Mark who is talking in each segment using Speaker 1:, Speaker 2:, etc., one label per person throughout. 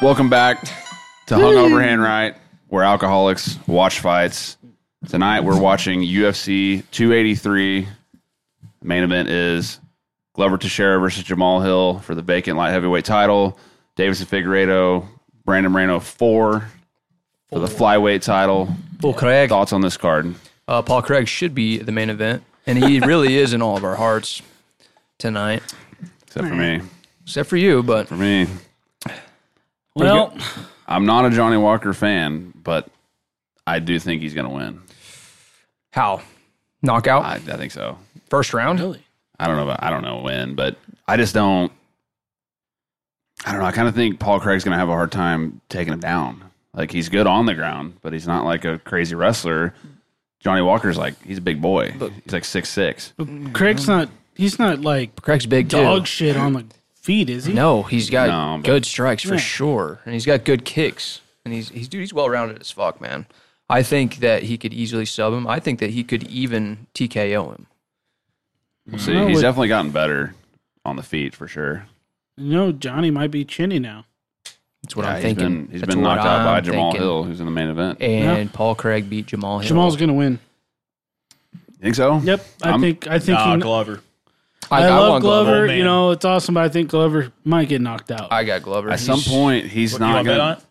Speaker 1: Welcome back to Hungover Handwrite, where alcoholics watch fights. Tonight we're watching UFC 283. The main event is Glover Teixeira versus Jamal Hill for the vacant light heavyweight title. Davison Figueredo, Brandon Moreno four for the flyweight title.
Speaker 2: Paul Craig.
Speaker 1: Thoughts on this card?
Speaker 2: Uh, Paul Craig should be the main event, and he really is in all of our hearts tonight,
Speaker 1: Except for me,
Speaker 2: except for you. But
Speaker 1: for me,
Speaker 3: Well,
Speaker 1: I'm not a Johnny Walker fan, but I do think he's going to win.
Speaker 2: how? Knockout
Speaker 1: I, I think so.
Speaker 2: first round?
Speaker 3: really?
Speaker 1: I don't know. About, I don't know when, but I just don't. I don't know. I kind of think Paul Craig's going to have a hard time taking him down. Like he's good on the ground, but he's not like a crazy wrestler. Johnny Walker's like he's a big boy. he's like six six.
Speaker 3: But Craig's not. He's not like
Speaker 2: Craig's big too.
Speaker 3: dog shit on the feet, is he?
Speaker 2: No, he's got
Speaker 1: No, but-
Speaker 2: good strikes for
Speaker 3: Yeah.
Speaker 2: sure, and he's got good kicks, and he's he's dude, he's well rounded as fuck, man. I think that he could easily sub him. I think that he could even TKO him.
Speaker 1: We'll see,
Speaker 3: know
Speaker 1: he's
Speaker 3: what-
Speaker 1: definitely gotten better on the feet for sure.
Speaker 3: No, Johnny might be chinny now.
Speaker 2: That's what
Speaker 1: Yeah,
Speaker 2: I'm
Speaker 1: he's
Speaker 2: thinking.
Speaker 1: been- he's
Speaker 2: That's
Speaker 1: been
Speaker 2: what
Speaker 1: knocked out by
Speaker 2: I'm
Speaker 1: Jamal
Speaker 2: thinking.
Speaker 1: Hill, who's in the main event.
Speaker 2: and Paul Craig beat Jamal Hill.
Speaker 3: Jamal's gonna win.
Speaker 1: You think so?
Speaker 3: Yep, I
Speaker 1: I'm-
Speaker 3: think. I think.
Speaker 4: Nah,
Speaker 3: he,
Speaker 4: Glover.
Speaker 3: I, love Glover.
Speaker 4: Oh, man.
Speaker 3: you know, it's awesome, but I think Glover might get knocked out. I,
Speaker 2: I got Glover.
Speaker 1: At some
Speaker 2: He's-
Speaker 1: point, he's
Speaker 4: you
Speaker 1: not
Speaker 4: want to bet on
Speaker 1: going.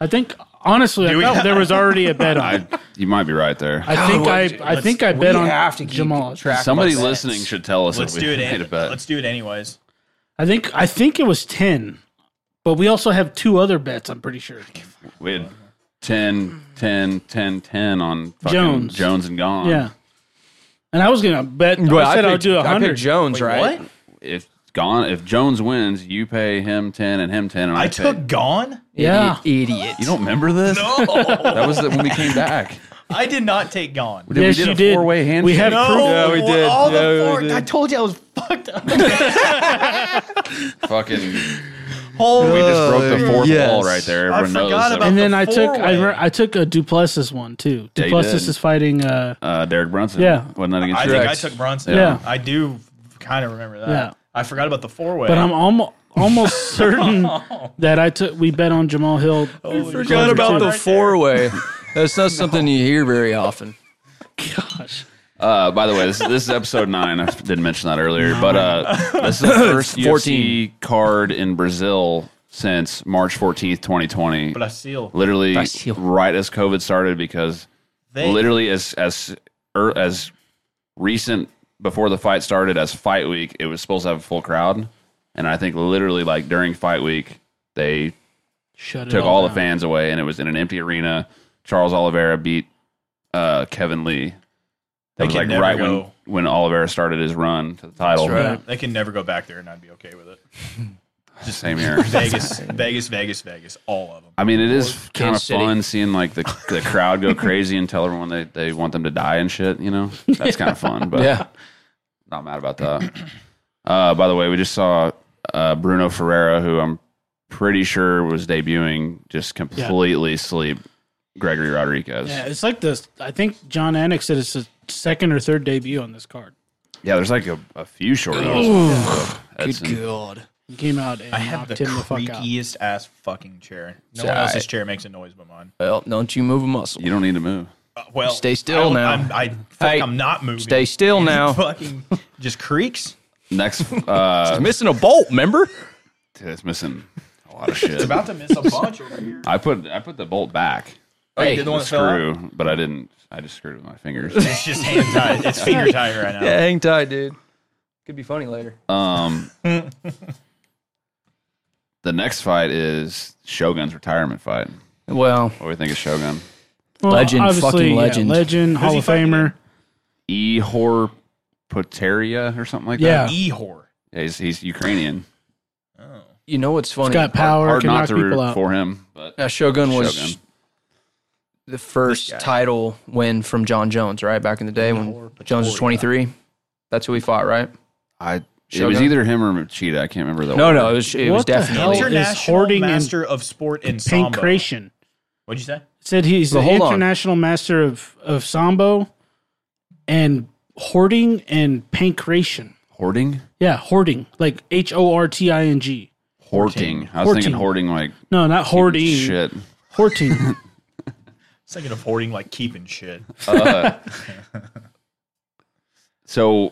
Speaker 4: it?
Speaker 3: think honestly, I
Speaker 4: we-
Speaker 3: thought there was already a bet on. it.
Speaker 1: I you might be right there.
Speaker 3: I think I. I think I bet on Jamal.
Speaker 1: Somebody
Speaker 2: of our
Speaker 1: listening
Speaker 2: bets.
Speaker 1: should tell us
Speaker 4: Let's
Speaker 1: if
Speaker 4: do
Speaker 1: we
Speaker 4: it.
Speaker 1: made a
Speaker 4: Any-
Speaker 1: bet.
Speaker 4: let's do it anyways.
Speaker 3: I think. I think it was ten, but we also have two other bets. I'm pretty sure.
Speaker 1: We had 10, 10, 10, 10 on fucking Jones.
Speaker 3: Jones.
Speaker 1: Jones and Gone.
Speaker 3: Yeah. And I was gonna bet.
Speaker 2: Well,
Speaker 3: I said I would
Speaker 2: picked-
Speaker 3: do
Speaker 2: I
Speaker 3: a
Speaker 2: picked
Speaker 3: hundred.
Speaker 2: Jones, right?
Speaker 4: What?
Speaker 1: If Gone, if Jones wins, you pay him ten and him ten, and I,
Speaker 4: I
Speaker 1: pay-
Speaker 4: took gone.
Speaker 3: Yeah.
Speaker 2: Idiot. idiot.
Speaker 1: You don't remember this?
Speaker 4: No,
Speaker 1: That was the, when we came back.
Speaker 4: I did not take gone.
Speaker 1: Dude,
Speaker 3: Yes,
Speaker 1: we did
Speaker 3: you
Speaker 1: a
Speaker 3: did.
Speaker 1: four-way
Speaker 3: We
Speaker 1: handshake.
Speaker 3: have
Speaker 4: No,
Speaker 3: proof.
Speaker 2: Yeah, we did.
Speaker 4: All
Speaker 2: Yeah, we
Speaker 4: the four,
Speaker 2: did.
Speaker 4: I told you I was fucked up.
Speaker 1: Fucking,
Speaker 4: Holy
Speaker 1: we just broke the fourth
Speaker 2: Yes.
Speaker 1: wall right there.
Speaker 4: I
Speaker 1: Everyone knows.
Speaker 4: forgot
Speaker 1: that-
Speaker 4: about
Speaker 3: And then
Speaker 4: the
Speaker 3: I took I,
Speaker 4: four-way.
Speaker 3: re- I took a Duplessis one too.
Speaker 1: Yeah, you
Speaker 3: Duplessis
Speaker 1: did.
Speaker 3: is fighting. Uh,
Speaker 1: uh, Derek Brunson.
Speaker 3: Yeah.
Speaker 1: wasn't that against
Speaker 4: I think I
Speaker 1: Rex?
Speaker 4: took Bronson.
Speaker 3: Yeah.
Speaker 4: I do kind of remember that.
Speaker 3: Yeah.
Speaker 4: I forgot about the four way.
Speaker 3: but I'm almost almost certain that I took. We bet on Jamal Hill. Oh,
Speaker 2: forgot about the
Speaker 4: Right there.
Speaker 2: four way. That's not something you hear very often.
Speaker 3: Gosh.
Speaker 1: Uh, by the way, this, this is episode nine. I didn't mention that earlier, but uh, this is the first 14.
Speaker 2: 14.
Speaker 1: UFC card in Brazil since March fourteenth, twenty twenty.
Speaker 4: Brasil.
Speaker 1: literally
Speaker 2: Brazil.
Speaker 1: right as COVID started because
Speaker 4: They,
Speaker 1: literally as as er, as recent before the fight started as fight week, it was supposed to have a full crowd, and I think literally like during fight week they
Speaker 3: Shut it
Speaker 1: took all, the
Speaker 3: down.
Speaker 1: fans away, and it was in an empty arena. Charles Oliveira beat uh, Kevin Lee. That
Speaker 4: They
Speaker 1: was
Speaker 4: can
Speaker 1: like
Speaker 4: never
Speaker 1: right
Speaker 4: go.
Speaker 1: when when Oliveira started his run to the title.
Speaker 2: That's right.
Speaker 4: they can never go back there and I'd be okay with it.
Speaker 1: Just same here.
Speaker 4: Vegas, Vegas, Vegas, Vegas. All of them.
Speaker 1: I mean, it is kind of
Speaker 2: City.
Speaker 1: fun seeing like the, the crowd go crazy and tell everyone they, they want them to die and shit. You know, that's kind of fun. But
Speaker 2: Yeah.
Speaker 1: not mad about that. Uh, by the way, we just saw uh, Bruno Ferreira, who I'm pretty sure was debuting, just completely sleep Gregory Rodriguez.
Speaker 3: Yeah,
Speaker 1: Yeah.
Speaker 3: it's like this. I think John Anik said it's his second or third debut on this card.
Speaker 1: there's like a, a few short notice. That's in-
Speaker 2: God.
Speaker 3: He came out and
Speaker 4: I have the
Speaker 3: knocked him the fuck out.
Speaker 4: creakiest ass fucking chair. No
Speaker 2: Sorry.
Speaker 4: one else's chair makes a noise but mine.
Speaker 2: Well, don't you move a muscle.
Speaker 1: you don't need to move.
Speaker 4: Uh, well,
Speaker 2: Stay still
Speaker 4: I don't-
Speaker 2: now.
Speaker 4: I'm, I fuck,
Speaker 2: Hey,
Speaker 4: I'm not moving.
Speaker 2: Stay still now.
Speaker 4: Fucking just creaks.
Speaker 1: Next, uh,
Speaker 2: Missing a bolt, remember?
Speaker 1: dude, it's missing a lot of shit.
Speaker 4: About to miss a bunch over here.
Speaker 1: I put I put the bolt back
Speaker 2: Hey,
Speaker 4: Oh, Did the one that fell out?
Speaker 1: screw, but I didn't. I just screwed with my fingers.
Speaker 4: It's just hand tied. It's finger tied right now.
Speaker 2: yeah, hang tight, dude. Could be funny later.
Speaker 1: Um, the next fight is Shogun's retirement fight.
Speaker 2: Well,
Speaker 1: What do we think of Shogun?
Speaker 3: Well,
Speaker 2: Legend,
Speaker 3: obviously,
Speaker 2: fucking
Speaker 3: yeah,
Speaker 2: legend.
Speaker 3: legend, Hall
Speaker 4: he
Speaker 3: of
Speaker 4: fighting?
Speaker 3: Famer.
Speaker 1: Ihor Poteria or something like
Speaker 3: Yeah.
Speaker 1: that.
Speaker 4: Ehor.
Speaker 1: Yeah, he's, he's Ukrainian.
Speaker 2: you know what's funny?
Speaker 3: Got power,
Speaker 1: Hard
Speaker 3: can
Speaker 1: not
Speaker 3: knock
Speaker 1: to
Speaker 3: people
Speaker 1: root
Speaker 3: out.
Speaker 1: for him, but
Speaker 2: Uh, Shogun was
Speaker 1: Shogun.
Speaker 2: the first
Speaker 4: This guy.
Speaker 2: title win from John Jones, right? Back in the day when
Speaker 4: Lord,
Speaker 2: Jones was
Speaker 4: Victoria.
Speaker 2: 23. That's who he fought, right?
Speaker 1: I it was
Speaker 2: Shogun?
Speaker 1: either him or Cheetah. I can't remember the
Speaker 2: No,
Speaker 1: order.
Speaker 2: no, it was, it
Speaker 3: What
Speaker 2: was
Speaker 3: the
Speaker 2: definitely.
Speaker 3: hell? Is
Speaker 4: International
Speaker 3: hoarding and
Speaker 4: master of sport in sambo.
Speaker 3: Pancration
Speaker 4: What'd you say?
Speaker 3: said he's
Speaker 2: Well,
Speaker 3: the
Speaker 2: hold on.
Speaker 3: international master of of sambo and hoarding and pancration.
Speaker 1: hoarding.
Speaker 3: Yeah, hoarding like H O R T I N G.
Speaker 1: Horting. I was
Speaker 3: Horting.
Speaker 1: thinking hoarding like
Speaker 3: No, not hoarding.
Speaker 1: shit.
Speaker 3: Horting.
Speaker 4: It's thinking of hoarding, like keeping shit.
Speaker 1: So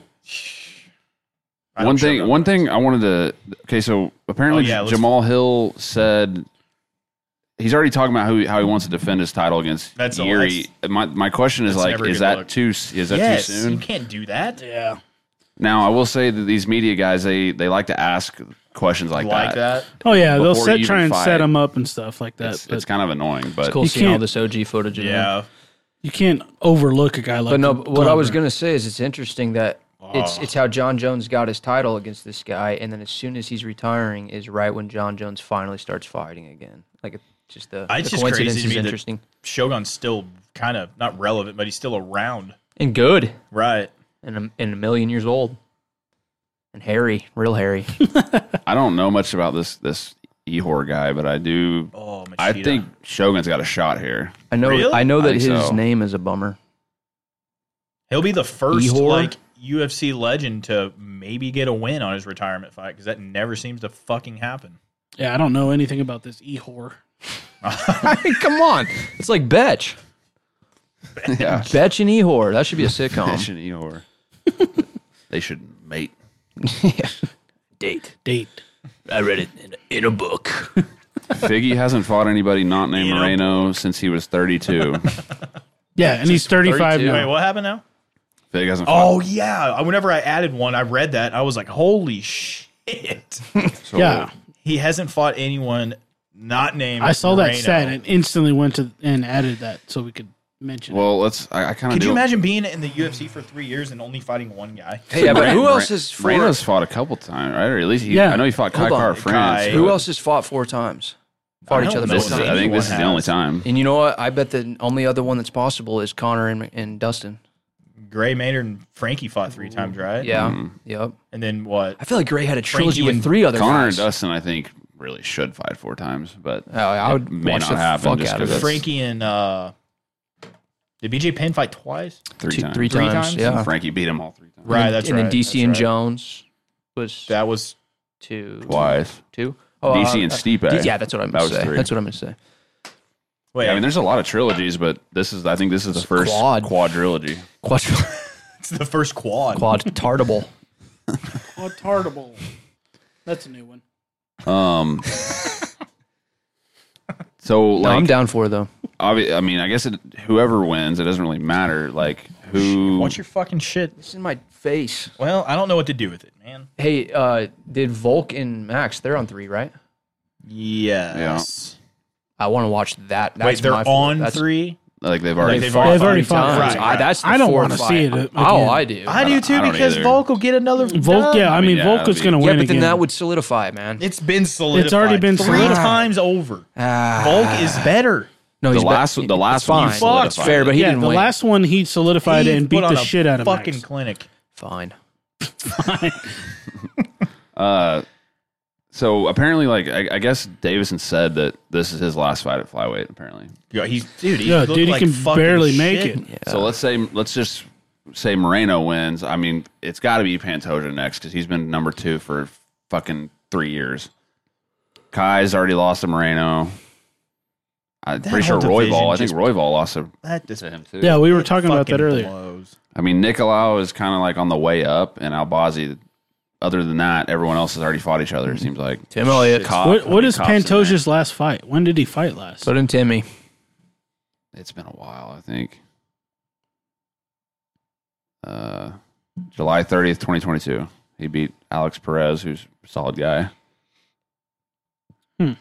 Speaker 4: I
Speaker 1: one
Speaker 4: don't
Speaker 1: thing,
Speaker 4: shut up.
Speaker 1: one thing I wanted to. Okay, so apparently
Speaker 4: Oh, yeah, let's-
Speaker 1: Jamal Hill said he's already talking about who, how he wants to defend his title against
Speaker 4: That's a-
Speaker 1: Yuri. my my question is
Speaker 4: that's
Speaker 1: like,
Speaker 4: never a
Speaker 1: is
Speaker 4: good
Speaker 1: that
Speaker 4: look.
Speaker 1: too? Is that
Speaker 4: Yes,
Speaker 1: too soon?
Speaker 4: you can't do that.
Speaker 3: yeah.
Speaker 1: Now I will say that these media guys they they like to ask questions like,
Speaker 4: Like that.
Speaker 3: Oh yeah, they'll
Speaker 1: Before
Speaker 3: set
Speaker 1: you
Speaker 3: try
Speaker 1: even
Speaker 3: and
Speaker 1: fight.
Speaker 3: set them up and stuff like that.
Speaker 1: It's,
Speaker 3: but
Speaker 1: it's kind of annoying, but
Speaker 2: It's cool
Speaker 3: You
Speaker 2: seeing all
Speaker 3: can't-
Speaker 2: this OG footage. Of him.
Speaker 4: Yeah.
Speaker 3: you can't overlook a guy like.
Speaker 2: But no,
Speaker 3: Glover.
Speaker 2: what I was gonna say is it's interesting that it's it's how John Jones got his title against this guy, and then as soon as he's retiring is right when John Jones finally starts fighting again. Like it, Ah, just the,
Speaker 4: I-
Speaker 2: the
Speaker 4: it's just
Speaker 2: coincidence
Speaker 4: crazy to
Speaker 2: is
Speaker 4: me that-
Speaker 2: interesting
Speaker 4: Shogun's still kind of not relevant, but he's still around.
Speaker 2: and good
Speaker 4: Right.
Speaker 2: and a, and a million years old and hairy, real hairy.
Speaker 1: I don't know much about this this Ehor guy, but I do.
Speaker 4: Oh, Machida.
Speaker 1: I think Shogun's got a shot here.
Speaker 2: I know
Speaker 4: Really?
Speaker 2: I know
Speaker 1: I
Speaker 2: that
Speaker 1: think
Speaker 2: his
Speaker 1: so.
Speaker 2: name is a bummer.
Speaker 4: he'll be the first
Speaker 2: Ihor?
Speaker 4: like UFC legend to maybe get a win on his retirement fight because that never seems to fucking happen.
Speaker 3: Yeah, I don't know anything about this e whore.
Speaker 2: Come on, it's like Betch,
Speaker 1: yeah,
Speaker 2: Betch and Ehor. That should be a sitcom.
Speaker 1: Ancient Ehor. they should mate.
Speaker 2: Date.
Speaker 3: Date.
Speaker 2: I read it in, in a book.
Speaker 1: Figgy hasn't fought anybody not named
Speaker 4: You know-
Speaker 1: Moreno since he was 32.
Speaker 3: Yeah, and he's thirty five
Speaker 2: 32.
Speaker 4: Wait,
Speaker 3: now.
Speaker 4: what happened now?
Speaker 1: Fig hasn't fought.
Speaker 4: Oh yeah. I- Whenever I added one, I read that. I was like, holy shit.
Speaker 1: so
Speaker 3: Yeah,
Speaker 4: he hasn't fought anyone not named.
Speaker 3: I saw that
Speaker 4: Moreno.
Speaker 3: stat and instantly went to and added that so we could mention. it.
Speaker 1: Well, let's. I, I kind of
Speaker 4: Could
Speaker 1: do.
Speaker 4: you imagine being in the UFC for three years and only fighting one guy?
Speaker 2: yeah, but who
Speaker 1: Moreno-
Speaker 2: else is for,
Speaker 1: Moreno's fought a couple times, right? Or at least he.
Speaker 3: Yeah.
Speaker 1: I know he fought Kai
Speaker 2: Hold on.
Speaker 1: Car France.
Speaker 4: Kai.
Speaker 1: but
Speaker 2: Who else has fought four times? Fought
Speaker 4: I
Speaker 2: each
Speaker 4: don't
Speaker 2: other
Speaker 4: know
Speaker 2: both
Speaker 1: This is,
Speaker 2: times.
Speaker 1: I think this is the
Speaker 4: Anyone
Speaker 1: only
Speaker 4: has.
Speaker 1: time.
Speaker 2: And you know what? I bet the only other one that's possible is Connor and, and Dustin.
Speaker 4: Gray Maynard and Frankie fought three times, right?
Speaker 2: Yeah. Yep.
Speaker 4: And then what?
Speaker 2: I feel like Gray had a trilogy
Speaker 4: Frankie
Speaker 2: with
Speaker 4: and
Speaker 2: three other
Speaker 1: Connor Hmm. and
Speaker 2: guys.
Speaker 1: Dustin, I think, really should fight four times, but
Speaker 2: Oh, I would
Speaker 1: may
Speaker 2: watch
Speaker 1: not
Speaker 2: the
Speaker 1: happen
Speaker 2: fuck
Speaker 1: just
Speaker 2: out of
Speaker 1: 'cause
Speaker 2: it.
Speaker 1: that's-
Speaker 4: Frankie and uh did BJ Penn fight twice?
Speaker 1: three
Speaker 2: Two-
Speaker 1: times.
Speaker 2: three
Speaker 4: Three
Speaker 2: times.
Speaker 4: times?
Speaker 2: Yeah.
Speaker 1: Frankie beat him all three times.
Speaker 4: Right, that's
Speaker 2: and
Speaker 4: right.
Speaker 2: then DC
Speaker 4: that's
Speaker 2: and
Speaker 4: right.
Speaker 2: Jones was
Speaker 4: That was
Speaker 2: two.
Speaker 1: Twice.
Speaker 2: Two. Oh,
Speaker 1: DC
Speaker 2: uh,
Speaker 1: and
Speaker 2: uh,
Speaker 1: Stipe.
Speaker 2: D- yeah, that's what I'm
Speaker 1: That
Speaker 2: gonna
Speaker 1: was
Speaker 2: say.
Speaker 1: three.
Speaker 2: That's what I'm gonna say.
Speaker 4: wait.
Speaker 1: Yeah, I mean, there's a lot of trilogies, but this is, I think, this is the first
Speaker 2: quad.
Speaker 1: quadrilogy.
Speaker 2: Quadru
Speaker 4: it's the first quad.
Speaker 2: quad tartable.
Speaker 3: Retardable. That's a new one.
Speaker 1: Um, so
Speaker 2: No, I'm
Speaker 1: like,
Speaker 2: down for it, though.
Speaker 1: obvi- I mean, I guess it, whoever wins, it doesn't really matter. Like who?
Speaker 4: What's your fucking shit?
Speaker 2: It's in my face.
Speaker 4: Well, I don't know what to do with it, man.
Speaker 2: Hey, uh, did Volk and Max? They're on three, right?
Speaker 4: Yes.
Speaker 2: I want to watch that. That's
Speaker 4: Wait, they're
Speaker 2: my
Speaker 4: on
Speaker 2: that's,
Speaker 4: three.
Speaker 1: like they've already
Speaker 4: they've
Speaker 1: fought.
Speaker 4: already-
Speaker 3: They've already
Speaker 2: times.
Speaker 3: fought.
Speaker 4: Right,
Speaker 2: I,
Speaker 4: right.
Speaker 2: that's the
Speaker 3: I don't
Speaker 2: four
Speaker 3: wanna
Speaker 2: fight.
Speaker 3: see it, uh,
Speaker 2: Oh,
Speaker 3: again.
Speaker 2: I do.
Speaker 4: I do too
Speaker 1: I don't
Speaker 4: because
Speaker 1: either.
Speaker 4: Volk will get another.
Speaker 3: Volk,
Speaker 4: dub.
Speaker 3: yeah, I mean,
Speaker 1: yeah,
Speaker 3: Volk
Speaker 1: that'd
Speaker 3: is
Speaker 1: be-
Speaker 3: going to
Speaker 2: Yeah,
Speaker 3: win
Speaker 2: but then
Speaker 3: again.
Speaker 2: that would solidify it, man.
Speaker 4: It's been solidified.
Speaker 3: already been
Speaker 4: three
Speaker 3: solidified.
Speaker 4: times over.
Speaker 2: Ah.
Speaker 4: Volk is better.
Speaker 2: No,
Speaker 1: The
Speaker 2: he's
Speaker 1: last, the last one,
Speaker 2: fine.
Speaker 1: you
Speaker 4: Fucked.
Speaker 1: solidified.
Speaker 2: fair, but he
Speaker 3: yeah,
Speaker 2: didn't
Speaker 3: the
Speaker 2: win.
Speaker 3: last one he solidified it
Speaker 4: He
Speaker 3: and beat
Speaker 4: put on
Speaker 3: the
Speaker 4: a
Speaker 3: shit out of
Speaker 4: fucking
Speaker 3: Max.
Speaker 4: clinic.
Speaker 2: Fine.
Speaker 1: Uh, so apparently, like I, I guess Davison said that this is his last fight at flyweight. Apparently,
Speaker 4: Yeah, he's dude. He
Speaker 3: Yeah,
Speaker 4: looked
Speaker 3: dude, he
Speaker 4: like
Speaker 3: can
Speaker 4: fucking
Speaker 3: barely make
Speaker 4: shit.
Speaker 3: it.
Speaker 1: so let's say let's just say Moreno wins. I mean, it's got to be Pantoja next because he's been number two for fucking three years. Kai's already lost to Moreno. I'm pretty sure
Speaker 4: whole division
Speaker 1: Royval. I think
Speaker 4: just-
Speaker 1: Royval lost to
Speaker 4: That just
Speaker 1: to him too.
Speaker 3: Yeah, we were talking about that
Speaker 4: fucking
Speaker 3: earlier.
Speaker 4: blows.
Speaker 1: I mean, Nicolau is kind of like on the way up, and Albazi. Other than that, everyone else has already fought each other. It seems like
Speaker 2: Tim Elliott.
Speaker 1: Cobb- I
Speaker 3: What
Speaker 1: mean,
Speaker 3: what is
Speaker 1: Cobb's in there.
Speaker 3: Pantoja's last fight? When did he fight last?
Speaker 2: So did Timmy.
Speaker 1: It's been a while, I think. Uh, July 30th, 2022. He beat Alex Perez, who's a solid guy.
Speaker 3: Hmm.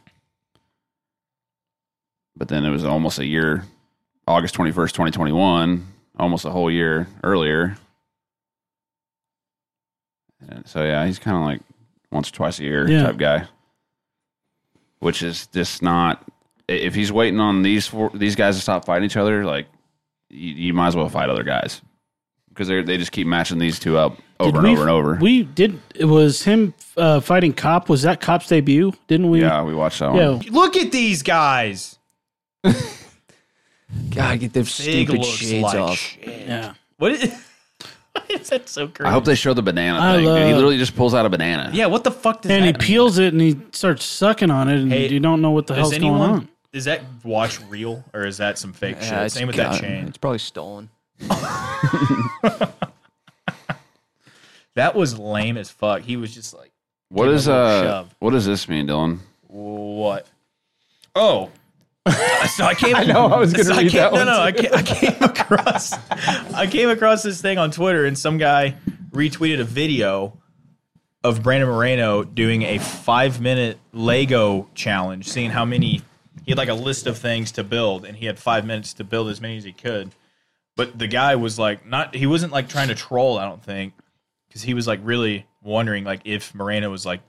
Speaker 1: But then it was almost a year, August 21st, 2021, almost a whole year earlier. And so, yeah, he's kind of like once or twice a year
Speaker 3: Yeah.
Speaker 1: type guy, which is just not. i- If he's waiting on these four, these guys to stop fighting each other, like you, you might as well fight other guys because they they just keep matching these two up over and
Speaker 3: we,
Speaker 1: over and over.
Speaker 3: We did. It was him uh, fighting Cop. Was that Cop's debut? Didn't we?
Speaker 1: yeah, we watched that
Speaker 3: Yeah.
Speaker 1: one.
Speaker 4: Look at these guys.
Speaker 2: God, get them
Speaker 4: Big
Speaker 2: stupid
Speaker 4: looks
Speaker 2: shades
Speaker 4: like
Speaker 2: off.
Speaker 4: shit.
Speaker 3: Yeah.
Speaker 4: What is, That's so crazy.
Speaker 1: I hope they show the banana
Speaker 3: I
Speaker 1: thing. dude. He
Speaker 3: love-
Speaker 1: literally just pulls out a banana.
Speaker 4: yeah, what the fuck does
Speaker 3: and he
Speaker 4: that mean?
Speaker 3: peels it and he starts sucking on it, and
Speaker 4: Hey,
Speaker 3: you don't know what the
Speaker 4: Does
Speaker 3: hell's
Speaker 4: anyone?
Speaker 3: going on.
Speaker 4: Is that watch real or is that some fake
Speaker 5: Yeah,
Speaker 4: shit?
Speaker 5: it's
Speaker 4: Same with
Speaker 5: got-
Speaker 4: that chain.
Speaker 5: It's probably stolen.
Speaker 4: That was lame as fuck. He was just like,
Speaker 1: What
Speaker 4: Give
Speaker 1: is
Speaker 4: it a little
Speaker 1: uh?
Speaker 4: shove.
Speaker 1: What does this mean, Dylan?
Speaker 4: what? Oh. so I came. I
Speaker 1: know, I was gonna
Speaker 4: I
Speaker 1: read
Speaker 4: came-
Speaker 1: that one
Speaker 4: No, no. I came, I came across. I came across this thing on Twitter, and some guy retweeted a video of Brandon Moreno doing a five-minute Lego challenge, seeing how many he had like a list of things to build, and he had five minutes to build as many as he could. But the guy was like, not he wasn't like trying to troll. I don't think because he was like really wondering like if Moreno was like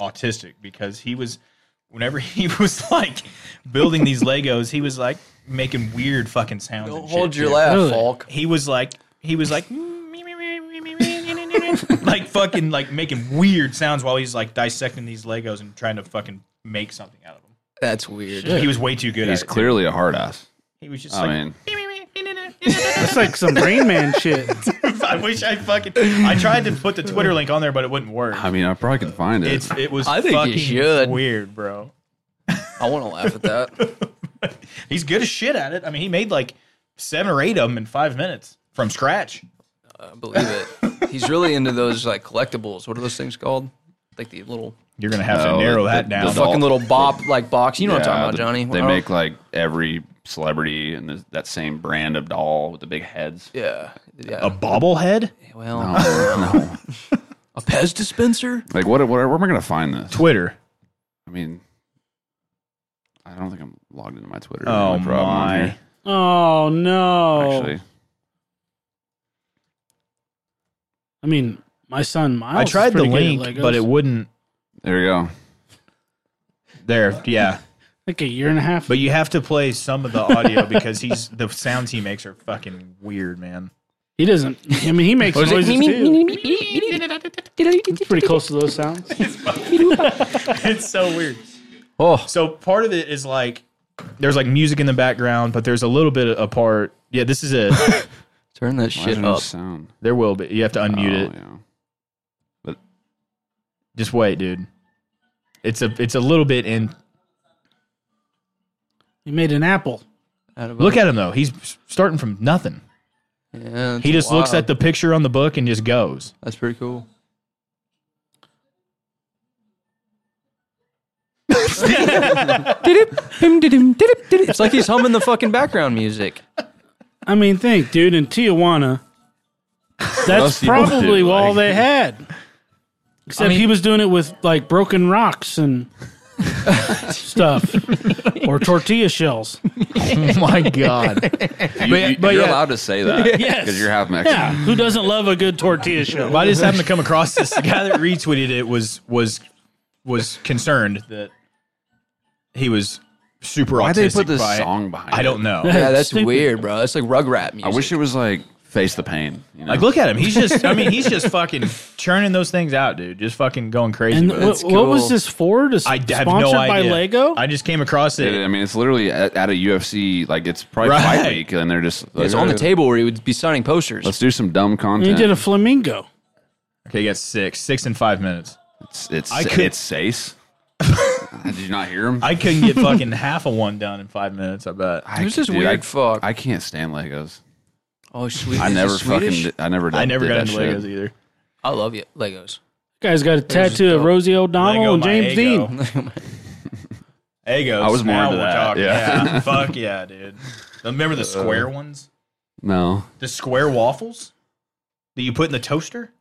Speaker 4: autistic because he was whenever he was like building these Legos, he was like making weird fucking sounds. and shit, too.
Speaker 5: laugh,
Speaker 3: Really?
Speaker 5: Falk.
Speaker 4: He was like he was like like fucking like making weird sounds while he's like dissecting these Legos and trying to fucking make something out of them.
Speaker 5: That's weird.
Speaker 4: He was way too good
Speaker 1: He's
Speaker 4: at it.
Speaker 1: clearly a hard ass.
Speaker 4: He was just
Speaker 1: I
Speaker 4: like
Speaker 1: mean,
Speaker 3: It's like some Rain Man shit.
Speaker 4: I wish I fucking I tried to put the Twitter link on there but it wouldn't work.
Speaker 1: I mean, I probably could find it.
Speaker 4: It's it was
Speaker 5: I think you
Speaker 4: fucking
Speaker 5: should.
Speaker 4: weird, bro.
Speaker 5: I want to laugh at that.
Speaker 4: He's good as shit at it. I mean, he made like seven or eight of them in five minutes from scratch.
Speaker 5: I believe it. He's really into those like collectibles. What are those things called? Like the little
Speaker 4: You're gonna have
Speaker 1: No,
Speaker 4: to narrow
Speaker 1: the-
Speaker 4: that
Speaker 1: the-
Speaker 4: down.
Speaker 1: the-
Speaker 5: fucking little bop like box. You know what I'm
Speaker 1: Yeah,
Speaker 5: talking about,
Speaker 1: the-
Speaker 5: Johnny?
Speaker 1: They
Speaker 5: I don't-
Speaker 1: make like every celebrity and th- that same brand of doll with the big heads.
Speaker 5: yeah, yeah.
Speaker 4: a bobblehead?
Speaker 5: well,
Speaker 1: No, no.
Speaker 5: a Pez dispenser.
Speaker 1: Like, what, what? Where am I gonna find this?
Speaker 4: Twitter.
Speaker 1: I mean, I don't think I'm logged into my Twitter.
Speaker 4: Oh
Speaker 1: No problem on
Speaker 4: my.
Speaker 1: here,
Speaker 3: Oh no!
Speaker 1: Actually,
Speaker 3: I mean, my son Miles.
Speaker 4: I
Speaker 3: is
Speaker 4: tried the
Speaker 3: pretty good at
Speaker 4: link,
Speaker 3: Legos.
Speaker 4: but it wouldn't.
Speaker 1: there you go.
Speaker 4: There, yeah.
Speaker 3: like a year and a half.
Speaker 4: But you have to play some of the audio because he's the sounds he makes are fucking weird, man.
Speaker 3: he doesn't. I mean, he makes noises too. It's pretty close to those sounds.
Speaker 4: It's so weird.
Speaker 5: Oh,
Speaker 4: So part of it is like there's like music in the background, but there's a little bit of a part. Yeah, this is it.
Speaker 5: turn that
Speaker 1: Why is
Speaker 5: shit
Speaker 1: there no
Speaker 5: up.
Speaker 1: sound?
Speaker 4: there will be. You have to unmute it.
Speaker 1: Oh, yeah.
Speaker 4: Just wait, dude. It's a it's a little bit in
Speaker 3: He made an apple.
Speaker 4: Look at him though. He's starting from nothing.
Speaker 5: yeah,
Speaker 4: He just looks at the picture on the book and just goes.
Speaker 5: That's pretty cool. it's like he's humming the fucking background music.
Speaker 3: I mean, think, dude, in Tijuana,
Speaker 1: else
Speaker 3: that's
Speaker 1: do you wanna
Speaker 3: probably
Speaker 1: do?
Speaker 3: all
Speaker 1: Like-
Speaker 3: they had. Except
Speaker 5: I mean-
Speaker 3: he was doing it with like broken rocks and stuff, or tortilla shells.
Speaker 4: Oh my god!
Speaker 1: You, you,
Speaker 4: but
Speaker 1: you're
Speaker 4: yeah.
Speaker 1: allowed to say that
Speaker 3: Yes.
Speaker 1: because you're half Mexican.
Speaker 3: Yeah, who doesn't love a good tortilla shell?
Speaker 4: Well, I just happened to come across this. The guy that retweeted it was was was concerned that he was super
Speaker 1: Why
Speaker 4: autistic.
Speaker 1: they put this
Speaker 4: by it.
Speaker 1: song behind?
Speaker 4: I
Speaker 1: it?
Speaker 4: don't know.
Speaker 5: Yeah, that's
Speaker 3: Stupid.
Speaker 5: weird, bro. That's like rug rap music.
Speaker 1: I wish it was like face the pain. You know?
Speaker 4: Like, look at him. He's just. I mean, he's just fucking churning those things out, dude. Just fucking going crazy.
Speaker 3: And
Speaker 4: with
Speaker 3: what,
Speaker 4: it.
Speaker 3: what was
Speaker 5: cool.
Speaker 3: this for? To,
Speaker 4: I
Speaker 3: sponsored
Speaker 4: have no idea.
Speaker 3: by Lego?
Speaker 4: I just came across it.
Speaker 1: I mean, it's literally at, at a UFC. Like it's probably
Speaker 4: Right.
Speaker 1: fight week, and they're just like,
Speaker 5: it's on the
Speaker 1: "Hey,
Speaker 5: table where he would be signing posters.
Speaker 1: Let's do some dumb
Speaker 3: and he
Speaker 1: content.
Speaker 3: did a flamingo.
Speaker 4: Okay, you got six, six in five minutes.
Speaker 1: it's it's,
Speaker 4: I could-
Speaker 1: it's Sace. Did you not hear him?
Speaker 4: I couldn't get fucking half of one done in five minutes. I bet.
Speaker 1: I-
Speaker 5: Who's this
Speaker 1: dude,
Speaker 5: weird
Speaker 1: I,
Speaker 5: fuck?
Speaker 1: I can't stand Legos.
Speaker 5: oh, sweet.
Speaker 1: I
Speaker 5: is
Speaker 1: never
Speaker 5: this Swedish?
Speaker 1: fucking. Did, I never. Did,
Speaker 4: I never
Speaker 1: did
Speaker 4: got
Speaker 1: that
Speaker 4: into
Speaker 1: shit.
Speaker 4: Legos either.
Speaker 5: I love you, Legos.
Speaker 3: Guy's got a tattoo of
Speaker 5: dope.
Speaker 3: Rosie O'Donnell
Speaker 4: Lego
Speaker 3: and
Speaker 4: my
Speaker 3: James
Speaker 4: ego.
Speaker 3: Dean.
Speaker 4: Egos.
Speaker 1: I was more
Speaker 4: now
Speaker 1: into
Speaker 4: we're
Speaker 1: that,
Speaker 4: talking.
Speaker 1: yeah. Uh.
Speaker 4: Fuck yeah, dude. Remember the square ones?
Speaker 1: No,
Speaker 4: The square waffles that you put in the toaster?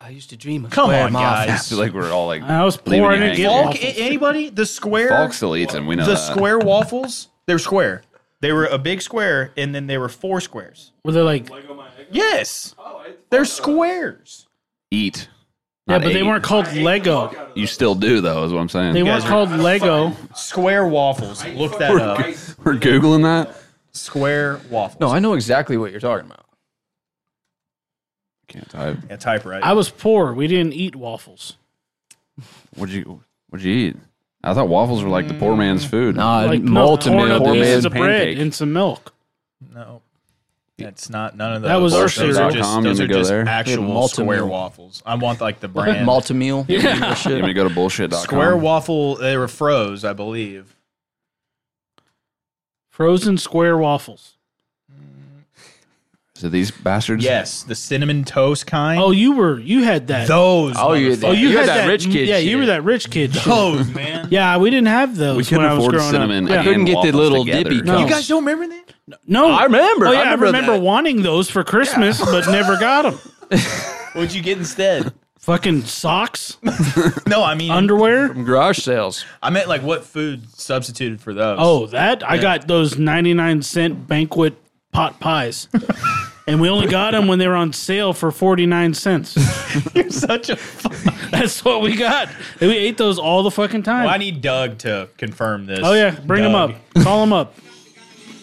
Speaker 5: I used to dream of
Speaker 4: Come
Speaker 5: square
Speaker 4: on,
Speaker 5: muffins.
Speaker 1: I
Speaker 4: guys.
Speaker 1: feel like we're all like.
Speaker 3: I was
Speaker 1: leaving
Speaker 3: poor. I
Speaker 1: you
Speaker 3: didn't
Speaker 1: hanging.
Speaker 3: get
Speaker 4: Falk,
Speaker 3: waffles.
Speaker 4: a- anybody? The square.
Speaker 1: Falk still eats them. We know
Speaker 4: the
Speaker 1: that.
Speaker 4: square waffles? They're square. They were a big square, and then they were four squares.
Speaker 3: Were they like?
Speaker 4: Yes. They're squares.
Speaker 1: Eat.
Speaker 3: Yeah,
Speaker 1: Not
Speaker 3: but they
Speaker 1: ate.
Speaker 3: weren't called Lego.
Speaker 1: You still do though, is what I'm saying.
Speaker 3: They weren't
Speaker 4: guys are-
Speaker 3: called Lego.
Speaker 4: Square waffles. Look that up.
Speaker 1: we're googling that.
Speaker 4: Square waffles.
Speaker 5: No, I know exactly what you're talking about.
Speaker 1: Can't type.
Speaker 4: yeah, type right.
Speaker 3: I was poor. We didn't eat waffles.
Speaker 1: What'd you What'd you eat? I thought waffles were like the poor man's food.
Speaker 5: Nah,
Speaker 3: Like no,
Speaker 5: molten
Speaker 3: torn
Speaker 5: meal,
Speaker 3: up
Speaker 1: poor
Speaker 5: dude.
Speaker 1: man's
Speaker 3: pieces of bread
Speaker 1: pancake.
Speaker 3: and some milk.
Speaker 4: no. That's not none of those.
Speaker 3: That was our
Speaker 4: those are
Speaker 3: cereal.
Speaker 4: just,
Speaker 1: Com,
Speaker 4: those
Speaker 1: you
Speaker 4: are
Speaker 1: need to go
Speaker 4: just
Speaker 1: there.
Speaker 2: We had
Speaker 4: actual
Speaker 2: Malta
Speaker 4: square
Speaker 2: meal.
Speaker 4: waffles. I want like the brand
Speaker 2: Malta meal.
Speaker 6: Yeah.
Speaker 1: You want
Speaker 2: Shit.
Speaker 1: me to go to bullshit.com?
Speaker 4: square waffle. They were froze, I believe.
Speaker 3: Frozen square waffles.
Speaker 1: So these bastards?
Speaker 4: Yes, the cinnamon toast kind.
Speaker 3: Oh, you were you had that.
Speaker 4: those.
Speaker 2: Oh, you-
Speaker 4: motherfuckers.
Speaker 3: oh, you,
Speaker 2: you
Speaker 3: had
Speaker 2: had that rich kid
Speaker 3: Yeah, you
Speaker 2: shit.
Speaker 3: were that rich kid. shit.
Speaker 4: those man.
Speaker 3: Yeah, we didn't have those
Speaker 1: We couldn't
Speaker 3: when I was
Speaker 1: afford
Speaker 3: growing
Speaker 1: cinnamon.
Speaker 3: up. Yeah.
Speaker 1: and
Speaker 2: Couldn't get the
Speaker 1: waffles
Speaker 2: little
Speaker 1: together.
Speaker 2: dippy
Speaker 3: No.
Speaker 4: You guys don't remember that?
Speaker 3: No,
Speaker 2: I remember.
Speaker 3: Oh,
Speaker 2: I
Speaker 3: yeah, I
Speaker 2: remember
Speaker 3: remember,
Speaker 2: that.
Speaker 3: wanting those for Christmas, but never got them.
Speaker 4: What'd you get instead?
Speaker 3: Fucking socks,
Speaker 4: No, I mean
Speaker 3: underwear.
Speaker 2: Garage sales.
Speaker 4: I meant like what food substituted for those.
Speaker 3: Oh, that I got those ninety-nine cent banquet pot pies, and we only got them when they were on sale for forty-nine cents.
Speaker 4: you're such a.
Speaker 3: That's what we got. And we ate those all the fucking time.
Speaker 4: Well, I need Doug to confirm this.
Speaker 3: oh yeah, bring them
Speaker 4: Doug.
Speaker 3: up. Call them up.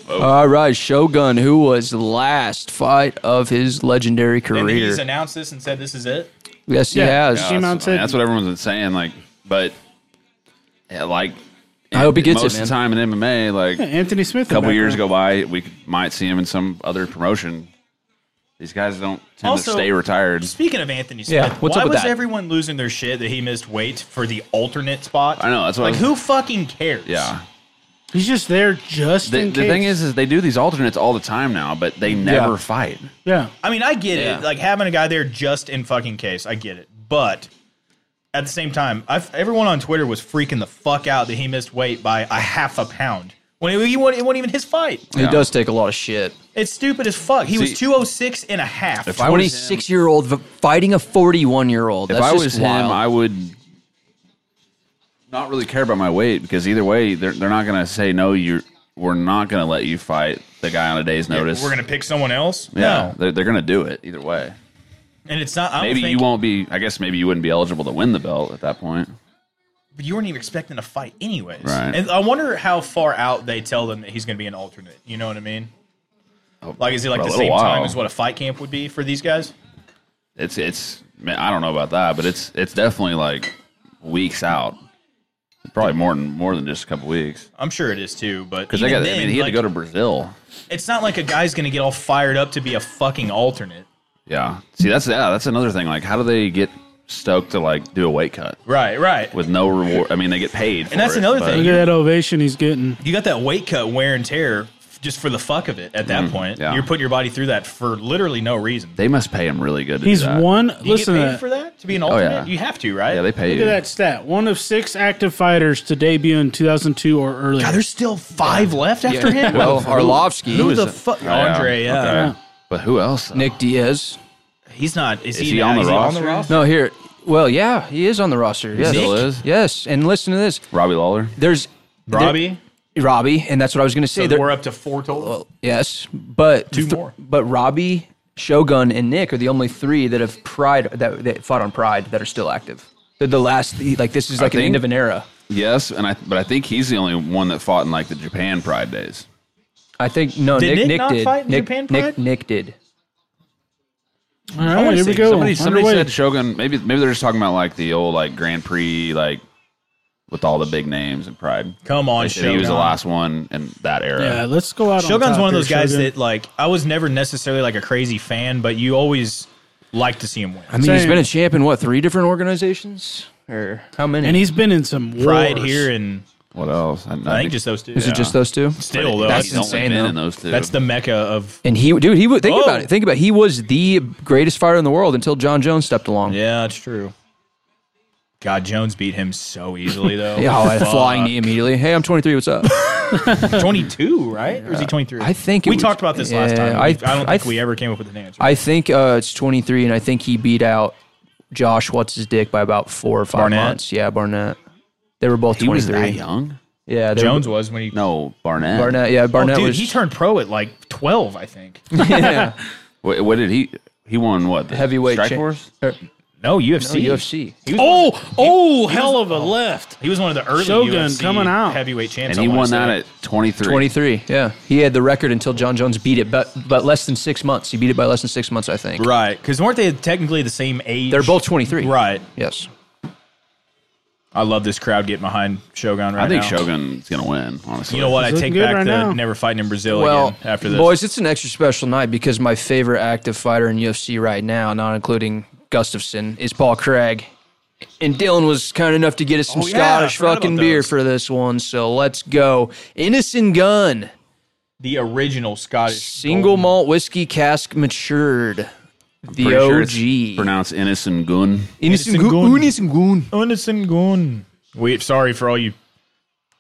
Speaker 2: All right, Shogun, who was last fight of his legendary
Speaker 4: And he
Speaker 2: career.
Speaker 4: just announced this and said this is it.
Speaker 2: yes, he
Speaker 3: Yeah.
Speaker 2: has.
Speaker 1: Yeah,
Speaker 3: She
Speaker 1: that's,
Speaker 3: Mount
Speaker 1: I mean,
Speaker 3: said-
Speaker 1: that's what everyone's been saying. Like, but yeah, like
Speaker 2: I hope he gets
Speaker 1: most
Speaker 2: it,
Speaker 1: of
Speaker 2: man.
Speaker 1: the time in MMA, like a
Speaker 3: Anthony Smith.
Speaker 1: couple years go by, we could- might see him in some other promotion. These guys don't tend
Speaker 4: Also-
Speaker 1: to stay retired.
Speaker 4: Speaking of Anthony Smith,
Speaker 2: Yeah, what's
Speaker 4: why
Speaker 2: up with
Speaker 4: was
Speaker 2: that?
Speaker 4: everyone losing their shit that he missed weight for the alternate spot?
Speaker 1: I know, that's what
Speaker 4: like
Speaker 1: I was-
Speaker 4: who fucking cares?
Speaker 1: Yeah.
Speaker 3: He's just there just
Speaker 1: The,
Speaker 3: in
Speaker 1: the
Speaker 3: case.
Speaker 1: thing is, is they do these alternates all the time now, but they never fight.
Speaker 3: yeah,
Speaker 4: I mean, I get
Speaker 1: Yeah.
Speaker 4: it. Like having a guy there just in fucking case, I get it. But at the same time, I've, everyone on Twitter was freaking the fuck out that he missed weight by a half a pound when it, he wa- it wasn't even his fight.
Speaker 2: He does take a lot of shit.
Speaker 4: It's stupid as fuck. He
Speaker 1: See-
Speaker 4: was two oh six and a half.
Speaker 1: If I was him-
Speaker 2: 26 year old fighting a 41 year old.
Speaker 1: If
Speaker 2: That's
Speaker 1: I
Speaker 2: just
Speaker 1: was
Speaker 2: wild.
Speaker 1: him, I would not really care about my weight because either way, they're, they're not going to say no. You, we're not going to let you fight the guy on a day's notice.
Speaker 4: We're gonna pick someone else.
Speaker 1: yeah,
Speaker 4: No,
Speaker 1: they're, they're going to do it either way.
Speaker 4: and it's not. I don't
Speaker 1: Maybe
Speaker 4: think,
Speaker 1: you won't be. I guess maybe you wouldn't be eligible to win the belt at that point.
Speaker 4: But you weren't even expecting a fight, anyways.
Speaker 1: Right.
Speaker 4: And I wonder how far out they tell them that he's going to be an alternate. You know what I mean? Like, is it like
Speaker 1: Oh, for a
Speaker 4: the
Speaker 1: little
Speaker 4: same time
Speaker 1: while.
Speaker 4: as what a fight camp would be for these guys?
Speaker 1: It's it's. Man, I don't know about that, but it's it's definitely like weeks out. Probably more than more than just a couple weeks
Speaker 4: I'm sure it is too. But
Speaker 1: because they
Speaker 4: even
Speaker 1: got. I
Speaker 4: then,
Speaker 1: mean, he had
Speaker 4: like,
Speaker 1: to go to Brazil.
Speaker 4: It's not like a guy's going to get all fired up to be a fucking alternate,
Speaker 1: Yeah. See, that's yeah, that's another thing. Like, how do they get stoked to like do a weight cut?
Speaker 4: right? Right.
Speaker 1: with no reward. I mean, they get paid. for
Speaker 4: And that's
Speaker 1: it,
Speaker 4: another
Speaker 1: but-
Speaker 4: thing.
Speaker 3: look at that ovation he's getting.
Speaker 4: You got that weight cut wear and tear f- just for the fuck of it. At that point,
Speaker 1: Mm-hmm. yeah.
Speaker 4: you're putting your body through that for literally no reason.
Speaker 1: They must pay him really good. To
Speaker 3: He's
Speaker 1: do that.
Speaker 3: one.
Speaker 4: You
Speaker 3: listen
Speaker 4: get
Speaker 3: to
Speaker 4: paid
Speaker 3: that.
Speaker 4: for that to be an alternate.
Speaker 1: yeah.
Speaker 4: You have to, right?
Speaker 1: Yeah, they pay
Speaker 3: Look
Speaker 1: you.
Speaker 3: at that stat. One of six active fighters to debut in 2002 or earlier.
Speaker 4: God, there's still five left after him.
Speaker 2: well, Arlovsky,
Speaker 4: Who the
Speaker 2: it?
Speaker 4: fuck?
Speaker 1: Oh, yeah.
Speaker 4: Andre, yeah.
Speaker 1: Okay. But who else?
Speaker 2: Nick Diaz.
Speaker 4: He's not. Is,
Speaker 1: he on
Speaker 4: not-
Speaker 1: the roster?
Speaker 2: No, here. Well, yeah, he is on the roster. Yes.
Speaker 1: Still is
Speaker 2: Yes, and listen to this.
Speaker 1: Robbie Lawler.
Speaker 2: There's
Speaker 4: Robbie.
Speaker 2: Robbie, and that's what I was going to say.
Speaker 4: So
Speaker 2: There-
Speaker 4: we're up to four total.
Speaker 2: yes, but two
Speaker 4: more.
Speaker 2: But Robbie, Shogun, and Nick are the only three that have pride that, that fought on Pride that are still active. They're the last. Like this is like an
Speaker 1: think-
Speaker 2: end of an era.
Speaker 1: Yes, and I. But I think he's the only one that fought in like the Japan Pride days.
Speaker 2: I think no.
Speaker 4: Did
Speaker 2: Nick
Speaker 4: Nick
Speaker 2: Nick
Speaker 4: not
Speaker 2: did.
Speaker 4: fight in
Speaker 2: Nick,
Speaker 4: Japan
Speaker 2: Nick
Speaker 4: Pride?
Speaker 2: Nick did.
Speaker 3: All right, here we
Speaker 4: see-
Speaker 3: go.
Speaker 1: Somebody, somebody
Speaker 3: Underway.
Speaker 1: said Shogun. Maybe maybe they're just talking about like the old like Grand Prix like with all the big names and Pride.
Speaker 4: Come on,
Speaker 1: They said He was the
Speaker 4: Shogun.
Speaker 1: last one in that era.
Speaker 3: yeah, let's go out. on
Speaker 4: Shogun's
Speaker 3: top
Speaker 4: one of those
Speaker 3: here,
Speaker 4: guys
Speaker 3: Shogun.
Speaker 4: that like I was never necessarily like a crazy fan, but you always like to see him win.
Speaker 2: I mean, he's
Speaker 3: Same.
Speaker 2: been a champ in what three different organizations or how many?
Speaker 3: and he's been in some wars.
Speaker 4: Pride here and
Speaker 1: What else? I,
Speaker 4: I think just those two.
Speaker 2: is it just those two?
Speaker 4: Still though,
Speaker 1: that's
Speaker 4: that's,
Speaker 1: he's only
Speaker 2: insane,
Speaker 1: been
Speaker 2: though.
Speaker 1: in those two.
Speaker 4: that's the mecca of
Speaker 2: And he, dude, he would think
Speaker 4: Whoa.
Speaker 2: about it. Think about it. he was the greatest fighter in the world until John Jones stepped along.
Speaker 4: yeah, it's true. God, Jones beat him so easily though.
Speaker 2: Yeah, Oh, I had a flying knee immediately. Hey, I'm 23. What's up?
Speaker 4: Twenty two, right? Or is he twenty three?
Speaker 2: I think it
Speaker 4: we
Speaker 2: was-
Speaker 4: talked about this last
Speaker 2: yeah,
Speaker 4: time.
Speaker 2: I-
Speaker 4: I, I don't think
Speaker 2: I-
Speaker 4: we ever came up with an answer.
Speaker 2: I think uh, it's 23, and I think he beat out Josh What's his dick by about four or five
Speaker 4: Barnett?
Speaker 2: months. Yeah, Barnett. They were both
Speaker 1: he was
Speaker 2: 23.
Speaker 1: that young.
Speaker 2: Yeah, they were-
Speaker 4: Jones was when he
Speaker 1: No, Barnett.
Speaker 2: Barnett. Yeah,
Speaker 4: Oh,
Speaker 2: Barnett
Speaker 4: dude,
Speaker 2: was.
Speaker 4: he turned pro at like twelve, I think.
Speaker 2: yeah,
Speaker 1: What, what did he? He won what? The
Speaker 2: heavyweight
Speaker 1: Strikeforce?
Speaker 2: cha- or-
Speaker 4: No, UFC.
Speaker 2: no, UFC.
Speaker 4: He was,
Speaker 3: Oh, oh, hell of a left.
Speaker 4: he was one of the early
Speaker 3: Shogun
Speaker 4: UFC
Speaker 3: coming out.
Speaker 4: heavyweight champs.
Speaker 1: and he
Speaker 4: I wanna
Speaker 1: won that
Speaker 4: say.
Speaker 1: at 23.
Speaker 2: 23. Yeah, he had the record until John Jones beat it, but but less than six months. He beat it by less than six months, I think.
Speaker 4: right because weren't they technically the same age?
Speaker 2: They're both 23.
Speaker 4: right.
Speaker 2: Yes.
Speaker 4: I love this crowd getting behind Shogun right
Speaker 1: I think
Speaker 4: now.
Speaker 1: Shogun's gonna win. Honestly,
Speaker 4: You know what? I
Speaker 3: looking
Speaker 4: take
Speaker 3: good
Speaker 4: back
Speaker 3: right
Speaker 4: the
Speaker 3: now.
Speaker 4: never fighting in Brazil
Speaker 2: Well,
Speaker 4: again after this.
Speaker 2: boys, it's an extra special night because my favorite active fighter in UFC right now, not including Gustafson, is Paul Craig. And Dylan was kind enough to get us some
Speaker 4: Oh, yeah, I
Speaker 2: Scottish
Speaker 4: forgot
Speaker 2: fucking
Speaker 4: about
Speaker 2: beer
Speaker 4: those.
Speaker 2: for this one. So let's go. Innocent Gun,
Speaker 4: the original Scottish
Speaker 2: single malt whiskey cask matured. The
Speaker 1: Pretty sure
Speaker 2: OG.
Speaker 1: it's pronounced innocent gun.
Speaker 2: Innocent
Speaker 4: Innocent
Speaker 2: Gun.
Speaker 4: Gun.
Speaker 2: Innocent Gun.
Speaker 4: Innocent gun. We sorry for all you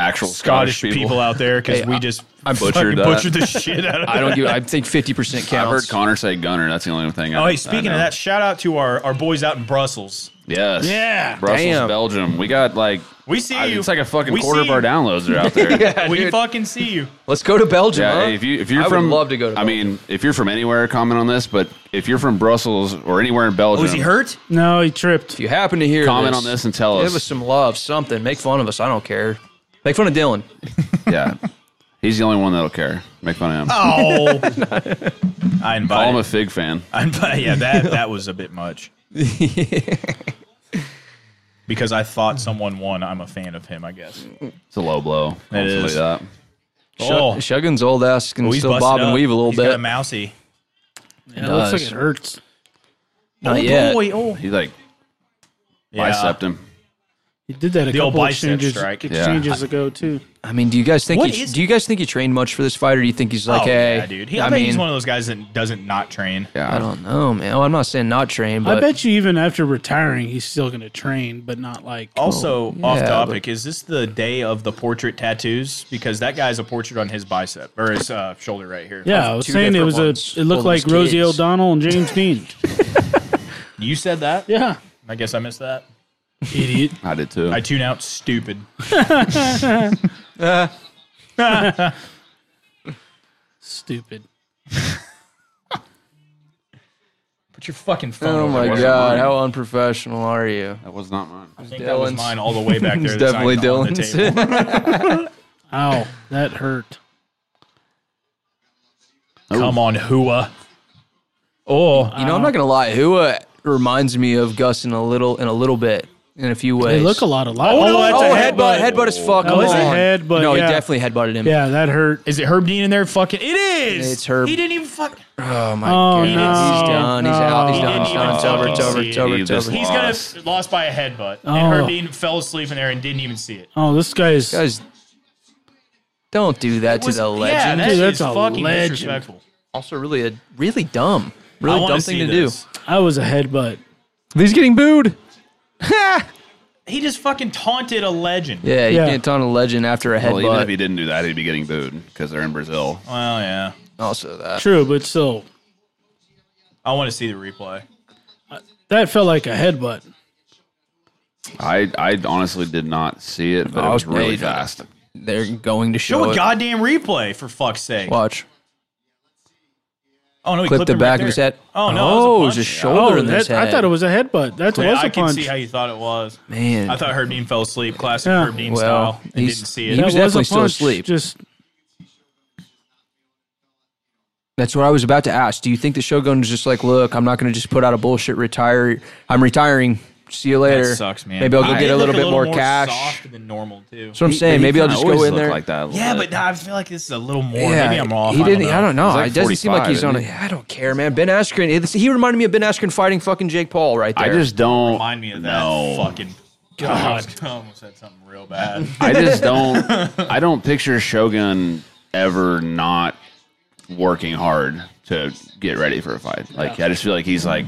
Speaker 1: Actual
Speaker 4: Scottish, people. out there because
Speaker 2: Hey,
Speaker 4: we
Speaker 2: I-
Speaker 4: just
Speaker 2: I
Speaker 4: fucking
Speaker 1: butchered that.
Speaker 4: butchered the shit out of.
Speaker 2: I don't give. I think fifty percent
Speaker 1: I've heard
Speaker 2: counts.
Speaker 1: Connor say gunner. That's the only thing. I,
Speaker 4: Oh,
Speaker 1: I
Speaker 4: hey, speaking
Speaker 1: know.
Speaker 4: of that, shout out to our, our boys out in Brussels.
Speaker 1: yes,
Speaker 3: Yeah.
Speaker 1: Brussels,
Speaker 2: Damn.
Speaker 1: Belgium. We got like
Speaker 4: We see
Speaker 1: I-
Speaker 4: you.
Speaker 1: it's like a fucking
Speaker 4: We
Speaker 1: quarter
Speaker 4: see
Speaker 1: of our
Speaker 4: you.
Speaker 1: downloads are out there. yeah,
Speaker 4: We
Speaker 2: Dude.
Speaker 4: fucking see you.
Speaker 2: Let's go to Belgium. huh?
Speaker 1: If you if you're
Speaker 2: I would
Speaker 1: from,
Speaker 2: love to go to
Speaker 1: I mean, if you're from anywhere, comment on this. But if you're from Brussels or anywhere in
Speaker 2: Oh,
Speaker 1: Belgium,
Speaker 4: Oh, hurt?
Speaker 3: No, he tripped.
Speaker 2: If you happen to hear
Speaker 1: Comment on this and tell
Speaker 2: give
Speaker 1: us.
Speaker 2: us some love, something. Make fun of us. I don't care. Make fun of Dylan.
Speaker 1: Yeah, he's the only one that'll care. Make fun of him.
Speaker 4: Oh, I
Speaker 1: Call
Speaker 4: invite.
Speaker 1: him a fig fan.
Speaker 4: I invite. Yeah, that that was a bit much. because I thought someone won. I'm a fan of him. I guess.
Speaker 1: It's a low blow. Don't
Speaker 4: It
Speaker 1: say
Speaker 4: is.
Speaker 1: That.
Speaker 4: Oh,
Speaker 2: Shuggin's old ass can
Speaker 4: oh, he's
Speaker 2: still
Speaker 4: busted
Speaker 2: bob
Speaker 4: up.
Speaker 2: and weave a little
Speaker 4: He's Got a
Speaker 2: bit. Uh,
Speaker 4: mousy.
Speaker 3: Yeah, it looks
Speaker 2: does.
Speaker 3: like it hurts.
Speaker 2: Not yet.
Speaker 4: boy, oh.
Speaker 1: He like
Speaker 4: Yeah.
Speaker 1: bicept him.
Speaker 3: He did that a
Speaker 4: The old
Speaker 3: couple
Speaker 4: bicep
Speaker 3: exchanges,
Speaker 4: strike. Yeah.
Speaker 3: exchanges ago too.
Speaker 2: I mean, do you guys think?
Speaker 4: What
Speaker 2: He,
Speaker 4: is-
Speaker 2: do you guys think he trained much for this fight, or do you think he's like,
Speaker 4: oh,
Speaker 2: hey,
Speaker 4: yeah, dude. He, I,
Speaker 2: I
Speaker 4: think
Speaker 2: mean,
Speaker 4: he's one of those guys that doesn't not train.
Speaker 1: Yeah,
Speaker 2: I don't know, man. Oh, I'm not saying not train, but
Speaker 3: I bet you even after retiring, he's still going to train, but not like.
Speaker 4: Oh, Also,
Speaker 2: yeah,
Speaker 4: off topic, is this the day of the portrait tattoos? Because that guy's a portrait on his bicep or his uh, shoulder right here.
Speaker 3: yeah, I was
Speaker 2: two
Speaker 3: saying it
Speaker 2: different
Speaker 3: was
Speaker 2: ones.
Speaker 3: a. It looked
Speaker 2: Well,
Speaker 3: like
Speaker 2: those
Speaker 3: Rosie
Speaker 2: kids.
Speaker 3: O'Donnell and James Dean.
Speaker 4: You said that?
Speaker 3: Yeah,
Speaker 4: I guess I missed that.
Speaker 3: idiot.
Speaker 1: I did too.
Speaker 4: I tune out stupid.
Speaker 3: Stupid.
Speaker 4: Put your fucking phone
Speaker 2: Oh
Speaker 4: over
Speaker 2: my
Speaker 4: there.
Speaker 2: god, how unprofessional are you?
Speaker 1: that was not mine.
Speaker 4: I think that was
Speaker 2: Dylan's.
Speaker 4: mine all the way back there.
Speaker 2: It's
Speaker 4: that's
Speaker 2: definitely
Speaker 4: on the
Speaker 2: Dylan's.
Speaker 4: table.
Speaker 3: Ow, that hurt.
Speaker 4: Come on, Hua. Oh,
Speaker 2: You know, I'm not gonna lie. Hua reminds me of Gus in a little, in a little bit, in a few ways.
Speaker 3: They look a lot alike.
Speaker 4: Oh, no,
Speaker 2: Oh,
Speaker 4: that's a
Speaker 2: headbutt,
Speaker 4: headbutt.
Speaker 2: headbutt as fuck.
Speaker 3: That
Speaker 2: come
Speaker 4: Oh,
Speaker 3: was a
Speaker 2: on.
Speaker 3: headbutt,
Speaker 2: No,
Speaker 3: yeah.
Speaker 2: he definitely headbutted him.
Speaker 3: Yeah, that hurt.
Speaker 4: is it Herb Dean in there? Fucking, it is.
Speaker 2: It's Herb.
Speaker 4: He didn't even fuck.
Speaker 2: Oh my
Speaker 3: Oh,
Speaker 2: god,
Speaker 3: no,
Speaker 2: he's done. He's out. He's
Speaker 3: no.
Speaker 2: done. He's done. It's over. It's over. It's over.
Speaker 1: He
Speaker 2: It's
Speaker 1: just
Speaker 2: over.
Speaker 4: He's
Speaker 2: This
Speaker 1: lost.
Speaker 4: gonna lost by a headbutt,
Speaker 3: Oh.
Speaker 4: and Herb Dean fell asleep in there and didn't even see it.
Speaker 3: Oh, this guy's.
Speaker 2: Guys, don't do that to
Speaker 4: Was-
Speaker 2: the
Speaker 4: Yeah,
Speaker 2: legend.
Speaker 4: that
Speaker 3: Dude,
Speaker 4: is
Speaker 3: that's a
Speaker 4: fucking
Speaker 3: legend.
Speaker 4: disrespectful.
Speaker 2: also, really, a really dumb, really
Speaker 4: I wanna
Speaker 2: dumb thing to
Speaker 4: see this.
Speaker 3: I was a headbutt.
Speaker 2: do. He's getting booed.
Speaker 4: He just fucking taunted a legend.
Speaker 2: Yeah, you
Speaker 3: Yeah.
Speaker 2: can't taunt a legend after a
Speaker 1: Well, even if
Speaker 2: headbutt.
Speaker 1: he didn't do that, he'd be getting booed because they're in Brazil.
Speaker 4: Well, yeah.
Speaker 2: also, that
Speaker 3: True, but still,
Speaker 4: I want to see the replay.
Speaker 3: that felt like a headbutt.
Speaker 1: I I honestly did not see it, but
Speaker 2: I
Speaker 1: it was
Speaker 2: was
Speaker 1: really
Speaker 2: paid.
Speaker 1: fast.
Speaker 2: they're going to show
Speaker 4: Show a
Speaker 2: it.
Speaker 4: goddamn replay for fuck's sake.
Speaker 2: Watch.
Speaker 4: oh no, he
Speaker 2: Clip the
Speaker 4: him
Speaker 2: back
Speaker 4: right
Speaker 2: of his
Speaker 4: there.
Speaker 2: head.
Speaker 4: Oh no,
Speaker 2: Oh,
Speaker 4: that
Speaker 2: it was
Speaker 4: was a
Speaker 2: a
Speaker 4: punch.
Speaker 2: shoulder
Speaker 3: Oh,
Speaker 2: in his
Speaker 3: that, I
Speaker 2: head.
Speaker 3: thought it was a headbutt. That
Speaker 4: Yeah,
Speaker 3: was
Speaker 4: I
Speaker 3: a
Speaker 4: can
Speaker 3: punch.
Speaker 4: see how you thought it was.
Speaker 2: Man.
Speaker 4: I thought Herb Dean fell asleep, classic
Speaker 3: Yeah.
Speaker 4: Herb Dean
Speaker 2: Well,
Speaker 4: style, and
Speaker 2: he's-
Speaker 4: didn't see
Speaker 2: he
Speaker 4: it.
Speaker 3: That
Speaker 2: was
Speaker 3: a
Speaker 2: definitely still
Speaker 3: punch,
Speaker 2: asleep.
Speaker 3: Just
Speaker 2: That's what I was about to ask. Do you think the Shogun is just like, look, I'm not going to just put out a bullshit retire. I'm retiring. See you later.
Speaker 4: that sucks, man.
Speaker 2: Maybe I'll go
Speaker 4: He
Speaker 2: get
Speaker 4: did
Speaker 2: a little
Speaker 4: look
Speaker 2: bit more, cash.
Speaker 4: soft than normal too.
Speaker 2: That's what I'm
Speaker 1: He-
Speaker 2: saying.
Speaker 1: he
Speaker 2: Maybe I'll
Speaker 1: kinda
Speaker 2: just go
Speaker 1: always
Speaker 2: in
Speaker 1: looked
Speaker 2: there.
Speaker 1: like that. a little
Speaker 4: yeah,
Speaker 1: bit.
Speaker 4: but nah, I feel like this is a little more.
Speaker 2: Yeah,
Speaker 4: Maybe I'm off.
Speaker 2: He
Speaker 4: I
Speaker 2: didn't.
Speaker 4: Don't
Speaker 2: I don't know.
Speaker 1: He's like
Speaker 2: it doesn't seem like
Speaker 1: 45,
Speaker 2: he's on.
Speaker 1: isn't
Speaker 2: A, I don't care, man. Ben Askren. it's- He reminded me of Ben Askren fighting fucking Jake Paul right there.
Speaker 1: I just don't
Speaker 4: Remind me of that
Speaker 1: No.
Speaker 4: fucking God. I almost said something real bad.
Speaker 1: I just don't. I don't picture Shogun ever not working hard to get ready for a fight. Like I just feel like he's like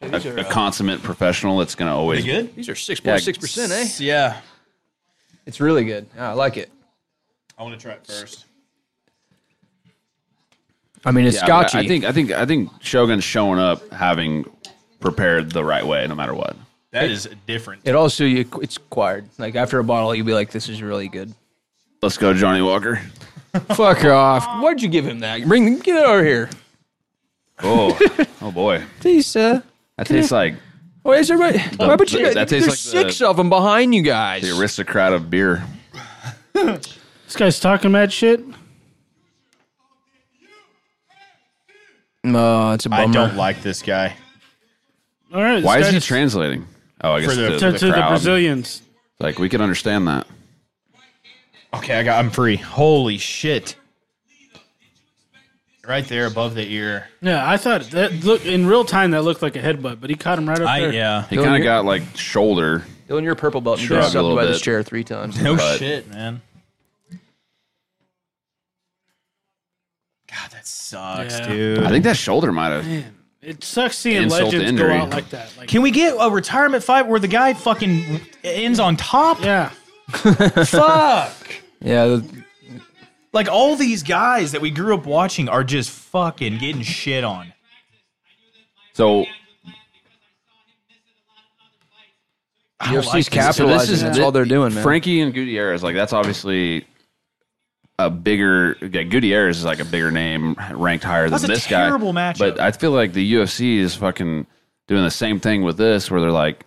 Speaker 1: a, a consummate professional that's gonna always.
Speaker 4: Pretty good.
Speaker 2: these are six point six percent, eh?
Speaker 4: Yeah,
Speaker 2: It's really good. Yeah, I like it.
Speaker 4: I want to try it first.
Speaker 2: I mean, it's
Speaker 1: Yeah, but
Speaker 2: scotchy.
Speaker 1: I, I think. I think. I think Shogun's showing up having prepared the right way, no matter what.
Speaker 4: That is different.
Speaker 2: it also you, it's acquired. Like after a bottle, you'll be like, "This is really good."
Speaker 1: Let's go, Johnny Walker.
Speaker 2: Fuck off. Why'd you give him that? Bring get it over here,
Speaker 1: Oh, oh boy,
Speaker 2: please, uh.
Speaker 1: that tastes like
Speaker 2: Why is everybody? why would you
Speaker 1: that
Speaker 2: guys?
Speaker 1: tastes
Speaker 2: there's
Speaker 1: like the-
Speaker 2: six of them behind you guys.
Speaker 1: the aristocrat of beer.
Speaker 3: this guy's talking that shit.
Speaker 2: No, Oh, it's a bummer.
Speaker 4: I don't like this guy.
Speaker 3: All right. this
Speaker 1: Why is
Speaker 3: guy
Speaker 1: he
Speaker 3: just-
Speaker 1: translating? Oh, I guess
Speaker 4: For the-
Speaker 1: to,
Speaker 3: to,
Speaker 1: the
Speaker 3: to the
Speaker 1: crowd.
Speaker 3: Brazilians?
Speaker 1: It's Like we can understand that.
Speaker 4: Okay, I got. I'm free. Holy shit! Right there above the ear.
Speaker 3: Yeah, I thought that look in real time that looked like a headbutt, but he caught him right up
Speaker 4: I
Speaker 3: there.
Speaker 4: yeah.
Speaker 1: He
Speaker 2: Go
Speaker 1: kind of
Speaker 2: here.
Speaker 1: got like shoulder.
Speaker 2: Dylan, your purple belt. You
Speaker 1: Shrug
Speaker 2: got
Speaker 1: a
Speaker 2: sucked
Speaker 1: little
Speaker 2: by this
Speaker 1: bit.
Speaker 2: chair three times.
Speaker 4: No
Speaker 1: But-
Speaker 4: shit, man. God, that sucks,
Speaker 3: Yeah.
Speaker 1: I
Speaker 4: dude.
Speaker 1: think that shoulder might have.
Speaker 3: It sucks seeing
Speaker 1: Insult to
Speaker 3: legends
Speaker 1: injury.
Speaker 3: go out like that. Like,
Speaker 4: Can we get a retirement fight where the guy fucking ends on top?
Speaker 3: yeah,
Speaker 4: Fuck.
Speaker 2: Yeah, the-
Speaker 4: Like all these guys that we grew up watching are just fucking getting shit on.
Speaker 1: So
Speaker 2: UFC's
Speaker 4: don't like this.
Speaker 1: So this
Speaker 2: capitalizing.
Speaker 1: is-
Speaker 2: That's all they're doing, man.
Speaker 1: Frankie and Gutierrez, like that's obviously a bigger. Yeah, Gutierrez is like a bigger name, ranked higher
Speaker 4: That's a
Speaker 1: than this guy.
Speaker 4: terrible matchup.
Speaker 1: But I feel like the UFC is fucking doing the same thing with this, where they're like,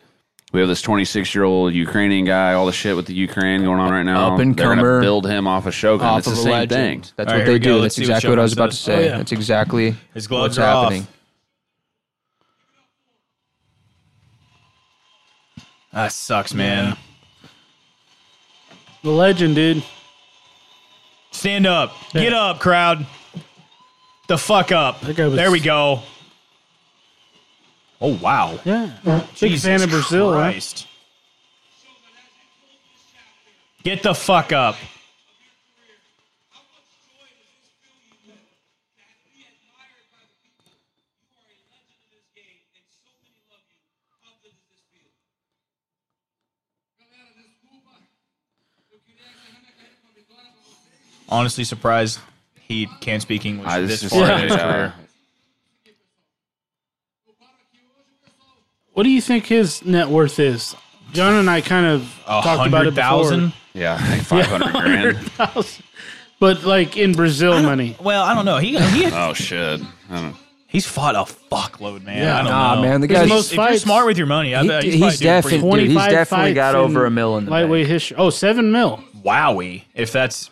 Speaker 1: we have this 26 year old Ukrainian guy, all the shit with the Ukraine going on right now.
Speaker 2: Up and
Speaker 1: they're gonna
Speaker 2: comer.
Speaker 1: build him off of Shogun.
Speaker 2: off
Speaker 1: it's
Speaker 2: of
Speaker 1: the
Speaker 2: a
Speaker 1: same
Speaker 2: legend.
Speaker 1: thing.
Speaker 2: That's
Speaker 4: All right,
Speaker 2: what
Speaker 4: here we
Speaker 2: they
Speaker 4: go.
Speaker 2: do.
Speaker 4: Let's
Speaker 2: That's
Speaker 4: see what
Speaker 2: exactly what I was
Speaker 4: Sheldon
Speaker 2: about to
Speaker 4: says.
Speaker 2: say.
Speaker 3: Oh, yeah.
Speaker 2: That's exactly
Speaker 4: His
Speaker 2: what's
Speaker 4: gloves are off.
Speaker 2: happening. Uh,
Speaker 4: That sucks, man.
Speaker 3: the legend, dude.
Speaker 4: Stand up. Get up, crowd. The fuck up.
Speaker 3: That guy was-
Speaker 4: there we go. Oh wow.
Speaker 3: Yeah, big fan of Brazil, right?
Speaker 4: Christ. Get the fuck up. Honestly surprised he can't speak English
Speaker 1: I
Speaker 4: this
Speaker 1: this is
Speaker 4: far in
Speaker 1: yeah.
Speaker 4: his career.
Speaker 3: What do you think his net worth is? John and I kind of
Speaker 4: A
Speaker 3: talked about it
Speaker 4: hundred thousand?
Speaker 3: before.
Speaker 1: Yeah, I think 500 grand.
Speaker 3: But like in Brazil money,
Speaker 4: Well, I don't know. He, he
Speaker 1: Oh shit! I don't know. He's
Speaker 4: he's fought a fuckload, man.
Speaker 3: Yeah.
Speaker 4: I don't
Speaker 2: Nah,
Speaker 4: know.
Speaker 2: man, the
Speaker 3: His
Speaker 2: guy's
Speaker 3: most
Speaker 4: if you're
Speaker 3: fights-
Speaker 4: smart with your money, I
Speaker 2: He-
Speaker 4: bet he's,
Speaker 2: he's
Speaker 4: probably doing
Speaker 2: definitely- Dude, he's
Speaker 3: 25
Speaker 2: definitely got
Speaker 3: fights
Speaker 2: over a mil in the
Speaker 3: lightweight history. Oh, seven mil.
Speaker 4: pretty- Wowie, if that's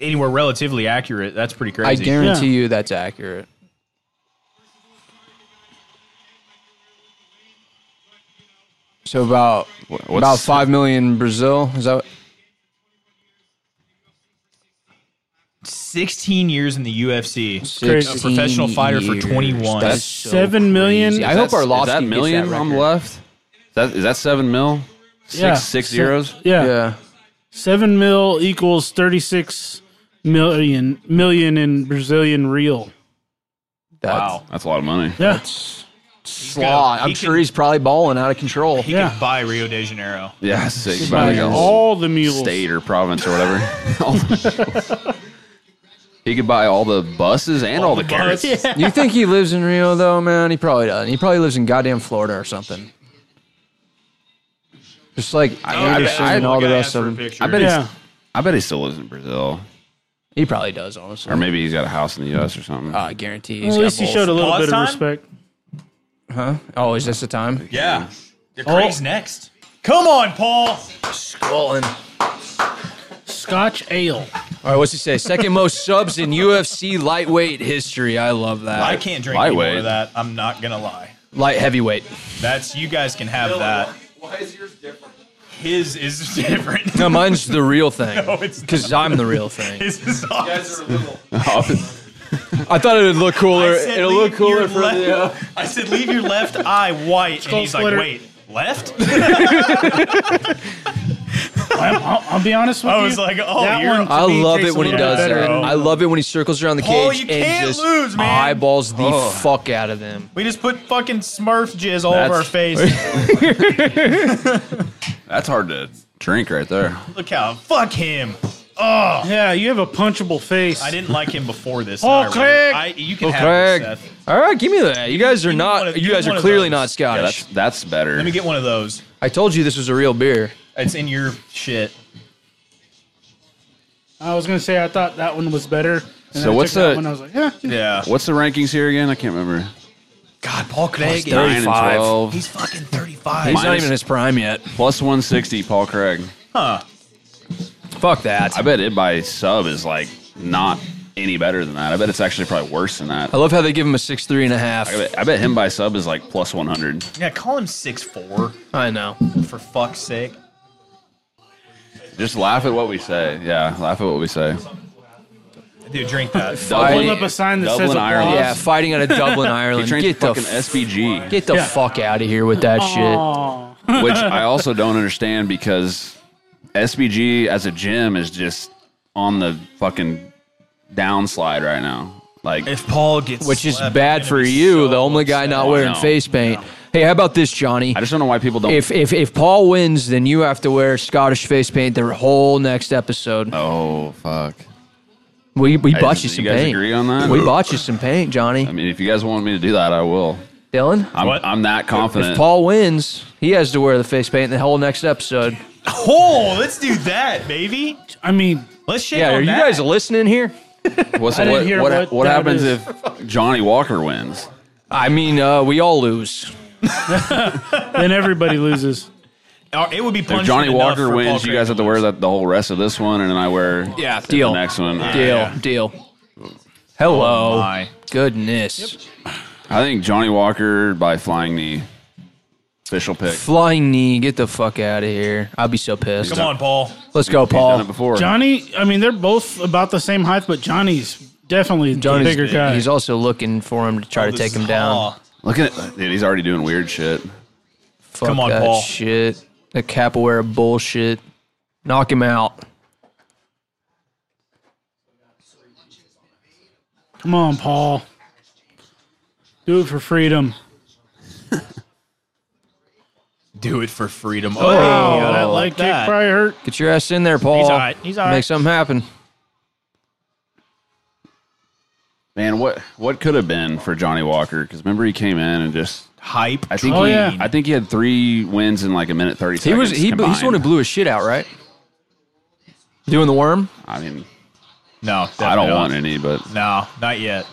Speaker 4: anywhere relatively accurate, that's pretty
Speaker 2: I
Speaker 4: crazy.
Speaker 2: guarantee you that's accurate. So about
Speaker 1: What's-
Speaker 2: about five million in Brazil. Is that
Speaker 4: Sixteen years in the
Speaker 3: crazy.
Speaker 4: UFC.
Speaker 3: A
Speaker 2: 16
Speaker 4: professional fighter for
Speaker 2: years.
Speaker 4: 21.
Speaker 2: That's
Speaker 4: That's
Speaker 2: so
Speaker 3: seven million.
Speaker 2: crazy. I
Speaker 1: Is
Speaker 2: hope
Speaker 1: that-
Speaker 2: our
Speaker 1: is that million on the left. Is that is that seven mil? Six
Speaker 3: Yeah.
Speaker 1: six
Speaker 3: Se-
Speaker 1: zeros.
Speaker 3: Yeah.
Speaker 2: Yeah,
Speaker 3: seven mil equals thirty six million million in Brazilian real.
Speaker 2: that's,
Speaker 4: Wow,
Speaker 1: That's a lot of money.
Speaker 3: Yeah,
Speaker 2: Slaw.
Speaker 4: got-
Speaker 2: I'm
Speaker 4: he
Speaker 2: sure
Speaker 4: can-
Speaker 2: he's probably balling out of control.
Speaker 4: he
Speaker 3: yeah.
Speaker 4: could buy Rio de Janeiro.
Speaker 1: Yeah, six.
Speaker 3: By
Speaker 1: Like a whole
Speaker 3: all the mules.
Speaker 1: state or province or whatever. he could buy all the buses and all, the carrots.
Speaker 3: Yeah.
Speaker 2: You think he lives in Rio though, man? He probably doesn't. He probably lives in goddamn Florida or something. Just like
Speaker 1: I- I-
Speaker 2: Anderson
Speaker 1: I-
Speaker 2: and all the
Speaker 4: Gotta
Speaker 2: rest
Speaker 4: ask for
Speaker 2: of
Speaker 4: a
Speaker 2: them.
Speaker 4: picture.
Speaker 1: I bet.
Speaker 3: Yeah.
Speaker 1: He's, I bet he still lives in Brazil,
Speaker 2: He probably does, honestly.
Speaker 1: or maybe he's got a house in the U.S. or something.
Speaker 2: Uh, I guarantee. he's
Speaker 3: Well, at
Speaker 2: got
Speaker 3: least he
Speaker 2: both.
Speaker 3: showed a little
Speaker 4: Pause
Speaker 3: bit
Speaker 4: time?
Speaker 3: of respect.
Speaker 2: Oh, is this the time?
Speaker 4: Yeah, the
Speaker 2: Oh.
Speaker 4: Craig's next. Come on, Paul.
Speaker 2: Uh, Scrolling.
Speaker 3: Scotch ale.
Speaker 2: All right, what's he say? Second most subs in UFC lightweight history. I love that.
Speaker 4: I can't drink any more
Speaker 1: Lightweight.
Speaker 4: of that. I'm not gonna lie.
Speaker 2: Light heavyweight.
Speaker 4: That's you guys can have that. Why is yours different? His is different.
Speaker 2: No, mine's the real thing.
Speaker 4: it's not.
Speaker 2: Because I'm the real thing.
Speaker 4: His is awesome.
Speaker 2: I thought it would look cooler.
Speaker 4: I said
Speaker 2: It'll look
Speaker 4: leave your
Speaker 2: cooler for
Speaker 4: left-
Speaker 2: the. Uh,
Speaker 4: I said leave your left eye white, and
Speaker 3: called
Speaker 4: he's
Speaker 3: splitter.
Speaker 4: like, wait, left?
Speaker 3: I'm, I'll, I'll be honest with
Speaker 4: I
Speaker 3: you.
Speaker 4: was like, oh,
Speaker 3: that
Speaker 4: you're-
Speaker 3: one. to
Speaker 2: I
Speaker 3: me
Speaker 2: love
Speaker 3: tastes
Speaker 2: it
Speaker 3: a
Speaker 2: when he
Speaker 3: little
Speaker 2: does that.
Speaker 3: bit better than-
Speaker 2: I love it when he circles around the
Speaker 4: Paul,
Speaker 2: cage
Speaker 4: you
Speaker 2: and
Speaker 4: can't
Speaker 2: just
Speaker 4: lose, man.
Speaker 2: eyeballs the
Speaker 1: Oh.
Speaker 2: fuck out of them.
Speaker 4: we just put fucking Smurf jizz all over
Speaker 1: That's-
Speaker 4: our face.
Speaker 1: That's hard to drink right there.
Speaker 4: Look how fuck him.
Speaker 3: Yeah, you have a punchable face.
Speaker 4: I didn't like him before this.
Speaker 3: Oh,
Speaker 4: I-
Speaker 3: Craig.
Speaker 4: I, you can
Speaker 2: Oh,
Speaker 4: have
Speaker 2: Craig.
Speaker 4: this, Seth.
Speaker 2: All right, give me that. You guys are
Speaker 4: me one
Speaker 2: not.
Speaker 4: of-
Speaker 2: You
Speaker 4: give me
Speaker 2: guys
Speaker 4: one
Speaker 2: are
Speaker 4: of
Speaker 2: clearly
Speaker 4: those.
Speaker 2: not
Speaker 1: Yeah,
Speaker 2: Scottish.
Speaker 1: that's that's better.
Speaker 4: Let me get one of those.
Speaker 2: I told you this was a real beer.
Speaker 4: It's in your shit.
Speaker 3: I was gonna say I thought that one was better. And then I
Speaker 1: what's
Speaker 3: took that
Speaker 1: the-
Speaker 3: one? I was like, yeah,
Speaker 4: Yeah.
Speaker 1: What's the rankings here again? I can't remember.
Speaker 4: God, Paul
Speaker 2: Plus
Speaker 4: Craig. is-
Speaker 1: Nine and
Speaker 2: 35.
Speaker 1: twelve.
Speaker 4: He's fucking 35.
Speaker 2: He's not
Speaker 1: Minus-
Speaker 2: even in his prime yet.
Speaker 1: Plus 160, Paul Craig.
Speaker 4: huh.
Speaker 2: Fuck that.
Speaker 1: I bet it by sub is like not any better than that. I bet it's actually probably worse than that.
Speaker 2: I love how they give him a six three and a half.
Speaker 1: I bet, I bet him by sub is like plus 100.
Speaker 4: Yeah, call him six four
Speaker 2: I know.
Speaker 4: for fuck's sake.
Speaker 1: Just laugh at what we say. Yeah, laugh at what we say.
Speaker 4: Dude, drink that.
Speaker 3: Hold up a sign that
Speaker 1: Dublin,
Speaker 3: says
Speaker 1: Ireland.
Speaker 2: Yeah, fighting out of Dublin,
Speaker 1: He
Speaker 2: Ireland.
Speaker 1: trains
Speaker 2: Get the
Speaker 1: fucking
Speaker 2: f-
Speaker 1: SBG,
Speaker 2: get the
Speaker 3: Yeah.
Speaker 2: fuck out of here with that shit.
Speaker 3: Aw.
Speaker 1: which I also don't understand because SBG as a gym is just on the fucking downslide right now. Like,
Speaker 4: if Paul gets
Speaker 2: Which is
Speaker 4: slept,
Speaker 2: bad
Speaker 4: I'm
Speaker 2: for
Speaker 4: gonna be
Speaker 2: you,
Speaker 4: so
Speaker 2: the only guy
Speaker 4: upset.
Speaker 2: not wearing
Speaker 1: know.
Speaker 2: face paint. Hey, how about this, Johnny?
Speaker 1: I just don't know why people don't.
Speaker 2: If if if Paul wins, then you have to wear Scottish face paint the whole next episode.
Speaker 1: oh fuck!
Speaker 2: We we
Speaker 1: Hey,
Speaker 2: bought
Speaker 1: does-
Speaker 2: you some
Speaker 1: you guys
Speaker 2: paint.
Speaker 1: agree on that?
Speaker 2: We bought you some paint, Johnny.
Speaker 1: I mean, if you guys want me to do that, I will.
Speaker 2: Dylan.
Speaker 1: I'm,
Speaker 4: What?
Speaker 1: I'm that confident.
Speaker 2: If Paul wins, he has to wear the face paint the whole next episode.
Speaker 4: Oh, let's do that, baby.
Speaker 3: I mean,
Speaker 4: Let's shake
Speaker 2: Yeah,
Speaker 4: on
Speaker 2: are you
Speaker 4: that.
Speaker 2: guys listening here?
Speaker 1: What's,
Speaker 3: I didn't
Speaker 1: what
Speaker 3: hear
Speaker 1: what,
Speaker 3: what
Speaker 1: what
Speaker 3: that
Speaker 1: happens
Speaker 3: is.
Speaker 1: if Johnny Walker wins?
Speaker 2: I mean, uh, we all lose.
Speaker 3: then everybody loses.
Speaker 4: Uh, It would be punishment
Speaker 1: If Johnny
Speaker 4: enough for
Speaker 1: Walker
Speaker 4: Paul
Speaker 1: wins, you
Speaker 4: Craig
Speaker 1: guys have to wear that the whole rest of this one, and then I wear
Speaker 2: Yeah,
Speaker 1: the
Speaker 2: deal.
Speaker 1: next one.
Speaker 2: Deal, deal. Hello,
Speaker 4: Oh, my.
Speaker 2: goodness.
Speaker 1: I think Johnny Walker by flying knee. Official pick.
Speaker 2: Flying knee, get the fuck out of here. I'll be so pissed.
Speaker 4: Come on, Paul.
Speaker 2: Let's go,
Speaker 1: He's done it
Speaker 2: Paul.
Speaker 1: before.
Speaker 3: Johnny, I mean, they're both about the same height, but Johnny's definitely
Speaker 2: Johnny's-
Speaker 3: the bigger guy.
Speaker 2: He's also looking for him to try
Speaker 1: Oh,
Speaker 2: to
Speaker 4: This
Speaker 2: take
Speaker 4: is
Speaker 2: him down.
Speaker 4: Paul.
Speaker 1: Look at dude. He's already doing weird shit.
Speaker 2: Fuck
Speaker 4: Come on,
Speaker 2: that
Speaker 4: Paul.
Speaker 2: shit. The capoeira bullshit. Knock him out.
Speaker 3: Come on, Paul. Do it for freedom.
Speaker 4: Do it for freedom. Oh,
Speaker 3: Yeah, that leg kick
Speaker 4: that.
Speaker 3: probably hurt.
Speaker 2: Get your ass in there, Paul.
Speaker 4: all right. He's all
Speaker 2: Make
Speaker 4: right.
Speaker 2: something happen.
Speaker 1: Man, what what could have been for Johnny Walker? Because remember he came in and just.
Speaker 4: hype.
Speaker 1: I think
Speaker 3: Oh,
Speaker 1: he.
Speaker 3: yeah.
Speaker 1: I think he had three wins in like a minute thirty
Speaker 2: He
Speaker 1: seconds.
Speaker 2: was he, he's
Speaker 1: combined.
Speaker 2: the one who blew his shit out, right? Doing the worm.
Speaker 1: I mean,
Speaker 4: no,
Speaker 1: I don't
Speaker 4: definitely
Speaker 1: want any, but
Speaker 4: No, not yet.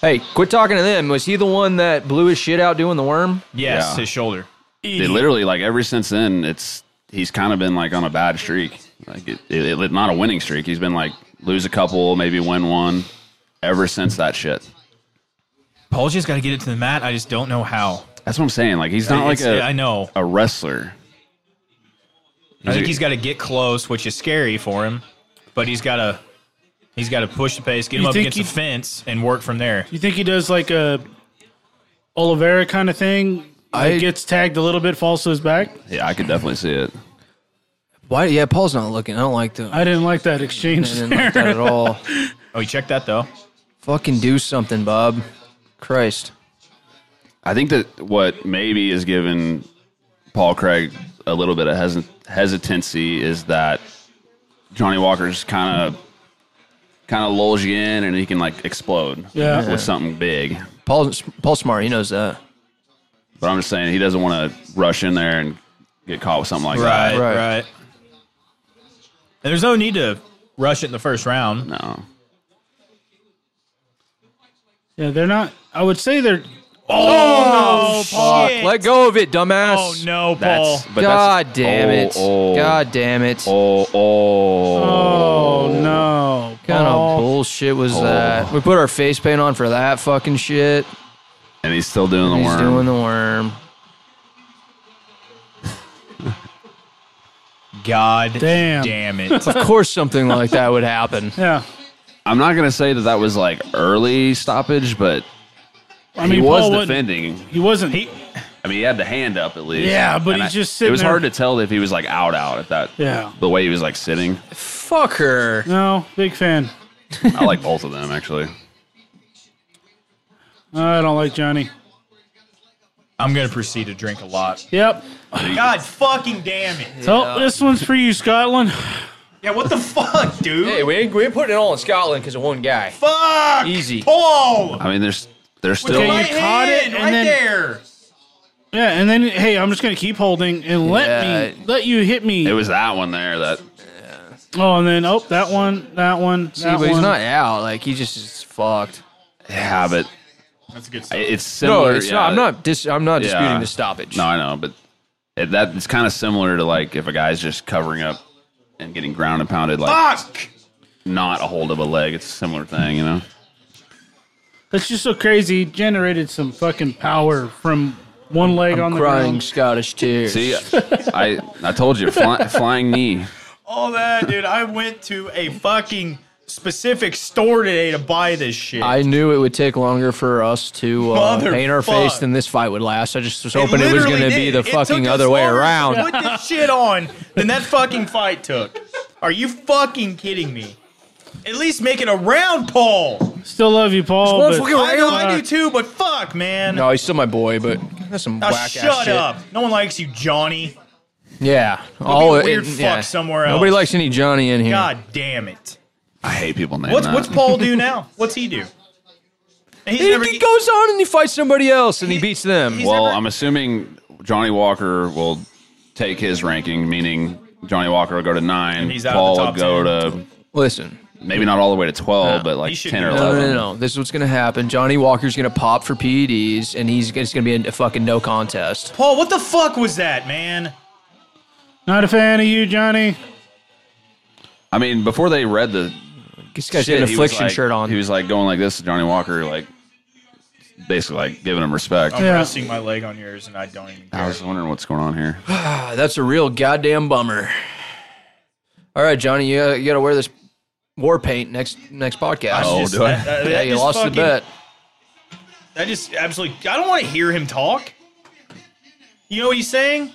Speaker 2: Hey, quit talking to them. Was he the one that blew his shit out doing the worm?
Speaker 4: Yes,
Speaker 1: Yeah.
Speaker 4: his shoulder.
Speaker 1: they literally like ever since then, it's he's kind of been like on a bad streak. Like it, it, it- not a winning streak. He's been like lose a couple, maybe win one. Ever since that shit.
Speaker 4: Paul's just got to get it to the mat. I just don't know how.
Speaker 1: That's what I'm saying. Like he's not like
Speaker 4: It's-
Speaker 1: a
Speaker 4: I know.
Speaker 1: a wrestler.
Speaker 4: I think he's got to get close, which is scary for him. But he's got to he's got to push the pace, get him
Speaker 3: You
Speaker 4: up
Speaker 3: think
Speaker 4: against the
Speaker 3: he'd-
Speaker 4: fence, and work from there.
Speaker 3: You think he does like a Oliveira kind of thing? I
Speaker 2: I-
Speaker 3: gets tagged a little bit, falls to his back.
Speaker 1: Yeah, I could definitely see it.
Speaker 2: Why? Yeah, Paul's not looking. I don't like the. I
Speaker 3: I didn't like that exchange.
Speaker 2: didn't
Speaker 3: there.
Speaker 2: like that at all.
Speaker 4: Oh, you checked that though.
Speaker 2: Fucking do something, Bob. Christ.
Speaker 1: I think that what maybe is giving Paul Craig a little bit of hesit- hesitancy is that Johnny Walker's kind of kind of lulls you in, and he can like explode
Speaker 3: Yeah.
Speaker 1: with something big.
Speaker 2: Paul's Paul's smart. He knows that.
Speaker 1: But I'm just saying he doesn't want to rush in there and get caught with something like
Speaker 4: Right,
Speaker 1: that.
Speaker 2: Right.
Speaker 4: right. And there's no need to rush it in the first round.
Speaker 1: No,
Speaker 3: Yeah, they're not. I would say they're.
Speaker 4: Oh, Paul!
Speaker 2: Let go of it, dumbass.
Speaker 4: Oh no, Paul!
Speaker 1: that's but
Speaker 2: God
Speaker 1: that's,
Speaker 2: damn
Speaker 1: oh,
Speaker 2: it.
Speaker 1: Oh,
Speaker 2: God damn it.
Speaker 1: Oh, oh,
Speaker 3: Oh no,
Speaker 2: What kind of
Speaker 3: Paul.
Speaker 2: bullshit was that? We put our face paint on for that fucking shit.
Speaker 1: and he's still doing the
Speaker 2: He's
Speaker 1: worm.
Speaker 2: doing the worm.
Speaker 4: God
Speaker 3: Damn.
Speaker 4: damn it!
Speaker 2: Of course, something like that would happen.
Speaker 3: Yeah,
Speaker 1: I'm not gonna say that that was like early stoppage, but
Speaker 3: I mean,
Speaker 1: he was
Speaker 3: Paul wasn't-
Speaker 1: defending.
Speaker 3: He wasn't.
Speaker 4: He-
Speaker 1: I mean, he had the hand up at least.
Speaker 3: Yeah, but
Speaker 1: And
Speaker 3: he's
Speaker 1: I-
Speaker 3: just
Speaker 1: It
Speaker 3: sitting
Speaker 1: was
Speaker 3: there.
Speaker 1: hard to tell if he was like out, out. If that,
Speaker 3: Yeah.
Speaker 1: the way he was like sitting.
Speaker 2: Fuck her.
Speaker 3: no, big fan.
Speaker 1: I like both of them actually.
Speaker 3: I don't like Johnny.
Speaker 4: I'm gonna proceed to drink a lot.
Speaker 3: Yep.
Speaker 4: God fucking damn it!
Speaker 3: So this one's for you, Scotland.
Speaker 4: Yeah, what the fuck, dude?
Speaker 2: Hey, we ain't, we ain't putting it all in Scotland because of one guy.
Speaker 4: fuck!
Speaker 2: Easy.
Speaker 4: Paul!
Speaker 1: I mean, there's there's still
Speaker 3: Okay, you caught it, and then-
Speaker 4: there.
Speaker 3: Yeah, and then hey, I'm just gonna keep holding and let me let you hit me.
Speaker 1: it was that one there that
Speaker 3: oh, and then oh, that one, that one,
Speaker 2: See,
Speaker 3: that
Speaker 2: but he's
Speaker 3: one.
Speaker 2: not out. Like, he just is fucked.
Speaker 1: yeah, but
Speaker 4: That's a good
Speaker 1: it-
Speaker 4: stuff.
Speaker 1: it's similar.
Speaker 2: no, it's
Speaker 1: yeah,
Speaker 2: not. I'm not, dis- I'm not
Speaker 1: yeah.
Speaker 2: disputing the stoppage.
Speaker 1: No, I know, but it, that it's kind of similar to like if a guy's just covering up and getting ground and pounded, like
Speaker 4: Fuck!
Speaker 1: not a hold of a leg. It's a similar thing, you know.
Speaker 3: That's just so crazy. He generated some fucking power from one leg on the
Speaker 2: Crying
Speaker 3: ground.
Speaker 2: Scottish tears.
Speaker 1: See, I I told you, fly, flying knee.
Speaker 4: all that, dude. I went to a fucking specific store today to buy this shit.
Speaker 2: I knew it would take longer for us to uh,
Speaker 4: Mother
Speaker 2: paint our face
Speaker 4: fuck.
Speaker 2: than this fight would last. I just was hoping it, was going to
Speaker 4: literally
Speaker 2: be
Speaker 4: did.
Speaker 2: the
Speaker 4: It took
Speaker 2: fucking
Speaker 4: us
Speaker 2: other way
Speaker 4: longer to
Speaker 2: around.
Speaker 4: Put this shit on than that fucking fight took. Are you fucking kidding me? At least make it a round, Paul.
Speaker 3: Still love you, Paul.
Speaker 2: Just one
Speaker 3: but- Uh,
Speaker 2: fucking
Speaker 4: I know I do
Speaker 3: Fuck.
Speaker 4: too, but fuck, man.
Speaker 2: No, he's still my boy, but that's some
Speaker 4: Now
Speaker 2: whack ass
Speaker 4: shut
Speaker 2: shit.
Speaker 4: up. No one likes you, Johnny.
Speaker 2: Yeah. Oh,
Speaker 4: weird fuck somewhere
Speaker 2: Nobody
Speaker 4: else.
Speaker 2: likes any Johnny in here.
Speaker 4: God damn it.
Speaker 1: I hate people named
Speaker 4: What's
Speaker 1: that.
Speaker 4: what's Paul do now? What's he do? And
Speaker 2: He,
Speaker 4: He's never,
Speaker 2: he goes on and he fights somebody else and he, beats them.
Speaker 4: he's-
Speaker 1: Well,
Speaker 4: never-
Speaker 1: I'm assuming Johnny Walker will take his ranking, meaning Johnny Walker will go to nine.
Speaker 4: he's out of
Speaker 1: Paul
Speaker 4: the
Speaker 1: will
Speaker 4: top
Speaker 1: go
Speaker 2: Listen,
Speaker 1: to maybe not all the way to twelve, but like
Speaker 4: He should
Speaker 1: ten or
Speaker 4: be.
Speaker 2: No,
Speaker 1: eleven.
Speaker 2: no, no, no. This is what's gonna happen. Johnny Walker's gonna pop for PEDs, and he's it's gonna be a, a fucking no contest.
Speaker 4: Paul, what the fuck was that, man?
Speaker 3: Not a fan of you, Johnny.
Speaker 1: I mean, before they read the
Speaker 2: This guy's
Speaker 1: shit,
Speaker 2: got an
Speaker 1: he was
Speaker 2: affliction
Speaker 1: like-
Speaker 2: shirt on.
Speaker 1: he was like going like this to Johnny Walker, like basically like giving him respect.
Speaker 4: I'm
Speaker 3: Oh, Yeah.
Speaker 4: resting my leg on yours, and I don't even
Speaker 1: I
Speaker 4: care.
Speaker 1: was wondering what's going on here.
Speaker 2: Ah, that's a real goddamn bummer. All right, Johnny, you gotta, you gotta wear this war paint next next podcast.
Speaker 1: Oh,
Speaker 4: Just-
Speaker 1: do I?
Speaker 4: that- that-
Speaker 2: yeah,
Speaker 4: that
Speaker 2: you
Speaker 4: just
Speaker 2: lost
Speaker 4: fucking-
Speaker 2: the bet.
Speaker 4: I just absolutely. I don't want to hear him talk. You know what he's saying?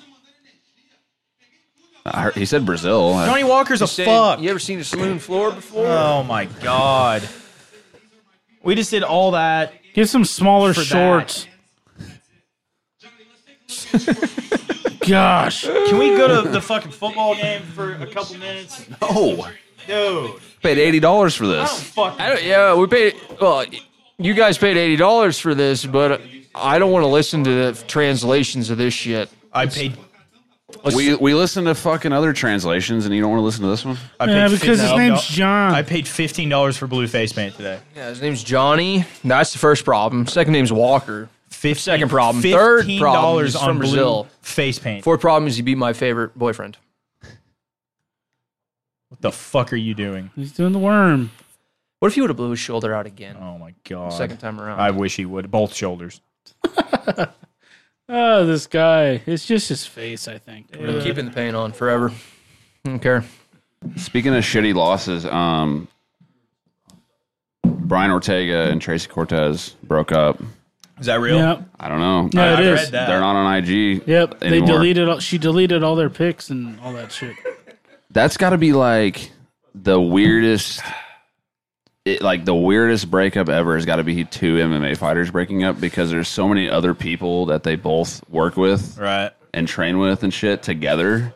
Speaker 1: I heard, he said Brazil. I-
Speaker 4: Johnny Walker's a
Speaker 2: Saying,
Speaker 4: fuck.
Speaker 2: You ever seen a saloon floor before?
Speaker 4: Oh my god. We just did all that.
Speaker 3: Get some smaller
Speaker 4: For that.
Speaker 3: shorts. Gosh.
Speaker 4: Can we go to the fucking football game for a couple minutes?
Speaker 1: oh,
Speaker 4: Dude,
Speaker 1: paid eighty dollars for
Speaker 4: I
Speaker 1: this.
Speaker 4: don't fuck.
Speaker 2: I don't, yeah, we paid. Well, you guys paid eighty dollars for this, but I don't want to listen to the translations of this shit.
Speaker 4: I paid.
Speaker 3: Oh,
Speaker 2: Let's-
Speaker 1: We we listen to fucking other translations, and you don't want to listen to this one.
Speaker 4: I paid
Speaker 3: Yeah, because his
Speaker 4: $15.
Speaker 3: name's John.
Speaker 4: I paid fifteen dollars for blue face paint today.
Speaker 2: yeah, his name's Johnny. That's the first problem. Second name's Walker.
Speaker 4: 15,
Speaker 2: Second problem. Third problem is
Speaker 4: $15
Speaker 2: from
Speaker 4: on
Speaker 2: Brazil.
Speaker 4: blue face paint.
Speaker 2: Fourth problem is he beat my favorite boyfriend.
Speaker 4: What the fuck are you doing?
Speaker 3: He's doing the worm.
Speaker 2: What if he would have blew his shoulder out again?
Speaker 4: Oh my god.
Speaker 2: Second time around.
Speaker 4: I wish he would. Both shoulders.
Speaker 3: Oh, this guy. It's just his face, I think.
Speaker 2: I'm keeping the pain on forever. I don't care.
Speaker 1: Speaking of shitty losses, um, Brian Ortega and Tracy Cortez broke up.
Speaker 4: Is that real?
Speaker 3: Yep.
Speaker 1: I don't know.
Speaker 3: No,
Speaker 1: I-
Speaker 3: it
Speaker 4: I
Speaker 3: is.
Speaker 4: read that.
Speaker 1: They're not on IG.
Speaker 3: Yep. They
Speaker 1: anymore.
Speaker 3: deleted all, she deleted all their pics and all that shit.
Speaker 1: That's got to be like the weirdest. It, like the weirdest breakup ever has got to be two MMA fighters breaking up because there's so many other people that they both work with
Speaker 4: Right.
Speaker 1: and train with and shit together,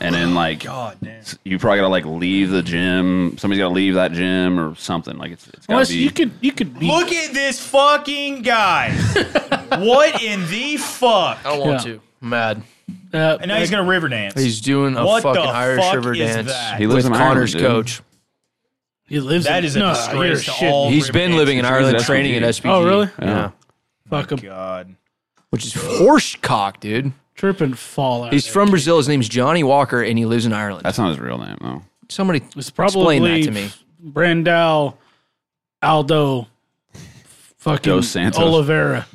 Speaker 1: and then like
Speaker 4: God Oh, damn.
Speaker 1: you probably gotta like leave the gym. Somebody's gotta leave that gym or something. Like it's, it's gotta
Speaker 3: Unless
Speaker 1: be.
Speaker 3: you could you could be
Speaker 4: Look at this fucking guy. what in the fuck?
Speaker 1: Oh.
Speaker 2: I don't want
Speaker 3: Yeah.
Speaker 2: to. I'm mad.
Speaker 3: uh,
Speaker 4: And now he's gonna river dance.
Speaker 2: He's doing a
Speaker 4: What the
Speaker 2: fucking Irish
Speaker 4: fuck
Speaker 2: River
Speaker 4: is
Speaker 2: dance
Speaker 4: that?
Speaker 1: He lives
Speaker 2: with
Speaker 1: in Ireland,
Speaker 2: Connor's
Speaker 1: dude.
Speaker 2: coach.
Speaker 3: he lives
Speaker 4: That
Speaker 3: in,
Speaker 4: is a
Speaker 3: no,
Speaker 4: disgrace
Speaker 3: you're
Speaker 4: to
Speaker 3: shitting.
Speaker 4: all-
Speaker 2: He's
Speaker 4: River
Speaker 2: been
Speaker 4: dance.
Speaker 2: living in
Speaker 4: He's
Speaker 2: Ireland
Speaker 1: at
Speaker 2: training at
Speaker 1: SPG.
Speaker 2: SPG.
Speaker 3: Oh, really?
Speaker 2: Yeah.
Speaker 3: Fuck him.
Speaker 4: God.
Speaker 2: Which is horse cock, dude.
Speaker 3: Tripping fall out.
Speaker 2: He's
Speaker 3: there.
Speaker 2: from Brazil. His name's Johnny Walker, and he lives in Ireland.
Speaker 1: That's not his real name, though.
Speaker 2: Somebody
Speaker 3: It's probably
Speaker 2: explain that to me.
Speaker 3: Brandao Aldo fucking
Speaker 1: Dos Santos.
Speaker 3: Oliveira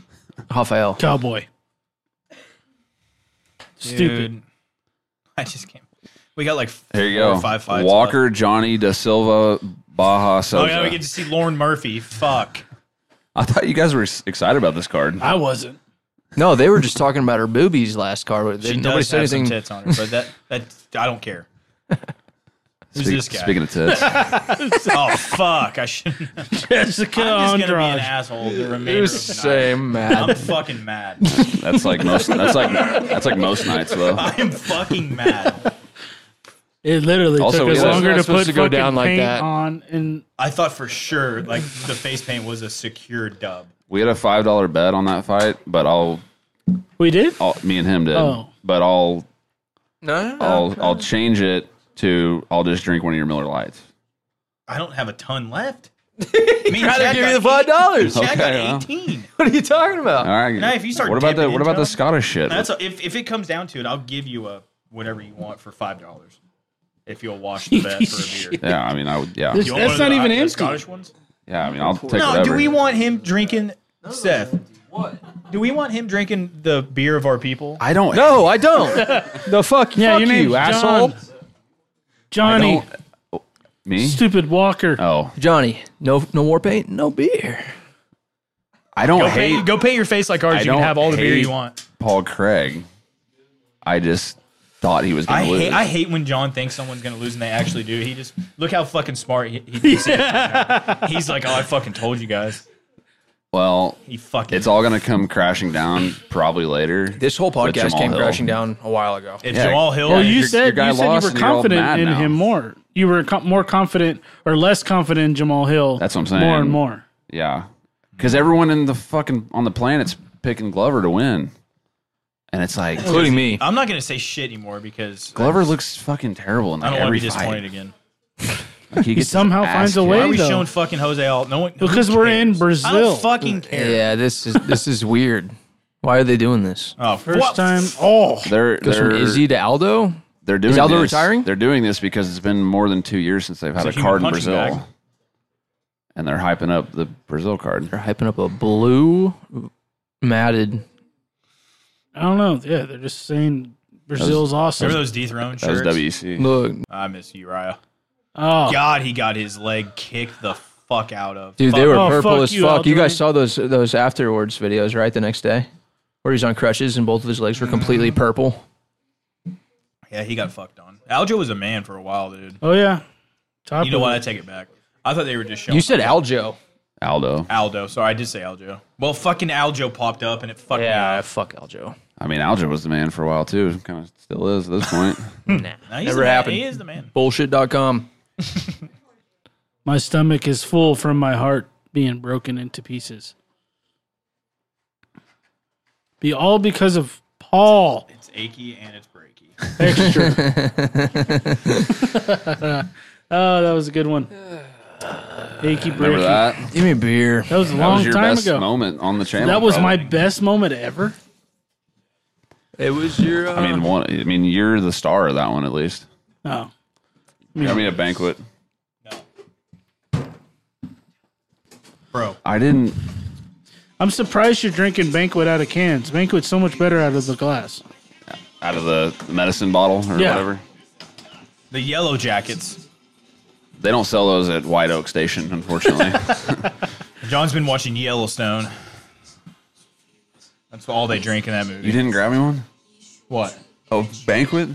Speaker 2: Rafael.
Speaker 3: cowboy. Stupid.
Speaker 4: Dude. I just can't. We got like four
Speaker 1: Here you
Speaker 4: or
Speaker 1: go.
Speaker 4: five fights.
Speaker 1: Walker,
Speaker 4: left.
Speaker 1: Johnny da Silva, Baja
Speaker 4: Oh
Speaker 1: Sosa.
Speaker 4: yeah, we get to see Lauren Murphy. Fuck.
Speaker 1: I thought you guys were s- excited about this card.
Speaker 3: I wasn't.
Speaker 2: No, they were just talking about her boobies last card. They-
Speaker 4: She
Speaker 2: Nobody
Speaker 4: does
Speaker 2: said
Speaker 4: have some
Speaker 2: anything.
Speaker 4: tits on her, but that that I don't care. Who's
Speaker 1: Speak-
Speaker 4: this guy?
Speaker 1: Speaking of tits,
Speaker 4: oh fuck! I should. I'm
Speaker 3: Jessica
Speaker 4: just gonna be an
Speaker 3: Andrade.
Speaker 4: asshole the remainder
Speaker 2: It
Speaker 4: of
Speaker 2: was
Speaker 4: the
Speaker 2: the
Speaker 4: night.
Speaker 2: same,
Speaker 4: I'm
Speaker 2: man.
Speaker 4: fucking mad.
Speaker 1: that's like most. That's like that's like most nights, though.
Speaker 4: I am fucking mad.
Speaker 3: It literally
Speaker 1: Also,
Speaker 3: took
Speaker 1: it's
Speaker 3: us
Speaker 1: not
Speaker 3: longer to
Speaker 2: supposed
Speaker 3: put
Speaker 2: to go down
Speaker 3: fucking
Speaker 2: like
Speaker 3: paint
Speaker 2: that.
Speaker 3: on and
Speaker 4: I thought for sure like the face paint was a secure dub.
Speaker 1: We had a five dollar bet on that fight, but I'll,
Speaker 3: we did.
Speaker 1: I'll me and him did.
Speaker 3: Oh.
Speaker 1: But I'll
Speaker 2: No, no,
Speaker 1: I'll I'll change it to I'll just drink one of your Miller Lights.
Speaker 4: I don't have a ton left. Me and
Speaker 2: I'd
Speaker 4: Chad
Speaker 2: give
Speaker 4: got
Speaker 2: you the
Speaker 4: eight-
Speaker 2: five dollars.
Speaker 4: Chad got
Speaker 1: Okay, well.
Speaker 4: 18.
Speaker 2: What are you talking about?
Speaker 1: All right.
Speaker 4: Now, if you start
Speaker 1: what about the
Speaker 4: dipping
Speaker 1: what about
Speaker 4: into
Speaker 1: the
Speaker 4: 'em-
Speaker 1: Scottish shit?
Speaker 4: That's a, if if it comes down to it, I'll give you a whatever you want for five dollars if you'll wash the bet for a beer.
Speaker 1: yeah, I mean, I would. Yeah,
Speaker 3: This-
Speaker 4: want
Speaker 3: that's
Speaker 4: one of
Speaker 3: not even
Speaker 4: the
Speaker 3: empty.
Speaker 4: Scottish ones?
Speaker 1: yeah. I mean, I'll take
Speaker 4: No,
Speaker 1: whatever.
Speaker 4: do we want him drinking Seth?
Speaker 2: What?
Speaker 4: Do we want him drinking the beer of our people?
Speaker 1: I don't.
Speaker 2: No, I don't. no, fuck,
Speaker 3: Yeah,
Speaker 2: fuck
Speaker 3: your
Speaker 2: you,
Speaker 3: name's John.
Speaker 2: asshole.
Speaker 3: Johnny,
Speaker 1: don't- Me?
Speaker 3: stupid Walker.
Speaker 1: Oh,
Speaker 2: Johnny, no no war paint, no beer.
Speaker 1: I don't
Speaker 4: Go
Speaker 1: hate
Speaker 4: paint, go paint your face like ours.
Speaker 1: I
Speaker 4: you can
Speaker 1: don't
Speaker 4: have all the beer
Speaker 1: hate-
Speaker 4: you want.
Speaker 1: Paul Craig. I just thought he was
Speaker 4: I
Speaker 1: going to lose.
Speaker 4: hate, I hate when John thinks someone's going to lose and they actually do. He just look how fucking smart he, he thinks it. He's like, oh, I fucking told you guys.
Speaker 1: well,
Speaker 4: He fucking.
Speaker 1: it's all going to come crashing down probably later.
Speaker 2: This whole
Speaker 1: With
Speaker 2: podcast
Speaker 1: Jamal
Speaker 2: came
Speaker 1: Hill.
Speaker 2: crashing down a while ago.
Speaker 4: If
Speaker 1: yeah.
Speaker 4: Jamal Hill.
Speaker 3: well,
Speaker 1: yeah,
Speaker 3: you
Speaker 1: your- your
Speaker 3: said
Speaker 1: guy
Speaker 3: you said
Speaker 1: lost
Speaker 3: you were
Speaker 1: and you're all
Speaker 3: confident
Speaker 1: mad
Speaker 3: in
Speaker 1: now.
Speaker 3: him more. You were co- more confident or less confident in Jamal Hill.
Speaker 1: That's what I'm saying.
Speaker 3: More and more.
Speaker 1: Yeah.
Speaker 4: Mm-hmm.
Speaker 1: Because everyone in the fucking on the planet's picking Glover to win. And it's like
Speaker 2: Including me.
Speaker 4: I'm not going to say shit anymore because
Speaker 1: Glover looks fucking terrible in
Speaker 4: I
Speaker 1: like
Speaker 4: don't want to
Speaker 1: every
Speaker 4: be disappointed
Speaker 1: fight.
Speaker 4: again.
Speaker 1: Like, he gets
Speaker 3: somehow
Speaker 1: his ass
Speaker 3: finds a
Speaker 1: kicked.
Speaker 3: way.
Speaker 4: Why are we
Speaker 3: though.
Speaker 4: showing fucking Jose all? No one. who
Speaker 3: Because we're in
Speaker 4: cares? I
Speaker 3: Brazil.
Speaker 4: don't fucking care.
Speaker 2: Yeah, this is this is weird. Why are they doing this?
Speaker 4: Oh,
Speaker 3: First
Speaker 4: what?
Speaker 3: time. Oh,
Speaker 1: They're
Speaker 2: Goes from
Speaker 1: they're,
Speaker 2: Izzy to Aldo.
Speaker 1: they're doing
Speaker 2: Aldo
Speaker 1: this.
Speaker 2: retiring?
Speaker 1: They're doing this because it's been more than two years since they've had
Speaker 4: It's
Speaker 1: a
Speaker 4: a
Speaker 1: card in
Speaker 4: human
Speaker 1: Brazil,
Speaker 4: punching bag.
Speaker 1: and they're hyping up the Brazil card.
Speaker 2: They're hyping up a blue matted.
Speaker 3: I don't know. Yeah, they're just saying Brazil's awesome.
Speaker 4: Remember those dethroned
Speaker 1: That was E
Speaker 4: shirts?
Speaker 1: WC.
Speaker 2: Look,
Speaker 4: I miss Uriah.
Speaker 3: oh,
Speaker 4: God, he got his leg kicked the fuck out of.
Speaker 2: dude,
Speaker 4: Fuck.
Speaker 2: they were
Speaker 3: Oh,
Speaker 2: purple
Speaker 3: fuck
Speaker 2: as
Speaker 3: you,
Speaker 2: fuck. You
Speaker 3: Aldo.
Speaker 2: guys saw those those afterwards videos, right? The next day, where he's on crutches and both of his legs were completely purple.
Speaker 4: Yeah, he got fucked on. Aljo was a man for a while, dude.
Speaker 3: oh yeah. Top
Speaker 4: You know what? I
Speaker 3: of
Speaker 4: take it back. I thought they were just showing.
Speaker 2: You said Aljo.
Speaker 1: Aldo.
Speaker 4: Aldo. Sorry, I did say Aljo. Well, fucking Aljo popped up and it fucked me
Speaker 2: Yeah,
Speaker 4: up.
Speaker 2: fuck Aljo.
Speaker 1: I mean, Aljo was the man for a while too. Kind of still is at this point.
Speaker 4: Now, he's
Speaker 2: Never
Speaker 4: the man.
Speaker 2: happened.
Speaker 4: He is the man.
Speaker 2: Bullshit.com.
Speaker 3: my stomach is full from my heart being broken into pieces. Be all because of Paul.
Speaker 4: It's achy and it's breaky.
Speaker 3: Extra. oh, that was a good one. Achy
Speaker 1: Remember
Speaker 3: breaky. That?
Speaker 1: that?
Speaker 2: Give me a beer.
Speaker 3: was a
Speaker 1: That
Speaker 3: long
Speaker 1: was your
Speaker 3: time
Speaker 1: best
Speaker 3: ago.
Speaker 1: moment on the channel.
Speaker 3: That was my
Speaker 1: probably.
Speaker 3: best moment ever.
Speaker 2: It was your. uh,
Speaker 1: I mean, one. I mean, you're the star of that one at least.
Speaker 3: Oh,
Speaker 1: I mean, a banquet.
Speaker 4: Bro,
Speaker 1: I didn't.
Speaker 3: I'm surprised you're drinking banquet out of cans. Banquet's so much better out of the glass.
Speaker 1: out of the medicine bottle or
Speaker 3: Yeah.
Speaker 1: whatever.
Speaker 4: the Yellow Jackets.
Speaker 1: They don't sell those at White Oak Station, unfortunately.
Speaker 4: John's been watching Yellowstone. That's all they drink in that movie.
Speaker 1: you didn't grab me one?
Speaker 4: What?
Speaker 1: Oh, banquet?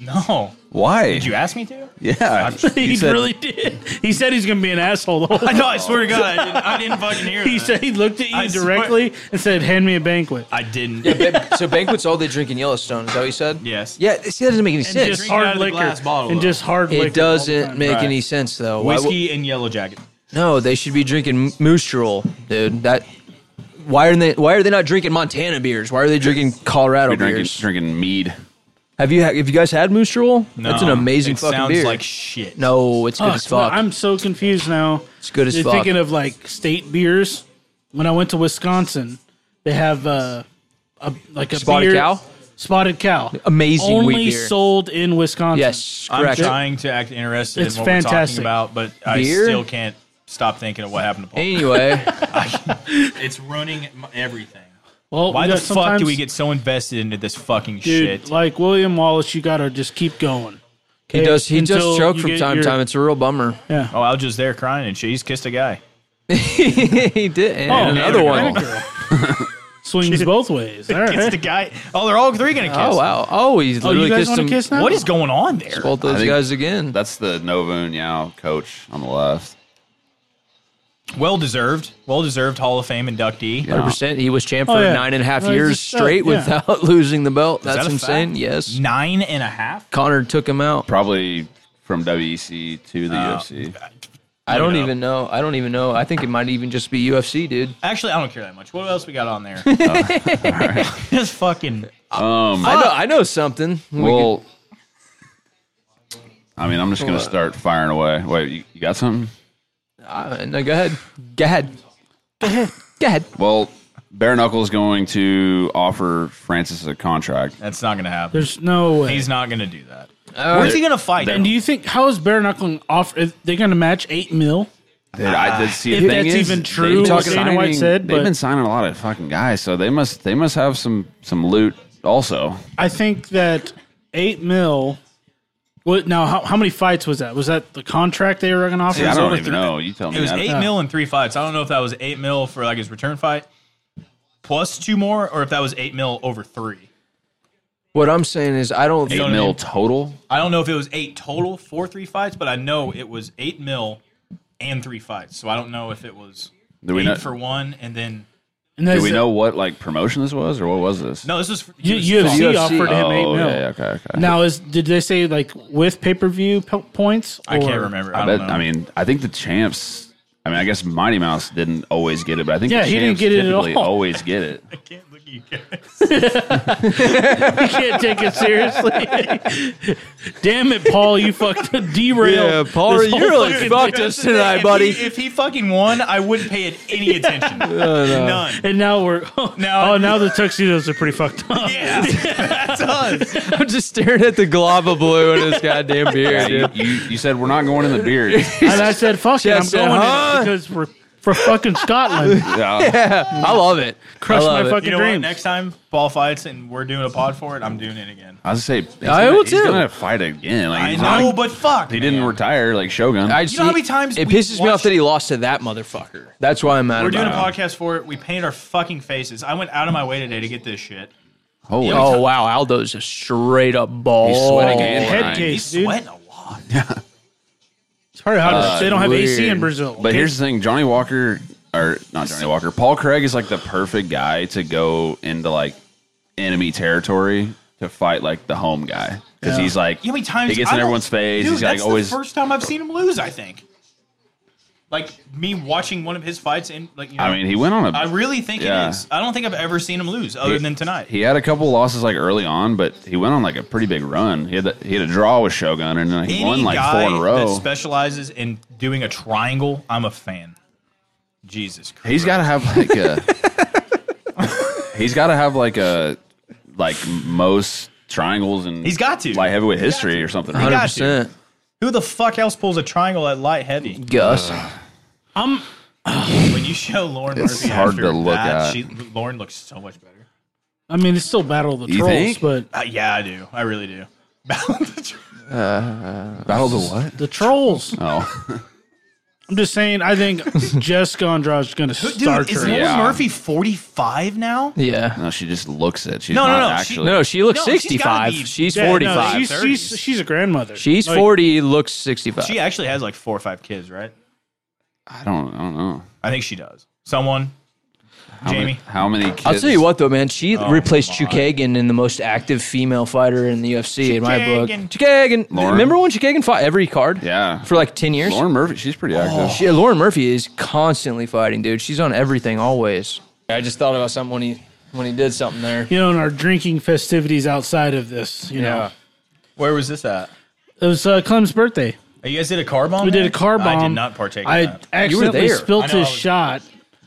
Speaker 4: No.
Speaker 1: Why?
Speaker 4: Did you ask me to?
Speaker 1: yeah.
Speaker 3: he
Speaker 1: You said-
Speaker 3: really did. He said he's gonna be an asshole. The whole
Speaker 4: I know. I swear to God, I didn't, I didn't fucking hear
Speaker 3: he
Speaker 4: that.
Speaker 3: said he looked at you
Speaker 4: I swear-
Speaker 3: directly and said, "Hand me a banquet."
Speaker 4: I didn't.
Speaker 2: so banquet's all they drink in Yellowstone. Is that what you said?
Speaker 4: Yes.
Speaker 2: Yeah, see, that doesn't make any
Speaker 3: And
Speaker 2: sense.
Speaker 3: just
Speaker 4: Drink it out
Speaker 3: hard
Speaker 4: of the
Speaker 3: liquor.
Speaker 4: glass bottle,
Speaker 3: and
Speaker 4: though.
Speaker 3: just hard liquor. all
Speaker 2: It
Speaker 3: the
Speaker 2: doesn't
Speaker 3: time.
Speaker 2: make
Speaker 4: Right.
Speaker 2: any sense though. Why would-
Speaker 4: Whiskey and Yellow Jacket.
Speaker 2: no, they should be drinking Moose Drool, dude. That why are they why are they not drinking Montana beers? Why are they drinking Colorado
Speaker 1: We're drinking,
Speaker 2: beers?
Speaker 1: drinking mead.
Speaker 2: Have you ha- have you guys had Moose Drool? That's an amazing
Speaker 4: it
Speaker 2: fucking
Speaker 4: sounds
Speaker 2: beer.
Speaker 4: like shit.
Speaker 2: no, it's good
Speaker 3: Fuck,
Speaker 2: as fuck.
Speaker 3: I'm so confused now.
Speaker 2: it's good as
Speaker 3: They're
Speaker 2: fuck.
Speaker 3: thinking of like state beers. When I went to Wisconsin, they have uh, a like a
Speaker 2: Spotted
Speaker 3: beer-
Speaker 2: Cow?
Speaker 3: Spotted cow.
Speaker 2: Amazing
Speaker 3: Only
Speaker 2: wheat beer.
Speaker 3: sold in Wisconsin.
Speaker 2: yes,
Speaker 4: I'm
Speaker 2: correct.
Speaker 4: trying to act interested
Speaker 3: It's
Speaker 4: in what
Speaker 3: fantastic.
Speaker 4: we're talking about, but
Speaker 2: Beer?
Speaker 4: I still can't stop thinking of what happened to Paul.
Speaker 2: Anyway,
Speaker 4: It's ruining m- everything.
Speaker 3: Well,
Speaker 4: Why
Speaker 3: we
Speaker 4: the
Speaker 3: got
Speaker 4: fuck do we
Speaker 3: sometimes-
Speaker 4: get so invested into this fucking
Speaker 3: dude?
Speaker 4: shit?
Speaker 3: Like William Wallace, you gotta just keep going.
Speaker 2: he does he does
Speaker 3: Until
Speaker 2: choke
Speaker 3: you
Speaker 2: from
Speaker 3: get
Speaker 2: time to
Speaker 3: your-
Speaker 2: time. It's a real bummer.
Speaker 4: Oh, I was just there crying and shit. He's kissed a guy.
Speaker 2: he did and
Speaker 3: Oh,
Speaker 2: another one.
Speaker 3: and a girl. Swings both ways. All
Speaker 4: Kissed
Speaker 3: right.
Speaker 4: a guy. Oh, they're all three gonna kiss.
Speaker 2: Oh wow! Oh, he's
Speaker 3: Oh, you
Speaker 2: literally
Speaker 3: guys
Speaker 2: kissed
Speaker 3: want to
Speaker 2: him.
Speaker 3: kiss now?
Speaker 4: What is going on there?
Speaker 2: both
Speaker 1: I
Speaker 2: those
Speaker 1: think-
Speaker 2: guys again.
Speaker 1: That's the Novo Yao coach on the left.
Speaker 4: Well deserved. Well deserved Hall of Fame inductee.
Speaker 1: Yeah.
Speaker 2: Hundred percent. He was champ for
Speaker 3: Oh, yeah.
Speaker 2: nine and a half
Speaker 3: No, he's
Speaker 2: years
Speaker 3: just, uh,
Speaker 2: straight
Speaker 3: yeah.
Speaker 2: without losing the belt. That's
Speaker 4: that a
Speaker 2: insane.
Speaker 4: fact?
Speaker 2: Yes,
Speaker 4: Nine and a half.
Speaker 2: Connor took him out.
Speaker 1: Probably from WEC to the UFC.
Speaker 2: I don't
Speaker 4: it up.
Speaker 2: even know. I don't even know. I think it might even just be UFC, dude.
Speaker 4: Actually, I don't care that much. What else we got on there? Just fucking.
Speaker 1: Um,
Speaker 2: I know. I know something. We
Speaker 1: well, I mean, I'm just going to start firing away. Wait, you, you got something?
Speaker 2: could- uh, no, go ahead. Go ahead. Go ahead.
Speaker 1: Well, Bare Knuckle's going to offer Francis a contract.
Speaker 4: That's not gonna happen.
Speaker 3: There's no way.
Speaker 4: He's not gonna do that.
Speaker 2: All
Speaker 4: Where's
Speaker 2: right.
Speaker 4: he gonna fight?
Speaker 3: and do you think how is bare knuckling off? Are they going to match eight mil?
Speaker 1: Dude, I did see a
Speaker 3: if
Speaker 1: thing
Speaker 3: that's
Speaker 1: is,
Speaker 3: even
Speaker 1: they've
Speaker 3: true,
Speaker 1: been
Speaker 3: what Dana White said,
Speaker 1: they've
Speaker 3: but-
Speaker 1: been signing a lot of fucking guys, so they must they must have some some loot also.
Speaker 3: I think that eight mil What now? How, how many fights was that? Was that the contract they were going to offer?
Speaker 1: I
Speaker 3: It was
Speaker 1: don't
Speaker 3: over
Speaker 1: even
Speaker 3: three-
Speaker 1: know. You tell me.
Speaker 4: It was
Speaker 1: I-
Speaker 4: eight mil in three fights. I don't know if that was eight mil for like his return fight plus two more, or if that was eight mil over three.
Speaker 5: What I'm saying is, I don't.
Speaker 1: Eight
Speaker 4: what I
Speaker 1: mil
Speaker 4: mean?
Speaker 1: total.
Speaker 4: I don't know if it was eight total for three fights, but I know it was eight mil and three fights. So I don't know if it was
Speaker 1: Do we
Speaker 4: eight
Speaker 1: know-
Speaker 4: for one and then
Speaker 3: And
Speaker 1: Do
Speaker 3: that's
Speaker 1: we
Speaker 3: it.
Speaker 1: know what like promotion this was, or what was this?
Speaker 4: no, this was for,
Speaker 3: U-
Speaker 4: this was
Speaker 3: UFC,
Speaker 5: UFC.
Speaker 3: offered him
Speaker 1: Oh,
Speaker 3: eight mil.
Speaker 1: yeah, yeah, okay, okay.
Speaker 3: Now is did they say like with pay per view p- points?
Speaker 4: I can't
Speaker 3: or-
Speaker 4: remember. I,
Speaker 1: I
Speaker 4: don't
Speaker 1: bet.
Speaker 4: know.
Speaker 1: I mean, I think the champs. I mean, I guess Mighty Mouse didn't always get it, but I think
Speaker 3: Yeah,
Speaker 1: the
Speaker 3: he didn't
Speaker 1: champs
Speaker 3: get it at
Speaker 1: typically
Speaker 3: all.
Speaker 1: Always get it.
Speaker 4: I can't look at you guys.
Speaker 3: You can't take it seriously. Damn it, Paul! You fucked derailed. this whole fucking thing.
Speaker 4: If he- If he fucking won, I wouldn't pay it any attention. None.
Speaker 3: And now we're
Speaker 4: Now-
Speaker 3: oh now the tuxedos are pretty fucked up.
Speaker 4: Yeah, that's us.
Speaker 2: I'm just staring at the glob of blue in his goddamn beard,
Speaker 1: You,
Speaker 2: dude.
Speaker 1: you, you said we're not going in the beard.
Speaker 3: And I said, "Fuck it, I'm
Speaker 2: Just said,
Speaker 3: going in it
Speaker 2: huh?
Speaker 3: because we're for fucking Scotland."
Speaker 1: Yeah.
Speaker 2: I love it.
Speaker 3: Crush
Speaker 2: I love
Speaker 3: my
Speaker 2: it.
Speaker 3: fucking
Speaker 4: You know what?
Speaker 3: dreams.
Speaker 4: Next time Paul fights and we're doing a pod for it, I'm doing it again.
Speaker 1: I was gonna say he's
Speaker 2: I
Speaker 1: gonna-
Speaker 2: will
Speaker 1: he's
Speaker 2: too.
Speaker 1: gonna fight again. Like,
Speaker 4: I
Speaker 1: he's not-
Speaker 4: know, but fuck.
Speaker 1: he didn't retire like Shogun.
Speaker 2: I
Speaker 1: I,
Speaker 2: just,
Speaker 4: know how many times
Speaker 2: it
Speaker 4: we
Speaker 2: pisses me
Speaker 4: watched-
Speaker 2: off that he lost to that motherfucker. That's why I'm mad
Speaker 4: We're
Speaker 2: about
Speaker 4: doing a
Speaker 2: it.
Speaker 4: podcast for it. We painted our fucking faces. I went out of my way today to get this shit.
Speaker 1: Holy,
Speaker 2: Oh wow, Aldo's a straight up ball.
Speaker 1: he's sweating and
Speaker 3: Head
Speaker 1: crying.
Speaker 3: case.
Speaker 4: He's
Speaker 3: Oh, Dude.
Speaker 4: sweating a lot.
Speaker 3: Sorry, how does- they don't have AC
Speaker 2: weird.
Speaker 3: in Brazil.
Speaker 1: But here's the thing, Johnny Walker or not Johnny Walker, Paul Craig is like the perfect guy to go into like enemy territory to fight like the home guy because he's like
Speaker 4: You know how many times
Speaker 1: he gets
Speaker 4: I
Speaker 1: in
Speaker 4: don't-
Speaker 1: everyone's face.
Speaker 4: Dude,
Speaker 1: he's
Speaker 4: that's
Speaker 1: like always
Speaker 4: the first time I've seen him lose. I think. Like me watching one of his fights, and like you know,
Speaker 1: I mean, he went on a.
Speaker 4: I really think
Speaker 1: Yeah.
Speaker 4: it is. I don't think I've ever seen him lose other
Speaker 1: he-
Speaker 4: than tonight.
Speaker 1: He had a couple losses like early on, but he went on like a pretty big run. He had the, he had a draw with Shogun, and then he
Speaker 4: Any
Speaker 1: won like four
Speaker 4: guy
Speaker 1: in a
Speaker 4: that
Speaker 1: row.
Speaker 4: specializes in doing a triangle, I'm a fan. Jesus Christ.
Speaker 1: He's got to have like a. he's got to have like a like most triangles and
Speaker 4: He's got to.
Speaker 1: light heavyweight history or something.
Speaker 4: got
Speaker 1: right?
Speaker 2: 100%.
Speaker 4: Who the fuck else pulls a triangle at light heavy?
Speaker 2: Gus.
Speaker 3: I'm
Speaker 4: When you show Lauren
Speaker 1: It's
Speaker 4: Murphy
Speaker 1: hard
Speaker 4: after
Speaker 1: to look
Speaker 4: that,
Speaker 1: at.
Speaker 4: she Lauren looks so much better.
Speaker 3: I mean, it's still Battle of the
Speaker 1: You
Speaker 3: Trolls,
Speaker 1: think?
Speaker 3: but
Speaker 4: Uh, yeah, I do. I really do.
Speaker 1: Battle of what?
Speaker 3: the Trolls.
Speaker 1: Oh,
Speaker 3: I'm just saying, I think Jessica Andrade's going to start
Speaker 4: Dude, is
Speaker 3: her.
Speaker 4: Lauren
Speaker 1: Yeah.
Speaker 4: Murphy 45 now?
Speaker 2: Yeah.
Speaker 1: no, she just looks it. She's
Speaker 4: No, no,
Speaker 1: not
Speaker 4: no, she-
Speaker 1: actually.
Speaker 2: No, she looks
Speaker 4: No, she's gotta
Speaker 2: 65.
Speaker 4: be-
Speaker 2: She's,
Speaker 3: Yeah, no,
Speaker 2: 45. she's
Speaker 3: she's, she's, she's a grandmother. Like,
Speaker 2: 40, looks 65.
Speaker 4: She actually has like four or five kids, right?
Speaker 1: I don't. I don't know.
Speaker 4: I think she does. Someone,
Speaker 1: How
Speaker 4: Jamie.
Speaker 1: Many, how many kids?
Speaker 2: I'll tell you what, though, man. She replaced
Speaker 4: Oh my.
Speaker 2: Chukagan in the most active female fighter in the UFC, in my book.
Speaker 4: Chukagan.
Speaker 2: Chukagan.
Speaker 1: Lauren.
Speaker 2: Remember when Chukagan fought every card?
Speaker 1: Yeah.
Speaker 2: For like 10 years? Oh,
Speaker 1: Lauren Murphy, she's pretty active.
Speaker 2: She- yeah, Lauren Murphy is constantly fighting, dude. She's on everything always. I just thought about something when he when he did something there.
Speaker 3: You know, in our drinking festivities outside of this, you know,
Speaker 4: Where was this at?
Speaker 3: it was uh, Clem's birthday.
Speaker 4: You guys did a car bomb?
Speaker 3: We did
Speaker 4: there?
Speaker 3: a car bomb.
Speaker 4: I did not partake in
Speaker 3: I
Speaker 4: that.
Speaker 3: accidentally
Speaker 2: there.
Speaker 3: spilt
Speaker 4: I know, I
Speaker 3: his
Speaker 4: was-
Speaker 3: shot.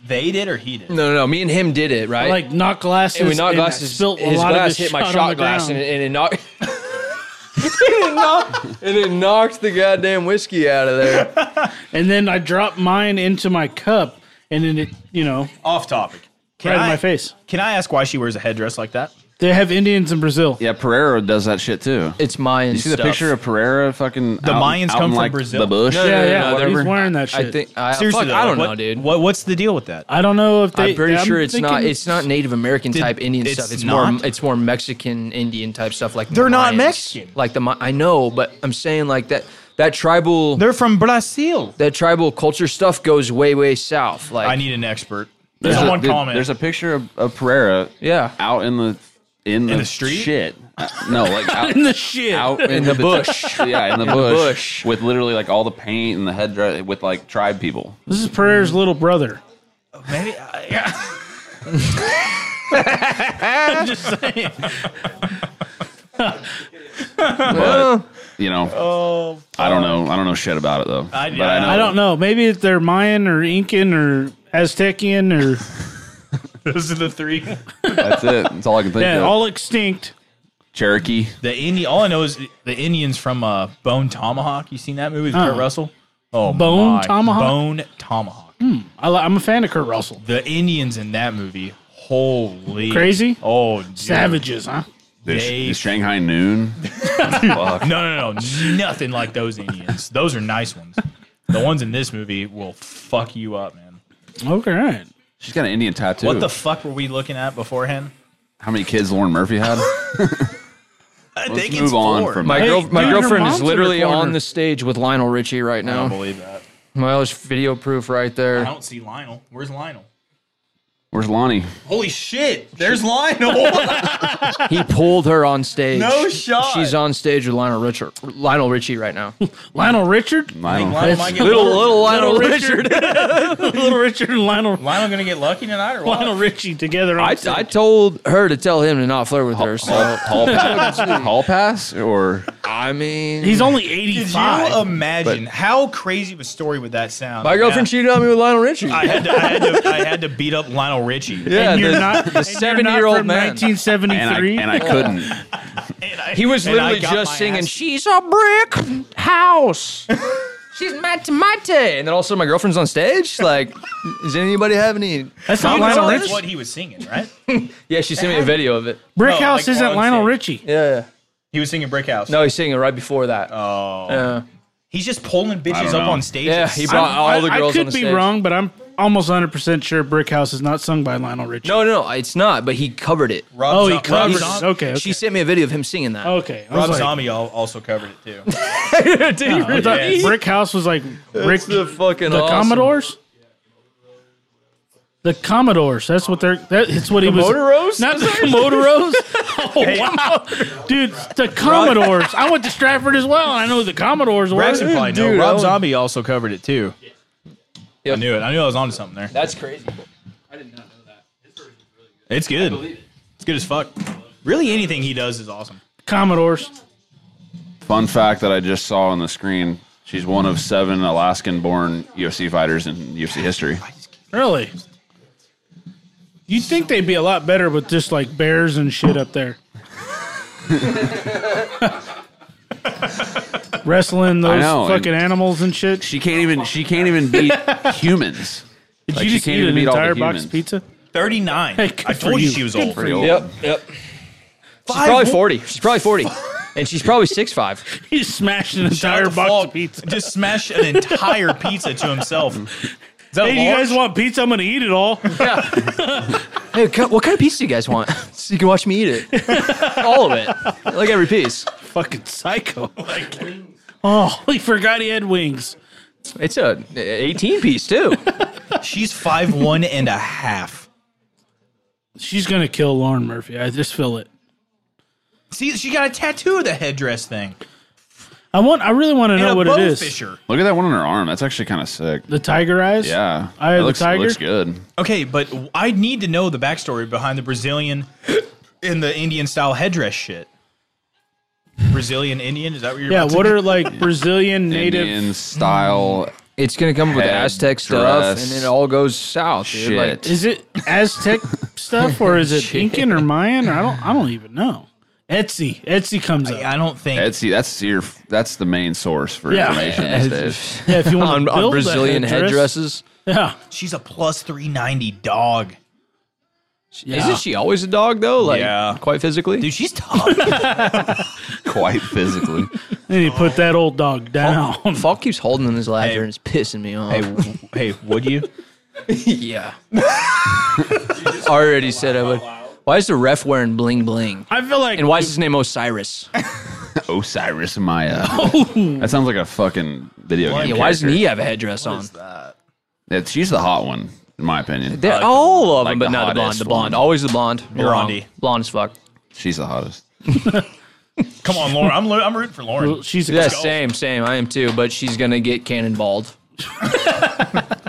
Speaker 4: They did or he did?
Speaker 2: No, no, no. Me and him did it, right?
Speaker 3: I like knocked glasses.
Speaker 2: and we knocked
Speaker 3: I
Speaker 2: glasses.
Speaker 3: Spilt a
Speaker 2: his
Speaker 3: lot of
Speaker 2: glass
Speaker 3: his
Speaker 2: hit my
Speaker 3: shot, on
Speaker 2: shot
Speaker 3: the
Speaker 2: glass,
Speaker 3: ground.
Speaker 2: and, it- and it knocked. and, it knocked, and it knocked the goddamn whiskey out of there.
Speaker 3: And then I dropped mine into my cup, and then it, you know,
Speaker 4: Off topic. Can
Speaker 3: right
Speaker 4: I,
Speaker 3: in my face.
Speaker 4: Can I ask why she wears a headdress like that?
Speaker 3: They have Indians in Brazil.
Speaker 1: Yeah, Pereira does that shit too.
Speaker 2: It's Mayan
Speaker 1: You see the
Speaker 2: stuff.
Speaker 1: picture of Pereira fucking the
Speaker 4: Mayans come from
Speaker 1: like,
Speaker 4: Brazil?
Speaker 1: The bush.
Speaker 2: No, no,
Speaker 3: Yeah,
Speaker 2: no,
Speaker 3: yeah,
Speaker 2: no, they
Speaker 3: he's
Speaker 2: were-
Speaker 3: wearing that
Speaker 2: I
Speaker 3: shit.
Speaker 2: think. I,
Speaker 4: Seriously,
Speaker 2: fuck,
Speaker 4: though,
Speaker 2: I don't
Speaker 4: what-
Speaker 2: know, dude.
Speaker 4: What, what's the deal with that?
Speaker 3: I don't know if they.
Speaker 2: I'm pretty sure it's not.
Speaker 3: thinking-
Speaker 2: It's not Native American type Indian
Speaker 4: it's
Speaker 2: stuff. It's
Speaker 4: not?
Speaker 2: more. It's more Mexican Indian type stuff. Like
Speaker 4: They're
Speaker 2: the
Speaker 4: not
Speaker 2: Mayans.
Speaker 4: Mexican.
Speaker 2: Like the. Mi- I know, but I'm saying like that. That tribal.
Speaker 4: They're from Brazil.
Speaker 2: that tribal culture stuff goes way way south. Like
Speaker 4: I need an expert.
Speaker 1: There's
Speaker 4: Someone
Speaker 1: a, dude,
Speaker 4: comment.
Speaker 1: There's a picture of, of Pereira.
Speaker 2: Yeah.
Speaker 1: Out in the in the,
Speaker 4: the street?
Speaker 1: Shit. Uh, no, like out,
Speaker 3: in the shit.
Speaker 1: out in,
Speaker 2: in the bush.
Speaker 1: Yeah, in the bush,
Speaker 2: bush.
Speaker 1: with literally like all the paint and the headdress with like tribe people.
Speaker 3: This is Pereira's little brother.
Speaker 4: Maybe. I- yeah.
Speaker 3: I'm just saying.
Speaker 1: But you know, I don't know. I don't know shit about it though.
Speaker 4: I-
Speaker 1: but I know.
Speaker 3: I don't know. Maybe if they're Mayan or Incan or Aztecian or
Speaker 4: Those are the three.
Speaker 1: That's it. That's all I can think
Speaker 3: yeah,
Speaker 1: of.
Speaker 3: all extinct.
Speaker 1: Cherokee.
Speaker 4: The Indian. All I know is the Indians from uh, Bone Tomahawk. You seen that movie with Kurt
Speaker 3: Uh-uh.
Speaker 4: Russell? Oh,
Speaker 3: Bone
Speaker 4: my.
Speaker 3: Tomahawk? Hmm.
Speaker 4: Bone Tomahawk.
Speaker 3: I li- I'm a fan of Kurt Russell.
Speaker 4: The Indians in that movie. Holy
Speaker 3: Crazy?
Speaker 4: Oh, dude.
Speaker 3: Savages, huh?
Speaker 1: The, sh-
Speaker 4: They-
Speaker 1: the Shanghai Noon. Fuck.
Speaker 4: No, no, no, nothing like those Indians. Those are nice ones. The ones in this movie will fuck you up, man.
Speaker 3: Okay, all right.
Speaker 1: She's got an Indian tattoo.
Speaker 4: What the fuck were we looking at beforehand?
Speaker 1: How many kids Lauren Murphy had?
Speaker 4: I
Speaker 1: Let's move on from
Speaker 2: My,
Speaker 1: that.
Speaker 2: girl,
Speaker 3: dude,
Speaker 2: my
Speaker 3: your
Speaker 2: girlfriend
Speaker 3: mom's
Speaker 2: is
Speaker 3: in the
Speaker 2: literally
Speaker 3: corner.
Speaker 2: on the stage with Lionel Richie right
Speaker 4: I
Speaker 2: now.
Speaker 4: don't believe that.
Speaker 2: Well, there's video proof right
Speaker 4: I
Speaker 2: there.
Speaker 4: don't see Lionel. Where's Lionel?
Speaker 1: Where's Lonnie?
Speaker 4: Holy shit! There's Lionel.
Speaker 2: He pulled her on stage.
Speaker 4: No shot.
Speaker 2: She's on stage with Lionel Richie, Lionel Richie right now.
Speaker 3: Lionel Richard,
Speaker 1: I don't know.
Speaker 4: Lionel might get
Speaker 2: little
Speaker 4: lucky.
Speaker 2: little Lionel
Speaker 3: Lionel
Speaker 2: Richard.
Speaker 3: Little Richard, and Lionel
Speaker 4: Lionel gonna get lucky tonight or what?
Speaker 3: Lionel Richie together. on
Speaker 2: I,
Speaker 3: stage.
Speaker 2: I told her to tell him to not flirt with her. So
Speaker 1: Hall pass? Hall pass? Or
Speaker 2: I mean,
Speaker 3: He's only
Speaker 4: Did you
Speaker 3: 85.
Speaker 1: uh,
Speaker 4: imagine how crazy of a story would that sound?
Speaker 2: my girlfriend cheated on me with Lionel Richie.
Speaker 4: I had, to, I, had to, I had to beat up Lionel Richie.
Speaker 2: yeah,
Speaker 3: you're
Speaker 2: the,
Speaker 3: not-
Speaker 2: the seventy-year-old man.
Speaker 3: 1973.
Speaker 1: and I and I couldn't.
Speaker 4: And I-
Speaker 2: He was
Speaker 4: and I
Speaker 2: literally
Speaker 4: got
Speaker 2: just
Speaker 4: my
Speaker 2: singing,
Speaker 4: ass-
Speaker 2: She's a brick house. She's mate mate. And then all of a sudden my girlfriend's on stage. She's like, does anybody have any?
Speaker 3: That's
Speaker 4: You
Speaker 3: not
Speaker 4: know
Speaker 3: Lionel
Speaker 4: that's
Speaker 3: Richie.
Speaker 4: what he was singing, right?
Speaker 2: Yeah, she sent me a video of it.
Speaker 3: Brick
Speaker 4: No,
Speaker 3: House
Speaker 4: like
Speaker 3: isn't
Speaker 4: on
Speaker 3: Lionel
Speaker 4: stage.
Speaker 3: Richie.
Speaker 2: Yeah.
Speaker 4: He was singing Brick House.
Speaker 2: No, he's singing it right before that.
Speaker 4: Oh.
Speaker 2: Yeah.
Speaker 4: He's just pulling
Speaker 1: I
Speaker 4: bitches
Speaker 1: don't
Speaker 4: up
Speaker 1: know.
Speaker 4: on stage.
Speaker 2: Yeah, he brought all
Speaker 3: I,
Speaker 2: the
Speaker 3: I
Speaker 2: girls
Speaker 3: could
Speaker 2: on the
Speaker 3: be
Speaker 2: stage.
Speaker 3: wrong, but I'm almost 100% sure Brick House is not sung by Lionel Richie.
Speaker 2: No, no, it's not, but he covered it.
Speaker 4: Rob
Speaker 3: Oh, he
Speaker 4: Zo- Rob
Speaker 3: covers.
Speaker 4: Zo-
Speaker 3: it. Okay, Oh. okay.
Speaker 2: She sent me a video of him singing that.
Speaker 3: okay. I was
Speaker 4: Rob
Speaker 3: like,
Speaker 4: Zombie al- also covered it too.
Speaker 2: Dude, you
Speaker 3: I
Speaker 2: really-
Speaker 3: thought
Speaker 4: Yes.
Speaker 3: Brick House was like Rick
Speaker 2: That's the fucking
Speaker 3: Oh. the
Speaker 2: awesome.
Speaker 3: Commodores. The Commodores. That's what they're. That, it's what he was.
Speaker 2: Commodores?
Speaker 3: Not the Commodoros. oh wow, dude, the Commodores. I went to Stratford as well, and I know who the Commodores were.
Speaker 4: Braxton probably know.
Speaker 2: Dude, I
Speaker 4: Rob
Speaker 2: was-
Speaker 4: Zombie also covered it too.
Speaker 2: Yep.
Speaker 4: I knew it. I knew I was onto something there.
Speaker 2: That's crazy.
Speaker 4: It's good. It's good as fuck. Really, anything he does is awesome.
Speaker 3: Commodores.
Speaker 1: Fun fact that I just saw on the screen: she's one of seven Alaskan-born UFC fighters in UFC history.
Speaker 3: Really? You'd think they'd be a lot better with just like bears and shit up there. Wrestling those
Speaker 1: know, and-
Speaker 3: fucking animals and shit.
Speaker 1: She can't even. She can't even beat humans.
Speaker 3: Did
Speaker 1: Like,
Speaker 3: you
Speaker 1: she
Speaker 3: just
Speaker 1: can't
Speaker 3: eat
Speaker 1: even
Speaker 3: an
Speaker 1: beat all the
Speaker 3: entire box
Speaker 1: humans.
Speaker 3: of pizza?
Speaker 4: Thirty nine.
Speaker 3: Hey, good
Speaker 4: I
Speaker 3: for
Speaker 4: told you
Speaker 3: you.
Speaker 4: she was
Speaker 3: Good
Speaker 4: old.
Speaker 1: Pretty old.
Speaker 2: Yep, yep. She's probably 40. She's probably 40. And she's probably six five.
Speaker 3: He smashed an
Speaker 4: Shout out
Speaker 3: entire
Speaker 4: to
Speaker 3: box
Speaker 4: Falk.
Speaker 3: of pizza.
Speaker 4: Just smash an entire pizza to himself. Is that
Speaker 3: Hey,
Speaker 4: a
Speaker 3: you
Speaker 4: large?
Speaker 3: guys want pizza? I'm gonna eat it all.
Speaker 2: Hey, co- what kind of piece do you guys want? So you can watch me eat it. All of it. Like every piece.
Speaker 3: Fucking psycho. Like, oh, he forgot he had wings.
Speaker 2: It's a 18 piece, too.
Speaker 4: She's five one and a half.
Speaker 3: She's gonna kill Lauren Murphy. I just feel it.
Speaker 4: See, she got a tattoo of the headdress thing.
Speaker 3: I want. I really want to
Speaker 4: And
Speaker 3: know
Speaker 4: a
Speaker 3: what
Speaker 4: bow
Speaker 3: it is.
Speaker 4: fisher.
Speaker 1: Look at that one on her arm. That's actually kind of sick.
Speaker 3: The tiger eyes.
Speaker 1: Yeah,
Speaker 3: Eye
Speaker 1: It
Speaker 3: of the
Speaker 1: looks, it
Speaker 3: tiger?
Speaker 1: looks good.
Speaker 4: Okay, but I need to know the backstory behind the Brazilian and the Indian style headdress shit. Brazilian Indian? Is that what you're
Speaker 3: Yeah.
Speaker 4: about to-
Speaker 3: What are like Brazilian native?
Speaker 1: Indian style.
Speaker 2: It's going to come up with
Speaker 1: Head
Speaker 2: Aztec stuff,
Speaker 1: dress.
Speaker 2: and it all goes south, dude.
Speaker 1: Shit.
Speaker 2: Like,
Speaker 3: Is it Aztec stuff or is it Incan or Mayan or I don't. I don't even know. Etsy. Etsy comes up.
Speaker 4: I don't think
Speaker 1: Etsy. That's your. That's the main source for
Speaker 3: Yeah.
Speaker 1: information these days.
Speaker 3: yeah, if you want
Speaker 2: on,
Speaker 3: to
Speaker 2: on
Speaker 3: build a
Speaker 2: Brazilian
Speaker 3: headdress.
Speaker 2: headdresses.
Speaker 3: Yeah.
Speaker 4: she's a plus 390 dog.
Speaker 2: Isn't she always a dog, though? Like,
Speaker 4: Yeah.
Speaker 2: quite physically?
Speaker 4: Dude, she's tough.
Speaker 1: Quite physically.
Speaker 3: Then you put that old
Speaker 2: Oh.
Speaker 3: dog down.
Speaker 2: Falk keeps holding in his ladder,
Speaker 4: Hey.
Speaker 2: and it's pissing me off.
Speaker 4: hey, would you?
Speaker 2: yeah. Already said I would. Why is the ref wearing bling bling?
Speaker 3: I feel like
Speaker 2: And why is his name Osiris?
Speaker 1: Osiris Maya.
Speaker 3: Oh.
Speaker 1: That sounds like a fucking video game.
Speaker 2: Yeah, why doesn't
Speaker 1: character.
Speaker 2: he have a headdress on?
Speaker 1: Yeah, she's the hot one, in my opinion. Uh,
Speaker 2: They're all of
Speaker 1: like
Speaker 2: them,
Speaker 1: the
Speaker 2: but not the blonde.
Speaker 1: hottest
Speaker 2: The
Speaker 1: one.
Speaker 2: blonde, always the blonde. You're wrong.
Speaker 4: Blondie.
Speaker 2: blonde as fuck.
Speaker 1: she's the hottest.
Speaker 4: Come on, Lauren. I'm, lo- I'm rooting for Lauren.
Speaker 3: she's a
Speaker 2: Yeah,
Speaker 3: goat.
Speaker 2: same, same. I am too, but she's gonna get cannonballed.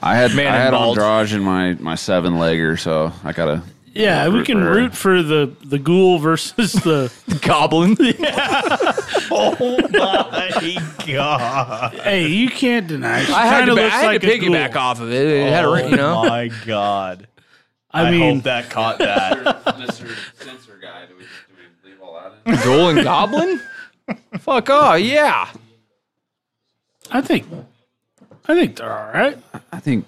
Speaker 1: I had I had
Speaker 2: involved.
Speaker 1: Andrade in my my seven legger, so I gotta.
Speaker 3: Yeah, we can
Speaker 1: for her.
Speaker 3: root for the the ghoul versus the
Speaker 2: Goblin.
Speaker 4: Oh my god.
Speaker 3: Hey, you can't deny. She
Speaker 2: I had
Speaker 3: kinda
Speaker 2: to, ba- I
Speaker 3: looks
Speaker 2: had
Speaker 3: like
Speaker 2: to
Speaker 3: a
Speaker 2: piggyback
Speaker 3: ghoul.
Speaker 2: off of it. It had a ring, you know.
Speaker 4: Oh my god.
Speaker 3: I, mean,
Speaker 4: hope that caught that.
Speaker 1: Mr. Censor guy, do we, do we leave all that in?
Speaker 2: Ghoul and goblin. Fuck oh yeah.
Speaker 3: I think, I think they're all right.
Speaker 1: I think.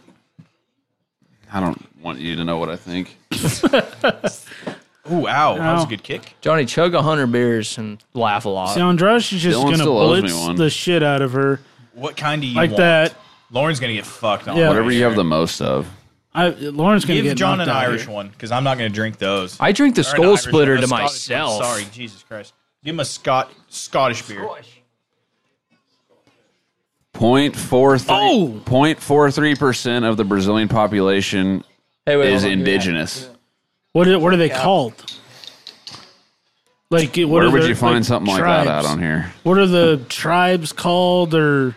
Speaker 1: I don't want you to know what I think.
Speaker 4: Ooh, ow. That was
Speaker 3: Ow.
Speaker 4: a good kick.
Speaker 2: Johnny, chug a hundred beers and laugh a lot.
Speaker 3: See, Andrade's just
Speaker 1: Dylan
Speaker 3: gonna
Speaker 1: still owes me one.
Speaker 3: blitz the shit out of her
Speaker 4: What kind do you
Speaker 3: like
Speaker 4: want?
Speaker 3: that.
Speaker 4: Lauren's gonna get fucked on.
Speaker 3: Yeah.
Speaker 4: the way
Speaker 1: Whatever you
Speaker 4: here.
Speaker 1: have the most of.
Speaker 3: I, Lauren's gonna
Speaker 4: Give
Speaker 3: get
Speaker 4: John
Speaker 3: knocked
Speaker 4: an
Speaker 3: out
Speaker 4: Irish
Speaker 3: here.
Speaker 4: one because I'm not gonna drink those.
Speaker 2: I drink the
Speaker 4: Or an
Speaker 2: skull
Speaker 4: Irish-
Speaker 2: splitter
Speaker 4: a
Speaker 2: to
Speaker 4: Scottish one.
Speaker 2: myself.
Speaker 4: Sorry, Jesus Christ. Give him a Scot Scottish beer.
Speaker 1: Point four three.
Speaker 3: Oh!
Speaker 1: Point four three percent of the Brazilian population
Speaker 2: Hey, wait,
Speaker 1: is
Speaker 2: hold on.
Speaker 1: indigenous.
Speaker 3: What are, what are they called? Like what
Speaker 1: Where
Speaker 3: are
Speaker 1: would
Speaker 3: the,
Speaker 1: you find
Speaker 3: like,
Speaker 1: something like
Speaker 3: tribes?
Speaker 1: that out on here?
Speaker 3: What are the tribes called, or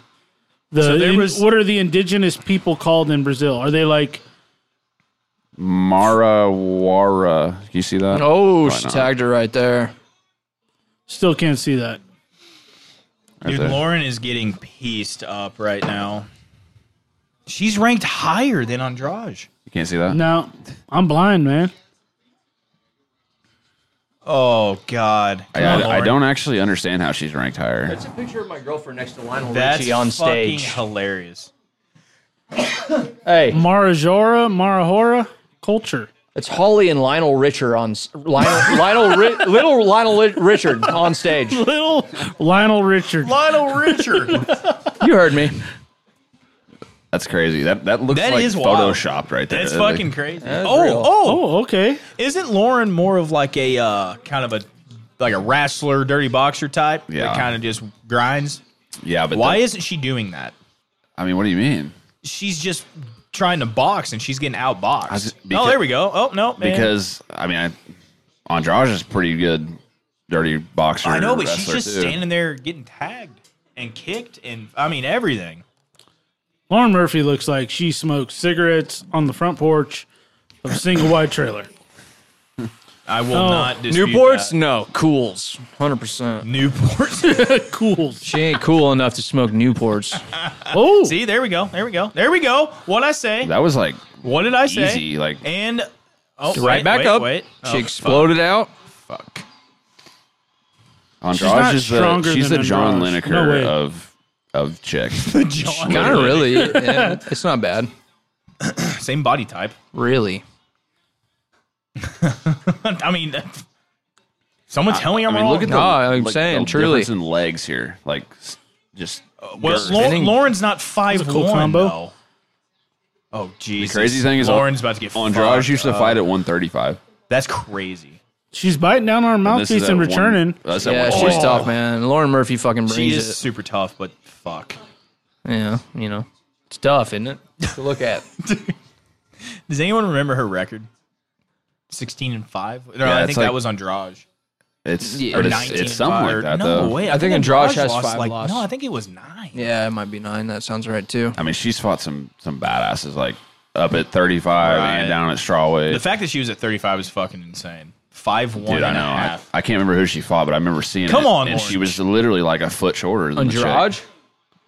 Speaker 3: the
Speaker 4: there was-
Speaker 3: what are the indigenous people called in Brazil? Are they like
Speaker 1: Marawara. You see that?
Speaker 2: Oh,
Speaker 1: Why
Speaker 2: she
Speaker 1: not?
Speaker 2: tagged her right there.
Speaker 3: still can't see that?
Speaker 1: Right
Speaker 4: Dude,
Speaker 1: there.
Speaker 4: Lauren is getting pieced up right now. She's ranked higher than Andrade.
Speaker 1: You can't see that.
Speaker 3: No, I'm blind, man.
Speaker 4: Oh God.
Speaker 1: I,
Speaker 4: Come
Speaker 1: I,
Speaker 4: on,
Speaker 1: I
Speaker 4: Lauren.
Speaker 1: don't actually understand how she's ranked higher.
Speaker 2: That's a picture of my girlfriend next to Lionel
Speaker 4: That's
Speaker 2: Richie on
Speaker 4: fucking
Speaker 2: stage.
Speaker 4: hilarious.
Speaker 2: Hey,
Speaker 3: Marajora, Marahora culture.
Speaker 2: it's Holly and Lionel Richard on s- Lionel Lionel Ri- little Lionel Li- Richard on stage. You
Speaker 3: Little Lionel Richard.
Speaker 4: Lionel Richard.
Speaker 2: heard me.
Speaker 1: That's crazy. That that looks
Speaker 4: That
Speaker 1: like
Speaker 4: is wild.
Speaker 1: photoshopped right there.
Speaker 4: That's
Speaker 1: Like,
Speaker 4: fucking crazy.
Speaker 2: That's
Speaker 4: oh,
Speaker 2: real.
Speaker 4: oh,
Speaker 3: Oh, okay.
Speaker 4: Isn't Lauren more of like a uh, kind of a like a wrestler, dirty boxer type?
Speaker 1: Yeah.
Speaker 4: That kind of just grinds.
Speaker 1: yeah, but
Speaker 4: Why
Speaker 1: that-
Speaker 4: isn't she doing that?
Speaker 1: I mean, what do you mean?
Speaker 4: She's just trying to box and she's getting outboxed.
Speaker 1: was-
Speaker 4: oh,
Speaker 1: because-
Speaker 4: there we go. Oh no, man.
Speaker 1: Because I mean, I, Andrade is pretty good, dirty boxer.
Speaker 4: I know, but she's
Speaker 1: wrestler,
Speaker 4: just
Speaker 1: too.
Speaker 4: standing there getting tagged and kicked and I mean everything.
Speaker 3: Lauren Murphy looks like she smokes cigarettes on the front porch of a single wide trailer.
Speaker 4: I will
Speaker 3: Oh.
Speaker 4: not dispute
Speaker 2: Newports?
Speaker 4: that.
Speaker 2: No, cools. 100%.
Speaker 4: Newports.
Speaker 3: cool.
Speaker 2: She ain't cool enough to smoke Newports.
Speaker 3: Oh,
Speaker 4: See, there we go. There we go. There we go. What I say?
Speaker 1: That was like
Speaker 4: What did I say?
Speaker 1: easy. Like
Speaker 4: And oh,
Speaker 2: Right
Speaker 4: wait,
Speaker 2: back
Speaker 4: wait,
Speaker 2: up.
Speaker 4: Wait. Oh,
Speaker 2: she exploded out.
Speaker 4: Fuck.
Speaker 1: Andrade
Speaker 3: not
Speaker 1: is the
Speaker 3: stronger
Speaker 1: she's the
Speaker 3: than
Speaker 1: John
Speaker 3: Andrade.
Speaker 1: Lineker
Speaker 3: No way.
Speaker 1: of of chicks.
Speaker 4: Oh, John.
Speaker 2: Kind of really. yeah, it's not bad.
Speaker 4: Same body type.
Speaker 2: Really.
Speaker 4: I mean, someone tell me I'm
Speaker 1: I mean,
Speaker 4: wrong.
Speaker 1: look at the.
Speaker 2: No, Oh, I'm
Speaker 1: like, the
Speaker 2: saying, truly.
Speaker 1: difference in legs here, like s- just
Speaker 4: Uh, well,
Speaker 1: girth.
Speaker 4: Lau-
Speaker 2: Spinning-
Speaker 4: Lauren's not five
Speaker 3: cool
Speaker 4: one,
Speaker 3: combo.
Speaker 4: though. Oh, jeez.
Speaker 1: crazy thing is oh,
Speaker 4: Lauren's about to get
Speaker 1: Andrade
Speaker 4: fucked
Speaker 1: used to
Speaker 4: up.
Speaker 1: fight at 135.
Speaker 4: That's crazy.
Speaker 3: she's biting down on her
Speaker 1: And this is
Speaker 3: mouthpiece
Speaker 1: at
Speaker 3: and
Speaker 1: one-
Speaker 3: returning.
Speaker 1: that's at
Speaker 2: Yeah,
Speaker 1: 140.
Speaker 2: she's tough, man. Lauren Murphy fucking
Speaker 4: She
Speaker 2: brings
Speaker 4: is
Speaker 2: it.
Speaker 4: super tough, but fuck.
Speaker 2: Yeah, you know. It's tough, isn't it? To look at.
Speaker 4: Does anyone remember her record? Sixteen and five. No,
Speaker 1: Yeah,
Speaker 4: I
Speaker 1: it's
Speaker 4: think
Speaker 1: like-
Speaker 4: that was Andrade.
Speaker 1: It's
Speaker 2: Yeah.
Speaker 1: but
Speaker 2: Or
Speaker 1: it's,
Speaker 4: 19
Speaker 1: it's
Speaker 4: and
Speaker 1: something
Speaker 4: five.
Speaker 1: like that though.
Speaker 4: no way.
Speaker 2: I think Andrade has five
Speaker 4: like,
Speaker 2: lost.
Speaker 4: No, I think it was nine.
Speaker 2: Yeah, it might be nine. That sounds right, too.
Speaker 1: I mean, she's fought some some badasses like up at 35
Speaker 4: Right.
Speaker 1: and down at strawweight.
Speaker 4: The fact that she was at thirty five is fucking insane. Five one
Speaker 1: Dude, I
Speaker 4: and
Speaker 1: know.
Speaker 4: a
Speaker 1: I,
Speaker 4: half.
Speaker 1: I can't remember who she fought, but I remember seeing
Speaker 4: Come
Speaker 1: it,
Speaker 4: on,
Speaker 1: and
Speaker 4: Lauren.
Speaker 1: she was literally like a foot shorter than The
Speaker 2: Andrade?
Speaker 1: chick.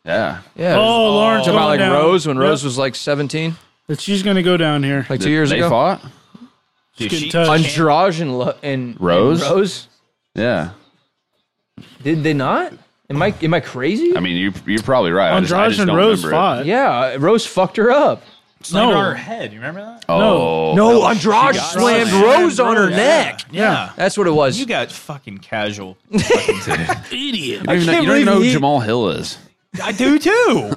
Speaker 1: Yeah,
Speaker 2: Yeah.
Speaker 3: Oh, Lauren's
Speaker 2: Talking
Speaker 3: going
Speaker 2: about like
Speaker 3: down.
Speaker 2: Rose when
Speaker 3: Yep.
Speaker 2: Rose was like 17,
Speaker 3: That she's gonna go down here.
Speaker 2: like two years
Speaker 1: they
Speaker 2: ago.
Speaker 1: fought.
Speaker 4: Dude,
Speaker 3: getting
Speaker 4: she-
Speaker 3: touched.
Speaker 4: she-
Speaker 2: Andrade and, Lo- and
Speaker 1: Rose?
Speaker 2: and Rose.
Speaker 1: Yeah,
Speaker 2: Did they not? Am I am I crazy?
Speaker 1: I mean, you you're probably right. I just, I
Speaker 3: Andrade
Speaker 1: just
Speaker 3: and
Speaker 1: don't
Speaker 3: Rose
Speaker 1: remember it.
Speaker 3: fought.
Speaker 2: yeah, Rose fucked her up.
Speaker 4: slammed
Speaker 3: No.
Speaker 4: on her head. You remember that?
Speaker 1: Oh
Speaker 2: No, Andrade
Speaker 4: got
Speaker 2: slammed
Speaker 4: slammed.
Speaker 2: Rose on her
Speaker 3: Yeah.
Speaker 2: neck.
Speaker 4: yeah.
Speaker 2: That's what it was.
Speaker 4: You got fucking casual.
Speaker 3: Idiot.
Speaker 1: You don't even know,
Speaker 2: can't
Speaker 1: you don't even
Speaker 2: believe
Speaker 1: know who
Speaker 2: he-
Speaker 1: Jamal Hill is.
Speaker 4: I do too.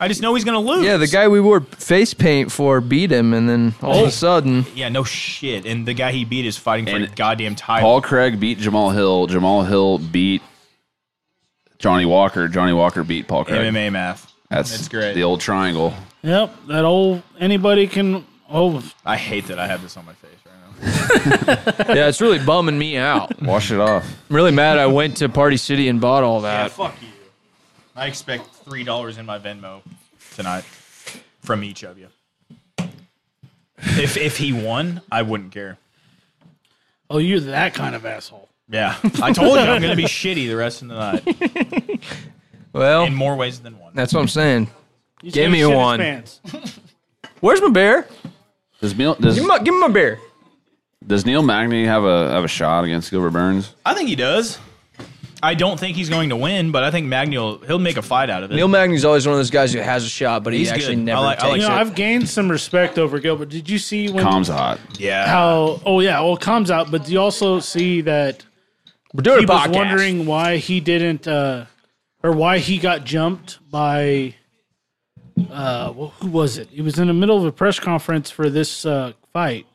Speaker 4: I just know he's gonna lose.
Speaker 2: Yeah, the guy we wore face paint for beat him, and then all of a sudden,
Speaker 4: Yeah, no shit. And the guy he beat is fighting for
Speaker 1: And
Speaker 4: a goddamn title.
Speaker 1: Paul Craig beat Jamal Hill. Jamal Hill beat Johnny Walker. Johnny Walker beat Paul Craig.
Speaker 4: MMA math.
Speaker 1: That's
Speaker 4: That's great.
Speaker 1: The old triangle.
Speaker 3: Yep, that old anybody can. Oh,
Speaker 4: I hate that I have this on my face right now.
Speaker 2: yeah, it's really bumming me out. I'm
Speaker 1: Wash it off.
Speaker 2: really mad. I went to Party City and bought all that.
Speaker 4: fuck you. I expect three dollars in my Venmo tonight from each of you. If if he won, I wouldn't care.
Speaker 3: oh, you're that kind of asshole.
Speaker 4: Yeah, I told you I'm gonna be shitty the rest of the night
Speaker 2: Well,
Speaker 4: in more ways than one.
Speaker 2: that's what I'm saying.
Speaker 3: He's
Speaker 2: Give
Speaker 3: gonna
Speaker 2: me
Speaker 3: shit his
Speaker 2: one.
Speaker 3: pants.
Speaker 2: Where's my bear?
Speaker 1: Does Neil does,
Speaker 2: Give me my, give me my bear.
Speaker 1: does Neil Magny have a have a shot against Gilbert Burns?
Speaker 4: I think he does. I don't think he's going to win, but I think Magny will he'll make a fight out of it.
Speaker 2: Neil Magny's always one of those guys who has a shot, but
Speaker 4: He's
Speaker 2: he actually
Speaker 4: good. I
Speaker 2: never
Speaker 4: like-
Speaker 2: takes
Speaker 4: I like-
Speaker 3: You
Speaker 2: it.
Speaker 3: know, I've gained some respect over Gilbert. Did you see when
Speaker 1: Calm's hot.
Speaker 4: yeah.
Speaker 3: how? Oh yeah, well, comes out. But do you also see that
Speaker 2: We're doing
Speaker 3: he
Speaker 2: a
Speaker 3: was
Speaker 2: podcast.
Speaker 3: wondering why he didn't, uh, or why he got jumped by. Uh, well, who was it? He was in the middle of a press conference for this uh, fight,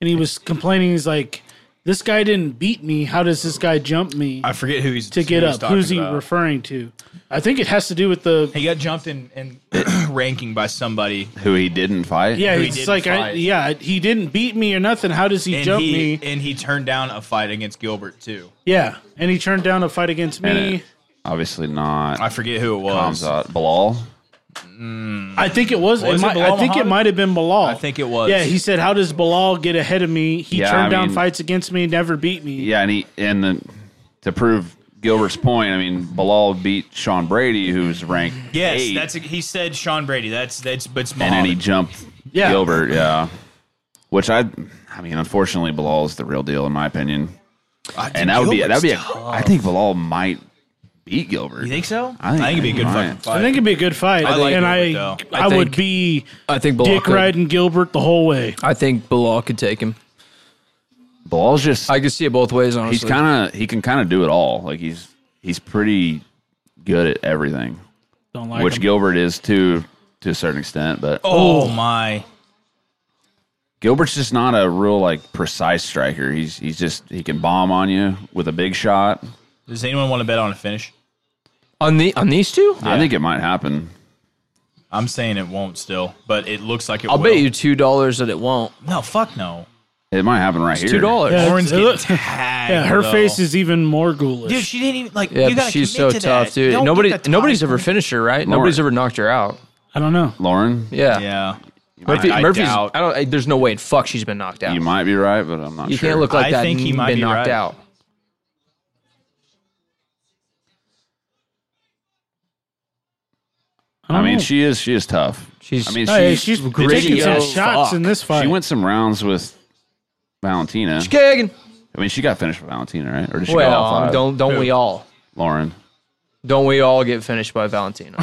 Speaker 3: and he was complaining. He's like, "This guy didn't beat me. How does this guy jump me
Speaker 4: I forget who he's
Speaker 3: to get
Speaker 4: who he's
Speaker 3: up?
Speaker 4: talking
Speaker 3: Who's he
Speaker 4: about.
Speaker 3: referring to? I think it has to do with the
Speaker 4: he got jumped in, in ranking by somebody.
Speaker 1: Who he didn't fight.
Speaker 3: Yeah,
Speaker 4: who he
Speaker 3: it's
Speaker 4: didn't
Speaker 3: like I,
Speaker 4: fight.
Speaker 3: yeah, he didn't beat me or nothing. How does he
Speaker 4: And
Speaker 3: jump
Speaker 4: he,
Speaker 3: me?
Speaker 4: and he turned down a fight against Gilbert too.
Speaker 3: Yeah, and he turned down a fight against
Speaker 1: And
Speaker 3: me.
Speaker 1: it- obviously not.
Speaker 4: I forget who it
Speaker 1: Calm's
Speaker 4: was.
Speaker 1: hot. Bilal.
Speaker 3: I think it was.
Speaker 4: Was
Speaker 3: it
Speaker 4: it
Speaker 3: might,
Speaker 4: Bilal
Speaker 3: I think it
Speaker 4: Muhammad?
Speaker 3: might have been Bilal.
Speaker 4: I think it was.
Speaker 3: Yeah, he said, "How does Bilal get ahead of me? He
Speaker 1: Yeah,
Speaker 3: turned
Speaker 1: I
Speaker 3: down
Speaker 1: mean-
Speaker 3: fights against me, never beat me."
Speaker 1: Yeah, and he and the, to prove Gilbert's point, I mean Bilal beat Sean Brady, who's ranked
Speaker 4: Yes,
Speaker 1: eight,
Speaker 4: that's he said Sean Brady. That's that's but it's
Speaker 1: and then he
Speaker 4: Muhammad.
Speaker 1: jumped
Speaker 3: Yeah.
Speaker 1: Gilbert. Yeah, which I, I mean, unfortunately, Bilal is the real deal in my opinion,
Speaker 4: I think
Speaker 1: and that would be that
Speaker 4: Gilbert's
Speaker 1: would be. A,
Speaker 4: tough.
Speaker 1: I think Bilal might beat Gilbert.
Speaker 4: You think so?
Speaker 1: I think-
Speaker 4: it'd be a good
Speaker 1: I
Speaker 4: fucking
Speaker 1: think-
Speaker 4: fight.
Speaker 3: I think it'd be a good fight,
Speaker 4: I like
Speaker 3: and
Speaker 4: Gilbert,
Speaker 3: I,
Speaker 4: though.
Speaker 3: I,
Speaker 2: I
Speaker 3: would
Speaker 2: think-
Speaker 3: be
Speaker 2: I think Bilal
Speaker 3: dick
Speaker 2: could,
Speaker 3: riding Gilbert the whole way.
Speaker 2: I think Bilal could take him.
Speaker 1: Bilal's just
Speaker 2: I could see it both ways. Honestly,
Speaker 1: he's kind of he can kind of do it all. Like he's he's pretty good at everything,
Speaker 3: Don't like
Speaker 1: which
Speaker 3: him.
Speaker 1: Gilbert is too to a certain extent. But
Speaker 4: oh my!
Speaker 1: Gilbert's just not a real like precise striker. He's he's just he can bomb on you with a big shot.
Speaker 4: Does anyone want to bet on a finish?
Speaker 2: on the on these two.
Speaker 1: I think it might happen.
Speaker 4: I'm saying it won't still, but it looks like it.
Speaker 2: I'll
Speaker 4: will.
Speaker 2: bet you two dollars that it won't.
Speaker 4: No, fuck no.
Speaker 1: It might happen right
Speaker 2: Two
Speaker 1: here.
Speaker 2: dollars.
Speaker 3: Yeah,
Speaker 4: Lauren's
Speaker 3: it
Speaker 4: getting
Speaker 3: look-
Speaker 4: tagged.
Speaker 3: yeah, her
Speaker 4: though.
Speaker 3: face is even more ghoulish.
Speaker 4: Dude, she didn't even like.
Speaker 2: Yeah,
Speaker 4: you
Speaker 2: but
Speaker 4: gotta
Speaker 2: she's so
Speaker 4: commit to that.
Speaker 2: tough, dude.
Speaker 4: Don't
Speaker 2: Nobody,
Speaker 4: get the
Speaker 2: nobody's
Speaker 4: title.
Speaker 2: ever finished her, right? Nobody's ever knocked her out.
Speaker 3: I don't know.
Speaker 1: Lauren,
Speaker 2: Yeah,
Speaker 4: Yeah,
Speaker 2: Murphy,
Speaker 4: I
Speaker 2: Murphy's.
Speaker 4: doubt-
Speaker 2: I don't. I, there's no way. in Fuck, she's been knocked out.
Speaker 1: you
Speaker 2: You,
Speaker 1: might be right, but I'm not sure.
Speaker 2: can't look like
Speaker 4: I
Speaker 2: that.
Speaker 4: think
Speaker 2: and
Speaker 4: he might
Speaker 2: been
Speaker 4: be
Speaker 2: knocked
Speaker 4: right.
Speaker 2: out.
Speaker 3: don't
Speaker 1: I mean,
Speaker 3: know.
Speaker 1: she is she is tough.
Speaker 2: She's.
Speaker 1: I mean,
Speaker 3: Oh, yeah,
Speaker 1: she
Speaker 3: she's
Speaker 2: gritty
Speaker 3: taking some
Speaker 2: as
Speaker 3: shots
Speaker 2: fuck.
Speaker 3: in this fight.
Speaker 1: she went some rounds with Valentina.
Speaker 2: Kagan.
Speaker 1: I mean, she got finished with Valentina, right? Or did she go out
Speaker 2: Well,
Speaker 1: five?
Speaker 2: don't don't we all?
Speaker 1: Lauren.
Speaker 2: Don't we all get finished by Valentino?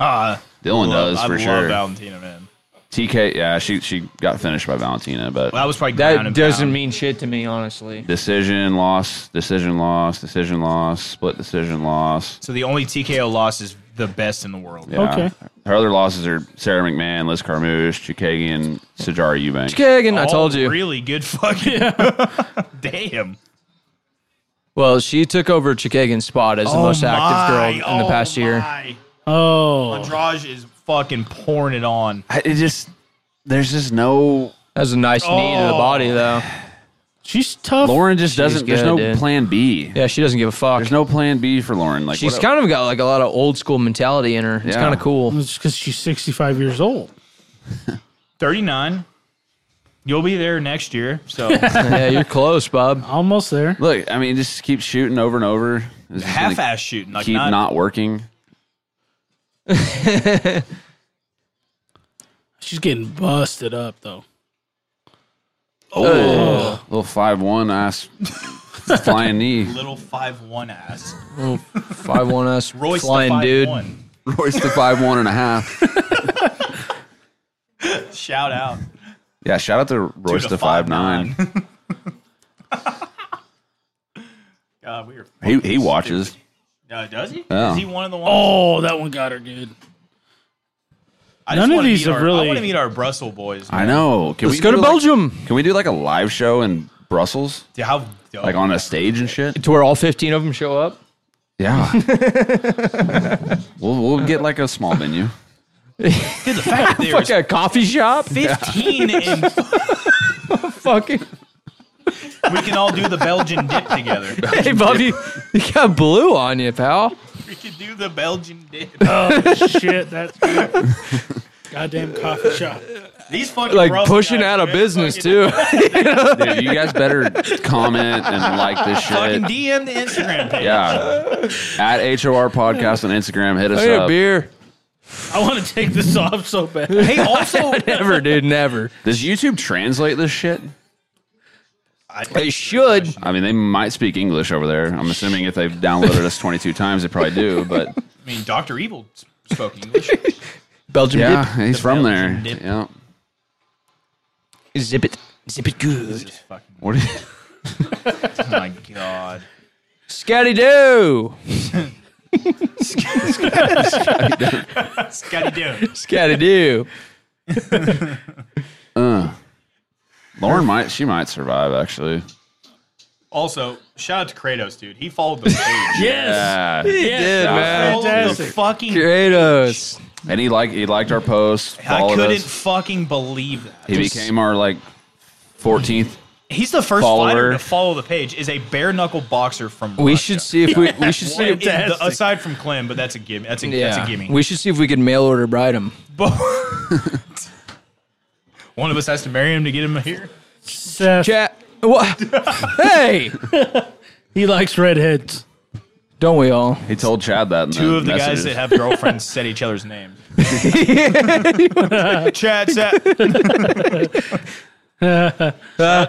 Speaker 4: Uh,
Speaker 1: Dylan
Speaker 4: love-
Speaker 1: does
Speaker 4: I
Speaker 1: for
Speaker 4: love
Speaker 1: sure.
Speaker 4: Valentina, man.
Speaker 1: TK, yeah, she she got finished by Valentina, but
Speaker 4: Well, that was probably ground
Speaker 2: that
Speaker 4: and
Speaker 2: doesn't
Speaker 4: pound.
Speaker 2: mean shit to me, honestly.
Speaker 1: decision loss, decision loss, decision loss, split decision loss.
Speaker 4: So the only TKO loss is the best in the world.
Speaker 1: Yeah.
Speaker 3: Okay.
Speaker 1: Uh, Her other losses are Sarah McMahon, Liz Carmouche, Chukagian, Sajara Eubanks.
Speaker 2: Kagan, I
Speaker 4: All
Speaker 2: told you.
Speaker 4: Really good fucking. Damn.
Speaker 2: Well, she took over Chikagan's spot
Speaker 4: Oh
Speaker 2: as the most active girl in the past year.
Speaker 3: Oh,
Speaker 4: Andrade is fucking pouring it on.
Speaker 1: I- It just there's just no
Speaker 2: That was a nice knee to the body, though.
Speaker 3: she's tough.
Speaker 1: Lauren just doesn't. There's
Speaker 2: good,
Speaker 1: no
Speaker 2: dude.
Speaker 1: plan B.
Speaker 2: Yeah, she doesn't give a fuck.
Speaker 1: There's no plan B for Lauren. Like
Speaker 2: She's
Speaker 1: what-
Speaker 2: kind of got like a lot of old school mentality in her. It's
Speaker 1: Yeah.
Speaker 2: kind of cool.
Speaker 3: It's because she's 65 years old.
Speaker 4: 39. You'll be there next year. So
Speaker 2: yeah, you're close, Bob.
Speaker 3: Almost there.
Speaker 1: look. I mean, just keep shooting over and over. It's just gonna
Speaker 4: half ass shooting. Like
Speaker 1: Keep
Speaker 4: not,
Speaker 1: not, working.
Speaker 3: She's getting busted up though.
Speaker 1: Little five one ass flying knee.
Speaker 4: little 5'1 ass.
Speaker 2: Five one us,
Speaker 4: Royce the
Speaker 2: flying dude.
Speaker 4: 5'1".
Speaker 1: Royce the five one and a half.
Speaker 4: Shout out.
Speaker 1: Yeah, shout out to Royce
Speaker 4: Dude, a
Speaker 1: the five nine.
Speaker 4: God, we are.
Speaker 1: He he watches.
Speaker 4: No, does he?
Speaker 1: Yeah.
Speaker 4: Is he one of the ones?
Speaker 3: Oh, that one got her good.
Speaker 4: I
Speaker 3: none of
Speaker 4: wanna
Speaker 3: these
Speaker 4: meet
Speaker 3: have
Speaker 4: our, I
Speaker 3: really-
Speaker 4: want to meet our Brussels boys.
Speaker 1: I know. Can
Speaker 2: Let's
Speaker 1: we
Speaker 2: go
Speaker 1: do
Speaker 2: to
Speaker 1: like-
Speaker 2: Belgium
Speaker 1: Can we do like a live show in Brussels,
Speaker 4: Dude, how dope.
Speaker 1: like on a stage and shit?
Speaker 2: to where all fifteen of them show up.
Speaker 1: Yeah. we'll we'll get like a small venue.
Speaker 4: Dude, the fact that
Speaker 2: Fuck
Speaker 4: there's
Speaker 2: a coffee shop.
Speaker 4: 15 and
Speaker 2: Fucking
Speaker 4: we can all do the Belgian dip together.
Speaker 2: hey, Bobby, you got blue on you, pal.
Speaker 4: We can do the Belgian dip.
Speaker 3: Shit, that's goddamn coffee shop.
Speaker 4: These fucking
Speaker 2: Like
Speaker 4: Brussels
Speaker 2: pushing
Speaker 4: guys,
Speaker 2: out of
Speaker 4: man,
Speaker 2: business
Speaker 4: fucking-
Speaker 2: too.
Speaker 1: Dude, you guys better comment and like this
Speaker 4: Fucking
Speaker 1: shit.
Speaker 4: DM the Instagram page.
Speaker 1: Yeah. At HOR Podcast on Instagram, hit us
Speaker 2: I need a
Speaker 1: up.
Speaker 2: Oh, beer.
Speaker 3: I want to take this off so bad.
Speaker 4: Hey, also,
Speaker 2: Never, dude. Never.
Speaker 1: Does YouTube translate this shit?
Speaker 2: They should.
Speaker 1: I mean, they might speak English over there. I'm assuming if they've downloaded us 22 times, they probably do. But
Speaker 4: I mean, Doctor Evil s- spoke English.
Speaker 2: Belgium
Speaker 1: yeah, he's from there.
Speaker 4: Belgian dip.
Speaker 1: Yeah.
Speaker 2: dip. Zip it. Zip it good.
Speaker 4: Just fucking-
Speaker 1: What? do you-
Speaker 4: oh my god.
Speaker 2: Scatty doo.
Speaker 4: Scotty Dune.
Speaker 2: Scatty doo.
Speaker 1: Lauren might. She might survive actually.
Speaker 4: Also, shout out to Kratos, dude. He followed the page.
Speaker 3: Yes.
Speaker 1: Yeah.
Speaker 2: He did, man.
Speaker 4: Followed the
Speaker 3: Fantastic.
Speaker 4: fucking.
Speaker 2: Kratos.
Speaker 1: And he liked he liked our post.
Speaker 4: I
Speaker 1: Followed
Speaker 4: couldn't
Speaker 1: us.
Speaker 4: fucking believe that.
Speaker 1: He became our like 14th.
Speaker 4: He's the first
Speaker 1: Follower.
Speaker 4: fighter to follow the page. Is a bare knuckle boxer from.
Speaker 2: We
Speaker 4: Russia.
Speaker 2: should see if we we should see
Speaker 4: It-
Speaker 2: if,
Speaker 4: it- the- aside from Clem, but that's a gimme. That's a that's a
Speaker 2: yeah.
Speaker 4: gimme.
Speaker 2: We should see if we can mail order bride him.
Speaker 4: One of us has to marry him to get him here.
Speaker 3: Seth,
Speaker 2: Chat. What? hey.
Speaker 3: he likes redheads.
Speaker 2: Don't we all?
Speaker 1: He told Chad that. In
Speaker 4: Two of the
Speaker 1: messages.
Speaker 4: guys that have girlfriends said each other's names. Chad said.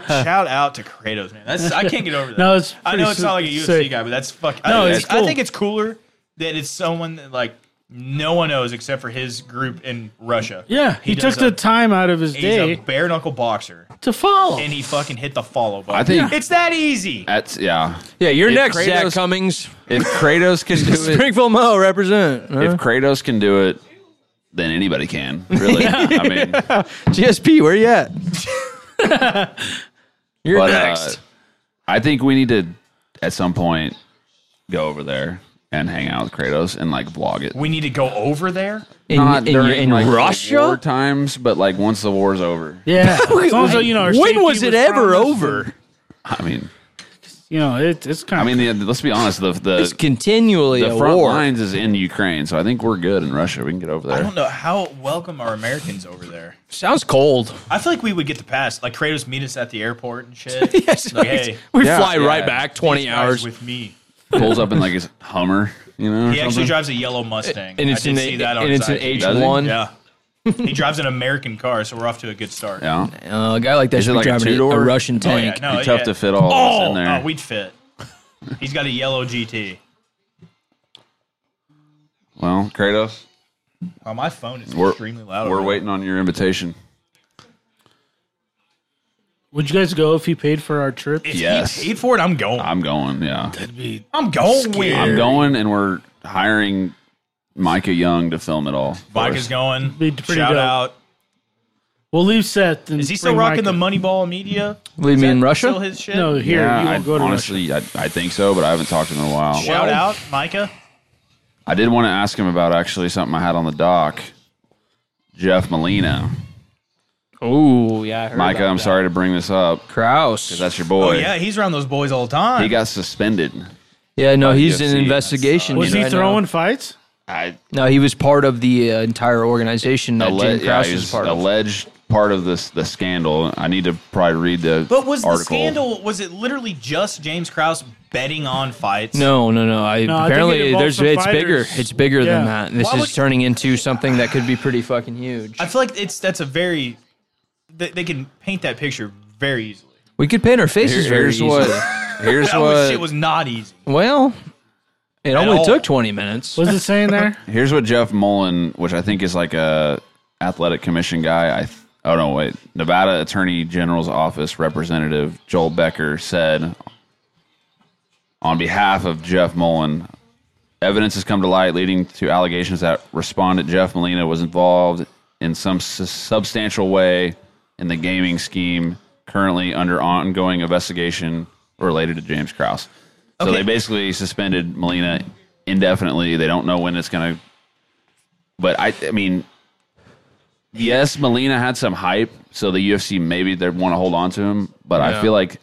Speaker 4: Shout out to Kratos, man. That's I can't get over that.
Speaker 3: No, it's
Speaker 4: I know
Speaker 3: pretty
Speaker 4: it's not like a
Speaker 3: sick.
Speaker 4: UFC guy, but that's fuck.
Speaker 3: No,
Speaker 4: I,
Speaker 3: it's
Speaker 4: I
Speaker 3: cool.
Speaker 4: think it's cooler that it's someone that like no one knows except for his group in Russia.
Speaker 3: Yeah, he,
Speaker 4: does
Speaker 3: took the
Speaker 4: a-
Speaker 3: time out of his
Speaker 4: He's
Speaker 3: day
Speaker 4: a bare knuckle boxer,
Speaker 3: to follow.
Speaker 4: and he fucking hit the follow button.
Speaker 1: I think-
Speaker 4: it's that easy.
Speaker 1: That's yeah.
Speaker 2: Yeah, you're
Speaker 1: If
Speaker 2: next, Zach
Speaker 1: Kratos-
Speaker 2: Cummings.
Speaker 1: If Kratos can do it,
Speaker 2: Springfield Mo represent. huh?
Speaker 1: if Kratos can do it, then anybody can. Really. I mean, but,
Speaker 2: GSP, where you at? you're
Speaker 1: uh,
Speaker 2: next.
Speaker 1: I think we need to at some point go over there and hang out with Kratos and like vlog it.
Speaker 4: We need to go over there.
Speaker 2: in
Speaker 1: Not
Speaker 2: in,
Speaker 1: during
Speaker 2: in
Speaker 1: like, the war
Speaker 2: Russia?
Speaker 1: times, but like once the war's over.
Speaker 3: yeah. As long as, you know, our safety
Speaker 2: when was it ever
Speaker 3: promised,
Speaker 2: over?
Speaker 1: I mean,
Speaker 3: You know, it, it's kind
Speaker 1: I
Speaker 3: of.
Speaker 1: mean, the, let's be honest. The
Speaker 2: It's
Speaker 1: the,
Speaker 2: continually
Speaker 1: the
Speaker 2: a
Speaker 1: front
Speaker 2: war.
Speaker 1: lines is in Ukraine, so I think we're good in Russia. We can get over
Speaker 4: I
Speaker 1: there.
Speaker 4: don't know how welcome are Americans over there.
Speaker 2: Sounds cold.
Speaker 4: I feel like we would get the pass. Like Kratos meet us at the airport and shit.
Speaker 2: yes,
Speaker 4: like,
Speaker 2: right.
Speaker 4: hey,
Speaker 2: we
Speaker 1: Yeah,
Speaker 2: fly
Speaker 1: yeah.
Speaker 2: right back twenty
Speaker 4: these guys
Speaker 2: hours.
Speaker 4: with me.
Speaker 1: Pulls up in like his Hummer, you know. or
Speaker 4: He actually
Speaker 1: something.
Speaker 4: drives a yellow Mustang.
Speaker 2: and it's
Speaker 4: I did
Speaker 2: an
Speaker 4: see that on
Speaker 2: and
Speaker 4: his
Speaker 2: it's an
Speaker 4: IG.
Speaker 2: H
Speaker 1: Does he?
Speaker 2: one.
Speaker 4: Yeah, he drives an American car, so we're off to a good start.
Speaker 1: Yeah,
Speaker 2: Uh, a guy like that
Speaker 1: Is
Speaker 2: should
Speaker 1: it like
Speaker 2: be
Speaker 1: a
Speaker 2: driving a,
Speaker 1: two-door?
Speaker 2: Russian
Speaker 4: Oh, yeah,
Speaker 2: tank.
Speaker 4: no,
Speaker 1: Be tough
Speaker 4: yeah.
Speaker 1: to fit all of us
Speaker 4: Oh,
Speaker 1: in there.
Speaker 4: oh, we'd fit. He's got a yellow GT.
Speaker 1: well, Kratos,
Speaker 4: Oh, my phone is
Speaker 1: We're-
Speaker 4: extremely loud.
Speaker 1: we're
Speaker 4: over
Speaker 1: waiting on your invitation.
Speaker 3: would you guys go if he paid for our trip?
Speaker 4: there. If
Speaker 1: Yes.
Speaker 4: he paid for it. I'm going. I'm,
Speaker 1: I'm going. Yeah,
Speaker 4: going.
Speaker 1: I'm going, and we're hiring Micah Young to film it all. for
Speaker 4: Mike
Speaker 1: us.
Speaker 4: is going.
Speaker 3: Be pretty
Speaker 4: Shout
Speaker 3: dope.
Speaker 4: out.
Speaker 3: We'll leave Seth. And
Speaker 4: Is he still
Speaker 3: bring
Speaker 4: rocking
Speaker 3: Micah.
Speaker 4: the Moneyball media?
Speaker 2: Leave me in
Speaker 4: Still
Speaker 2: Russia.
Speaker 4: his shit.
Speaker 3: No, here
Speaker 1: Yeah,
Speaker 3: you
Speaker 1: I,
Speaker 3: won't go to Russia.
Speaker 1: honestly, I, I think so, but I haven't talked to him in a while.
Speaker 4: Shout out, Micah.
Speaker 1: I did want to ask him about actually something I had on the dock. Jeff Molina,
Speaker 2: Oh yeah, I heard
Speaker 1: Micah. I'm sorry to bring this up.
Speaker 2: Kraus.
Speaker 1: That's your boy.
Speaker 4: Oh yeah, he's around those boys all the time.
Speaker 1: He got suspended.
Speaker 2: Yeah, no, he's in
Speaker 1: UFC.
Speaker 2: investigation.
Speaker 3: Was
Speaker 2: you know,
Speaker 3: he
Speaker 2: right now.
Speaker 3: throwing fights?
Speaker 1: I
Speaker 2: No, he was part of the uh, entire organization that
Speaker 1: alle-
Speaker 2: Jim
Speaker 1: yeah,
Speaker 2: Kraus
Speaker 1: he
Speaker 2: was
Speaker 1: was
Speaker 2: part of.
Speaker 1: alleged part of this the scandal. I need to probably read the
Speaker 4: But was
Speaker 1: article.
Speaker 4: the scandal? Was it literally just James Krause betting on fights?
Speaker 2: No, no, no. I
Speaker 3: No, I think it
Speaker 2: apparently
Speaker 3: involved
Speaker 2: there's
Speaker 3: some
Speaker 2: it's bigger.
Speaker 3: fighters.
Speaker 2: It's bigger than
Speaker 3: Yeah.
Speaker 2: that. This
Speaker 4: Why
Speaker 2: is
Speaker 4: would-
Speaker 2: turning into something that could be pretty fucking huge.
Speaker 4: I feel like it's that's a very they, they can paint that picture very easily.
Speaker 2: We could paint our faces
Speaker 1: Here-
Speaker 2: very
Speaker 1: here's
Speaker 2: easily.
Speaker 1: what here's
Speaker 4: That was, shit
Speaker 1: what
Speaker 4: was not easy.
Speaker 2: Well, it only
Speaker 4: all.
Speaker 2: took 20 minutes.
Speaker 3: Was it saying there?
Speaker 1: here's what Jeff Mullen, which I think is like a athletic commission guy. I th- oh no wait, Nevada Attorney General's office representative Joel Becker said on behalf of Jeff Mullen. Evidence has come to light leading to allegations that respondent Jeff Molina was involved in some s- substantial way in the gaming scheme currently under ongoing investigation related to James Krause. So
Speaker 4: Okay.
Speaker 1: they basically suspended Molina indefinitely. They don't know when it's going to. But I, I mean, yes, Molina had some hype, so the UFC maybe they want to hold on to him. But I
Speaker 2: Yeah.
Speaker 1: feel like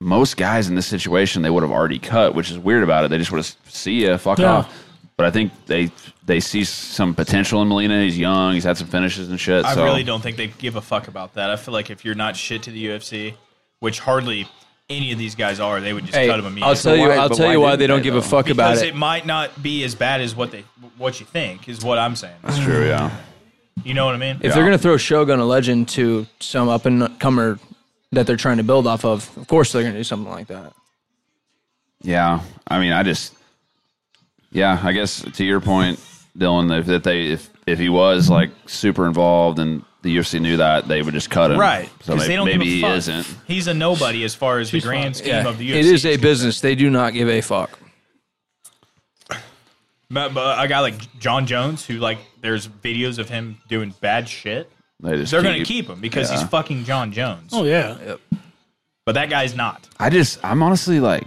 Speaker 1: most guys in this situation they would have already cut, which is weird about it. They just would have see ya, fuck
Speaker 3: Yeah.
Speaker 1: off. But I think they they see some potential in Molina. He's young. He's had some finishes and shit.
Speaker 4: I
Speaker 1: so
Speaker 4: really don't think they give a fuck about that. I feel like if you're not shit to the UFC, which hardly any of these guys are, they would just
Speaker 2: Hey,
Speaker 4: cut him immediately.
Speaker 2: I'll tell you.
Speaker 1: why-
Speaker 2: I'll
Speaker 1: but
Speaker 2: tell
Speaker 1: why
Speaker 2: you why
Speaker 1: didn't
Speaker 2: they don't
Speaker 1: they,
Speaker 2: give
Speaker 1: though?
Speaker 2: a fuck about
Speaker 4: because it
Speaker 2: it.
Speaker 4: might not be as bad as what they what you think is what I'm saying.
Speaker 1: It's true. Yeah.
Speaker 4: You know what I mean?
Speaker 2: If they're gonna throw Shogun a legend to some up and comer that they're trying to build off of. Of course, they're going to do something like that.
Speaker 1: Yeah, I mean, I just, yeah, I guess to your point, Dylan, if that they if if he was like super involved and the UFC knew that, they would just cut him,
Speaker 4: Right.
Speaker 1: So
Speaker 4: 'Cause
Speaker 1: may-
Speaker 4: they don't give
Speaker 1: maybe
Speaker 4: a
Speaker 1: he
Speaker 4: fuck.
Speaker 1: isn't.
Speaker 4: He's a nobody as far as the grand scheme of the UFC.
Speaker 2: it is a business. They do not give a fuck.
Speaker 4: But, but a guy like John Jones, who like there's videos of him doing bad shit.
Speaker 1: They just
Speaker 4: They're gonna keep him because
Speaker 1: Yeah.
Speaker 4: he's fucking John Jones.
Speaker 3: Oh yeah.
Speaker 4: But that guy's not.
Speaker 1: I just, I'm honestly like,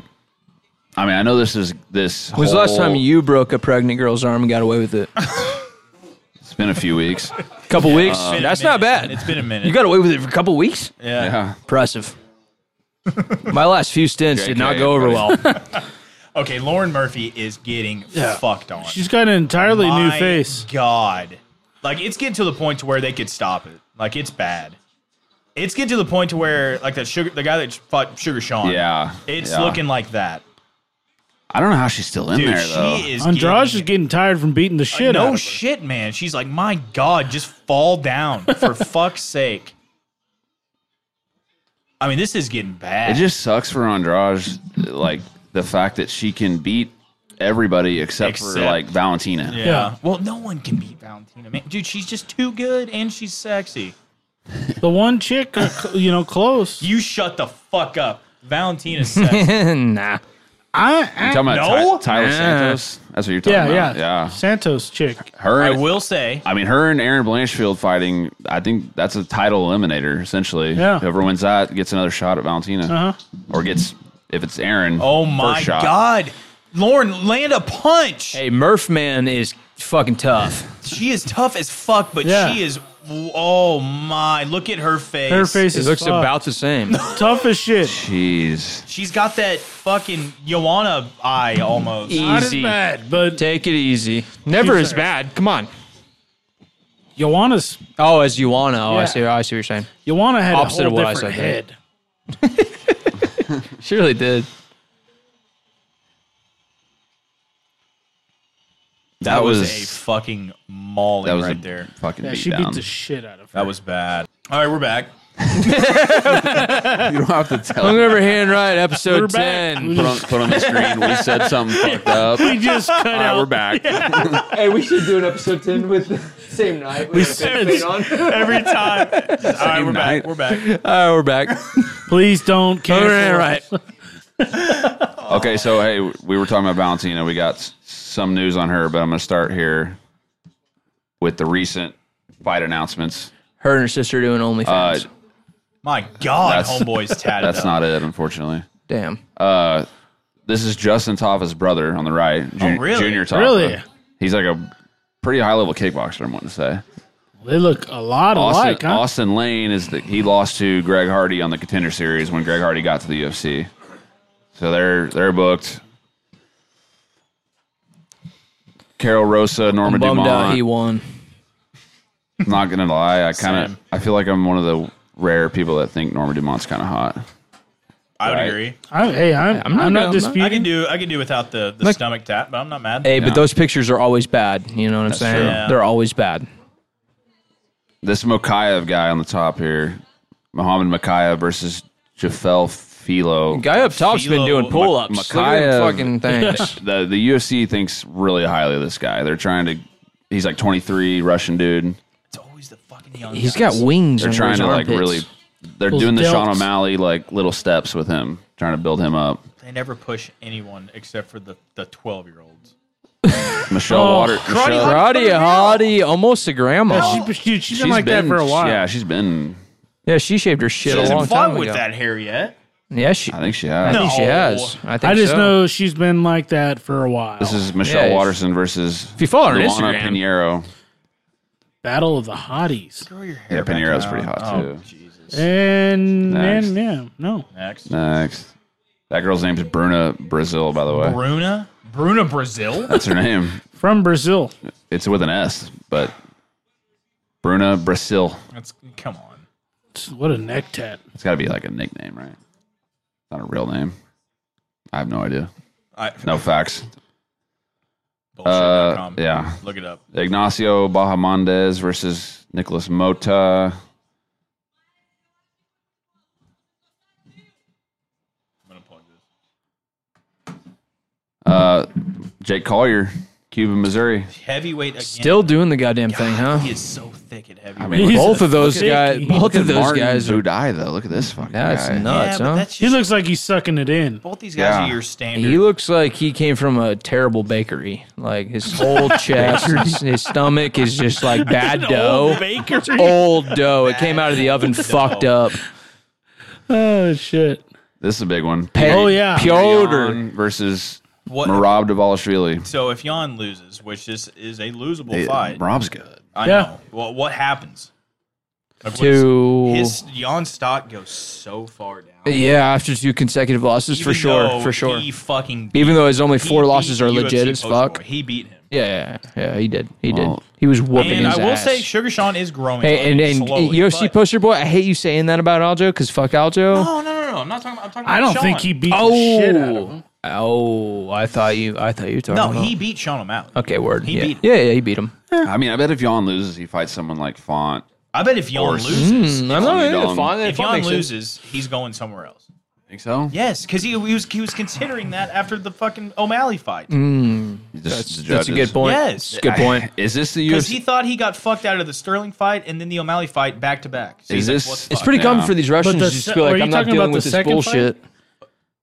Speaker 1: I mean, I know this is this.
Speaker 2: When's the last
Speaker 1: whole-
Speaker 2: time you broke a pregnant girl's arm and got away with it? A
Speaker 1: It's been a few weeks.
Speaker 2: couple weeks.
Speaker 4: It's been a
Speaker 2: That's not
Speaker 4: minute.
Speaker 2: bad.
Speaker 4: It's been a minute.
Speaker 2: You got away with it for a couple weeks.
Speaker 4: yeah.
Speaker 1: Yeah.
Speaker 2: Impressive. My last few stints did not
Speaker 1: JK,
Speaker 2: go over well.
Speaker 4: Okay, Lauren Murphy is getting fucked on.
Speaker 3: She's got an entirely new
Speaker 4: My
Speaker 3: face.
Speaker 4: God. Like it's getting to the point to where they could stop it. Like it's bad. It's getting to the point to where like that sugar the guy that fought Sugar Sean.
Speaker 1: Yeah.
Speaker 4: It's
Speaker 1: yeah.
Speaker 4: looking like that.
Speaker 1: I don't know how she's still in
Speaker 4: Dude,
Speaker 1: there though.
Speaker 4: she is
Speaker 3: Andrade
Speaker 4: getting,
Speaker 3: is getting tired from beating the shit out
Speaker 4: No
Speaker 3: of her.
Speaker 4: shit, man. She's like, my God, just fall down for fuck's sake. I mean, this is getting
Speaker 1: It
Speaker 4: bad.
Speaker 1: just sucks for Andrade, like the fact that she can beat everybody except, for
Speaker 4: Except-
Speaker 1: like Valentina.
Speaker 4: yeah.
Speaker 3: Yeah.
Speaker 4: Well, no one can beat Valentina, man. Dude, she's just too good and she's sexy.
Speaker 3: The one chick, uh, you know, close.
Speaker 4: You shut the fuck up. Valentina's sexy.
Speaker 2: nah.
Speaker 1: You
Speaker 3: I, I,
Speaker 1: talking about Ty- Tyler
Speaker 4: No?
Speaker 2: Yeah.
Speaker 1: Santos? That's what you're talking
Speaker 3: yeah, yeah,
Speaker 1: about. Yeah.
Speaker 3: Santos chick.
Speaker 1: Her
Speaker 4: I
Speaker 1: and, I,
Speaker 4: will say,
Speaker 1: mean, her and Aaron Blanchfield fighting. I think that's a title eliminator essentially.
Speaker 3: Yeah.
Speaker 1: Whoever wins that gets another shot at Valentina,
Speaker 3: Uh huh.
Speaker 1: or gets if it's Aaron.
Speaker 4: oh my
Speaker 1: first shot.
Speaker 4: God. Lauren, land a punch.
Speaker 2: Hey, Murph man is fucking tough.
Speaker 4: She is tough as fuck, but
Speaker 3: Yeah.
Speaker 4: she is. Oh my. Look at her face.
Speaker 3: Her face
Speaker 2: It
Speaker 3: is
Speaker 2: looks
Speaker 3: fucked.
Speaker 2: about the same.
Speaker 3: tough as shit.
Speaker 1: Jeez.
Speaker 4: She's got that fucking Joanna eye almost.
Speaker 3: Not as
Speaker 2: easy.
Speaker 3: bad, but
Speaker 2: Take it easy. Never
Speaker 3: Two
Speaker 2: as
Speaker 3: fair.
Speaker 2: bad. Come on.
Speaker 3: Joanna's
Speaker 2: Oh, as you wanna. Oh, I
Speaker 3: Yeah.
Speaker 2: see. I see what you're saying.
Speaker 3: Joanna had
Speaker 2: Opposite
Speaker 3: a
Speaker 2: of
Speaker 3: whole
Speaker 2: what I
Speaker 3: different
Speaker 2: said,
Speaker 3: head.
Speaker 2: She really did.
Speaker 4: That,
Speaker 1: That
Speaker 4: was,
Speaker 1: was-
Speaker 4: a fucking mauling
Speaker 1: That was
Speaker 4: right
Speaker 1: a
Speaker 4: there.
Speaker 1: fucking
Speaker 3: Yeah,
Speaker 1: beat
Speaker 3: she
Speaker 1: down.
Speaker 3: beat the shit out of her.
Speaker 4: That was bad. All right, we're back.
Speaker 1: you don't have to tell.
Speaker 2: Hung
Speaker 1: Put
Speaker 2: over hand right,
Speaker 3: We're
Speaker 2: episode
Speaker 3: back.
Speaker 2: ten.
Speaker 3: We
Speaker 1: on,
Speaker 3: just,
Speaker 1: put on the screen. We said something fucked up.
Speaker 3: we just cut
Speaker 1: All right,
Speaker 3: out
Speaker 1: we're back.
Speaker 2: Hey, we should do an episode ten with the same night. We
Speaker 3: said-
Speaker 4: Every time. All right, we're
Speaker 1: night.
Speaker 4: back. We're back.
Speaker 2: Oh, we're back.
Speaker 3: Please don't
Speaker 2: All
Speaker 3: cancel.
Speaker 2: right, right.
Speaker 1: Okay, so hey, we were talking about Valentina. We got s- some news on her, but I'm going to start here with the recent fight announcements.
Speaker 2: Her and her sister doing OnlyFans.
Speaker 1: Uh,
Speaker 4: My God,
Speaker 1: That's-
Speaker 4: homeboy's tatted
Speaker 1: That's
Speaker 4: up.
Speaker 1: not it, unfortunately.
Speaker 2: Damn.
Speaker 1: This is Justin Toffa's brother on the right. Jun-
Speaker 4: really?
Speaker 1: Junior Toffa.
Speaker 3: Really?
Speaker 1: He's like a pretty high level kickboxer, I'm going to say.
Speaker 3: They look a lot
Speaker 1: Austin,
Speaker 3: alike, huh?
Speaker 1: Austin Lane is the, he lost to Greg Hardy on the contender series when Greg Hardy got to the UFC. So they're they're booked. Carol Rosa, Norma
Speaker 2: Bummed
Speaker 1: Dumont.
Speaker 2: out he won.
Speaker 1: I'm not gonna lie, I kind
Speaker 4: Same.
Speaker 1: of I feel like I'm one of the rare people that think Norma Dumont's kind of hot.
Speaker 4: I would
Speaker 1: Right.
Speaker 4: agree.
Speaker 3: I'm, hey, I'm, I'm
Speaker 2: not
Speaker 3: not,
Speaker 2: gonna-
Speaker 3: disputing.
Speaker 4: I can do. I can do without the, the
Speaker 2: Look-
Speaker 4: stomach tap, but I'm not mad.
Speaker 2: Hey,
Speaker 1: Yeah.
Speaker 2: but those pictures are always bad. You know what I'm saying?
Speaker 4: true. Yeah.
Speaker 2: They're always bad.
Speaker 1: This Mokayev guy on the top here, Muhammad Mokayev versus Jafel Filo.
Speaker 2: Guy up top's been
Speaker 4: Philo
Speaker 2: doing
Speaker 4: Mak-
Speaker 2: pull ups. Look at
Speaker 1: Makayev.
Speaker 2: them fucking things.
Speaker 1: The the UFC thinks really highly of this guy. They're trying to. He's like 23, Russian dude.
Speaker 4: It's always the fucking young.
Speaker 2: He's got
Speaker 4: guys.
Speaker 2: wings.
Speaker 1: They're
Speaker 2: under
Speaker 1: trying
Speaker 2: his
Speaker 1: to like
Speaker 2: armpits.
Speaker 1: really. They're
Speaker 3: Those
Speaker 1: doing the Sean
Speaker 3: delts.
Speaker 1: O'Malley like little steps with him, trying to build him up.
Speaker 4: They never push anyone except for the the twelve year olds.
Speaker 1: Michelle
Speaker 3: Oh,
Speaker 1: Water. Michelle,
Speaker 2: Roddy Hardy, almost a grandma.
Speaker 3: Yeah, she, dude, she's been like that for a while.
Speaker 1: Yeah, she's been.
Speaker 2: Yeah, she shaved her shit
Speaker 4: She
Speaker 2: a long time
Speaker 4: hasn't fought
Speaker 2: ago.
Speaker 4: with that hair yet.
Speaker 2: Yeah, she.
Speaker 1: I think she has.
Speaker 4: No.
Speaker 2: I think she
Speaker 4: No.
Speaker 2: has. I think
Speaker 3: I just
Speaker 2: so.
Speaker 3: know she's been like that for a while.
Speaker 1: This is Michelle
Speaker 2: Yeah,
Speaker 1: Watterson versus
Speaker 2: If you follow her on
Speaker 1: Luana
Speaker 2: Instagram.
Speaker 1: Pinheiro.
Speaker 3: Battle of the Hotties.
Speaker 4: Grow your hair.
Speaker 1: Yeah,
Speaker 4: back
Speaker 1: Pinheiro's
Speaker 4: out.
Speaker 1: pretty hot
Speaker 4: Oh,
Speaker 1: too.
Speaker 4: Jesus.
Speaker 3: And,
Speaker 1: Next.
Speaker 3: and yeah, no.
Speaker 4: Next.
Speaker 1: Next. That girl's name is Bruna Brazil, by the way.
Speaker 4: Bruna. Bruna Brazil.
Speaker 1: That's her name.
Speaker 3: From Brazil.
Speaker 1: It's with an S, but Bruna Brazil.
Speaker 4: That's come on.
Speaker 3: What a neck tat.
Speaker 1: It's got to be like a nickname, right? Not a real name. I have no idea.
Speaker 4: I,
Speaker 1: No facts.
Speaker 4: bullshit.com.
Speaker 1: Uh, yeah.
Speaker 4: Look it up.
Speaker 1: Ignacio Bahamondes versus Nicholas Mota. Jake Collier, Cuba, Missouri.
Speaker 4: Heavyweight again.
Speaker 2: Still doing the goddamn thing, huh?
Speaker 4: He is so thick at heavyweight.
Speaker 1: mean,
Speaker 3: He's
Speaker 2: both
Speaker 3: a
Speaker 2: of those
Speaker 3: fucking-
Speaker 2: guys. Both of those
Speaker 1: Martin
Speaker 2: guys are.
Speaker 1: Budai, though. Look at this fucking
Speaker 2: That's
Speaker 1: guy.
Speaker 2: nuts, huh?
Speaker 4: that's
Speaker 3: He looks like he's sucking it in.
Speaker 4: both these guys
Speaker 1: Yeah.
Speaker 4: are your standard.
Speaker 2: He looks like he came from a terrible bakery. Like his whole chest, his, his stomach is just like bad dough.
Speaker 3: bakery.
Speaker 2: Old dough. It came out of the oven fucked up.
Speaker 3: Oh shit.
Speaker 1: This is a big one.
Speaker 3: Oh yeah.
Speaker 2: Piotr.
Speaker 1: versus
Speaker 4: What-
Speaker 1: Marab Davalishvili.
Speaker 4: so if Jan loses, which this is a losable
Speaker 1: It-
Speaker 4: fight,
Speaker 1: Marab's good.
Speaker 4: I
Speaker 3: Yeah.
Speaker 4: know. Well, what happens? Like, what is-
Speaker 2: To
Speaker 4: his Jan stock goes so far down.
Speaker 2: yeah, after two consecutive losses for
Speaker 4: Even
Speaker 2: sure,
Speaker 4: though
Speaker 2: for sure.
Speaker 4: He fucking
Speaker 2: Even though his only
Speaker 4: he
Speaker 2: four
Speaker 4: beat
Speaker 2: losses are
Speaker 4: UFC
Speaker 2: legit as
Speaker 4: Post
Speaker 2: fuck.
Speaker 4: War. He beat him.
Speaker 2: Yeah, yeah, yeah, he did. He did.
Speaker 1: Well-
Speaker 2: He was whooping
Speaker 4: And I
Speaker 2: his
Speaker 4: will
Speaker 2: ass.
Speaker 4: say, Sugar Sean is growing.
Speaker 2: Hey, and, and
Speaker 4: slowly,
Speaker 2: UFC
Speaker 4: but-
Speaker 2: poster boy, I hate you saying that about Aljo because fuck Aljo.
Speaker 4: No, no, no, no. I'm not talking. About, I'm talking.
Speaker 3: I
Speaker 4: about
Speaker 3: don't
Speaker 4: Sean.
Speaker 3: think he beat the shit out of him.
Speaker 2: Oh, I thought you. I thought you were talking.
Speaker 4: No,
Speaker 2: about-
Speaker 4: he beat Sean O'Malley.
Speaker 2: Okay, word.
Speaker 4: He
Speaker 2: yeah.
Speaker 4: beat him.
Speaker 2: yeah, yeah, he beat him.
Speaker 1: I mean, I bet if Yon loses, he fights someone like Font.
Speaker 4: I bet if Jan
Speaker 1: Or-
Speaker 4: loses,
Speaker 2: Mm, I'm not
Speaker 1: Only Dong.
Speaker 2: fine.
Speaker 4: if Jan loses, he's going somewhere else.
Speaker 1: Think so?
Speaker 4: Yes, because he, he was he was considering that after the fucking O'Malley fight
Speaker 2: Mm.
Speaker 1: Just the
Speaker 2: that's, that's a
Speaker 1: judges.
Speaker 2: good point.
Speaker 4: Yes.
Speaker 2: It's a good point.
Speaker 1: Is this the
Speaker 4: because
Speaker 1: UFC?
Speaker 4: he thought he got fucked out of the Sterling fight and then the O'Malley fight back to back. So
Speaker 1: Is
Speaker 4: he's like,
Speaker 1: this-
Speaker 4: what the
Speaker 2: It's
Speaker 4: fuck?
Speaker 2: pretty common
Speaker 1: Yeah.
Speaker 2: for these Russians
Speaker 3: But the
Speaker 2: to just
Speaker 3: se-
Speaker 2: be
Speaker 3: are
Speaker 2: like,
Speaker 3: you
Speaker 2: "I'm not
Speaker 3: talking
Speaker 2: dealing
Speaker 3: about
Speaker 2: with
Speaker 3: the
Speaker 2: this
Speaker 3: second
Speaker 2: bullshit."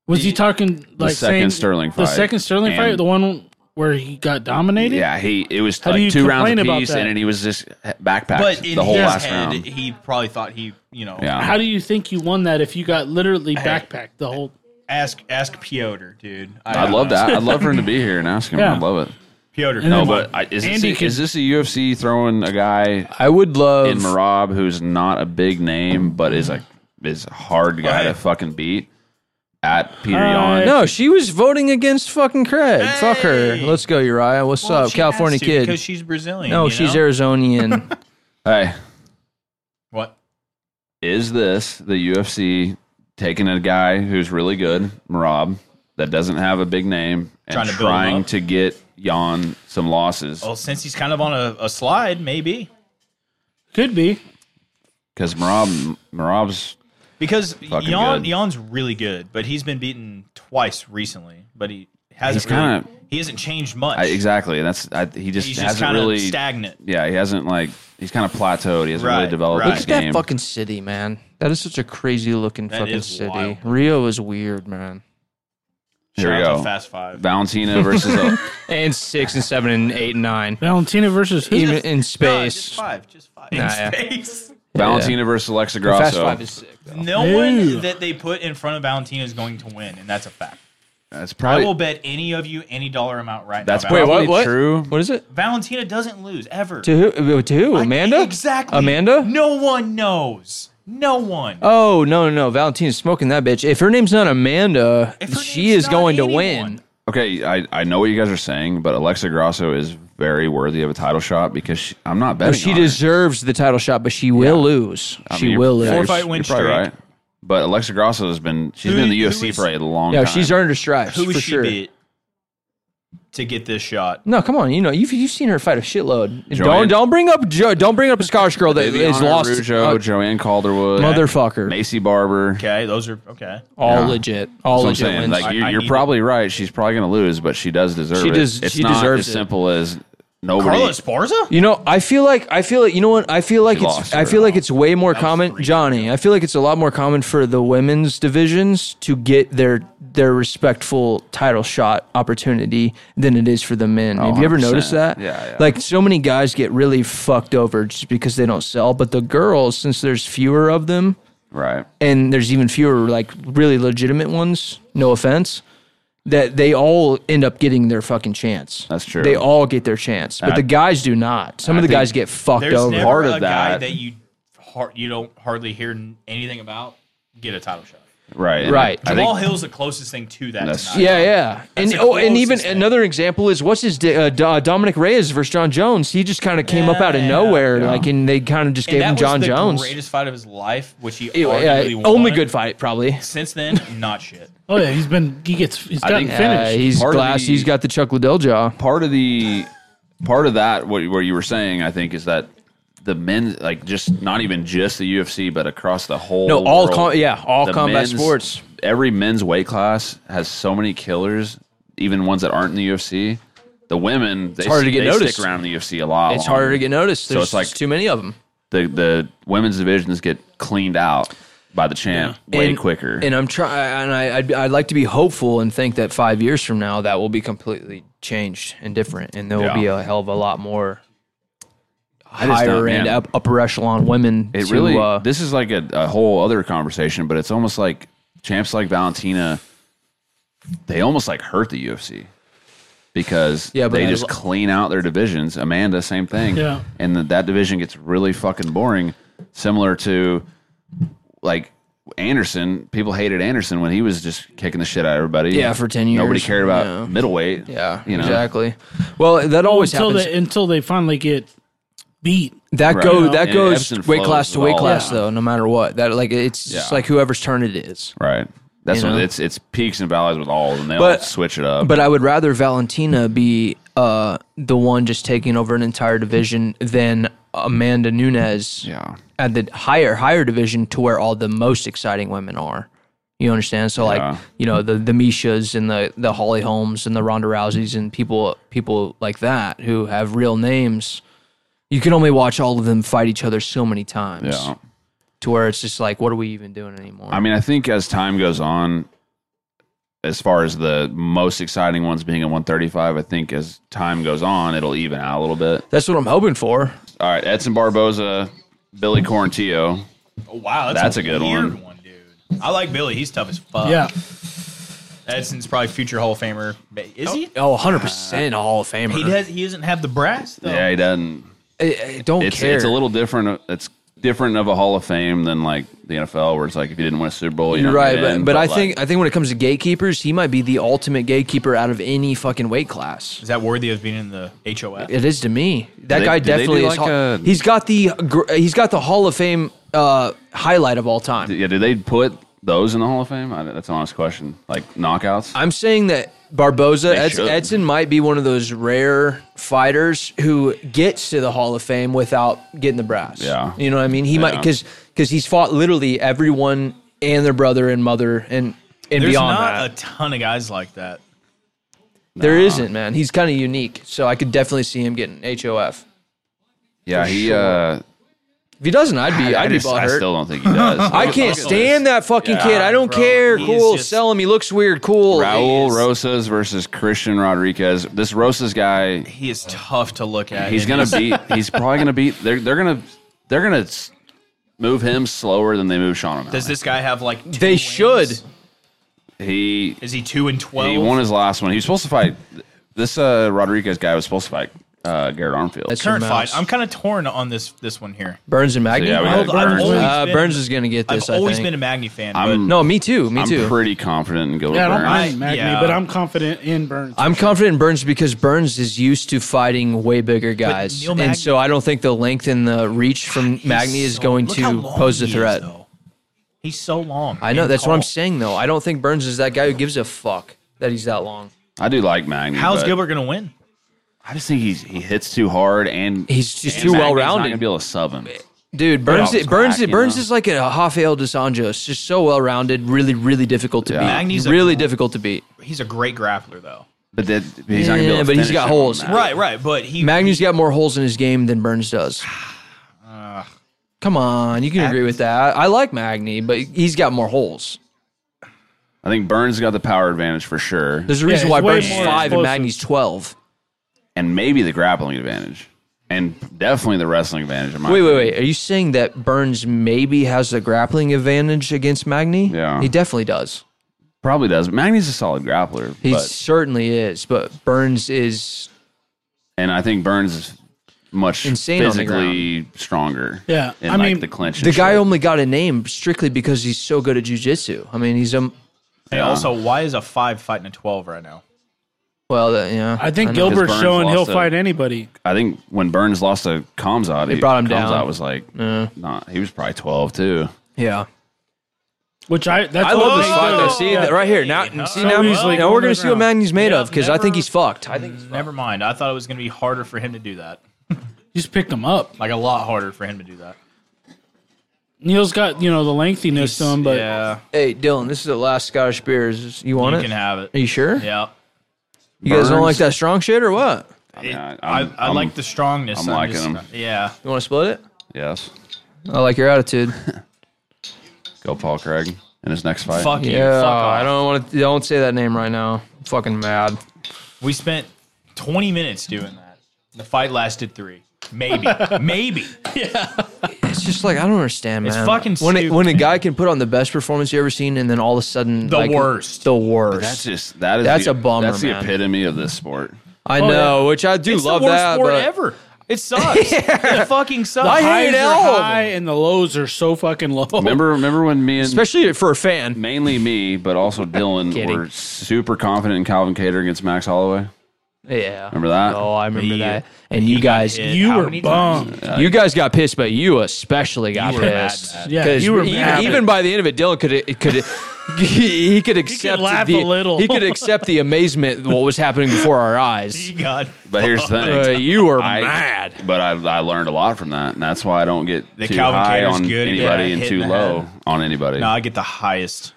Speaker 3: Was he talking
Speaker 1: second
Speaker 3: like saying-
Speaker 1: Sterling
Speaker 3: The
Speaker 1: fight.
Speaker 3: second Sterling
Speaker 1: And-
Speaker 3: fight, the one where he got dominated.
Speaker 1: yeah, he it was
Speaker 3: How do you
Speaker 1: like two rounds
Speaker 3: complain about
Speaker 1: apiece,
Speaker 3: that?
Speaker 1: and then he was just backpacked
Speaker 4: But in
Speaker 1: the whole
Speaker 4: his
Speaker 1: last
Speaker 4: head,
Speaker 1: round.
Speaker 4: he probably thought he, you know,
Speaker 1: Yeah,
Speaker 3: How do you think you won that if you got literally backpacked the whole?
Speaker 4: ask ask Piotr, dude.
Speaker 1: I'd love that. I'd love for him to be here and ask him.
Speaker 3: Yeah.
Speaker 1: I'd love it.
Speaker 4: Piotr.
Speaker 1: No,
Speaker 3: Come
Speaker 1: but
Speaker 3: on.
Speaker 1: I, is,
Speaker 3: Andy
Speaker 1: this,
Speaker 3: can-
Speaker 1: is this a UFC throwing a guy
Speaker 2: I would love.
Speaker 1: in Marab who's not a big name but is a is a hard guy to
Speaker 4: Right.
Speaker 1: fucking beat at Peter
Speaker 3: Uh,
Speaker 1: Yan?
Speaker 2: no, she was voting against fucking Craig. Fuck her.
Speaker 4: Hey.
Speaker 2: Let's go, Uriah. What's up, California kid?
Speaker 4: because she's Brazilian.
Speaker 2: no,
Speaker 4: you
Speaker 2: she's
Speaker 4: know?
Speaker 2: Arizonian.
Speaker 1: Hey,
Speaker 4: What?
Speaker 1: is this the UFC taking a guy who's really good, Marab, that doesn't have a big name and trying
Speaker 4: Trying
Speaker 1: to,
Speaker 4: to build him up? Oh.
Speaker 1: get Yan some losses?
Speaker 4: Well, since he's kind of on a, a slide, maybe
Speaker 3: Could be.
Speaker 1: Because Marab, Marab's
Speaker 4: because
Speaker 1: Fucking
Speaker 4: Jan
Speaker 1: good.
Speaker 4: Jan's really good, but he's been beaten twice recently. But he hasn't
Speaker 1: He's
Speaker 4: really-
Speaker 1: kinda-
Speaker 4: he hasn't changed much.
Speaker 1: I, exactly that's I, he just
Speaker 4: He's just
Speaker 1: hasn't
Speaker 4: kind of
Speaker 1: really.
Speaker 4: stagnant.
Speaker 1: yeah, he hasn't like he's kind of plateaued. He hasn't
Speaker 4: Right,
Speaker 1: really developed
Speaker 4: right.
Speaker 2: Look
Speaker 1: his
Speaker 2: at that
Speaker 1: game.
Speaker 2: fucking city, man. That is such a crazy looking
Speaker 4: That
Speaker 2: fucking
Speaker 4: is
Speaker 2: city.
Speaker 4: wild.
Speaker 2: Rio is weird, man.
Speaker 1: Here we
Speaker 4: Shout out to
Speaker 1: go.
Speaker 4: Fast Five.
Speaker 1: Valentina versus uh, a,
Speaker 2: And six and seven and eight and nine.
Speaker 3: Valentina versus who?
Speaker 2: Even in
Speaker 4: No, just
Speaker 2: space.
Speaker 4: five. Just five.
Speaker 2: Nah,
Speaker 4: in
Speaker 2: yeah.
Speaker 4: space.
Speaker 1: Valentina versus Alexa
Speaker 2: Fast
Speaker 1: Grasso.
Speaker 2: five is sick. though.
Speaker 4: No
Speaker 3: Ew.
Speaker 4: one that they put in front of Valentina is going to win, and that's a fact.
Speaker 1: That's
Speaker 4: I
Speaker 1: probably
Speaker 4: will bet any of you any dollar amount right
Speaker 1: that's
Speaker 4: now. Valentina-
Speaker 1: probably
Speaker 2: what- what?
Speaker 1: true.
Speaker 2: What is it?
Speaker 4: Valentina doesn't lose ever.
Speaker 2: To who? Uh, To who? Amanda?
Speaker 4: Exactly.
Speaker 2: Amanda?
Speaker 4: No one knows. No one.
Speaker 2: Oh no no no! Valentina's smoking that bitch. If her name's not Amanda,
Speaker 4: If her
Speaker 2: she is
Speaker 4: name's not
Speaker 2: going to
Speaker 4: anyone.
Speaker 2: win.
Speaker 1: Okay, I, I know what you guys are saying, but Alexa Grasso is very worthy of a title shot because she, I'm not betting.
Speaker 2: She
Speaker 1: on her.
Speaker 2: deserves the title shot, but she will lose.
Speaker 1: I
Speaker 2: she
Speaker 1: mean,
Speaker 2: will
Speaker 1: you're-
Speaker 2: lose.
Speaker 1: yeah,
Speaker 4: Four-fight
Speaker 1: you're-
Speaker 4: win
Speaker 1: you're probably
Speaker 4: streak.
Speaker 1: But Alexa Grasso has been she's
Speaker 4: Who-
Speaker 1: been in the
Speaker 4: who
Speaker 1: UFC
Speaker 4: is-
Speaker 1: for a long
Speaker 2: Yeah,
Speaker 1: time.
Speaker 2: she's earned her stripes
Speaker 4: Who
Speaker 2: for
Speaker 4: is she
Speaker 2: sure.
Speaker 4: beat to get this shot?
Speaker 2: No, come on, you know you've you've seen her fight a shitload.
Speaker 1: Joanne-
Speaker 2: Don't don't bring up Joe. Don't bring up a Scottish girl that
Speaker 1: Viviana
Speaker 2: is lost.
Speaker 1: Arujo,
Speaker 2: uh,
Speaker 1: Joanne Calderwood,
Speaker 2: motherfucker,
Speaker 1: Macy Barber.
Speaker 4: Okay, those are okay.
Speaker 2: all
Speaker 1: Yeah.
Speaker 2: legit, all
Speaker 1: So I'm
Speaker 2: legit
Speaker 1: saying,
Speaker 2: wins.
Speaker 1: like you're,
Speaker 4: I
Speaker 1: you're
Speaker 4: need
Speaker 1: probably right. She's probably going to lose, but she does deserve
Speaker 2: She
Speaker 1: it.
Speaker 2: does-
Speaker 1: it's
Speaker 2: she
Speaker 1: not
Speaker 2: deserves
Speaker 1: as
Speaker 2: it.
Speaker 1: simple as nobody.
Speaker 4: Carlos Barza?
Speaker 2: you know, I feel like I feel like you know what I feel like.
Speaker 1: She
Speaker 2: It's,
Speaker 1: lost
Speaker 2: I
Speaker 1: her.
Speaker 2: feel like it's way more
Speaker 4: was
Speaker 2: common,
Speaker 4: three.
Speaker 2: Johnny. I feel like it's a lot more common for the women's divisions to get their their respectful title shot opportunity than it is for the men. Have you ever
Speaker 1: 100%.
Speaker 2: noticed that?
Speaker 1: Yeah, yeah.
Speaker 2: Like so many guys get really fucked over just because they don't sell, but the girls, since there's fewer of them,
Speaker 1: right.
Speaker 2: and there's even fewer like really legitimate ones. No offense, that they all end up getting their fucking chance.
Speaker 1: That's true.
Speaker 2: They all get their chance, but
Speaker 1: I-
Speaker 2: the guys do not. Some of the
Speaker 1: think
Speaker 2: guys get fucked
Speaker 4: There's
Speaker 2: over.
Speaker 4: never
Speaker 1: Part
Speaker 4: a
Speaker 1: of
Speaker 4: guy
Speaker 1: that-
Speaker 4: that you har- you don't hardly hear n- anything about get a title shot.
Speaker 1: Right. And
Speaker 2: Right.
Speaker 1: I think
Speaker 4: Jamal Hill's the closest thing to that.
Speaker 1: That's-
Speaker 4: tonight.
Speaker 2: yeah, yeah, and
Speaker 4: the
Speaker 2: oh, and
Speaker 4: closest
Speaker 2: even
Speaker 4: thing.
Speaker 2: another example is what's his di- uh, Do- uh, Dominic Reyes versus John Jones. He just kind of came up out of
Speaker 4: Yeah,
Speaker 2: nowhere, like, and they kind of just
Speaker 4: And
Speaker 2: gave
Speaker 4: that
Speaker 2: him
Speaker 4: was
Speaker 2: John
Speaker 4: the
Speaker 2: Jones.
Speaker 4: greatest fight of his life, which he
Speaker 2: It- yeah,
Speaker 4: arguably won.
Speaker 2: only good fight probably.
Speaker 4: Since then, not shit.
Speaker 3: Oh yeah, he's been. He gets. He's gotten
Speaker 1: think-
Speaker 2: Uh,
Speaker 3: finished.
Speaker 2: he's
Speaker 1: Part of
Speaker 2: glass.
Speaker 1: the-
Speaker 2: he's got the Chuck Liddell jaw.
Speaker 1: part of the part of that what where you were saying I think is that the men like just not even just the UFC but across the whole
Speaker 2: No, all
Speaker 1: world,
Speaker 2: com- yeah, all
Speaker 1: the
Speaker 2: combat
Speaker 1: men's-
Speaker 2: sports.
Speaker 1: every men's weight class has so many killers even ones that aren't in the UFC the women, they,
Speaker 2: harder
Speaker 1: s-
Speaker 2: to get
Speaker 1: they
Speaker 2: noticed.
Speaker 1: stick around in the UFC a lot.
Speaker 2: It's
Speaker 1: longer.
Speaker 2: harder to get noticed. There's
Speaker 1: it's like-
Speaker 2: just too many of them.
Speaker 1: The, the women's divisions get cleaned out by the champ way
Speaker 2: And-
Speaker 1: quicker.
Speaker 2: And I'm trying, and I, I'd, I'd like to be hopeful and think that five years from now that will be completely changed and different, and there will
Speaker 1: Yeah.
Speaker 2: be a hell of a lot more
Speaker 1: just don't-
Speaker 2: higher end,
Speaker 1: man.
Speaker 2: up, upper echelon women.
Speaker 1: it
Speaker 2: to,
Speaker 1: really
Speaker 2: uh,
Speaker 1: this is like a, a whole other conversation but it's almost like champs like valentina they almost like hurt the ufc because
Speaker 2: Yeah, but
Speaker 1: they
Speaker 2: I
Speaker 1: just
Speaker 2: lo-
Speaker 1: clean out their divisions amanda same thing
Speaker 3: Yeah.
Speaker 1: and that that division gets really fucking boring similar to like anderson people hated anderson when he was just kicking the shit out of everybody
Speaker 2: Yeah, for 10 years.
Speaker 1: nobody cared about
Speaker 2: Yeah.
Speaker 1: middleweight
Speaker 2: yeah,
Speaker 1: you know
Speaker 2: exactly. Well, that always
Speaker 3: until
Speaker 2: happens.
Speaker 3: they until they finally get beat.
Speaker 2: that
Speaker 1: Right.
Speaker 2: go
Speaker 1: You know, it
Speaker 2: that
Speaker 1: ebbs
Speaker 2: goes
Speaker 1: and
Speaker 2: weight
Speaker 1: flows
Speaker 2: class to
Speaker 1: with
Speaker 2: weight
Speaker 1: all
Speaker 2: class
Speaker 1: that.
Speaker 2: though, no matter what. That like it's just
Speaker 1: Yeah.
Speaker 2: like whoever's turn it is.
Speaker 1: right that's
Speaker 2: You
Speaker 1: what
Speaker 2: know?
Speaker 1: it's it's peaks and valleys with all of them they all
Speaker 2: But-
Speaker 1: switch it up
Speaker 2: But I would rather Valentina be uh, the one just taking over an entire division than Amanda Nunes
Speaker 1: yeah
Speaker 2: at the higher higher division to where all the most exciting women are. You understand? So
Speaker 1: Yeah.
Speaker 2: like you know the the Mishas and the the Holly Holmes and the Ronda Rouseys and people people like that who have real names. You can only watch all of them fight each other so many times
Speaker 1: yeah
Speaker 2: to where it's just like, what are we even doing anymore?
Speaker 1: I mean, I think as time goes on, as far as the most exciting ones being at 135, I think as time goes on, it'll even out a little bit.
Speaker 2: That's what I'm hoping for.
Speaker 1: All right, Edson Barboza, Billy Quarantillo.
Speaker 4: Oh, wow,
Speaker 1: That's a good
Speaker 4: weird
Speaker 1: one.
Speaker 4: dude. I like Billy. He's tough as fuck.
Speaker 2: Uh,
Speaker 3: yeah,
Speaker 4: Edson's probably future Hall of Famer. Ba- Is he?
Speaker 2: Oh, 100 percent Hall of Famer.
Speaker 4: He does. He doesn't have the brass
Speaker 2: Oh.
Speaker 4: though.
Speaker 1: Yeah, he doesn't.
Speaker 2: I, I don't
Speaker 1: It's
Speaker 2: care.
Speaker 1: it's a little different. It's different of a Hall of Fame than like the NFL, where it's like if you didn't win a Super Bowl, you're
Speaker 2: You're
Speaker 1: not
Speaker 2: right,
Speaker 1: in,
Speaker 2: but, but I
Speaker 1: like,
Speaker 2: think I think when it comes to gatekeepers, he might be the ultimate gatekeeper out of any fucking weight class.
Speaker 4: Is that worthy of being in the HOF?
Speaker 2: It is to me. That
Speaker 1: they-
Speaker 2: guy
Speaker 1: do they do
Speaker 2: definitely
Speaker 1: like
Speaker 2: is. Hall-
Speaker 1: a-
Speaker 2: he's got the gr- he's got the Hall of Fame uh, highlight of all time.
Speaker 1: yeah, did they put those in the Hall of Fame? I, that's an honest question. Like knockouts.
Speaker 2: I'm saying that Barboza
Speaker 1: They
Speaker 2: Eds-
Speaker 1: should.
Speaker 2: Edson might be one of those rare fighters who gets to the Hall of Fame without getting the brass.
Speaker 1: Yeah.
Speaker 2: you know what I mean. He might
Speaker 1: Yeah.
Speaker 2: because because he's fought literally everyone and their brother and mother and and
Speaker 4: There's
Speaker 2: beyond
Speaker 4: not
Speaker 2: that.
Speaker 4: a ton of guys like that.
Speaker 2: There isn't, man. He's kind of unique, so I could definitely see him getting HOF.
Speaker 1: yeah, he. Uh,
Speaker 2: If he doesn't, I'd be,
Speaker 1: I,
Speaker 2: I'd be
Speaker 1: just, I
Speaker 2: butthurt.
Speaker 1: still don't think he does.
Speaker 2: I can't stand that fucking
Speaker 1: Yeah,
Speaker 2: kid. I don't
Speaker 4: bro,
Speaker 2: care.
Speaker 4: he's
Speaker 2: Cool,
Speaker 4: just-
Speaker 2: sell him. He looks weird. Cool.
Speaker 1: Raul Rosas versus Christian Rodriguez. This Rosas guy,
Speaker 4: He is tough to look at.
Speaker 1: he's
Speaker 4: and
Speaker 1: gonna beat. He's probably gonna beat. They're they're gonna they're gonna s- move him slower than they move Sean O'Malley.
Speaker 4: Does this guy have like? Two
Speaker 2: They
Speaker 4: wins?
Speaker 2: should.
Speaker 1: he
Speaker 4: Is he two and twelve?
Speaker 1: he won his last one. He was supposed to fight this uh, Rodriguez guy was supposed to fight uh, Garrett Armfield.
Speaker 2: That's-
Speaker 4: current
Speaker 2: Mouse.
Speaker 4: fight. I'm kind of torn on this this one here.
Speaker 2: Burns and Magny.
Speaker 1: yeah, we
Speaker 4: I've
Speaker 1: got Burns.
Speaker 4: always
Speaker 2: uh,
Speaker 4: been-
Speaker 2: Burns is gonna get this.
Speaker 4: I've
Speaker 2: I
Speaker 4: always
Speaker 2: think.
Speaker 4: been a Magni fan,
Speaker 1: I'm
Speaker 2: no, me too. Me
Speaker 1: I'm
Speaker 2: too.
Speaker 1: pretty confident in going
Speaker 3: yeah. I don't
Speaker 1: Burns.
Speaker 3: mind Magny,
Speaker 4: yeah.
Speaker 3: but I'm confident in Burns.
Speaker 2: I'm confident in Burns because Burns is used to fighting way bigger guys,
Speaker 4: Neil
Speaker 2: and
Speaker 4: Magny-
Speaker 2: so I don't think the length and the reach from
Speaker 4: but
Speaker 2: Magny
Speaker 4: he's
Speaker 2: is
Speaker 4: so-
Speaker 2: going
Speaker 4: look how
Speaker 2: to
Speaker 4: long
Speaker 2: pose a
Speaker 4: he is,
Speaker 2: threat.
Speaker 4: though. he's so long.
Speaker 2: I know
Speaker 4: and
Speaker 2: that's what I'm
Speaker 4: tall.
Speaker 2: saying though. I don't think Burns is that guy who gives a fuck that he's that long.
Speaker 1: I do like Magny.
Speaker 4: How's
Speaker 1: but
Speaker 4: Gilbert gonna win?
Speaker 1: I just think he's he hits too hard and
Speaker 2: He's just
Speaker 1: and Magny's
Speaker 2: too
Speaker 1: Not
Speaker 2: well-rounded.
Speaker 1: gonna be able to sub him.
Speaker 2: Dude, Burns
Speaker 1: Yeah.
Speaker 2: Burns
Speaker 1: Crack, you
Speaker 2: Burns
Speaker 1: know?
Speaker 2: is like a Rafael dos Anjos, just so well rounded, really really difficult to
Speaker 1: Yeah.
Speaker 2: beat.
Speaker 4: Magny's a-
Speaker 2: really difficult to beat.
Speaker 4: He's a great grappler though.
Speaker 1: But that he's not gonna be
Speaker 2: Yeah,
Speaker 1: able to
Speaker 2: but he's
Speaker 1: finish
Speaker 2: got
Speaker 1: him
Speaker 2: holes.
Speaker 1: on that.
Speaker 4: Right, right. But he
Speaker 2: Magny's got more holes in his game than Burns does. Come on, you can agree with that. I like Magny, but he's got more holes.
Speaker 1: I think Burns got the power advantage for sure.
Speaker 2: There's a reason
Speaker 3: he's
Speaker 2: why
Speaker 3: way
Speaker 2: Burns is
Speaker 3: more
Speaker 2: five and
Speaker 3: explosive.
Speaker 2: Magny's twelve.
Speaker 1: and maybe the grappling advantage, and definitely the wrestling advantage. In my
Speaker 2: Wait, wait,
Speaker 1: opinion.
Speaker 2: wait. Are you saying that Burns maybe has the grappling advantage against Magny?
Speaker 1: Yeah.
Speaker 2: He definitely does.
Speaker 1: Probably does. Magny's a solid grappler,
Speaker 2: He
Speaker 1: but,
Speaker 2: certainly is, but Burns is
Speaker 1: and I think Burns is much
Speaker 2: Insane on the
Speaker 1: physically stronger.
Speaker 3: Yeah,
Speaker 1: in
Speaker 3: I
Speaker 1: like
Speaker 3: mean,
Speaker 1: the clinch. and
Speaker 2: the guy
Speaker 1: shit.
Speaker 2: only got a name strictly because he's so good at jujitsu. I mean, he's um, a
Speaker 4: Hey, also, why is a five fighting a twelve right now?
Speaker 2: well, that- yeah.
Speaker 3: I think
Speaker 2: know.
Speaker 1: Because
Speaker 3: Gilbert's
Speaker 1: Burns
Speaker 3: showing he'll
Speaker 1: lost a-
Speaker 3: fight anybody.
Speaker 1: I think when Burns lost to Kamzat, he
Speaker 2: brought him
Speaker 1: Kamzat
Speaker 2: down.
Speaker 1: was like, not. He was probably twelve too.
Speaker 2: Yeah,
Speaker 3: Which I that's
Speaker 2: I
Speaker 3: what
Speaker 2: love this
Speaker 3: made
Speaker 2: fight.
Speaker 3: the-
Speaker 2: though. See
Speaker 3: Oh, yeah.
Speaker 2: that right here now. see now,
Speaker 3: easily
Speaker 2: now
Speaker 3: going
Speaker 2: we're gonna
Speaker 3: to the
Speaker 2: see what
Speaker 3: ground.
Speaker 2: Magnus made
Speaker 4: Yeah,
Speaker 2: of because I think
Speaker 4: never-
Speaker 2: he's fucked. I think he's
Speaker 4: Never mind. I thought it was gonna be harder for him to do that.
Speaker 3: You just picked him up.
Speaker 4: Like a lot harder for him to do that.
Speaker 3: Neil's got you know the lengthiness to him, but
Speaker 4: yeah,
Speaker 2: hey Dylan, this is the last Scottish beers. You want
Speaker 4: you
Speaker 2: it?
Speaker 4: can have
Speaker 2: Are
Speaker 4: it.
Speaker 2: you sure?
Speaker 4: Yeah.
Speaker 2: You guys don't like
Speaker 1: Burns.
Speaker 2: that strong shit or what?
Speaker 1: mean, I-
Speaker 4: It-
Speaker 1: I'm-
Speaker 4: I, I
Speaker 1: I'm-
Speaker 4: like the strongness.
Speaker 1: I'm liking
Speaker 4: just-
Speaker 1: them.
Speaker 4: Yeah.
Speaker 2: You want to split it?
Speaker 1: Yes.
Speaker 2: I like your attitude.
Speaker 1: Go Paul Craig in his next fight.
Speaker 4: Fuck you.
Speaker 2: yeah,
Speaker 4: Fuck off.
Speaker 2: I don't want to. Don't say that name right now. I'm fucking mad.
Speaker 4: We spent 20 minutes doing that. The fight lasted three. Maybe. Maybe.
Speaker 2: It's just like I don't understand, man.
Speaker 4: It's fucking
Speaker 2: when
Speaker 4: stupid,
Speaker 2: a, when a
Speaker 4: man.
Speaker 2: guy can put on the best performance you ever seen, and then all of a sudden
Speaker 4: The
Speaker 2: like,
Speaker 4: worst.
Speaker 2: the worst.
Speaker 1: That's just that is
Speaker 2: That's
Speaker 1: the-
Speaker 2: a bummer,
Speaker 1: That's the
Speaker 2: man.
Speaker 1: epitome of this sport.
Speaker 2: I know, which I do
Speaker 4: It's
Speaker 2: love
Speaker 4: the worst
Speaker 2: that.
Speaker 4: sport
Speaker 2: but
Speaker 4: ever. It sucks. It fucking sucks.
Speaker 2: I hate
Speaker 3: Highs
Speaker 2: it
Speaker 3: are
Speaker 2: all of them.
Speaker 3: high and the lows are so fucking low.
Speaker 1: Remember, remember when me and
Speaker 2: especially for a fan.
Speaker 1: mainly me, but also Dylan
Speaker 2: Kidding.
Speaker 1: were super confident in Calvin Cater against Max Holloway.
Speaker 2: Yeah,
Speaker 1: Remember that?
Speaker 2: Oh, I remember
Speaker 4: Yeah.
Speaker 2: that. And you guys,
Speaker 4: hit.
Speaker 3: you
Speaker 4: How
Speaker 3: were
Speaker 4: many
Speaker 3: bummed.
Speaker 2: you guys got pissed, but you especially got
Speaker 4: You were mad,
Speaker 2: pissed.
Speaker 4: mad.
Speaker 3: Yeah,
Speaker 2: 'Cause
Speaker 3: you were
Speaker 2: even,
Speaker 3: mad.
Speaker 2: even by the end of it, Dylan could it could he, he could accept
Speaker 3: laugh
Speaker 2: the
Speaker 3: a little.
Speaker 2: he could accept the amazement of what was happening before our eyes.
Speaker 4: God.
Speaker 1: But here's the thing.
Speaker 2: Uh, you were
Speaker 1: I-
Speaker 2: mad.
Speaker 1: But I, I learned a lot from that, and that's why I don't get
Speaker 4: The
Speaker 1: too
Speaker 4: Calvin
Speaker 1: high
Speaker 4: Cater's
Speaker 1: on
Speaker 4: good,
Speaker 1: anybody
Speaker 4: yeah,
Speaker 1: and
Speaker 4: hit
Speaker 1: too
Speaker 4: in the
Speaker 1: low
Speaker 4: head.
Speaker 1: on anybody.
Speaker 4: No, I get the highest.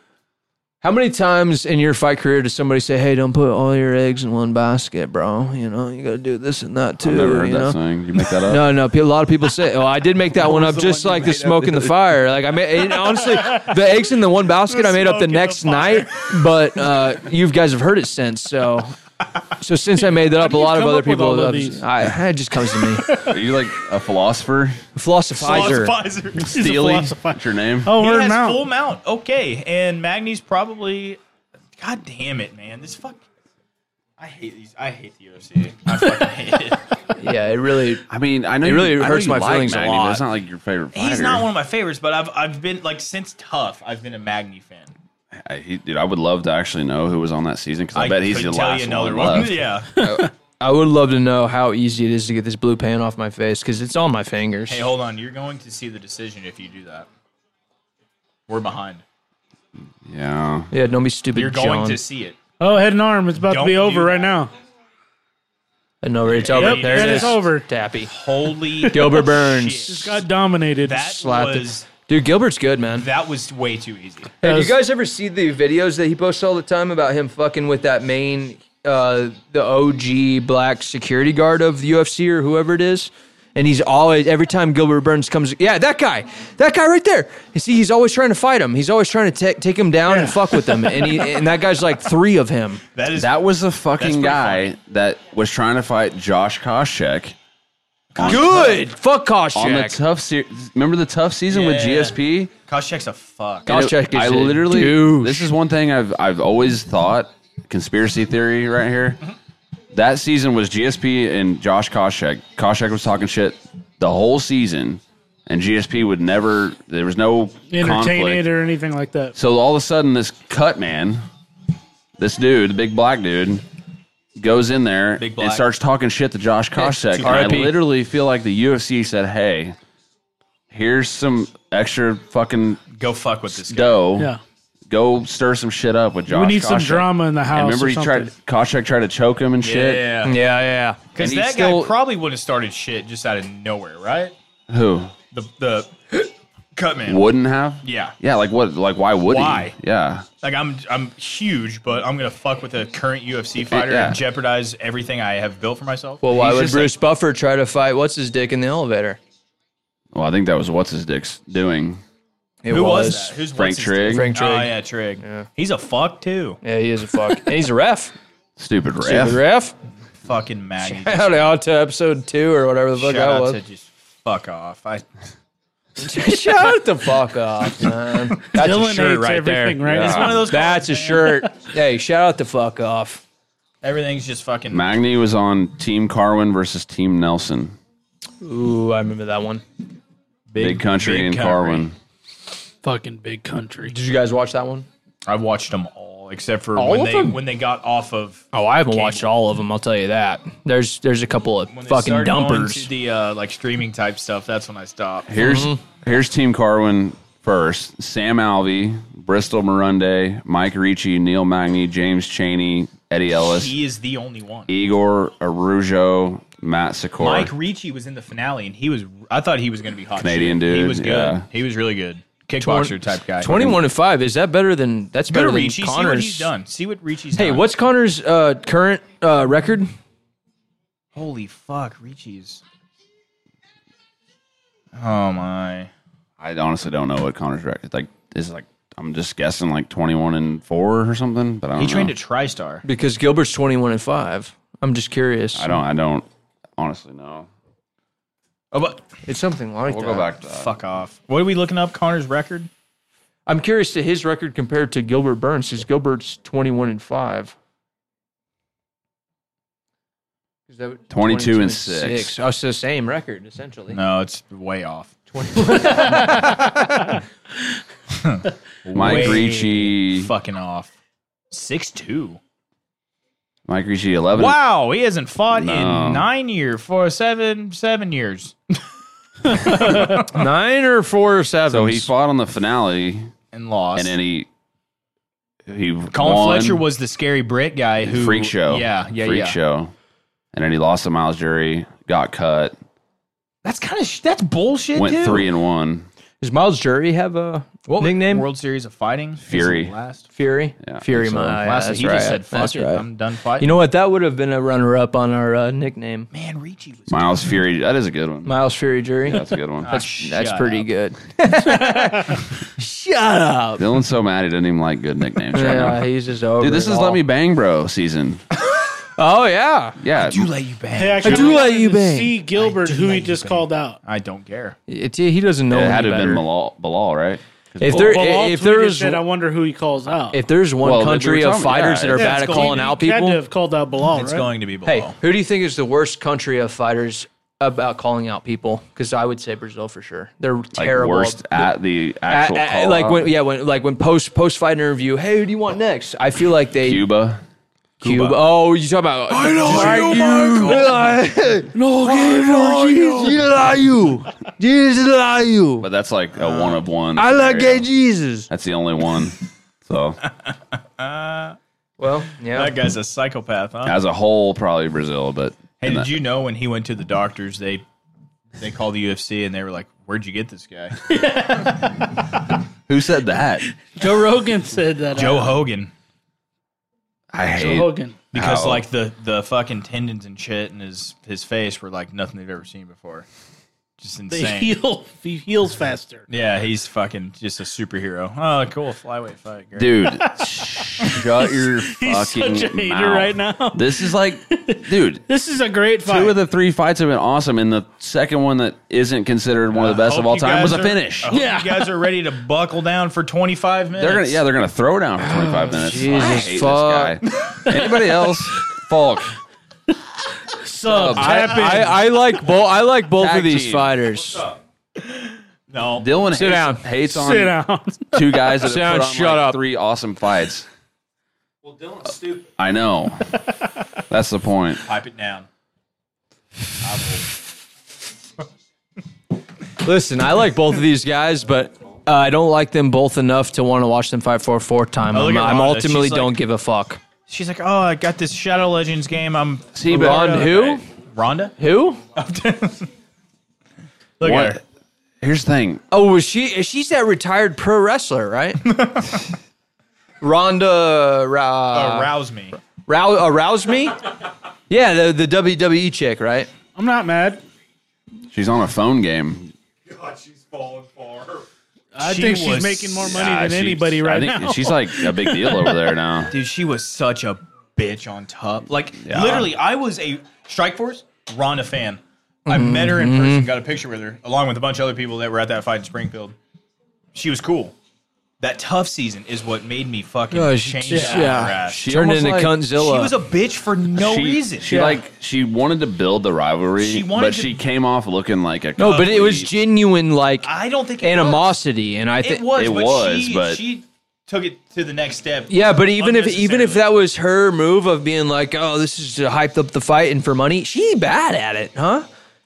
Speaker 2: How many times in your fight career does somebody say, "Hey, don't put all your eggs in one basket, bro"? You know, you got to do this and that too.
Speaker 1: I've never heard
Speaker 2: you
Speaker 1: that
Speaker 2: know?
Speaker 1: saying. You make that up?
Speaker 2: No, no. pe- A lot of people say, "Well, I did make that one up,
Speaker 1: the
Speaker 2: just
Speaker 1: one you
Speaker 2: like the
Speaker 1: made up
Speaker 2: smoke in the fire." Like I made, and honestly, the eggs in the one basket I made up
Speaker 3: smoke
Speaker 2: the
Speaker 3: in the
Speaker 2: next
Speaker 3: fire.
Speaker 2: night, but uh, you guys have heard it since. So, so since I made that up, a
Speaker 3: do you
Speaker 2: lot of
Speaker 3: come
Speaker 2: other
Speaker 3: up with
Speaker 2: people.
Speaker 3: all
Speaker 2: have-
Speaker 3: of these?
Speaker 2: I, it just comes to me.
Speaker 1: Are you like a philosopher?
Speaker 2: Philosophizer.
Speaker 3: He's a
Speaker 1: Steely?
Speaker 3: philosopher.
Speaker 1: What's your name?
Speaker 3: Oh,
Speaker 4: He
Speaker 3: we're
Speaker 4: has
Speaker 3: now.
Speaker 4: full mount. Okay. And Magni's probably. God damn it, man. This fuck. I hate these. I hate the UFC. I fucking hate it.
Speaker 2: Yeah, it really.
Speaker 1: I mean, I know
Speaker 2: It
Speaker 1: you-
Speaker 2: really
Speaker 1: I know
Speaker 2: hurts
Speaker 1: you
Speaker 2: my
Speaker 1: like
Speaker 2: feelings a
Speaker 1: Magny, but
Speaker 2: lot.
Speaker 1: It's not like your favorite fighter.
Speaker 4: He's not one of my favorites, but I've I've been like since tough. I've been a Magni fan.
Speaker 1: I, he, dude, I would love to actually know who was on that season because I, bet he's the
Speaker 4: couldn't tell
Speaker 1: last
Speaker 4: you
Speaker 1: one
Speaker 4: another
Speaker 1: left.
Speaker 4: Yeah.
Speaker 2: I would love to know how easy it is to get this blue paint off my face because it's on my fingers.
Speaker 4: hey, hold on. You're going to see the decision if you do that. We're behind.
Speaker 1: Yeah,
Speaker 2: yeah, don't be stupid,
Speaker 4: You're going
Speaker 2: John.
Speaker 4: to see it.
Speaker 3: Oh, head and arm. It's about
Speaker 4: Don't
Speaker 3: to be over
Speaker 4: do
Speaker 3: right
Speaker 4: that.
Speaker 3: now.
Speaker 2: I know Uh, it's over.
Speaker 4: Yep,
Speaker 2: there
Speaker 4: that
Speaker 2: it
Speaker 4: is
Speaker 2: is.
Speaker 3: over.
Speaker 2: Tappy.
Speaker 4: Holy
Speaker 2: Gilbert Burns.
Speaker 4: shit.
Speaker 3: Got dominated.
Speaker 4: That
Speaker 2: Slapped it.
Speaker 4: was
Speaker 2: Dude, Gilbert's good, man.
Speaker 4: that was way too easy.
Speaker 2: Hey, do you
Speaker 3: Does-
Speaker 2: guys ever see the videos that he posts all the time about him fucking with that main, uh, the OG black security guard of the UFC or whoever it is? And he's always every time Gilbert Burns comes, yeah, that guy, that guy right there. You see, he's always trying to fight him. He's always trying to ta- take him down and
Speaker 3: Yeah.
Speaker 2: fuck with him. And he and that guy's like three of him.
Speaker 4: That is
Speaker 1: that was the fucking
Speaker 4: pretty
Speaker 1: guy that was trying to fight Josh Koscheck
Speaker 2: Good, fuck
Speaker 1: on the
Speaker 2: Koscheck.
Speaker 1: tough. Se- remember the tough season with
Speaker 4: Yeah.
Speaker 1: GSP?
Speaker 4: Koscheck's a fuck.
Speaker 2: Koscheck is
Speaker 1: I
Speaker 2: a
Speaker 1: literally.
Speaker 2: douche.
Speaker 1: This is one thing I've I've always thought conspiracy theory right here. That season was GSP and Josh Koscheck. Koscheck was talking shit the whole season, and GSP would never. There was no
Speaker 3: Entertain
Speaker 1: conflict.
Speaker 3: it or anything like that.
Speaker 1: So all of a sudden, this cut man, this dude, the big black dude, goes in there
Speaker 4: Big
Speaker 1: and
Speaker 4: black.
Speaker 1: starts talking shit to Josh Koscheck. And I
Speaker 2: RIP.
Speaker 1: literally feel like the UFC said, "Hey, here's some extra fucking
Speaker 4: Go fuck with this guy.
Speaker 1: dough.
Speaker 3: Yeah.
Speaker 1: Go stir some shit up with Josh.
Speaker 3: We need some
Speaker 1: Koscheck."
Speaker 3: drama in the house.
Speaker 1: And remember,
Speaker 3: or
Speaker 1: he tried
Speaker 3: something.
Speaker 1: Koscheck tried to choke him and shit.
Speaker 2: Yeah,
Speaker 4: Yeah.
Speaker 2: yeah.
Speaker 4: Because
Speaker 1: And he's
Speaker 4: that
Speaker 1: still-
Speaker 4: guy probably would have started shit just out of nowhere, right?
Speaker 1: Who
Speaker 4: The the cut man.
Speaker 1: wouldn't have?
Speaker 4: Yeah.
Speaker 1: yeah. Like what? Like why would
Speaker 4: Why?
Speaker 1: he? Yeah.
Speaker 4: Like I'm I'm huge, but I'm gonna fuck with a current UFC fighter
Speaker 1: yeah.
Speaker 4: and jeopardize everything I have built for myself.
Speaker 2: Well, why
Speaker 4: He's
Speaker 2: would
Speaker 4: just like-
Speaker 2: Bruce Buffer try to fight? What's his dick in the elevator?
Speaker 1: Well, I think that was what's his dick's doing.
Speaker 2: It
Speaker 4: who was, that? Who's
Speaker 1: Frank
Speaker 4: what's his-
Speaker 1: Trigg.
Speaker 2: Frank Trigg.
Speaker 4: Oh yeah, Trig. He's a fuck too.
Speaker 2: Yeah, he is a fuck, and he's a ref.
Speaker 1: Stupid ref.
Speaker 2: Stupid ref.
Speaker 4: Fucking Maggie. Shout
Speaker 2: Shout out to episode two or whatever the fuck that
Speaker 4: out
Speaker 2: was.
Speaker 4: to just fuck off. I
Speaker 2: Shout out the fuck off, man. That's
Speaker 3: Dylan
Speaker 2: a shirt
Speaker 3: hates
Speaker 2: right there.
Speaker 3: everything right
Speaker 1: Yeah.
Speaker 3: now.
Speaker 4: one of those.
Speaker 2: That's a shirt. Hey, shout out the fuck off.
Speaker 4: Everything's just fucking.
Speaker 1: Magny was on Team Carwin versus Team Nelson.
Speaker 2: Ooh, I remember that one.
Speaker 1: Big, Country
Speaker 4: big
Speaker 1: and
Speaker 4: country.
Speaker 1: Carwin.
Speaker 3: Fucking big country.
Speaker 2: Did you guys watch that one?
Speaker 4: I've watched them all except for
Speaker 2: All
Speaker 4: when
Speaker 2: of
Speaker 4: they
Speaker 2: them?
Speaker 4: when they got off of
Speaker 2: Oh, I haven't
Speaker 4: Cable.
Speaker 2: watched all of them. I'll tell you that. There's there's a couple of
Speaker 4: when they
Speaker 2: fucking
Speaker 4: started Going
Speaker 2: dumpers.
Speaker 4: to the uh, like streaming type stuff. That's when I stopped.
Speaker 1: Here's here's Team Carwin first. Sam Alvey, Bristol Marunde, Mike Ricci, Neil Magny, James Cheney, Eddie Ellis,
Speaker 4: He is the only one.
Speaker 1: Igor Arujo, Matt Sikora.
Speaker 4: Mike Ricci was in the finale, and he was. I thought he was going to be hot.
Speaker 1: Canadian
Speaker 4: shit. He
Speaker 1: dude,
Speaker 4: was good.
Speaker 1: yeah.
Speaker 4: He was really good. kickboxer type guy.
Speaker 2: 21 and 5. Is that better than that's
Speaker 4: Go
Speaker 2: better
Speaker 4: to
Speaker 2: than
Speaker 4: Ricci. See what
Speaker 2: Connor's?
Speaker 4: he's done. See what Ricci's
Speaker 2: Hey,
Speaker 4: done.
Speaker 2: what's Connor's uh, current uh, record?
Speaker 4: Holy fuck, Ricci's. Oh my.
Speaker 1: I honestly don't know what Connor's record like. Is like I'm just guessing like 21 and four or something. But I don't
Speaker 4: He trained
Speaker 1: know.
Speaker 4: at TriStar.
Speaker 2: Because Gilbert's 21 and 5. I'm just curious.
Speaker 1: I don't. I don't honestly know.
Speaker 4: Oh, but
Speaker 2: It's something like
Speaker 1: We'll
Speaker 2: that.
Speaker 1: go back to that.
Speaker 4: fuck off. What are we looking up? Connor's record?
Speaker 2: I'm curious to his record compared to Gilbert Burns, because Gilbert's 21 and 5. Is that what-
Speaker 1: 22 and six.
Speaker 2: Oh, so same record, essentially.
Speaker 4: No, it's way off.
Speaker 1: Mike
Speaker 4: Way
Speaker 1: Ricci.
Speaker 4: Fucking off. Six two.
Speaker 1: Mike Ricci 11.
Speaker 4: Wow, he hasn't fought
Speaker 1: No.
Speaker 4: in nine year, four, seven, seven years.
Speaker 2: Nine or four or seven.
Speaker 1: So he fought on the finale,
Speaker 4: And lost.
Speaker 1: and then he he
Speaker 4: Colin
Speaker 1: won
Speaker 4: Fletcher was the scary Brit guy who
Speaker 1: freak show.
Speaker 4: Yeah, yeah,
Speaker 1: freak
Speaker 4: yeah.
Speaker 1: show. And then he lost to Miles Jury, got cut,
Speaker 4: That's kind of sh- that's bullshit.
Speaker 1: went
Speaker 4: too.
Speaker 1: three and one.
Speaker 2: Does Miles Jury have a
Speaker 4: What
Speaker 2: nickname?
Speaker 4: World Series of Fighting.
Speaker 1: Fury.
Speaker 4: His Last.
Speaker 2: Fury.
Speaker 1: Yeah,
Speaker 2: Fury,
Speaker 1: so
Speaker 2: my. yeah,
Speaker 4: last
Speaker 2: that's
Speaker 4: he
Speaker 2: right.
Speaker 4: just said, "Fuck
Speaker 2: That's
Speaker 4: it,
Speaker 2: right.
Speaker 4: I'm done fighting."
Speaker 2: You know what? That would have been a runner-up on our uh, nickname.
Speaker 4: man, Ricci was.
Speaker 1: Miles Fury. That is a good one.
Speaker 2: Miles Fury Jury.
Speaker 1: That's a good one.
Speaker 2: That's
Speaker 4: Ah, Shut
Speaker 2: pretty
Speaker 4: up.
Speaker 2: good. Shut up.
Speaker 1: Dylan's so mad he doesn't even like good nicknames right now.
Speaker 2: Yeah, he's just over.
Speaker 1: Dude, this
Speaker 2: it
Speaker 1: is
Speaker 2: all.
Speaker 1: Let Me Bang Bro season.
Speaker 2: Oh yeah.
Speaker 1: Yeah.
Speaker 4: You let you bang.
Speaker 3: Hey, actually,
Speaker 2: I do
Speaker 3: I'm
Speaker 2: let
Speaker 3: glad
Speaker 2: you
Speaker 3: to
Speaker 2: bang.
Speaker 3: See Gilbert, who he just called out.
Speaker 4: I don't care.
Speaker 2: It, he doesn't know.
Speaker 1: it
Speaker 2: any
Speaker 1: had to have been
Speaker 2: better.
Speaker 1: Bilal, Bilal right? 'Cause
Speaker 2: If
Speaker 1: Bilal-
Speaker 2: there-
Speaker 3: Well, all
Speaker 2: if
Speaker 3: tweeted
Speaker 2: there's-
Speaker 3: that, I wonder who he calls out.
Speaker 2: If there's one
Speaker 1: Well, we
Speaker 2: country
Speaker 1: were
Speaker 2: of
Speaker 1: talking-
Speaker 2: fighters
Speaker 1: yeah,
Speaker 2: that are
Speaker 1: it's
Speaker 2: bad at
Speaker 3: it's
Speaker 2: calling
Speaker 3: he,
Speaker 2: out
Speaker 3: Had to
Speaker 2: people,
Speaker 3: have called out Bilal,
Speaker 4: It's
Speaker 3: right?
Speaker 4: going to be below.
Speaker 2: hey, who do you think is the worst country of fighters about calling out people? Because I would say Brazil for sure. They're
Speaker 1: like
Speaker 2: terrible.
Speaker 1: worst at the
Speaker 2: At-
Speaker 1: actual
Speaker 2: at-
Speaker 1: call
Speaker 2: like
Speaker 1: out.
Speaker 2: when yeah when like when post post fight interview. Hey, who do you want next? I feel like they Cuba.
Speaker 1: Cuba.
Speaker 2: Oh, you talking about? I know you, No, Jesus, I you. Jesus, I you.
Speaker 1: But that's like a one of one.
Speaker 2: Uh, I like
Speaker 1: scenario.
Speaker 2: gay Jesus.
Speaker 1: That's the only one. So
Speaker 2: Well, yeah.
Speaker 4: that guy's a psychopath, huh?
Speaker 1: as a whole, probably Brazil. But
Speaker 4: Hey,
Speaker 1: in
Speaker 4: did
Speaker 1: that-
Speaker 4: you know when he went to the doctors, they they called the UFC and they were like, "Where'd you get this guy?"
Speaker 1: who said that?
Speaker 3: Joe Rogan said that.
Speaker 4: Joe
Speaker 3: uh,
Speaker 4: Hogan,
Speaker 1: I
Speaker 3: Joe
Speaker 1: hate.
Speaker 3: Hogan.
Speaker 4: because
Speaker 1: Ow.
Speaker 4: like the the fucking tendons and shit in his his face were like nothing they've ever seen before. Just
Speaker 3: They
Speaker 4: insane.
Speaker 3: heal. He heals faster.
Speaker 4: Yeah, he's fucking just a superhero. Oh, cool, flyweight fight. Great.
Speaker 1: Dude, shut your
Speaker 3: He's
Speaker 1: fucking
Speaker 3: such a hater
Speaker 1: mouth.
Speaker 3: right now.
Speaker 1: This is like, dude.
Speaker 3: This is a great fight.
Speaker 1: Two of the three fights have been awesome, and the second one that isn't considered one of
Speaker 3: Uh,
Speaker 1: the best of
Speaker 4: Hope
Speaker 1: all
Speaker 4: you
Speaker 1: time
Speaker 4: guys
Speaker 1: was a
Speaker 4: are-
Speaker 1: finish.
Speaker 4: I hope
Speaker 3: Yeah.
Speaker 4: you guys are ready to buckle down for 25 minutes.
Speaker 1: They're gonna, yeah, they're gonna throw down for 25 minutes.
Speaker 2: Oh, Jesus,
Speaker 1: I hate this guy. Anybody else? Falk.
Speaker 3: subs.
Speaker 1: I-
Speaker 3: Tap in.
Speaker 2: I, I like both. I like both
Speaker 1: Tag
Speaker 2: of these
Speaker 1: team.
Speaker 2: fighters.
Speaker 4: no.
Speaker 1: Dylan hates,
Speaker 2: down.
Speaker 1: hates on
Speaker 3: Sit down.
Speaker 1: two guys that
Speaker 2: Sit
Speaker 1: have
Speaker 2: down,
Speaker 1: put on
Speaker 2: shut
Speaker 1: like,
Speaker 2: up.
Speaker 1: three awesome fights.
Speaker 4: Well, Dylan's stupid.
Speaker 1: I know. That's the point.
Speaker 4: Pipe it down.
Speaker 2: Listen, I like both of these guys, but uh, I don't like them both enough to want to watch them fight for a fourth time.
Speaker 4: Oh, look
Speaker 2: I'm,
Speaker 4: at
Speaker 2: I'm
Speaker 4: Ronda.
Speaker 2: ultimately
Speaker 4: She's like-
Speaker 2: don't give a fuck.
Speaker 4: She's like, oh, I got this Shadow Legends game. I'm
Speaker 1: See, but-
Speaker 2: On who?
Speaker 4: Rhonda.
Speaker 2: Who?
Speaker 4: Look
Speaker 1: What-
Speaker 4: at her.
Speaker 1: Here's the thing.
Speaker 2: Oh, was she? She's that retired pro wrestler, right? Ronda
Speaker 1: Uh,
Speaker 2: Ra-
Speaker 4: Arouse Uh, me.
Speaker 2: Rou- arouse me. Yeah, the, the WWE chick, right?
Speaker 3: I'm not mad.
Speaker 1: She's on a phone game.
Speaker 3: I
Speaker 4: She
Speaker 3: think she's
Speaker 4: was-
Speaker 3: making more money
Speaker 1: Ah,
Speaker 3: than
Speaker 1: she's-
Speaker 3: anybody
Speaker 1: I
Speaker 3: right
Speaker 1: think
Speaker 3: now.
Speaker 1: She's like a big deal over there now.
Speaker 4: Dude, she was such a bitch on top. Like, literally, I was a Strikeforce Rhonda fan. I met her in person, got a picture with her, along with a bunch of other people that were at that fight in Springfield. She was cool. That tough season is what made me fucking
Speaker 2: Oh, she-
Speaker 4: change
Speaker 2: yeah. uh,
Speaker 4: yeah. yeah. She,
Speaker 1: She
Speaker 2: Turned
Speaker 1: almost
Speaker 2: into
Speaker 1: like-
Speaker 2: Cuntzilla.
Speaker 4: was a bitch for no
Speaker 1: she,
Speaker 4: reason.
Speaker 1: She like she wanted to build the rivalry,
Speaker 4: She wanted
Speaker 1: but
Speaker 4: to-
Speaker 1: she came off looking like a
Speaker 2: no, but it was
Speaker 1: complete-
Speaker 2: genuine, like
Speaker 4: I don't think it Was.
Speaker 2: animosity, and I
Speaker 4: It
Speaker 2: think
Speaker 4: was.
Speaker 1: It
Speaker 4: but
Speaker 1: was,
Speaker 4: she,
Speaker 1: but-
Speaker 4: she took it to the next step.
Speaker 2: Yeah, but even if even if
Speaker 4: Unnecessarily.
Speaker 2: that was her move of being like, oh, this is to hyped up the fight and for money, she bad at it, huh?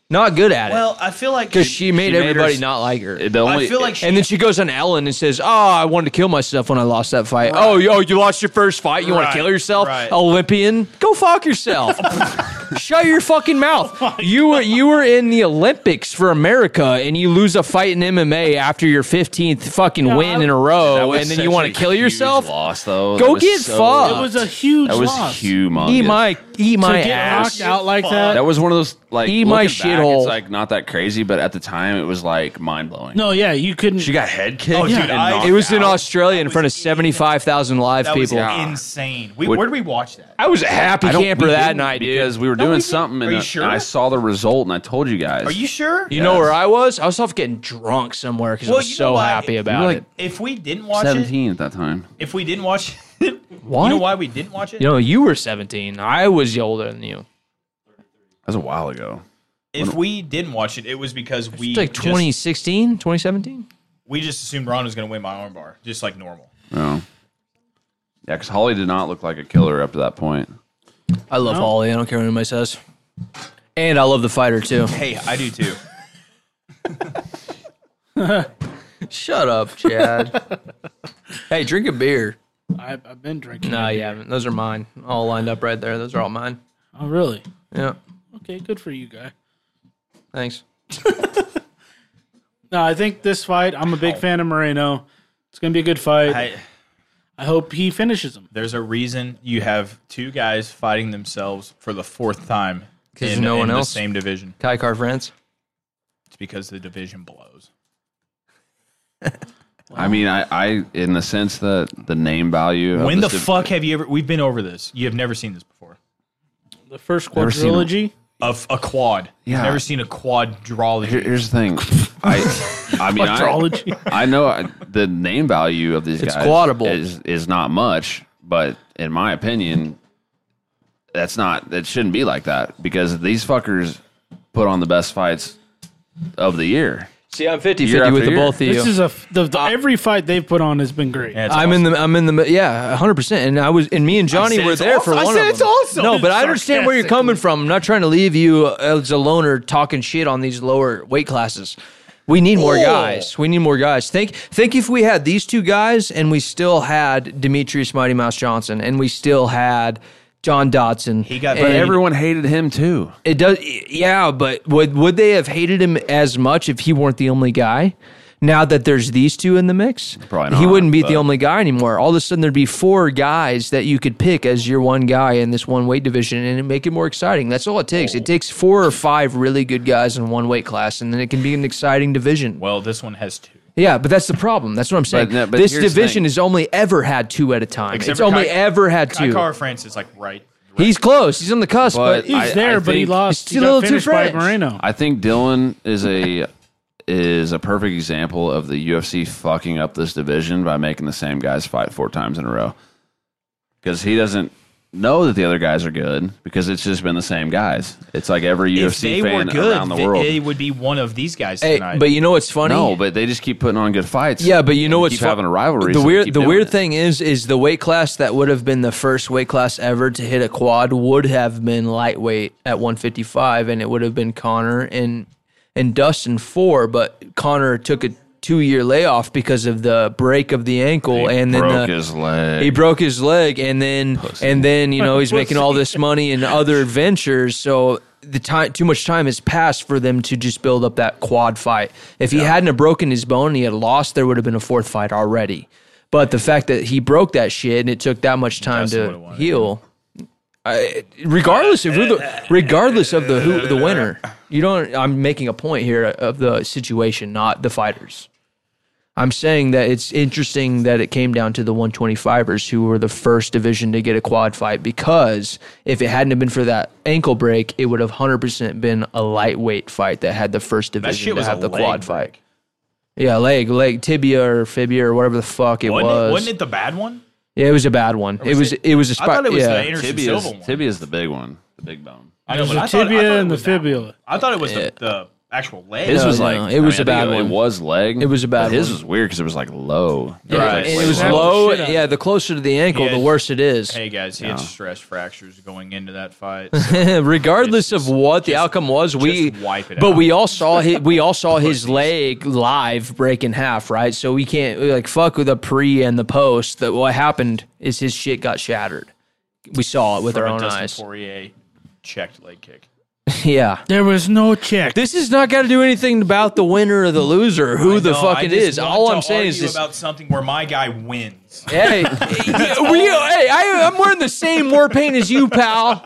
Speaker 2: Not good at it
Speaker 4: well, I feel like
Speaker 2: because she made
Speaker 1: made her
Speaker 2: everybody
Speaker 1: s-
Speaker 2: not like her.
Speaker 1: The only,
Speaker 4: I feel like she,
Speaker 2: and then she goes on Ellen and says, "Oh, I wanted to kill myself when I lost that fight. Oh, you, oh, you lost your first fight. You want
Speaker 4: Right,
Speaker 2: to kill yourself,
Speaker 4: right.
Speaker 2: Olympian? Go fuck yourself." Shut your fucking mouth.
Speaker 4: Oh
Speaker 2: you were you were in the Olympics for America, and you lose a fight in MMA after your fifteenth fucking win
Speaker 3: I-
Speaker 2: in
Speaker 1: That
Speaker 2: a row,
Speaker 1: was
Speaker 2: Oh, and then
Speaker 1: such
Speaker 2: you want
Speaker 1: a
Speaker 2: to kill
Speaker 1: huge
Speaker 2: yourself.
Speaker 1: Loss though.
Speaker 2: Go
Speaker 1: That was
Speaker 2: get fucked.
Speaker 3: It was a huge
Speaker 1: That was
Speaker 3: loss.
Speaker 1: humongous.
Speaker 2: Eat my eat
Speaker 3: To
Speaker 2: my
Speaker 3: get
Speaker 2: ass.
Speaker 3: knocked out like that.
Speaker 1: That was one of those like
Speaker 2: Eat my
Speaker 1: looking back,
Speaker 2: shithole.
Speaker 1: It's like not that crazy, but at the time it was like mind blowing.
Speaker 3: no, yeah, you couldn't.
Speaker 1: she got head kicked.
Speaker 4: Oh, dude,
Speaker 1: and
Speaker 4: I-
Speaker 1: knocked
Speaker 2: It was in
Speaker 1: out.
Speaker 2: Australia in front of seventy five thousand live
Speaker 4: That
Speaker 2: people.
Speaker 4: was insane. We,
Speaker 1: Would-
Speaker 4: where did we watch that?
Speaker 2: I was a happy
Speaker 1: I don't-
Speaker 2: camper
Speaker 1: we
Speaker 2: that
Speaker 1: didn't
Speaker 2: night, dude.
Speaker 1: because we were
Speaker 4: we
Speaker 1: doing
Speaker 4: didn't.
Speaker 1: something.
Speaker 4: Are
Speaker 1: And,
Speaker 4: you
Speaker 1: uh,
Speaker 4: sure?
Speaker 1: and I saw the result, and I told you guys.
Speaker 4: Are you sure?
Speaker 2: You know where
Speaker 1: Yes.
Speaker 2: I was? I was off getting drunk somewhere because
Speaker 4: Well,
Speaker 2: I was
Speaker 4: you know
Speaker 2: so
Speaker 4: why?
Speaker 2: happy
Speaker 4: You were
Speaker 2: about
Speaker 1: like-
Speaker 2: it.
Speaker 4: If we didn't watch it,
Speaker 1: seventeen at that time?
Speaker 4: if we didn't watch it,
Speaker 2: What?
Speaker 4: you know why we didn't watch it?
Speaker 2: You know, you were 17. I was older than you.
Speaker 1: That was a while ago.
Speaker 4: if we didn't watch it, it was because we
Speaker 2: It's like
Speaker 4: just-
Speaker 2: 2016, 2017.
Speaker 4: we just assumed Ron was going to win by armbar, just like normal.
Speaker 1: No. Yeah, because Holly did not look like a killer up to that point.
Speaker 2: I love Holly. I don't care what anybody says. And I love the fighter too.
Speaker 4: Hey, I do too.
Speaker 2: Shut up, Chad. hey, drink a beer.
Speaker 3: I, I've been drinking.
Speaker 2: No, you haven't. Those are mine. All lined up right there. Those are all mine.
Speaker 3: Oh, really?
Speaker 2: Yeah.
Speaker 3: Okay, good for you, guy.
Speaker 2: Thanks.
Speaker 3: No, I think this fight. I'm a
Speaker 1: Oh.
Speaker 3: big fan of Moreno. It's gonna be a good fight. I,
Speaker 4: I,
Speaker 3: hope he finishes him.
Speaker 4: there's a reason you have two guys fighting themselves for the fourth time
Speaker 2: 'Cause no one
Speaker 4: in
Speaker 2: else?
Speaker 4: the same division.
Speaker 2: Kai Car France.
Speaker 4: It's because the division blows.
Speaker 1: I mean, I, I, in the sense that the name value.
Speaker 2: Oh,
Speaker 1: of
Speaker 4: when the
Speaker 1: this div-
Speaker 4: fuck have you ever? We've been over this. You have never seen this before.
Speaker 3: The first
Speaker 1: Never seen him.
Speaker 3: quadrilogy.
Speaker 4: A, f- a quad. You've
Speaker 1: Yeah.
Speaker 4: Never seen a quadrology.
Speaker 1: Here- here's the thing. I, I mean,
Speaker 3: Quadrilogy.
Speaker 1: I, I know I- the name value of these
Speaker 2: It's
Speaker 1: guys
Speaker 2: quotable.
Speaker 1: is is not much, but in my opinion, that's not. It shouldn't be like that because these fuckers put on the best fights of the year.
Speaker 2: See, I'm 50
Speaker 1: Year
Speaker 2: 50 with
Speaker 1: after
Speaker 2: the
Speaker 1: year.
Speaker 2: both of you.
Speaker 3: This is a f- the,
Speaker 4: Uh,
Speaker 3: the, every fight they've put on has been great.
Speaker 4: Yeah, it's
Speaker 2: I'm
Speaker 4: awesome.
Speaker 2: in the I'm in the yeah 100 percent and I was and me and Johnny
Speaker 4: said
Speaker 2: were
Speaker 4: it's
Speaker 2: there for
Speaker 4: awesome. I
Speaker 2: one
Speaker 4: said
Speaker 2: of
Speaker 4: it's
Speaker 2: them.
Speaker 4: awesome.
Speaker 2: No, but I understand where you're coming from. I'm not trying to leave you as a loner talking shit on these lower weight classes. We need more
Speaker 4: Oh.
Speaker 2: guys. We need more guys. Think think if we had these two guys and we still had Demetrius Mighty Mouse Johnson and we still had John Dotson. He
Speaker 4: got-
Speaker 2: and
Speaker 4: but
Speaker 1: Everyone
Speaker 2: everyone.
Speaker 1: hated him too.
Speaker 2: It does, yeah. But would would they have hated him as much if he weren't the only guy? Now that there's these two in the mix,
Speaker 1: Probably
Speaker 2: he
Speaker 1: not,
Speaker 2: wouldn't be the
Speaker 1: but-
Speaker 2: only guy anymore. All of a sudden, there'd be four guys that you could pick as your one guy in this one weight division, and it'd make it more exciting. That's all it takes.
Speaker 1: Oh.
Speaker 2: It takes four or five really good guys in one weight class, and then it can be an exciting division.
Speaker 4: well, this one has two.
Speaker 2: yeah, but that's the problem. That's what I'm saying.
Speaker 1: no, but
Speaker 2: this
Speaker 1: here's the
Speaker 2: division
Speaker 1: thing.
Speaker 2: has only ever had two at a time.
Speaker 4: Except
Speaker 2: it's
Speaker 4: for
Speaker 2: only
Speaker 4: Kai-
Speaker 2: ever had
Speaker 4: Kai
Speaker 2: two.
Speaker 4: Car France is like right.
Speaker 2: He's close. He's on the cusp, but,
Speaker 1: But
Speaker 3: He's
Speaker 1: I-
Speaker 3: there,
Speaker 1: I
Speaker 3: but he
Speaker 1: think-
Speaker 3: lost.
Speaker 2: He's
Speaker 3: He
Speaker 2: too little,
Speaker 3: got
Speaker 2: too
Speaker 3: finished by
Speaker 2: French.
Speaker 3: Moreno.
Speaker 1: I think Dylan is a is a perfect example of the UFC fucking up this division by making the same guys fight four times in a row. Because he doesn't know that the other guys are good because it's just been the same guys. It's like every
Speaker 4: If they
Speaker 1: UFC
Speaker 4: were
Speaker 1: fan around
Speaker 4: good,
Speaker 1: the
Speaker 4: they-
Speaker 1: world.
Speaker 4: it would be one of these guys
Speaker 2: Hey,
Speaker 4: tonight.
Speaker 2: but you know what's funny?
Speaker 1: no, but they just keep putting on good fights.
Speaker 2: Yeah, but you
Speaker 1: And
Speaker 2: know
Speaker 1: they
Speaker 2: what's
Speaker 1: keep
Speaker 2: fu-
Speaker 1: having a rivalry. so
Speaker 2: The
Speaker 1: they
Speaker 2: weird,
Speaker 1: keep
Speaker 2: the
Speaker 1: doing
Speaker 2: weird
Speaker 1: it.
Speaker 2: thing is, is the weight class that would have been the first weight class ever to hit a quad would have been lightweight at 155, and it would have been Connor and and Dustin four, but Connor took a two year layoff because of the break of the ankle, and then
Speaker 1: broke
Speaker 2: the,
Speaker 1: his leg.
Speaker 2: he broke his leg and then and then you know he's making all this money in other ventures so the time too much time has passed for them to just build up that quad fight if he hadn't have broken his bone and he had lost there would have been a fourth fight already but the fact that he broke that shit and it took that much time
Speaker 4: Dustin would've
Speaker 2: to
Speaker 4: won it.
Speaker 2: heal I, regardless of who the regardless of the who the winner you don't i'm making a point here of the situation not the fighters I'm saying that it's interesting that it came down to the 125ers who were the first division to get a quad fight because if it hadn't have been for that ankle break, it would have 100% been a lightweight fight that had the first division
Speaker 4: shit
Speaker 2: to
Speaker 4: was a
Speaker 2: have the
Speaker 4: leg
Speaker 2: quad
Speaker 4: break.
Speaker 2: fight. Yeah, leg, leg, tibia or fibia or whatever the fuck it
Speaker 4: wasn't, it,
Speaker 2: was.
Speaker 4: wasn't it the bad one?
Speaker 2: yeah, it was a bad one. it was it, was a
Speaker 4: I
Speaker 2: spot.
Speaker 4: thought it was
Speaker 2: yeah.
Speaker 4: the Anderson
Speaker 1: tibia's,
Speaker 4: Silva one.
Speaker 1: tibia's the big one, the big bone.
Speaker 4: I know, but
Speaker 3: the
Speaker 4: I thought- I
Speaker 3: tibia
Speaker 4: thought it
Speaker 3: and the
Speaker 4: was that one.
Speaker 3: fibula.
Speaker 4: I thought it was the, the actual leg.
Speaker 1: His was
Speaker 2: no,
Speaker 1: like
Speaker 2: it was a
Speaker 1: I
Speaker 2: bad
Speaker 1: think
Speaker 2: one.
Speaker 1: It was leg.
Speaker 2: It was a bad
Speaker 1: but His
Speaker 2: one.
Speaker 1: was weird because it was like low.
Speaker 2: Yeah,
Speaker 1: Like,
Speaker 2: and
Speaker 1: way
Speaker 2: it was
Speaker 3: Slapped the
Speaker 2: low.
Speaker 3: shit out of
Speaker 2: Yeah,
Speaker 3: him.
Speaker 2: the closer to the ankle,
Speaker 4: Yeah.
Speaker 2: the worse it is.
Speaker 4: Hey guys, he had stress fractures going into that fight. so-
Speaker 2: regardless
Speaker 4: Just-
Speaker 2: of what the
Speaker 4: just-
Speaker 2: outcome was, we
Speaker 4: just wipe it
Speaker 2: but
Speaker 4: out.
Speaker 2: we all saw his, we all saw his leg live break in half, right? So we can't like fuck with the pre and the post. That what happened is his shit got shattered. We saw it with
Speaker 4: from
Speaker 2: our
Speaker 4: a
Speaker 2: own
Speaker 4: Dustin
Speaker 2: eyes.
Speaker 4: Poirier checked leg kick.
Speaker 2: yeah.
Speaker 3: There was no check.
Speaker 2: This has not got to do anything about the winner or the loser, who the
Speaker 4: No,
Speaker 2: fuck
Speaker 4: I
Speaker 2: it
Speaker 4: just
Speaker 2: is.
Speaker 4: want
Speaker 2: All
Speaker 4: to
Speaker 2: I'm saying is
Speaker 4: argue
Speaker 2: this.
Speaker 4: about something where my guy wins.
Speaker 2: hey, yeah, we, hey I, I'm wearing the same war paint as you, pal.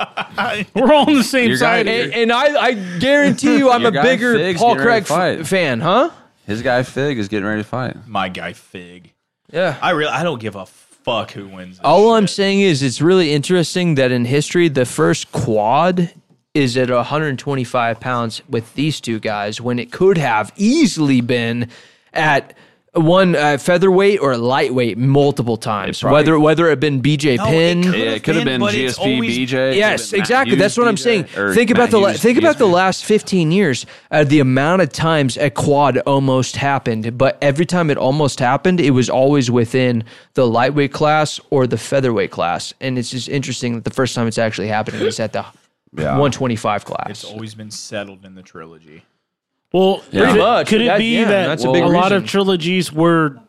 Speaker 3: We're all on the same
Speaker 1: Your guy
Speaker 3: side.
Speaker 1: did.
Speaker 2: And, and I, I guarantee you, I'm
Speaker 1: Your
Speaker 2: a
Speaker 1: guy
Speaker 2: bigger
Speaker 1: Figs
Speaker 2: Paul
Speaker 1: getting ready
Speaker 2: Craig
Speaker 1: to
Speaker 2: f-
Speaker 1: fight.
Speaker 2: fan, huh?
Speaker 1: His guy Fig is getting ready to fight.
Speaker 4: My guy Fig.
Speaker 2: Yeah.
Speaker 4: I really I don't give a fuck who wins. this
Speaker 2: All
Speaker 4: shit.
Speaker 2: I'm saying is it's really interesting that in history, the first quad is at 125 pounds with these two guys when it could have easily been at one uh, featherweight or lightweight multiple times,
Speaker 1: probably-
Speaker 2: whether whether it been BJ
Speaker 4: it
Speaker 2: Penn.
Speaker 4: could've
Speaker 1: Yeah, it could have been,
Speaker 4: but it's
Speaker 1: GSP,
Speaker 4: always-
Speaker 1: BJ. could've
Speaker 2: Yes,
Speaker 1: been Matt
Speaker 2: exactly.
Speaker 1: Hughes,
Speaker 2: That's what I'm
Speaker 1: BJ,
Speaker 2: saying.
Speaker 1: or
Speaker 2: Think about
Speaker 1: Matt
Speaker 2: the la-
Speaker 1: Hughes,
Speaker 2: think about the
Speaker 1: GSP.
Speaker 2: last 15 years. Uh, the amount of times a quad almost happened, but every time it almost happened, it was always within the lightweight class or the featherweight class. And it's just interesting that the first time it's actually happening is at the 125 class.
Speaker 4: it's always been settled in the trilogy.
Speaker 3: Well, could,
Speaker 1: Pretty
Speaker 2: much.
Speaker 3: could it
Speaker 2: That-
Speaker 3: be
Speaker 2: yeah,
Speaker 3: that
Speaker 2: that's
Speaker 3: a,
Speaker 2: a big
Speaker 3: lot
Speaker 2: reason.
Speaker 3: of trilogies were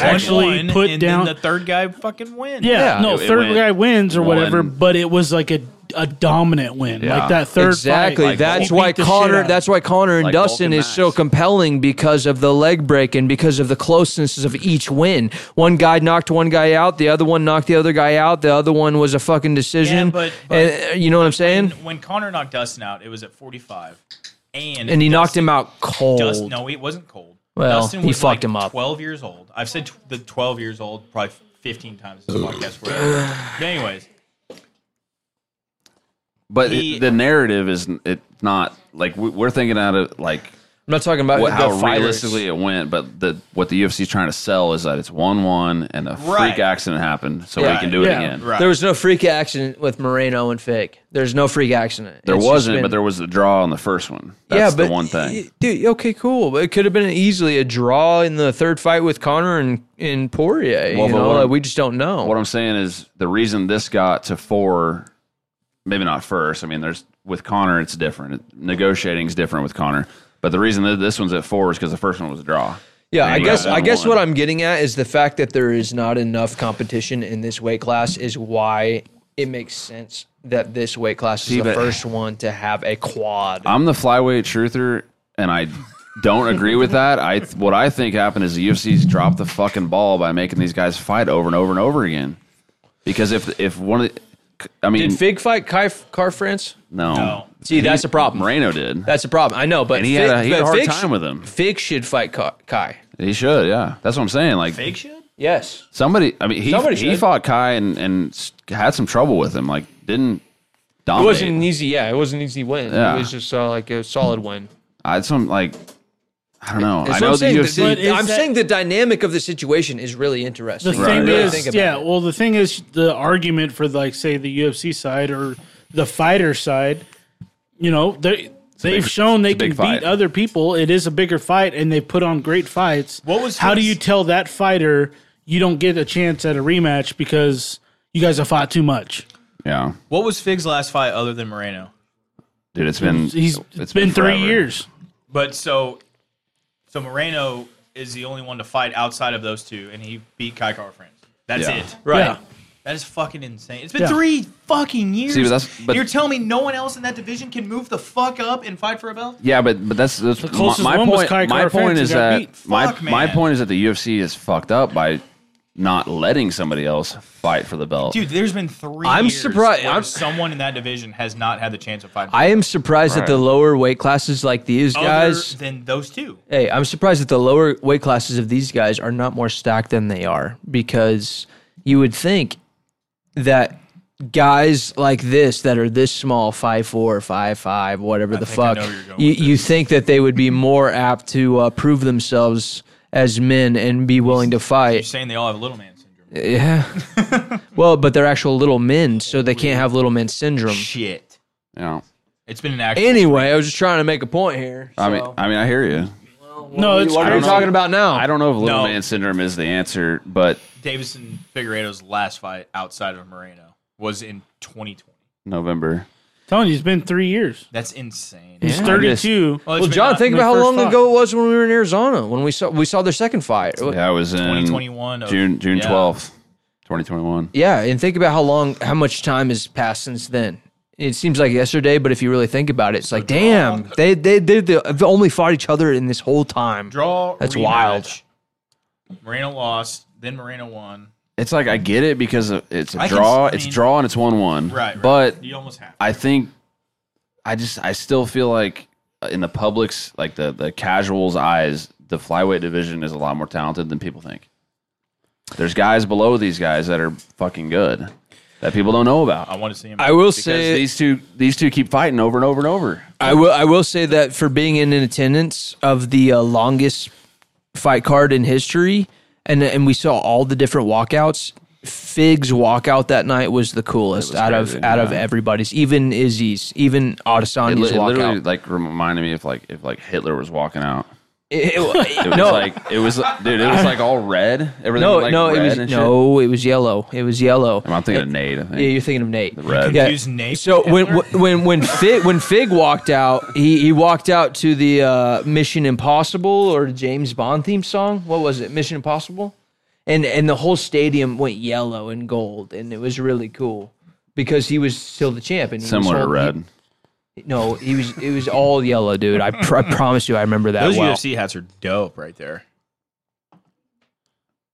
Speaker 3: actually
Speaker 4: One won,
Speaker 3: put
Speaker 4: and
Speaker 3: down?
Speaker 4: then the third guy fucking wins.
Speaker 3: yeah,
Speaker 2: Yeah.
Speaker 3: no,
Speaker 1: It- it
Speaker 3: third
Speaker 1: went
Speaker 3: guy wins or whatever,
Speaker 1: one-
Speaker 3: but it was like a a dominant win, like that third.
Speaker 2: exactly.
Speaker 3: fight, like,
Speaker 2: that's
Speaker 3: he
Speaker 2: why
Speaker 3: beat the shit out
Speaker 2: Connor.
Speaker 3: of
Speaker 2: That's why Connor and
Speaker 1: Like
Speaker 2: Dustin
Speaker 1: Vulcan
Speaker 2: is so
Speaker 1: Max.
Speaker 2: compelling because of the leg break and because of the closeness of each win. One guy knocked one guy out. The other one knocked the other guy out. The other one was a fucking decision.
Speaker 4: Yeah, but- but-
Speaker 2: and, uh, you know what I'm
Speaker 4: And
Speaker 2: saying?
Speaker 4: when Connor knocked Dustin out, it was at 45. And
Speaker 2: And he knocked him out
Speaker 4: Dust,
Speaker 2: cold.
Speaker 4: no, it wasn't cold.
Speaker 2: Well,
Speaker 4: Dustin
Speaker 2: he
Speaker 4: was
Speaker 2: fucked
Speaker 4: like
Speaker 2: him up.
Speaker 4: 12 years old. I've said tw- the 12 years old probably 15 times in this podcast. whatever. But anyways,
Speaker 1: But it-
Speaker 4: He-
Speaker 1: the narrative is n- it not like we- we're thinking out of like
Speaker 2: I'm not talking about
Speaker 1: what,
Speaker 2: the
Speaker 1: how
Speaker 2: fighters.
Speaker 1: realistically it went, but the what the UFC is trying to sell is that it's one one and a
Speaker 4: Right.
Speaker 1: freak accident happened, so
Speaker 2: Yeah.
Speaker 1: we can do it
Speaker 3: Yeah.
Speaker 1: again.
Speaker 4: right.
Speaker 2: There was no freak accident with Moreno and Fake. There's no freak accident.
Speaker 1: There
Speaker 2: It's just
Speaker 1: wasn't,
Speaker 2: been-
Speaker 1: but there was a draw on the first one. That's the one thing.
Speaker 2: y- Dude, okay, cool. But it could have been easily a draw in the third fight with Connor and, and Poirier.
Speaker 1: Well,
Speaker 2: you
Speaker 1: but
Speaker 2: know,
Speaker 1: what-
Speaker 2: like, we just don't know.
Speaker 1: What I'm saying is the reason this got to four, maybe not first. I mean, there's with Connor, it's different. Negotiating's different with Connor. But the reason that this one's at four is because the first one was a draw.
Speaker 2: yeah, I
Speaker 1: Yeah,
Speaker 2: guess I
Speaker 1: that
Speaker 2: guess
Speaker 1: one.
Speaker 2: what I'm getting at is the fact that there is not enough competition in this weight class is why it makes sense that this weight class is the
Speaker 1: but-
Speaker 2: first one to have a quad.
Speaker 1: I'm the flyweight truther, and I don't agree with that. I what I think happened is the UFC's dropped the fucking ball by making these guys fight over and over and over again. Because if if one of the, I mean,
Speaker 2: Did Fig fight Kai, Car France?
Speaker 1: no,
Speaker 4: No.
Speaker 2: See, that's a problem.
Speaker 1: Moreno did,
Speaker 2: That's a problem. I know, but
Speaker 1: and he
Speaker 2: Fig,
Speaker 1: had a, he had a
Speaker 2: but
Speaker 1: hard
Speaker 2: Fig
Speaker 1: time
Speaker 2: sh-
Speaker 1: with him.
Speaker 2: Fig should fight Ka- Kai.
Speaker 1: He should, yeah. That's what I'm saying. Like
Speaker 4: Fake shit?
Speaker 2: Yes.
Speaker 1: somebody, I mean, he
Speaker 2: Somebody
Speaker 1: he
Speaker 2: should.
Speaker 1: fought Kai and and s- had some trouble with him. Like didn't
Speaker 2: It
Speaker 1: dominate.
Speaker 2: wasn't an easy, yeah. It wasn't an easy win.
Speaker 1: Yeah.
Speaker 2: It was just uh, like a solid win.
Speaker 1: I had some like I don't know. I
Speaker 2: That's
Speaker 1: know
Speaker 2: what
Speaker 1: the
Speaker 2: I'm
Speaker 1: UFC.
Speaker 2: saying. The-
Speaker 3: But is
Speaker 2: I'm
Speaker 3: that-
Speaker 2: saying the dynamic of the situation is really
Speaker 3: The
Speaker 2: interesting.
Speaker 3: thing
Speaker 1: Right.
Speaker 2: Really
Speaker 1: Yeah.
Speaker 3: is,
Speaker 2: think about
Speaker 3: yeah.
Speaker 2: it.
Speaker 3: Well, the thing is, the argument for like say the UFC side or the fighter side, you know, they they've
Speaker 1: big-
Speaker 3: shown they
Speaker 1: it's a
Speaker 3: can
Speaker 1: big
Speaker 3: beat
Speaker 1: fight.
Speaker 3: other people. It is a bigger fight, and they put on great fights.
Speaker 4: What was
Speaker 3: how do
Speaker 4: his-
Speaker 3: you tell that fighter you don't get a chance at a rematch because you guys have fought too much?
Speaker 1: Yeah,
Speaker 4: What was Fig's last fight other than Moreno?
Speaker 1: dude, it's been
Speaker 3: He's it's been, three
Speaker 1: forever.
Speaker 3: years.
Speaker 4: But so, so Moreno is the only one to fight outside of those two, and he beat Kai Car France. That's
Speaker 1: Yeah.
Speaker 4: it.
Speaker 2: Right.
Speaker 3: Yeah.
Speaker 4: That is fucking insane. It's been
Speaker 3: Yeah.
Speaker 4: three fucking years.
Speaker 1: See, but that's- but-
Speaker 4: You're telling me no one else in that division can move the fuck up and fight for a belt?
Speaker 1: Yeah, but but that's, that's
Speaker 3: closest
Speaker 1: my, my
Speaker 3: one was
Speaker 1: point.
Speaker 3: Kai
Speaker 1: my
Speaker 3: Kara
Speaker 1: point
Speaker 3: Fenton
Speaker 1: is
Speaker 3: got
Speaker 1: that
Speaker 3: beat.
Speaker 1: my,
Speaker 4: Fuck,
Speaker 1: my
Speaker 4: man.
Speaker 1: point is that the UFC is fucked up by not letting somebody else fight for the belt.
Speaker 4: Dude, there's been three.
Speaker 2: I'm
Speaker 4: years
Speaker 2: surprised-
Speaker 4: where
Speaker 2: I'm-
Speaker 4: someone in that division has not had the chance of fighting.
Speaker 2: I am surprised that the
Speaker 1: Right.
Speaker 2: lower weight classes like these
Speaker 4: other
Speaker 2: guys.
Speaker 4: than those two.
Speaker 2: Hey, I'm surprised that the lower weight classes of these guys are not more stacked than they are because you would think that guys like this that are this small, five four, five five, whatever the
Speaker 4: think I
Speaker 2: fuck,
Speaker 4: know where you're going
Speaker 2: you,
Speaker 4: with
Speaker 2: you think that they would be more apt to uh, prove themselves as men and be willing to fight.
Speaker 4: You're saying they all have little man syndrome.
Speaker 2: Yeah. well, but they're actual little men, so they can't have little men syndrome.
Speaker 4: Shit.
Speaker 1: you know,
Speaker 4: It's been an actual.
Speaker 2: Anyway, I was just trying to make a point here.
Speaker 1: I mean,
Speaker 2: so.
Speaker 1: I mean, I hear you.
Speaker 3: No, it's
Speaker 2: what are
Speaker 1: know.
Speaker 2: you
Speaker 3: crazy.
Speaker 2: talking about now?
Speaker 1: I don't know if little
Speaker 4: No.
Speaker 1: man syndrome is the answer, but
Speaker 4: Davison Figueredo's last fight outside of Moreno was in 2020.
Speaker 1: November.
Speaker 3: telling you, it's been three years.
Speaker 4: That's insane.
Speaker 3: He's
Speaker 1: Yeah.
Speaker 3: thirty two.
Speaker 4: Well, it's
Speaker 2: Well,
Speaker 4: been
Speaker 2: John,
Speaker 4: not-
Speaker 2: think
Speaker 3: when
Speaker 2: about how
Speaker 3: we first
Speaker 2: long
Speaker 3: fought.
Speaker 2: ago it was when we were in Arizona when we saw we saw their second fight. Yeah,
Speaker 1: Yeah, I was in
Speaker 4: 2021 of-
Speaker 1: June June
Speaker 4: yeah.
Speaker 1: twelfth, twenty twenty one.
Speaker 2: and think about how long, how much time has passed since then. It seems like yesterday, but if you really think about it, it's like, damn, they they they they've only fought each other in this whole time.
Speaker 4: Draw.
Speaker 2: That's wild.
Speaker 4: rematch. Moreno lost. Then Moreno won.
Speaker 1: It's like I get it because it's a
Speaker 4: I can
Speaker 1: draw.
Speaker 4: s- I
Speaker 1: it's
Speaker 4: mean-
Speaker 1: draw and it's one one.
Speaker 4: Right. right.
Speaker 1: But
Speaker 4: you almost have.
Speaker 1: I think I just I still feel like uh, in the public's like the the casuals' eyes, the flyweight division is a lot more talented than people think. There's guys below these guys that are fucking good that people don't know about.
Speaker 4: I want to see him.
Speaker 2: I will
Speaker 1: Because
Speaker 2: say
Speaker 1: these two these two keep fighting over and over and over.
Speaker 2: I will. I will say that for being in attendance of the uh, longest fight card in history, and and we saw all the different walkouts. Fig's walkout that night was the coolest out
Speaker 1: crazy,
Speaker 2: of out of
Speaker 1: yeah.
Speaker 2: everybody's, even Izzy's, even
Speaker 1: It,
Speaker 2: Adesanya's
Speaker 1: li- it literally
Speaker 2: walkout.
Speaker 1: like reminded me if like if like Hitler was walking out.
Speaker 2: It- it-
Speaker 1: It was
Speaker 2: no,
Speaker 1: like it was dude. It was like all red. Everything
Speaker 2: no,
Speaker 1: was, like
Speaker 2: no, it
Speaker 1: red
Speaker 2: was
Speaker 1: and shit.
Speaker 2: no, it was yellow. It was yellow.
Speaker 1: I'm thinking of Nate. I think.
Speaker 2: Yeah, you're thinking of Nate.
Speaker 1: red.
Speaker 2: Yeah.
Speaker 4: Use Nate.
Speaker 2: So when when when Fig when Fig walked out, he, he walked out to the uh, Mission Impossible or James Bond theme song. What was it? Mission Impossible, and and the whole stadium went yellow and gold, and it was really cool because he was still the champ. And he was
Speaker 1: Similar to
Speaker 2: holding-
Speaker 1: red.
Speaker 2: no, he was it was all yellow, dude. I, pr- I promise you, I remember that.
Speaker 4: Those
Speaker 2: well.
Speaker 4: UFC hats are dope right there.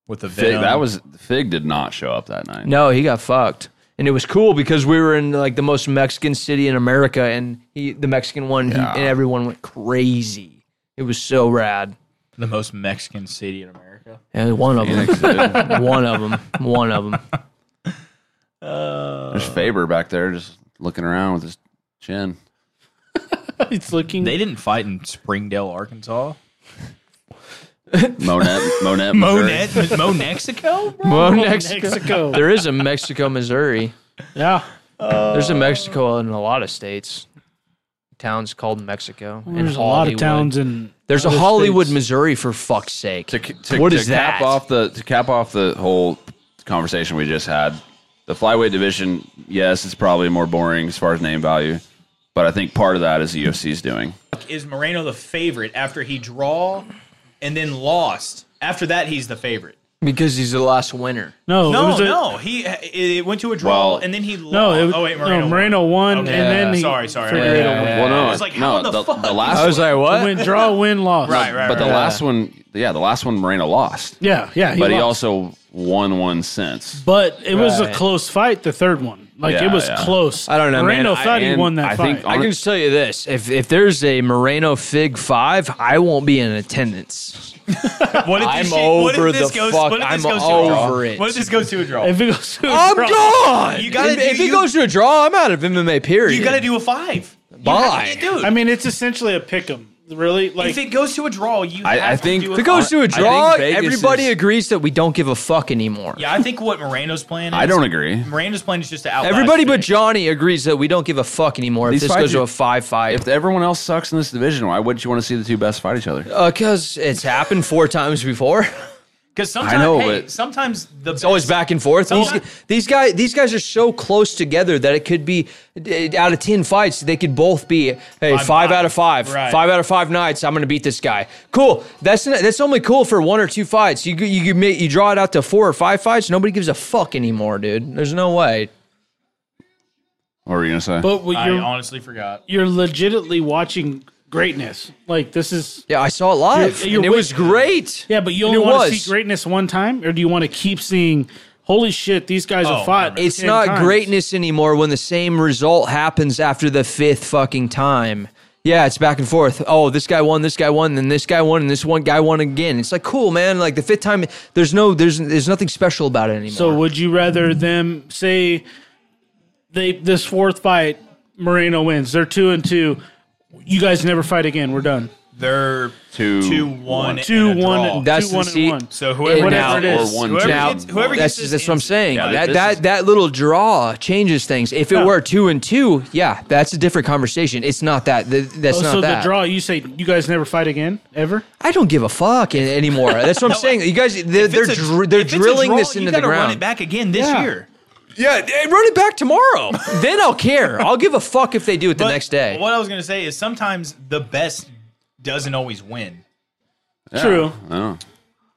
Speaker 4: With the
Speaker 1: Fig,
Speaker 4: venom.
Speaker 1: that was Fig did not show up that night.
Speaker 2: No, he got fucked. And it was cool because we were in like the most Mexican city in America, and he, the Mexican one, he,
Speaker 1: Yeah.
Speaker 2: and everyone went crazy. It was so rad.
Speaker 4: the most Mexican city in America.
Speaker 2: And one of them,
Speaker 1: Phoenix, dude.
Speaker 2: one of them, one of them.
Speaker 1: There's Faber back there just looking around with his chin.
Speaker 3: it's
Speaker 1: Hmm.
Speaker 3: looking.
Speaker 4: They didn't fight in Springdale, Arkansas.
Speaker 1: Monet, Monet,
Speaker 4: Mo,
Speaker 1: Missouri.
Speaker 4: ne- Mo Mexico? Bro?
Speaker 2: Well, Mexico.
Speaker 3: Mexico.
Speaker 2: There is a Mexico, Missouri.
Speaker 3: yeah.
Speaker 2: There's a Mexico in a lot of states. Towns called Mexico. and
Speaker 3: There's a lot of
Speaker 2: Hollywood.
Speaker 3: towns in.
Speaker 2: There's a
Speaker 3: other
Speaker 2: Hollywood,
Speaker 3: states.
Speaker 2: Missouri, for fuck's sake.
Speaker 1: To, to,
Speaker 2: What
Speaker 1: to
Speaker 2: is
Speaker 1: cap
Speaker 2: that?
Speaker 1: off the to cap off the whole conversation we just had, the flyweight division, yes, it's probably more boring as far as name value, but I think part of that is the UFC's doing.
Speaker 4: Is Moreno the favorite after he draw and then lost? After that, he's the favorite.
Speaker 2: Because he's the last winner.
Speaker 3: No, it
Speaker 4: No,
Speaker 3: was a-
Speaker 4: no. He it, it went to a draw
Speaker 1: Well-
Speaker 4: and then he lost.
Speaker 3: No, it was,
Speaker 4: oh wait, Moreno.
Speaker 3: no,
Speaker 4: won.
Speaker 3: Moreno won,
Speaker 4: Okay.
Speaker 3: and then he
Speaker 4: sorry, sorry.
Speaker 3: figured
Speaker 4: Yeah.
Speaker 3: it out.
Speaker 1: Well, no,
Speaker 4: I was like, how the fuck?
Speaker 1: last,
Speaker 2: I was like, what?
Speaker 3: Win, draw, win, loss.
Speaker 4: Right, right,
Speaker 1: but the
Speaker 4: right.
Speaker 1: last one, yeah, the last one Moreno lost,
Speaker 3: Yeah, yeah.
Speaker 1: but he
Speaker 3: lost.
Speaker 1: also won one since.
Speaker 3: But it was a
Speaker 2: Right.
Speaker 3: close fight. The third one, like it
Speaker 1: Yeah,
Speaker 3: was
Speaker 1: yeah.
Speaker 3: close.
Speaker 2: I don't know, man.
Speaker 3: Moreno
Speaker 2: I-
Speaker 3: thought he
Speaker 1: and
Speaker 3: won that
Speaker 1: I
Speaker 3: fight.
Speaker 1: think
Speaker 2: I can just tell you this: if if there's a Moreno Fig Five, I won't be in attendance.
Speaker 4: What if
Speaker 2: I'm
Speaker 4: this, shit- what
Speaker 2: over
Speaker 4: if this
Speaker 2: the
Speaker 4: goes?
Speaker 2: fuck-
Speaker 4: What if this
Speaker 2: I'm
Speaker 4: goes to a draw?
Speaker 2: over it.
Speaker 4: What if this goes to a draw?
Speaker 3: if it goes to a
Speaker 2: I'm
Speaker 3: draw-
Speaker 2: gone.
Speaker 4: You gotta
Speaker 2: if,
Speaker 4: do-
Speaker 2: if it
Speaker 4: you-
Speaker 2: goes to a draw, I'm out of MMA. Period.
Speaker 4: you got to do a five.
Speaker 2: Bye.
Speaker 4: Dude,
Speaker 3: I mean, it's essentially a pick 'em. Really, like
Speaker 4: if it goes to a draw, you.
Speaker 1: I-
Speaker 4: have
Speaker 1: I
Speaker 4: to
Speaker 1: think-
Speaker 4: do
Speaker 2: If it goes to
Speaker 1: I
Speaker 2: a
Speaker 1: think
Speaker 2: draw,
Speaker 1: Vegas
Speaker 2: everybody
Speaker 1: is-
Speaker 2: agrees that we don't give a fuck anymore.
Speaker 4: Yeah, I think what Moreno's plan. Is,
Speaker 1: I don't agree.
Speaker 4: Miranda's plan is just to out.
Speaker 2: Everybody but Johnny agrees that we don't give a fuck anymore
Speaker 1: These
Speaker 2: if this
Speaker 1: fights
Speaker 2: goes to
Speaker 1: are-
Speaker 2: a five five.
Speaker 1: If everyone else sucks in this division, why wouldn't you want to see the two best fight each other?
Speaker 2: Because Uh, it's happened four times before.
Speaker 4: because sometimes,
Speaker 1: I know,
Speaker 4: hey,
Speaker 1: but-
Speaker 4: sometimes the
Speaker 2: It's always back and forth. These,
Speaker 4: Sometimes-
Speaker 2: these guys, these guys are so close together that it could be uh, out of ten fights, they could both be hey
Speaker 4: Five-
Speaker 2: five, out of five,
Speaker 4: Right.
Speaker 2: five out of five nights. I'm gonna beat this guy. Cool. That's not, that's only cool for one or two fights. You you you, make, you draw it out to four or five fights. Nobody gives a fuck anymore, dude. There's no way.
Speaker 1: What were you gonna say?
Speaker 3: but what
Speaker 4: I
Speaker 3: you're
Speaker 4: honestly forgot.
Speaker 3: you're legitimately watching greatness. Like this is
Speaker 2: Yeah, I saw it live,
Speaker 3: You're- you're
Speaker 2: and it was
Speaker 3: wait-
Speaker 2: great.
Speaker 3: yeah, but you
Speaker 2: And
Speaker 3: only
Speaker 2: it
Speaker 3: want to
Speaker 2: was.
Speaker 3: see greatness one time, or do you want to keep seeing? Holy shit, these guys
Speaker 4: Oh,
Speaker 3: have fought.
Speaker 4: I remember.
Speaker 2: It's
Speaker 3: 10
Speaker 2: not
Speaker 3: times."
Speaker 2: greatness anymore when the same result happens after the fifth fucking time. Yeah, it's back and forth. Oh, this guy won, this guy won, then this guy won, and this one guy won again. It's like cool, man. Like the fifth time, there's no, there's, there's nothing special about it anymore.
Speaker 3: So would you rather them say they this fourth fight Moreno wins? They're two and two. You guys never fight again. We're done.
Speaker 4: They're
Speaker 1: Two,
Speaker 4: two one, and
Speaker 3: Two
Speaker 4: a draw.
Speaker 3: one.
Speaker 2: That's
Speaker 3: two,
Speaker 2: the
Speaker 3: one
Speaker 2: seat.
Speaker 3: and one.
Speaker 4: So whoever
Speaker 2: And now-
Speaker 4: now, it is,
Speaker 1: or one,
Speaker 4: whoever
Speaker 1: two.
Speaker 4: gets,
Speaker 1: Now-
Speaker 4: whoever
Speaker 2: that's
Speaker 4: gets
Speaker 2: just, that's what I'm
Speaker 4: ends-
Speaker 2: saying.
Speaker 1: Yeah,
Speaker 2: that
Speaker 1: this
Speaker 2: that
Speaker 1: is-
Speaker 2: that little draw changes things. If it
Speaker 3: Yeah.
Speaker 2: were two and two, yeah, that's a different conversation. It's not that. th- That's
Speaker 3: Oh,
Speaker 2: not
Speaker 3: so
Speaker 2: that.
Speaker 3: the draw. You say you guys never fight again ever.
Speaker 2: I don't give a fuck an- anymore. That's what I'm saying. You guys, they're
Speaker 4: If
Speaker 2: they're,
Speaker 4: it's a-
Speaker 2: dr- they're
Speaker 4: if it's a
Speaker 2: drilling
Speaker 4: draw,
Speaker 2: this into
Speaker 4: you
Speaker 2: the
Speaker 4: gotta
Speaker 2: ground.
Speaker 4: Run it back again this
Speaker 3: Yeah.
Speaker 4: year.
Speaker 2: Yeah, eh, run it back tomorrow. then I'll care. I'll give a fuck if they do it the
Speaker 4: But
Speaker 2: next day.
Speaker 4: What I was gonna say is sometimes the best doesn't always win.
Speaker 1: Yeah,
Speaker 3: True.
Speaker 1: I know.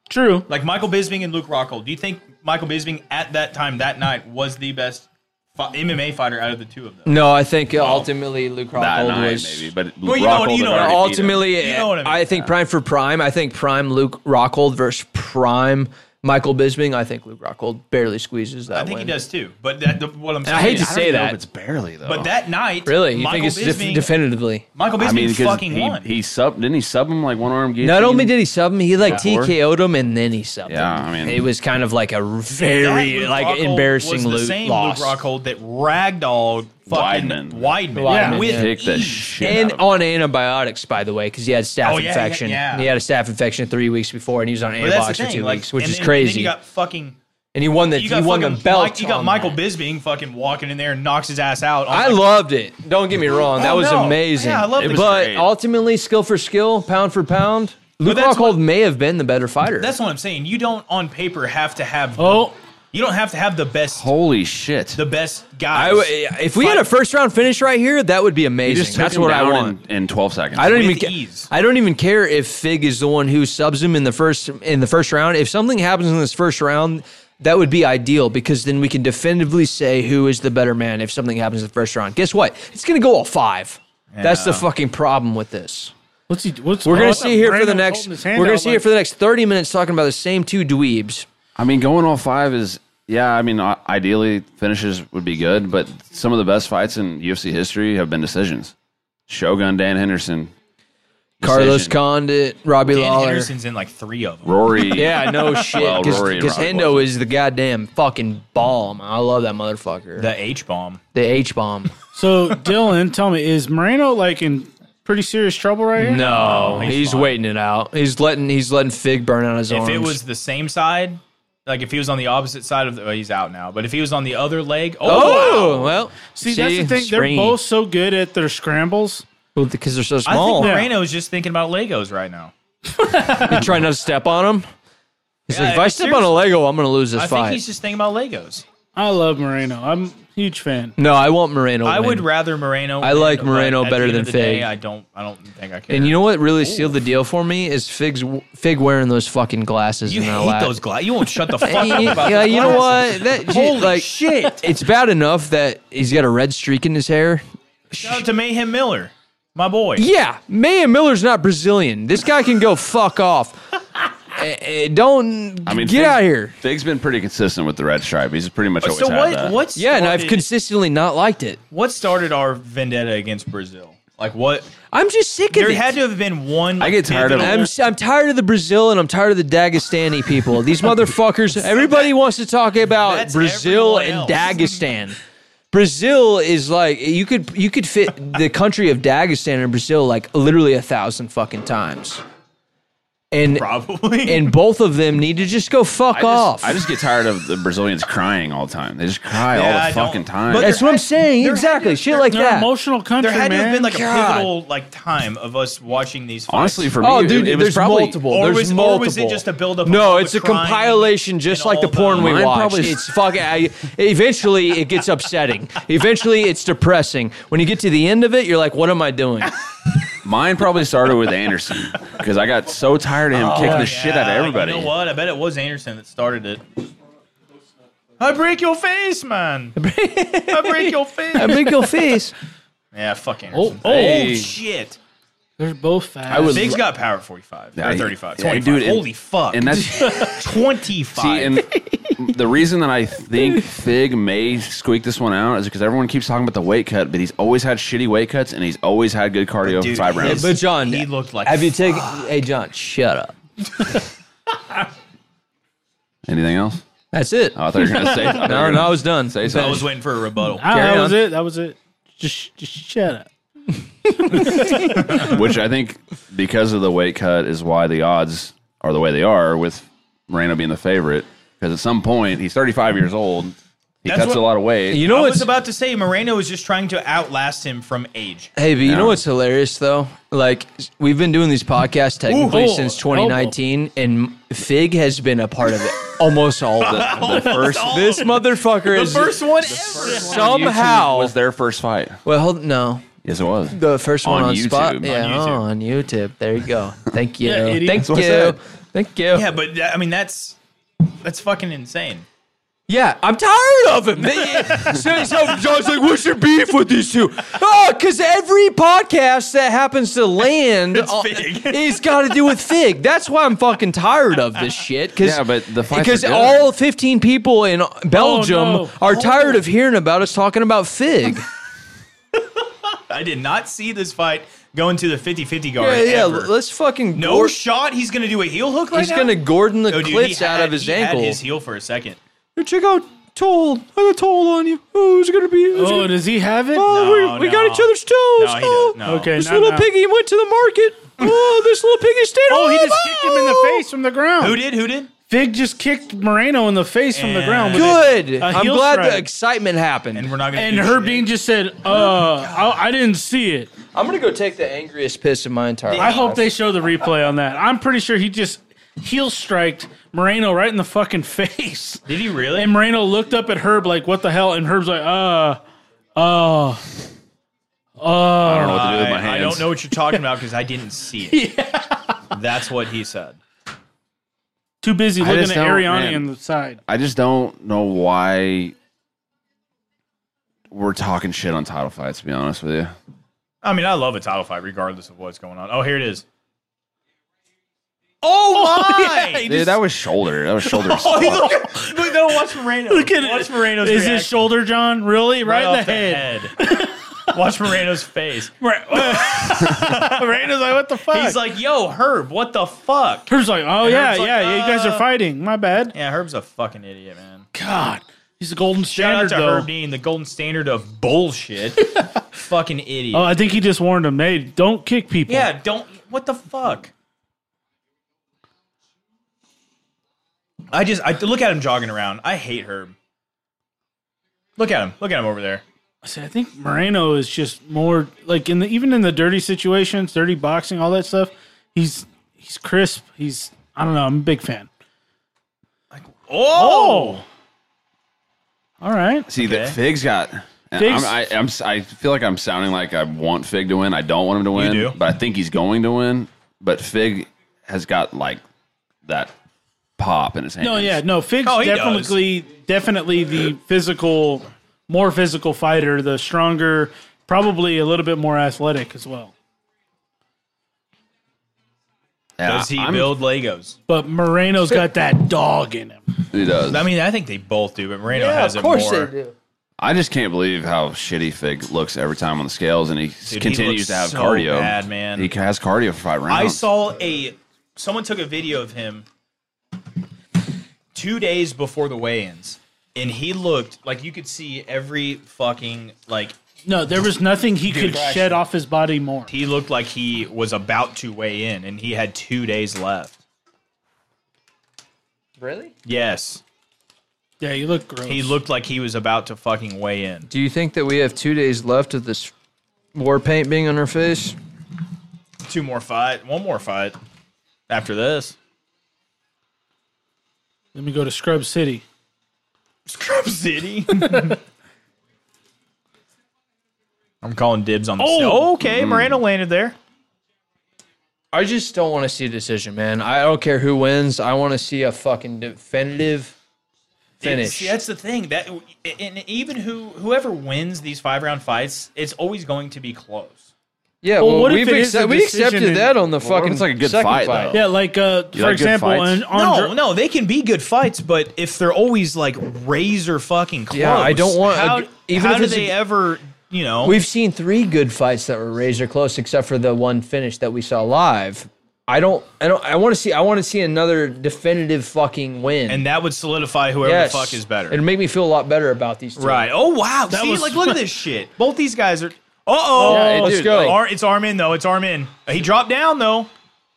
Speaker 3: True.
Speaker 4: Like Michael Bisping and Luke Rockhold. Do you think Michael Bisping at that time that night was the best
Speaker 7: fi- MMA fighter out of the two of them.
Speaker 2: No, I think uh, ultimately Luke
Speaker 1: Nah,
Speaker 2: Rockhold
Speaker 1: nine,
Speaker 2: was.
Speaker 1: maybe, but
Speaker 7: Well, you know
Speaker 1: Rockhold
Speaker 7: what- you
Speaker 1: had
Speaker 7: know what-
Speaker 1: already beat him.
Speaker 2: Ultimately,
Speaker 7: You know what I mean.
Speaker 2: I think prime for prime. I think prime Luke Rockhold versus prime Michael Bisping. I think Luke Rockhold barely squeezes that
Speaker 7: I think
Speaker 2: win.
Speaker 7: he does too. But that, the, what I'm saying,
Speaker 2: I hate to
Speaker 7: is-
Speaker 2: say
Speaker 1: I don't know
Speaker 2: that.
Speaker 1: if it's barely though.
Speaker 7: But that night,
Speaker 2: really, you
Speaker 7: Michael
Speaker 2: think it's def-
Speaker 7: Bisping,
Speaker 2: definitively?
Speaker 7: Michael Bisping
Speaker 1: I mean, because
Speaker 7: fucking
Speaker 1: he,
Speaker 7: won.
Speaker 1: he sub didn't he sub him like one arm guillotine?
Speaker 2: Not only did he sub him, he like
Speaker 1: Before?
Speaker 2: TKO'd him and then he subbed
Speaker 1: Yeah,
Speaker 2: him.
Speaker 1: I mean-
Speaker 2: it was kind of like a
Speaker 7: That
Speaker 2: very
Speaker 7: Luke
Speaker 2: like
Speaker 7: Rockhold
Speaker 2: embarrassing
Speaker 7: was the
Speaker 2: lo-
Speaker 7: same
Speaker 2: loss.
Speaker 7: Luke Rockhold that ragdolled fucking
Speaker 1: Weidman.
Speaker 7: Weidman,
Speaker 2: Weidman,
Speaker 7: with
Speaker 2: yeah.
Speaker 1: Kick the
Speaker 7: ease.
Speaker 1: shit
Speaker 2: and
Speaker 1: out of him.
Speaker 2: on antibiotics, by the way, because he had staph
Speaker 7: Oh, yeah, yeah,
Speaker 2: infection.
Speaker 7: yeah.
Speaker 2: He had a staph infection three weeks before, and he was on
Speaker 7: But that's the
Speaker 2: antibiotics for
Speaker 7: thing,
Speaker 2: two
Speaker 7: like,
Speaker 2: weeks, which
Speaker 7: and
Speaker 2: is
Speaker 7: then- and
Speaker 2: crazy.
Speaker 7: Then you got fucking.
Speaker 2: and he won the
Speaker 7: You
Speaker 2: he
Speaker 7: got
Speaker 2: won the
Speaker 7: fucking
Speaker 2: belt.
Speaker 7: Mike- you got
Speaker 2: on
Speaker 7: Michael
Speaker 2: that.
Speaker 7: Bisping fucking walking in there and knocks his ass out. on
Speaker 2: I
Speaker 7: like-
Speaker 2: loved it. Don't get me wrong. That
Speaker 7: Oh,
Speaker 2: was
Speaker 7: no.
Speaker 2: amazing.
Speaker 7: Yeah, I loved
Speaker 1: It it. was
Speaker 2: But
Speaker 1: great.
Speaker 2: ultimately, skill for skill, pound for pound, Luke
Speaker 7: that's
Speaker 2: Rockhold
Speaker 7: what-
Speaker 2: may have been the better fighter.
Speaker 7: That's what I'm saying. You don't on paper have to have.
Speaker 3: Oh,
Speaker 7: you don't have to have the best.
Speaker 1: Holy shit!
Speaker 7: The best
Speaker 2: I
Speaker 7: guys.
Speaker 2: w- if we had a
Speaker 7: Fight-
Speaker 2: first round finish right here, that would be
Speaker 1: he
Speaker 2: amazing.
Speaker 1: just took
Speaker 2: That's
Speaker 1: him
Speaker 2: what I
Speaker 1: down
Speaker 2: want.
Speaker 1: in, in twelve seconds.
Speaker 2: I don't
Speaker 7: With
Speaker 2: even ca-
Speaker 7: ease.
Speaker 2: I don't even care if Fig is the one who subs him in the first in the first round. If something happens in this first round, that would be ideal because then we can definitively say who is the better man if something happens in the first round. Guess what? It's going to go all 5. That's the
Speaker 7: Yeah.
Speaker 2: fucking problem with this.
Speaker 3: what's he? What's
Speaker 2: We're
Speaker 3: oh, I
Speaker 2: gonna
Speaker 3: thought
Speaker 2: see here for the
Speaker 3: Brandon was
Speaker 2: next.
Speaker 3: holding his
Speaker 2: We're
Speaker 3: hand
Speaker 2: gonna
Speaker 3: out
Speaker 2: see
Speaker 3: like-
Speaker 2: here for the next thirty minutes talking about the same two dweebs.
Speaker 1: I mean, going all five is yeah. I mean, i- ideally finishes would be good, but some of the best fights in UFC history have been decisions. Shogun Dan Henderson,
Speaker 2: Carlos
Speaker 1: decision.
Speaker 2: Condit, Robbie
Speaker 7: Dan
Speaker 2: Lawler.
Speaker 7: Henderson's in like three of them.
Speaker 1: Rory.
Speaker 2: Yeah, no shit.
Speaker 1: Well,
Speaker 2: Because
Speaker 1: Rory and Robbie
Speaker 2: Hendo is the goddamn fucking bomb. I love that motherfucker.
Speaker 7: The H bomb.
Speaker 2: the H bomb.
Speaker 3: So Dylan, tell me, is Moreno like in pretty serious trouble right here?
Speaker 2: No,
Speaker 7: Oh, he's
Speaker 2: he's,
Speaker 7: fine.
Speaker 2: waiting it out. He's letting he's letting Fig burn out his
Speaker 7: If
Speaker 2: arms.
Speaker 7: it was the same side, like if he was on the opposite side of the, well, he's out now. But if he was on the other leg, oh,
Speaker 2: oh well.
Speaker 3: See, that's the thing. They're both so good at their scrambles.
Speaker 2: because they're so
Speaker 7: I think
Speaker 2: small.
Speaker 3: they're-
Speaker 7: Moreno's just thinking about Legos right now.
Speaker 2: You're trying not to step on them. He's
Speaker 7: Yeah,
Speaker 2: like, if I step on a
Speaker 7: seriously.
Speaker 2: Lego, I'm gonna lose this
Speaker 7: I
Speaker 2: fight.
Speaker 7: think he's just thinking about Legos.
Speaker 3: I love Moreno. I'm a huge fan.
Speaker 2: no, I want Moreno.
Speaker 7: I
Speaker 2: win.
Speaker 7: would rather Moreno.
Speaker 2: I like
Speaker 7: win, but
Speaker 2: Moreno
Speaker 7: at the
Speaker 2: better
Speaker 7: end
Speaker 2: than
Speaker 7: of the day,
Speaker 2: Fig.
Speaker 7: I don't. I don't think I can.
Speaker 2: And you know what really sealed the deal for me is Fig's Fig wearing those fucking glasses.
Speaker 7: you
Speaker 2: in that
Speaker 7: hate
Speaker 2: lap.
Speaker 7: those glasses. You won't shut the fuck
Speaker 2: Yeah,
Speaker 7: up
Speaker 2: you-
Speaker 7: about
Speaker 2: yeah,
Speaker 7: those
Speaker 2: you know
Speaker 7: glasses.
Speaker 2: what? That,
Speaker 7: Holy
Speaker 2: like,
Speaker 7: shit!
Speaker 2: It's bad enough that he's got a red streak in his hair.
Speaker 7: Shout out to Mayhem Miller, my boy.
Speaker 2: Yeah, Mayan Miller's not Brazilian. This guy can go fuck off. Eh, eh, don't
Speaker 1: I mean,
Speaker 2: get
Speaker 1: Fig-
Speaker 2: out of here.
Speaker 1: Fig's been pretty consistent with the red stripe. He's pretty much always
Speaker 7: So
Speaker 1: had
Speaker 7: what?
Speaker 1: that.
Speaker 7: What?
Speaker 2: Yeah, and I've
Speaker 7: started-
Speaker 2: consistently not liked it.
Speaker 7: what started our vendetta against Brazil? Like what?
Speaker 2: I'm just sick of
Speaker 7: There
Speaker 2: it.
Speaker 7: had to have been one. I
Speaker 1: get tired of
Speaker 2: I'm, s- I'm tired of the Brazil and I'm tired of the Dagestani people. These motherfuckers, everybody wants to talk about
Speaker 7: That's
Speaker 2: Brazil and
Speaker 7: everyone else.
Speaker 2: Dagestan. Brazil is like you could you could fit the country of Dagestan and Brazil like literally a thousand fucking times. And
Speaker 7: Probably.
Speaker 2: and both of them need to just go fuck
Speaker 1: I just,
Speaker 2: off.
Speaker 1: I just get tired of the Brazilians crying all the time. They just cry
Speaker 7: Yeah,
Speaker 1: all the
Speaker 7: I don't-
Speaker 1: fucking time.
Speaker 7: but
Speaker 2: That's
Speaker 7: there
Speaker 2: what I'm
Speaker 7: had-
Speaker 2: saying.
Speaker 7: there had
Speaker 2: Exactly.
Speaker 7: to-
Speaker 2: Shit like
Speaker 3: They're an
Speaker 2: that.
Speaker 3: emotional country.
Speaker 7: there had to have
Speaker 3: man.
Speaker 7: been like
Speaker 2: God.
Speaker 7: a pivotal like time of us watching these. Fights.
Speaker 1: Honestly, for me,
Speaker 2: Oh, dude,
Speaker 1: it, it was
Speaker 2: there's
Speaker 1: probably,
Speaker 2: multiple.
Speaker 7: Or
Speaker 2: there's
Speaker 7: was-
Speaker 2: multiple.
Speaker 7: or was it just a buildup of all
Speaker 2: No,
Speaker 7: the
Speaker 2: it's a
Speaker 7: crime
Speaker 2: compilation, just
Speaker 7: and
Speaker 2: like the
Speaker 7: all the-
Speaker 2: porn we
Speaker 1: Mine
Speaker 2: watch.
Speaker 1: probably-
Speaker 2: It's fucking. I, eventually, it gets upsetting. eventually, it's depressing. When you get to the end of it, you're like, "What am I doing?"
Speaker 1: Mine probably started with Anderson because I got so tired of him kicking the shit out of
Speaker 7: Oh, Yeah,
Speaker 1: everybody.
Speaker 7: You know what? I bet it was Anderson that started it. I break your face, man. I break your
Speaker 2: I
Speaker 7: face.
Speaker 2: break your face.
Speaker 7: yeah, fuck Anderson.
Speaker 3: Oh,
Speaker 7: Oh,
Speaker 3: oh,
Speaker 1: Hey.
Speaker 7: shit.
Speaker 3: they're both fast.
Speaker 1: I would-
Speaker 7: Big's got power 45.
Speaker 1: Yeah,
Speaker 7: or
Speaker 1: he-
Speaker 7: 35.
Speaker 1: yeah,
Speaker 7: 25.
Speaker 1: dude, and-
Speaker 7: Holy fuck.
Speaker 1: And that's
Speaker 7: 25.
Speaker 1: See, and the reason that I think Fig may squeak this one out is because everyone keeps talking about the weight cut, but he's always had shitty weight cuts and he's always had good cardio
Speaker 7: dude,
Speaker 1: for five
Speaker 7: he
Speaker 1: rounds.
Speaker 7: is-
Speaker 2: But John,
Speaker 7: He looked like
Speaker 2: Have you taken? Hey, John, shut up.
Speaker 1: Anything else?
Speaker 2: That's it.
Speaker 1: Oh, I thought you were going to say something.
Speaker 2: no, no, I was done.
Speaker 1: Say
Speaker 7: I
Speaker 1: something.
Speaker 7: was waiting for a rebuttal.
Speaker 3: Ah,
Speaker 2: Carry
Speaker 3: that
Speaker 2: on.
Speaker 3: was it. That was it. Just, just shut up.
Speaker 1: Which I think because of the weight cut is why the odds are the way they are with Moreno being the favorite. Because at some point, he's 35 years old. He
Speaker 7: That's
Speaker 1: cuts
Speaker 7: what-
Speaker 1: a lot of weight.
Speaker 2: You
Speaker 7: I
Speaker 2: know
Speaker 7: was
Speaker 2: what's
Speaker 7: about to say Moreno is just trying to outlast him from age.
Speaker 2: Hey, but you
Speaker 1: Yeah.
Speaker 2: know what's hilarious though? Like we've been doing these podcasts technically
Speaker 3: Ooh.
Speaker 2: since 2019, and Fig has been a part of it almost all of it.
Speaker 1: the first,
Speaker 2: This motherfucker
Speaker 7: The
Speaker 2: is
Speaker 7: first one ever.
Speaker 2: somehow.
Speaker 1: was their first fight.
Speaker 2: well, hold, no,
Speaker 1: Yes, it was.
Speaker 2: the first one
Speaker 1: On
Speaker 2: on,
Speaker 1: YouTube.
Speaker 2: spot.
Speaker 1: On
Speaker 2: yeah,
Speaker 7: YouTube.
Speaker 2: oh, on YouTube. There you go. Thank you.
Speaker 3: idiot.
Speaker 2: Thank
Speaker 1: That's what I
Speaker 2: you.
Speaker 1: said.
Speaker 2: Thank you.
Speaker 7: Yeah, but that- I mean that's that's fucking insane.
Speaker 2: Yeah, I'm tired of him. so, so John's like, "What's your beef with these two? Oh, because every podcast that happens to land
Speaker 7: It's
Speaker 2: on-
Speaker 7: Fig.
Speaker 2: it's got to do with Fig. That's why I'm fucking tired of this shit. Cause,
Speaker 1: Yeah, but the fights
Speaker 2: because
Speaker 1: are good.
Speaker 2: all 15 people in Belgium
Speaker 7: Oh,
Speaker 3: no.
Speaker 2: are tired of hearing about us talking about Fig.
Speaker 7: I did not see this fight going to the 50-50 guard.
Speaker 2: yeah, yeah.
Speaker 7: ever.
Speaker 2: Let's fucking
Speaker 7: no
Speaker 2: Gord-
Speaker 7: shot. He's gonna do a heel hook right
Speaker 2: He's
Speaker 7: now.
Speaker 2: gonna Gordon the
Speaker 7: No, dude, he
Speaker 2: clits out
Speaker 7: had-
Speaker 2: of his
Speaker 7: he
Speaker 2: ankle.
Speaker 7: Had his heel for a second.
Speaker 2: Check out told. I got told on you. Oh, it's gonna be. it's
Speaker 3: Oh,
Speaker 2: gonna-
Speaker 3: does he have it?
Speaker 2: Oh,
Speaker 7: No,
Speaker 2: we, we got
Speaker 7: no.
Speaker 2: each other's toes.
Speaker 7: No, he
Speaker 2: oh.
Speaker 7: does. No.
Speaker 3: Okay,
Speaker 2: This
Speaker 3: not
Speaker 2: little
Speaker 3: now.
Speaker 2: piggy went to the market. Oh, this little piggy stayed
Speaker 3: Oh, he
Speaker 2: alive. Oh,
Speaker 3: just kicked him in the face from the ground.
Speaker 7: Who did? Who did?
Speaker 3: Fig just kicked Moreno in the face from the ground. with it.
Speaker 2: Good.
Speaker 3: A
Speaker 2: I'm
Speaker 3: heel
Speaker 2: glad the
Speaker 3: strike.
Speaker 2: excitement happened.
Speaker 7: And we're not gonna.
Speaker 3: And
Speaker 7: do
Speaker 3: her
Speaker 7: shit.
Speaker 3: being just said, "Uh, I, I didn't see it."
Speaker 2: I'm gonna go take the angriest piss of my entire
Speaker 3: I hope they show the replay on that. I'm pretty sure he just heel striked Moreno right in the fucking face.
Speaker 7: Did he really?
Speaker 3: And Moreno looked up at Herb like, "What the hell?" And Herb's like, "Uh, uh."
Speaker 1: I don't know what to do with my hands.
Speaker 7: I, I don't know what you're talking about because I didn't see it. That's what he said.
Speaker 3: Too busy
Speaker 1: I
Speaker 3: looking
Speaker 1: just
Speaker 3: at
Speaker 1: don't-
Speaker 3: Ariani
Speaker 1: man.
Speaker 3: on the side.
Speaker 1: I just don't know why we're talking shit on title fights. To be honest with you,
Speaker 7: I mean, I love a title fight regardless of what's going on. Oh, here it is.
Speaker 2: Oh
Speaker 7: Hi.
Speaker 1: dude, that was shoulder. That was shoulder.
Speaker 7: Oh, he look at look, no, watch Moreno.
Speaker 3: Look at
Speaker 7: watch
Speaker 3: it.
Speaker 7: Moreno's
Speaker 3: Is his
Speaker 7: reaction.
Speaker 3: shoulder, John? Really? Right, in the
Speaker 7: off
Speaker 3: head.
Speaker 7: head. watch Moreno's face.
Speaker 3: Moreno's like, "What the fuck?"
Speaker 7: He's like, "Yo, Herb, what the fuck?"
Speaker 3: Herb's like, "Oh yeah,
Speaker 7: Herb's like,
Speaker 3: yeah, yeah. You guys
Speaker 7: uh,
Speaker 3: are fighting. My bad."
Speaker 7: Yeah, Herb's a fucking idiot, man.
Speaker 3: God, he's the golden
Speaker 7: Shout out
Speaker 3: standard
Speaker 7: to
Speaker 3: though.
Speaker 7: Herb Dean, the golden standard of bullshit. fucking idiot.
Speaker 3: Oh, I think he just warned him. Hey, don't kick people.
Speaker 7: yeah, don't. What the fuck? I just I look at him jogging around. I hate Herb. Look at him. Look at him over there.
Speaker 3: See, I think Moreno is just more like in the even in the dirty situations, dirty boxing, all that stuff. He's he's crisp. He's I don't know. I'm a big fan.
Speaker 7: Oh,
Speaker 3: All right.
Speaker 1: See,
Speaker 7: Okay.
Speaker 1: that Fig's got. and I'm,
Speaker 3: Fig's-
Speaker 1: I, I'm, I feel like I'm sounding like I want Fig to win. I don't want him to win,
Speaker 7: do.
Speaker 1: but I think he's going to win. But Fig has got like that pop in his hands.
Speaker 3: No, yeah, no. Fig's
Speaker 7: Oh, he
Speaker 3: definitely definitely the physical, more physical fighter, the stronger, probably a little bit more athletic as well.
Speaker 1: Yeah,
Speaker 7: does he
Speaker 1: I'm-
Speaker 7: build Legos?
Speaker 3: But Moreno's got that dog in him.
Speaker 1: He does.
Speaker 7: I mean, I think they both do, but Moreno has it more.
Speaker 2: do.
Speaker 1: I just can't believe how shitty Fig looks every time on the scales, and he
Speaker 7: he
Speaker 1: continues
Speaker 7: looks
Speaker 1: to have
Speaker 7: so
Speaker 1: cardio.
Speaker 7: bad, man.
Speaker 1: He has cardio for five rounds.
Speaker 7: I saw a someone took a video of him two days before the weigh-ins, and he looked like you could see every fucking like
Speaker 3: No, there was nothing he could
Speaker 7: actually-
Speaker 3: shed off his body more.
Speaker 7: he looked like he was about to weigh in, and he had two days left.
Speaker 2: Really?
Speaker 7: Yes,
Speaker 3: Yeah, you look gross.
Speaker 7: he looked like he was about to fucking weigh in.
Speaker 2: Do you think that we have two days left of this war paint being on our face?
Speaker 7: Two more fight, one more fight after this.
Speaker 3: Let me go to Scrub City.
Speaker 7: Scrub City. I'm calling dibs on the. Mm.
Speaker 3: Oh!
Speaker 7: sale. okay. Miranda landed there.
Speaker 2: I just don't want to see a decision, man. I don't care who wins. I want to see a fucking definitive finish.
Speaker 7: See, that's the thing that, and even who whoever wins these five round fights, it's always going to be close.
Speaker 2: Yeah,
Speaker 3: Well,
Speaker 2: well,
Speaker 3: what if
Speaker 2: we've
Speaker 3: it is
Speaker 2: accep-
Speaker 3: a
Speaker 2: we
Speaker 3: decision
Speaker 2: accepted
Speaker 3: and-
Speaker 2: that on the
Speaker 1: what if
Speaker 2: fucking
Speaker 1: it's like a good
Speaker 2: second
Speaker 1: fight, though?
Speaker 3: Yeah, like uh, for
Speaker 1: like good
Speaker 3: example,
Speaker 1: fights?
Speaker 3: on,
Speaker 7: No, no, they can be good fights, but if they're always like razor fucking close,
Speaker 2: Yeah, I don't want a-
Speaker 7: How,
Speaker 2: even
Speaker 7: how
Speaker 2: if
Speaker 7: do
Speaker 2: it's a-
Speaker 7: they ever? You know,
Speaker 2: We've seen three good fights that were razor close, except for the one finish that we saw live. I don't, I don't, I want to see, I want to see another definitive fucking win.
Speaker 7: and that would solidify whoever
Speaker 2: Yes.
Speaker 7: the fuck is
Speaker 2: It'd
Speaker 7: better.
Speaker 2: make me feel a lot better about these two.
Speaker 7: Right? Oh wow! See,
Speaker 3: was-
Speaker 7: like look at this shit. Both these guys are. Uh oh,
Speaker 2: Yeah,
Speaker 7: let's
Speaker 2: dude, like-
Speaker 7: Ar- it's Armin though. It's Armin. He dropped down though.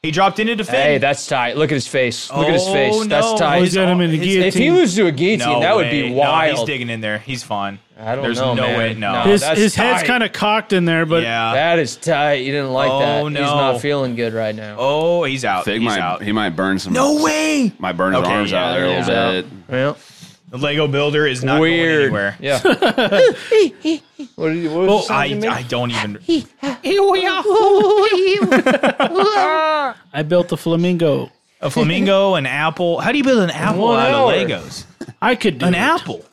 Speaker 7: He dropped into defend.
Speaker 2: Hey, that's tight. Look at his face. Look at his face.
Speaker 7: Oh,
Speaker 2: That's
Speaker 7: no.
Speaker 2: tight.
Speaker 3: he's got him in the
Speaker 7: His-
Speaker 3: guillotine.
Speaker 2: if he was to a guillotine,
Speaker 7: No
Speaker 2: that would
Speaker 7: way.
Speaker 2: be
Speaker 7: No,
Speaker 2: wild.
Speaker 7: he's digging in there. He's fine.
Speaker 2: I don't
Speaker 7: There's
Speaker 2: know,
Speaker 7: no
Speaker 2: man.
Speaker 7: way. No.
Speaker 2: No.
Speaker 3: his
Speaker 2: Oh, that's
Speaker 3: his head's
Speaker 2: tight.
Speaker 3: kind of cocked in there, but
Speaker 7: yeah.
Speaker 2: that is tight. You didn't like
Speaker 7: Oh,
Speaker 2: that. He's
Speaker 7: no.
Speaker 2: not feeling good right now.
Speaker 7: Oh, he's out.
Speaker 1: Fig
Speaker 7: he's
Speaker 1: might
Speaker 7: out.
Speaker 1: he might burn some.
Speaker 7: no way.
Speaker 1: Might burn his
Speaker 7: Okay,
Speaker 1: arms
Speaker 7: yeah,
Speaker 1: out there a
Speaker 2: he's
Speaker 1: little
Speaker 2: out.
Speaker 1: bit.
Speaker 2: Well,
Speaker 7: The Lego builder is not going
Speaker 2: weird.
Speaker 7: anywhere.
Speaker 2: Yeah. what did you? What
Speaker 7: Oh,
Speaker 2: was
Speaker 7: I, I don't even.
Speaker 3: I built the flamingo.
Speaker 7: A flamingo, an apple. How do you build an apple
Speaker 2: one
Speaker 7: out
Speaker 2: hour.
Speaker 7: of Legos?
Speaker 3: I could do
Speaker 4: an
Speaker 3: it.
Speaker 4: apple.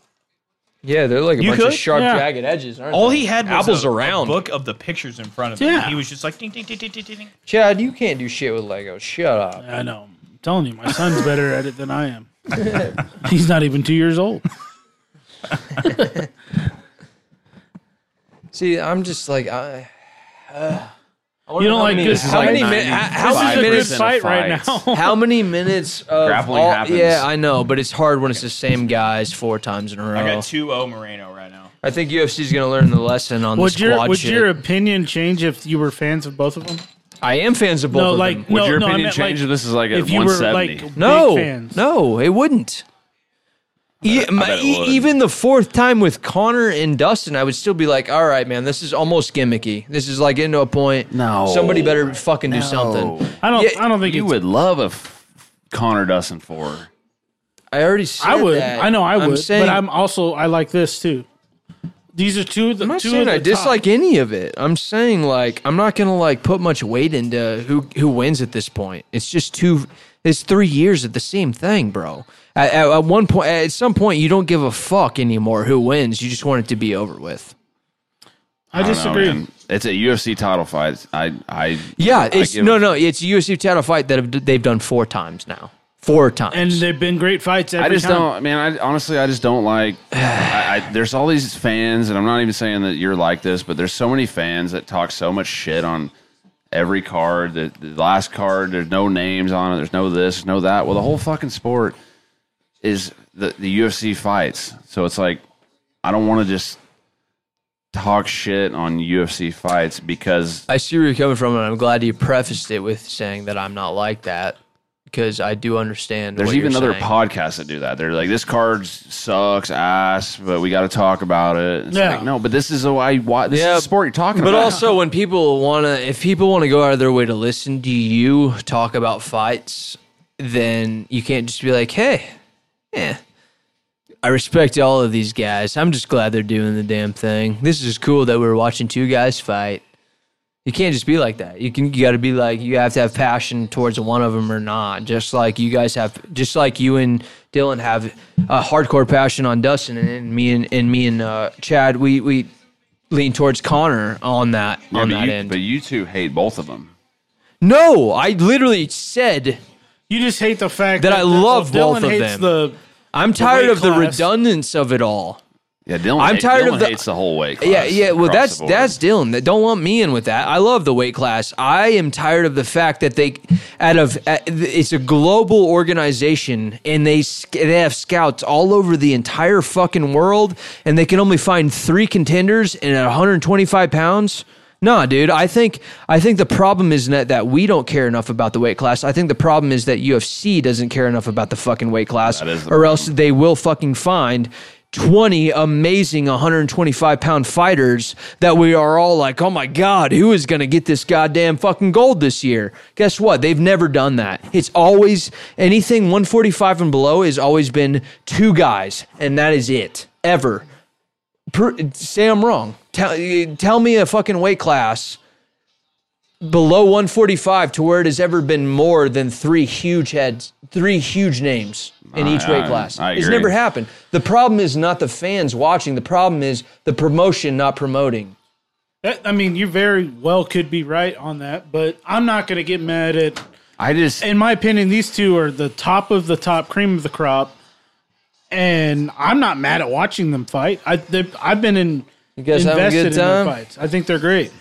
Speaker 2: Yeah, they're like a
Speaker 4: You
Speaker 2: bunch of
Speaker 4: could?
Speaker 2: sharp,
Speaker 3: Yeah.
Speaker 2: jagged edges, aren't
Speaker 4: All
Speaker 2: they?
Speaker 4: he had was
Speaker 2: Apples
Speaker 4: a,
Speaker 2: around.
Speaker 4: a book of the pictures in front of him.
Speaker 3: Yeah.
Speaker 4: And he was just like ding ding ding ding ding. ding.
Speaker 2: Chad, you can't do shit with Legos. Shut up.
Speaker 3: I know. I'm telling you, my son's better at it than I am. He's not even two years old.
Speaker 2: See, I'm just like I. Uh,
Speaker 3: You don't like
Speaker 2: many,
Speaker 3: this
Speaker 2: How
Speaker 3: is
Speaker 2: many
Speaker 1: like
Speaker 2: minutes?
Speaker 1: 90.
Speaker 2: How,
Speaker 1: This
Speaker 2: many
Speaker 1: is
Speaker 3: This
Speaker 1: a
Speaker 3: is a
Speaker 1: good percent of
Speaker 2: minutes?
Speaker 3: good fight right
Speaker 1: fights.
Speaker 3: now.
Speaker 2: How many minutes of
Speaker 1: Grappling
Speaker 2: all-
Speaker 1: happens.
Speaker 2: Yeah, I know, but it's hard when it's the same guys four times in a row.
Speaker 4: I
Speaker 2: I,
Speaker 4: got 2-0 Moreno right now.
Speaker 2: think UFC's gonna learn the lesson on
Speaker 3: Would
Speaker 2: this
Speaker 3: your
Speaker 2: squad
Speaker 3: would
Speaker 2: shit.
Speaker 3: your opinion change if you were fans of both of them?
Speaker 2: I am fans of both
Speaker 3: No,
Speaker 2: of
Speaker 3: like
Speaker 2: them.
Speaker 1: Would
Speaker 3: no,
Speaker 1: your
Speaker 3: no, I
Speaker 1: opinion
Speaker 3: meant,
Speaker 1: change
Speaker 3: like,
Speaker 1: if this is like at
Speaker 3: if you were
Speaker 1: 170?
Speaker 3: like
Speaker 2: No,
Speaker 3: big fans?
Speaker 2: no, it wouldn't. E- my-
Speaker 1: bet it
Speaker 2: e-
Speaker 1: would.
Speaker 2: even the fourth time with Connor and Dustin, I would still be like, "All right, man, this is almost gimmicky. This is like getting to a point.
Speaker 1: No.
Speaker 2: somebody better fucking do
Speaker 1: No.
Speaker 2: something."
Speaker 3: I don't.
Speaker 2: Yeah,
Speaker 3: I don't think
Speaker 1: You
Speaker 3: it's,
Speaker 1: would love a f- Connor Dustin four.
Speaker 2: I already said
Speaker 3: I would.
Speaker 2: that.
Speaker 3: I know. I would.
Speaker 2: I'm saying,
Speaker 3: but I'm also. I like this too. These are two. Of the,
Speaker 2: I'm not
Speaker 3: two
Speaker 2: saying
Speaker 3: of the
Speaker 2: I dislike
Speaker 3: Top.
Speaker 2: any of it. I'm saying like I'm not gonna like put much weight into who who wins at this point. It's just two. It's three years of the same thing, bro. At, at, at one point, at some point, you don't give a fuck anymore who wins. You just want it to be over with.
Speaker 3: I
Speaker 1: don't know,
Speaker 3: disagree.
Speaker 1: man. it's a UFC title fight. I, I, I
Speaker 2: Yeah, it's
Speaker 1: give
Speaker 2: no,
Speaker 1: a-
Speaker 2: no, it's a UFC title fight that have, they've done four times now. Four times.
Speaker 3: and they've been great fights. Every
Speaker 1: I just
Speaker 3: time.
Speaker 1: don't, man. I honestly, I just don't like. I, I, there's all these fans, and I'm not even saying that you're like this, but there's so many fans that talk so much shit on every card. The, the last card, there's no names on it. There's no this, no that. Well, the whole fucking sport is the the UFC fights. So it's like I don't want to just talk shit on UFC fights because
Speaker 2: I see where you're coming from, and I'm glad you prefaced it with saying that I'm not like that because I do understand.
Speaker 1: There's
Speaker 2: what
Speaker 1: even
Speaker 2: you're
Speaker 1: other
Speaker 2: saying.
Speaker 1: podcasts that do that. They're like, this card sucks ass, but we got to talk about it. It's
Speaker 3: Yeah.
Speaker 1: like, no, but this is why. why this
Speaker 2: Yeah,
Speaker 1: is the sport you're talking
Speaker 2: But
Speaker 1: about.
Speaker 2: also, when people want to, if people want to go out of their way to listen to you talk about fights, then you can't just be like, hey, yeah. I respect all of these guys. I'm just glad they're doing the damn thing. This is cool that we're watching two guys fight. You can't just be like that. You can. You got to be like you have to have passion towards one of them or not. Just like you guys have, just like you and Dylan have a hardcore passion on Dustin, and, and me and and me and uh, Chad, we we lean towards Connor on that
Speaker 1: Yeah,
Speaker 2: on
Speaker 1: but
Speaker 2: that
Speaker 1: you,
Speaker 2: end.
Speaker 1: But you two hate both of them.
Speaker 2: no, I literally said
Speaker 3: You just hate the fact
Speaker 2: That I
Speaker 3: well,
Speaker 2: love
Speaker 3: Dylan
Speaker 2: both of
Speaker 3: hates
Speaker 2: them.
Speaker 3: The
Speaker 2: I'm tired
Speaker 3: weight
Speaker 2: of the
Speaker 3: class.
Speaker 2: redundance of it all.
Speaker 1: Yeah, Dylan.
Speaker 2: I'm
Speaker 1: hate-
Speaker 2: tired of
Speaker 1: Dylan
Speaker 2: the-
Speaker 1: hates the whole weight.
Speaker 2: Yeah,
Speaker 1: class
Speaker 2: yeah. Well,
Speaker 1: across
Speaker 2: that's
Speaker 1: the board.
Speaker 2: that's Dylan. That don't lump me in with that. I love the weight class. I am tired of the fact that they, out of at, it's a global organization and they sc- they have scouts all over the entire fucking world and they can only find three contenders and at 125 pounds. Nah, dude. I think I think the problem is not that we don't care enough about the weight class. I think the problem is that UFC doesn't care enough about the fucking weight class,
Speaker 1: That is the
Speaker 2: or else they will fucking find 20 amazing 125 pound fighters that we are all like, oh my God, who is going to get this goddamn fucking gold this year? Guess what? They've never done that. It's always anything 145 and below has always been two guys, and that is it, ever. Per, say I'm wrong. Tell, tell me a fucking weight class below 145 to where it has ever been more than three huge heads, three huge names in each
Speaker 1: I-
Speaker 2: weight
Speaker 1: I-
Speaker 2: class.
Speaker 1: I
Speaker 2: it's
Speaker 1: agree.
Speaker 2: never happened. The problem is not the fans watching. The problem is the promotion not promoting.
Speaker 3: that, I mean, you very well could be right on that, but I'm not going to get mad at.
Speaker 1: I just.
Speaker 3: In my opinion, these two are the top of the top, cream of the crop, and I'm not mad at watching them fight. I they, I've been in
Speaker 2: You guys having a
Speaker 3: invested
Speaker 2: good
Speaker 3: in
Speaker 2: time?
Speaker 3: their fights. I think they're great,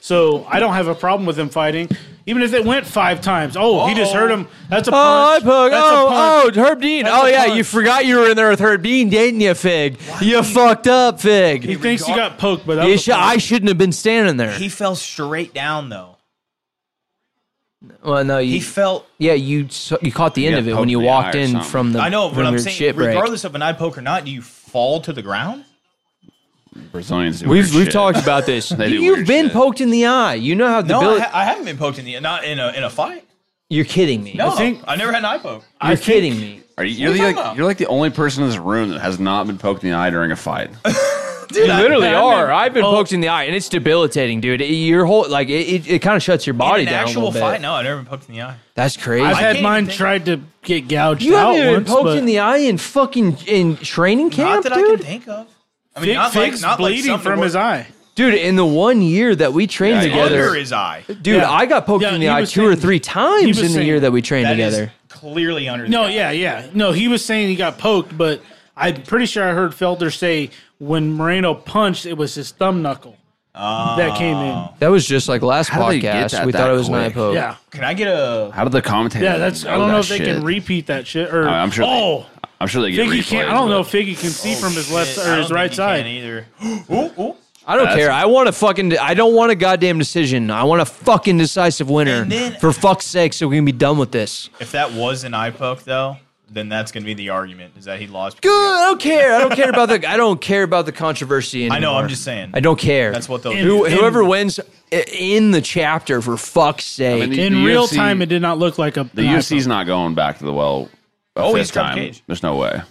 Speaker 3: so I don't have a problem with them fighting. Even if they went five times, oh, he just hurt him. That's a
Speaker 2: Oh, I
Speaker 3: punch.
Speaker 2: pug.
Speaker 3: That's a
Speaker 2: Oh,
Speaker 3: punch.
Speaker 2: oh, Herb Dean.
Speaker 3: That's
Speaker 2: oh,
Speaker 3: a
Speaker 2: yeah.
Speaker 3: punch.
Speaker 2: You forgot you were in there with Herb Dean, didn't you, Fig? You fucked up, Fig.
Speaker 3: He thinks he got poked, but that
Speaker 2: You
Speaker 3: was a
Speaker 2: sh- I
Speaker 3: punch.
Speaker 2: shouldn't have been standing there.
Speaker 4: He fell straight down though.
Speaker 2: well, no, you.
Speaker 4: He felt
Speaker 2: yeah, you s- you caught the end
Speaker 1: got
Speaker 2: of it
Speaker 1: poked
Speaker 2: when you
Speaker 1: in the
Speaker 2: walked
Speaker 1: eye or
Speaker 2: in
Speaker 1: something.
Speaker 2: from the.
Speaker 4: I know,
Speaker 2: from
Speaker 4: but I'm
Speaker 2: your
Speaker 4: saying
Speaker 2: shit break.
Speaker 4: regardless of an eye poke or not, do you fall to the ground?
Speaker 1: Brazilians. do
Speaker 2: We've
Speaker 1: weird
Speaker 2: we've
Speaker 1: shit.
Speaker 2: talked about this.
Speaker 1: They do
Speaker 2: You've
Speaker 1: weird
Speaker 2: been
Speaker 1: shit.
Speaker 2: poked in the eye. You know how the
Speaker 4: No,
Speaker 2: bill-
Speaker 4: I, ha- I haven't been poked in the not in a in a fight.
Speaker 2: You're kidding me.
Speaker 4: No, I,
Speaker 3: think-
Speaker 4: never had an eye poke.
Speaker 2: You're kidding me.
Speaker 1: Are you, you're,
Speaker 4: What are you
Speaker 1: the,
Speaker 4: talking
Speaker 1: like,
Speaker 4: about?
Speaker 1: you're like the only person in this room that has not been poked in the eye during a fight.
Speaker 4: Dude,
Speaker 2: You
Speaker 4: I-
Speaker 2: literally
Speaker 4: I'm
Speaker 2: are.
Speaker 4: in-
Speaker 2: I've been
Speaker 4: oh,
Speaker 2: poked in the eye, and it's debilitating, dude. It- your whole like it, it, it kind of shuts your
Speaker 4: in
Speaker 2: body
Speaker 4: an
Speaker 2: down a
Speaker 4: actual
Speaker 2: little bit.
Speaker 4: fight. No, I've never been poked in the eye.
Speaker 2: That's crazy.
Speaker 3: I've
Speaker 4: I can't
Speaker 3: had
Speaker 4: even
Speaker 3: mine
Speaker 4: think-
Speaker 3: tried to get gouged
Speaker 2: you
Speaker 3: out
Speaker 2: haven't even
Speaker 3: once,
Speaker 2: poked
Speaker 3: but
Speaker 2: in the eye in fucking in training
Speaker 4: Not
Speaker 2: camp,
Speaker 4: that I
Speaker 2: dude.
Speaker 4: can think of. I
Speaker 3: Vic- Vic's bleeding
Speaker 4: something
Speaker 3: from
Speaker 4: where-
Speaker 3: his eye.
Speaker 2: Dude, in the one year that we trained
Speaker 1: Yeah,
Speaker 2: together,
Speaker 4: Under his eye.
Speaker 2: dude,
Speaker 3: Yeah.
Speaker 2: I got poked
Speaker 3: Yeah,
Speaker 2: in the
Speaker 3: he
Speaker 2: eye two
Speaker 3: was
Speaker 2: or
Speaker 3: saying-
Speaker 2: three times
Speaker 3: was
Speaker 2: in the
Speaker 3: saying-
Speaker 2: year that we trained
Speaker 4: That is
Speaker 2: together.
Speaker 4: clearly under.
Speaker 3: No,
Speaker 4: the eye.
Speaker 3: yeah, yeah. No, he was saying he got poked, but I'm pretty sure I heard Felder say when Moreno punched, it was his thumb knuckle that came in.
Speaker 2: That was just like last
Speaker 1: How did they get
Speaker 2: podcast.
Speaker 1: that
Speaker 2: we
Speaker 1: that
Speaker 2: thought it was an
Speaker 1: quick?
Speaker 2: eye poke.
Speaker 3: Yeah,
Speaker 4: Can I get a?
Speaker 1: How did the commentator?
Speaker 3: yeah. That's I don't know if they can
Speaker 1: read.
Speaker 3: repeat that shit or.
Speaker 1: I'm sure.
Speaker 3: Oh,
Speaker 1: They, I'm sure they get.
Speaker 3: Figgy
Speaker 1: replays,
Speaker 3: can't. I don't know
Speaker 1: but-
Speaker 3: if Figgy can see from his left
Speaker 4: Shit, I
Speaker 3: or
Speaker 4: don't
Speaker 3: his
Speaker 4: think
Speaker 3: right
Speaker 4: he can
Speaker 3: side.
Speaker 4: either. ooh, ooh.
Speaker 2: I don't
Speaker 1: That's-
Speaker 2: care. I want a fucking. I don't want a goddamn decision. I want a fucking decisive winner.
Speaker 4: And then-
Speaker 2: for fuck's sake, so we can be done with this.
Speaker 4: If that was an eye poke, though, then that's going to be the argument is that he lost.
Speaker 2: Good. I don't care. I don't care about the. I don't care about the controversy anymore.
Speaker 4: I know, I'm just saying.
Speaker 2: I don't care.
Speaker 4: That's what they'll
Speaker 3: In-
Speaker 4: do.
Speaker 2: Who, whoever wins i- in the chapter, for fuck's sake.
Speaker 1: I mean,
Speaker 3: In
Speaker 1: The
Speaker 3: real
Speaker 1: UFC
Speaker 3: time, it did not look like a.
Speaker 1: The UFC's not going back to the well. A
Speaker 4: Oh,
Speaker 1: fifth
Speaker 4: he's got a
Speaker 1: time.
Speaker 4: cage.
Speaker 1: There's no way.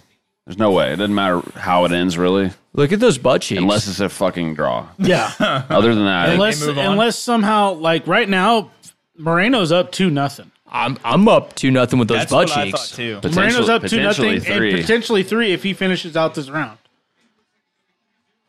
Speaker 1: There's no way. It doesn't matter how it ends, really,
Speaker 2: Look at those butt cheeks.
Speaker 1: unless it's a fucking draw.
Speaker 3: Yeah,
Speaker 1: Other than that,
Speaker 3: unless
Speaker 4: move on.
Speaker 3: unless somehow like right now, Moreno's up two nothing.
Speaker 2: I'm I'm up to nothing with those
Speaker 4: That's
Speaker 2: butt
Speaker 4: what I thought
Speaker 2: cheeks.
Speaker 4: too.
Speaker 1: potential-
Speaker 3: Moreno's up two
Speaker 1: potentially
Speaker 3: nothing and potentially three if he finishes out this round.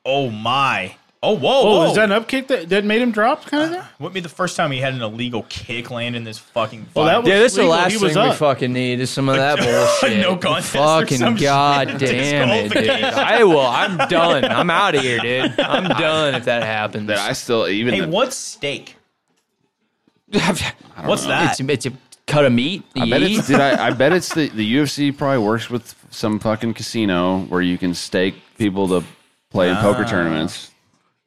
Speaker 4: Oh my! Oh whoa!
Speaker 3: Oh,
Speaker 4: whoa.
Speaker 3: is that an up kick that, that made him drop? Kind of there.
Speaker 4: Wouldn't be the first time he had an illegal kick land in this fucking. Fight.
Speaker 3: Well, that was
Speaker 2: Yeah, that's the
Speaker 3: legal.
Speaker 2: last
Speaker 3: he was
Speaker 2: thing
Speaker 3: up.
Speaker 2: we fucking need is some of that bullshit.
Speaker 4: No contest or some
Speaker 2: Fucking
Speaker 4: shit.
Speaker 2: god damn it, dude. I will. I'm done. I'm out of here, dude. I'm done if that happens.
Speaker 1: that I still even.
Speaker 4: hey, what's steak? What's that?
Speaker 2: it's, it's a cut of meat. to
Speaker 1: I bet
Speaker 2: eat.
Speaker 1: it's, dude, I, I bet it's the, the UFC probably works with some fucking casino where you can stake people to play in poker tournaments.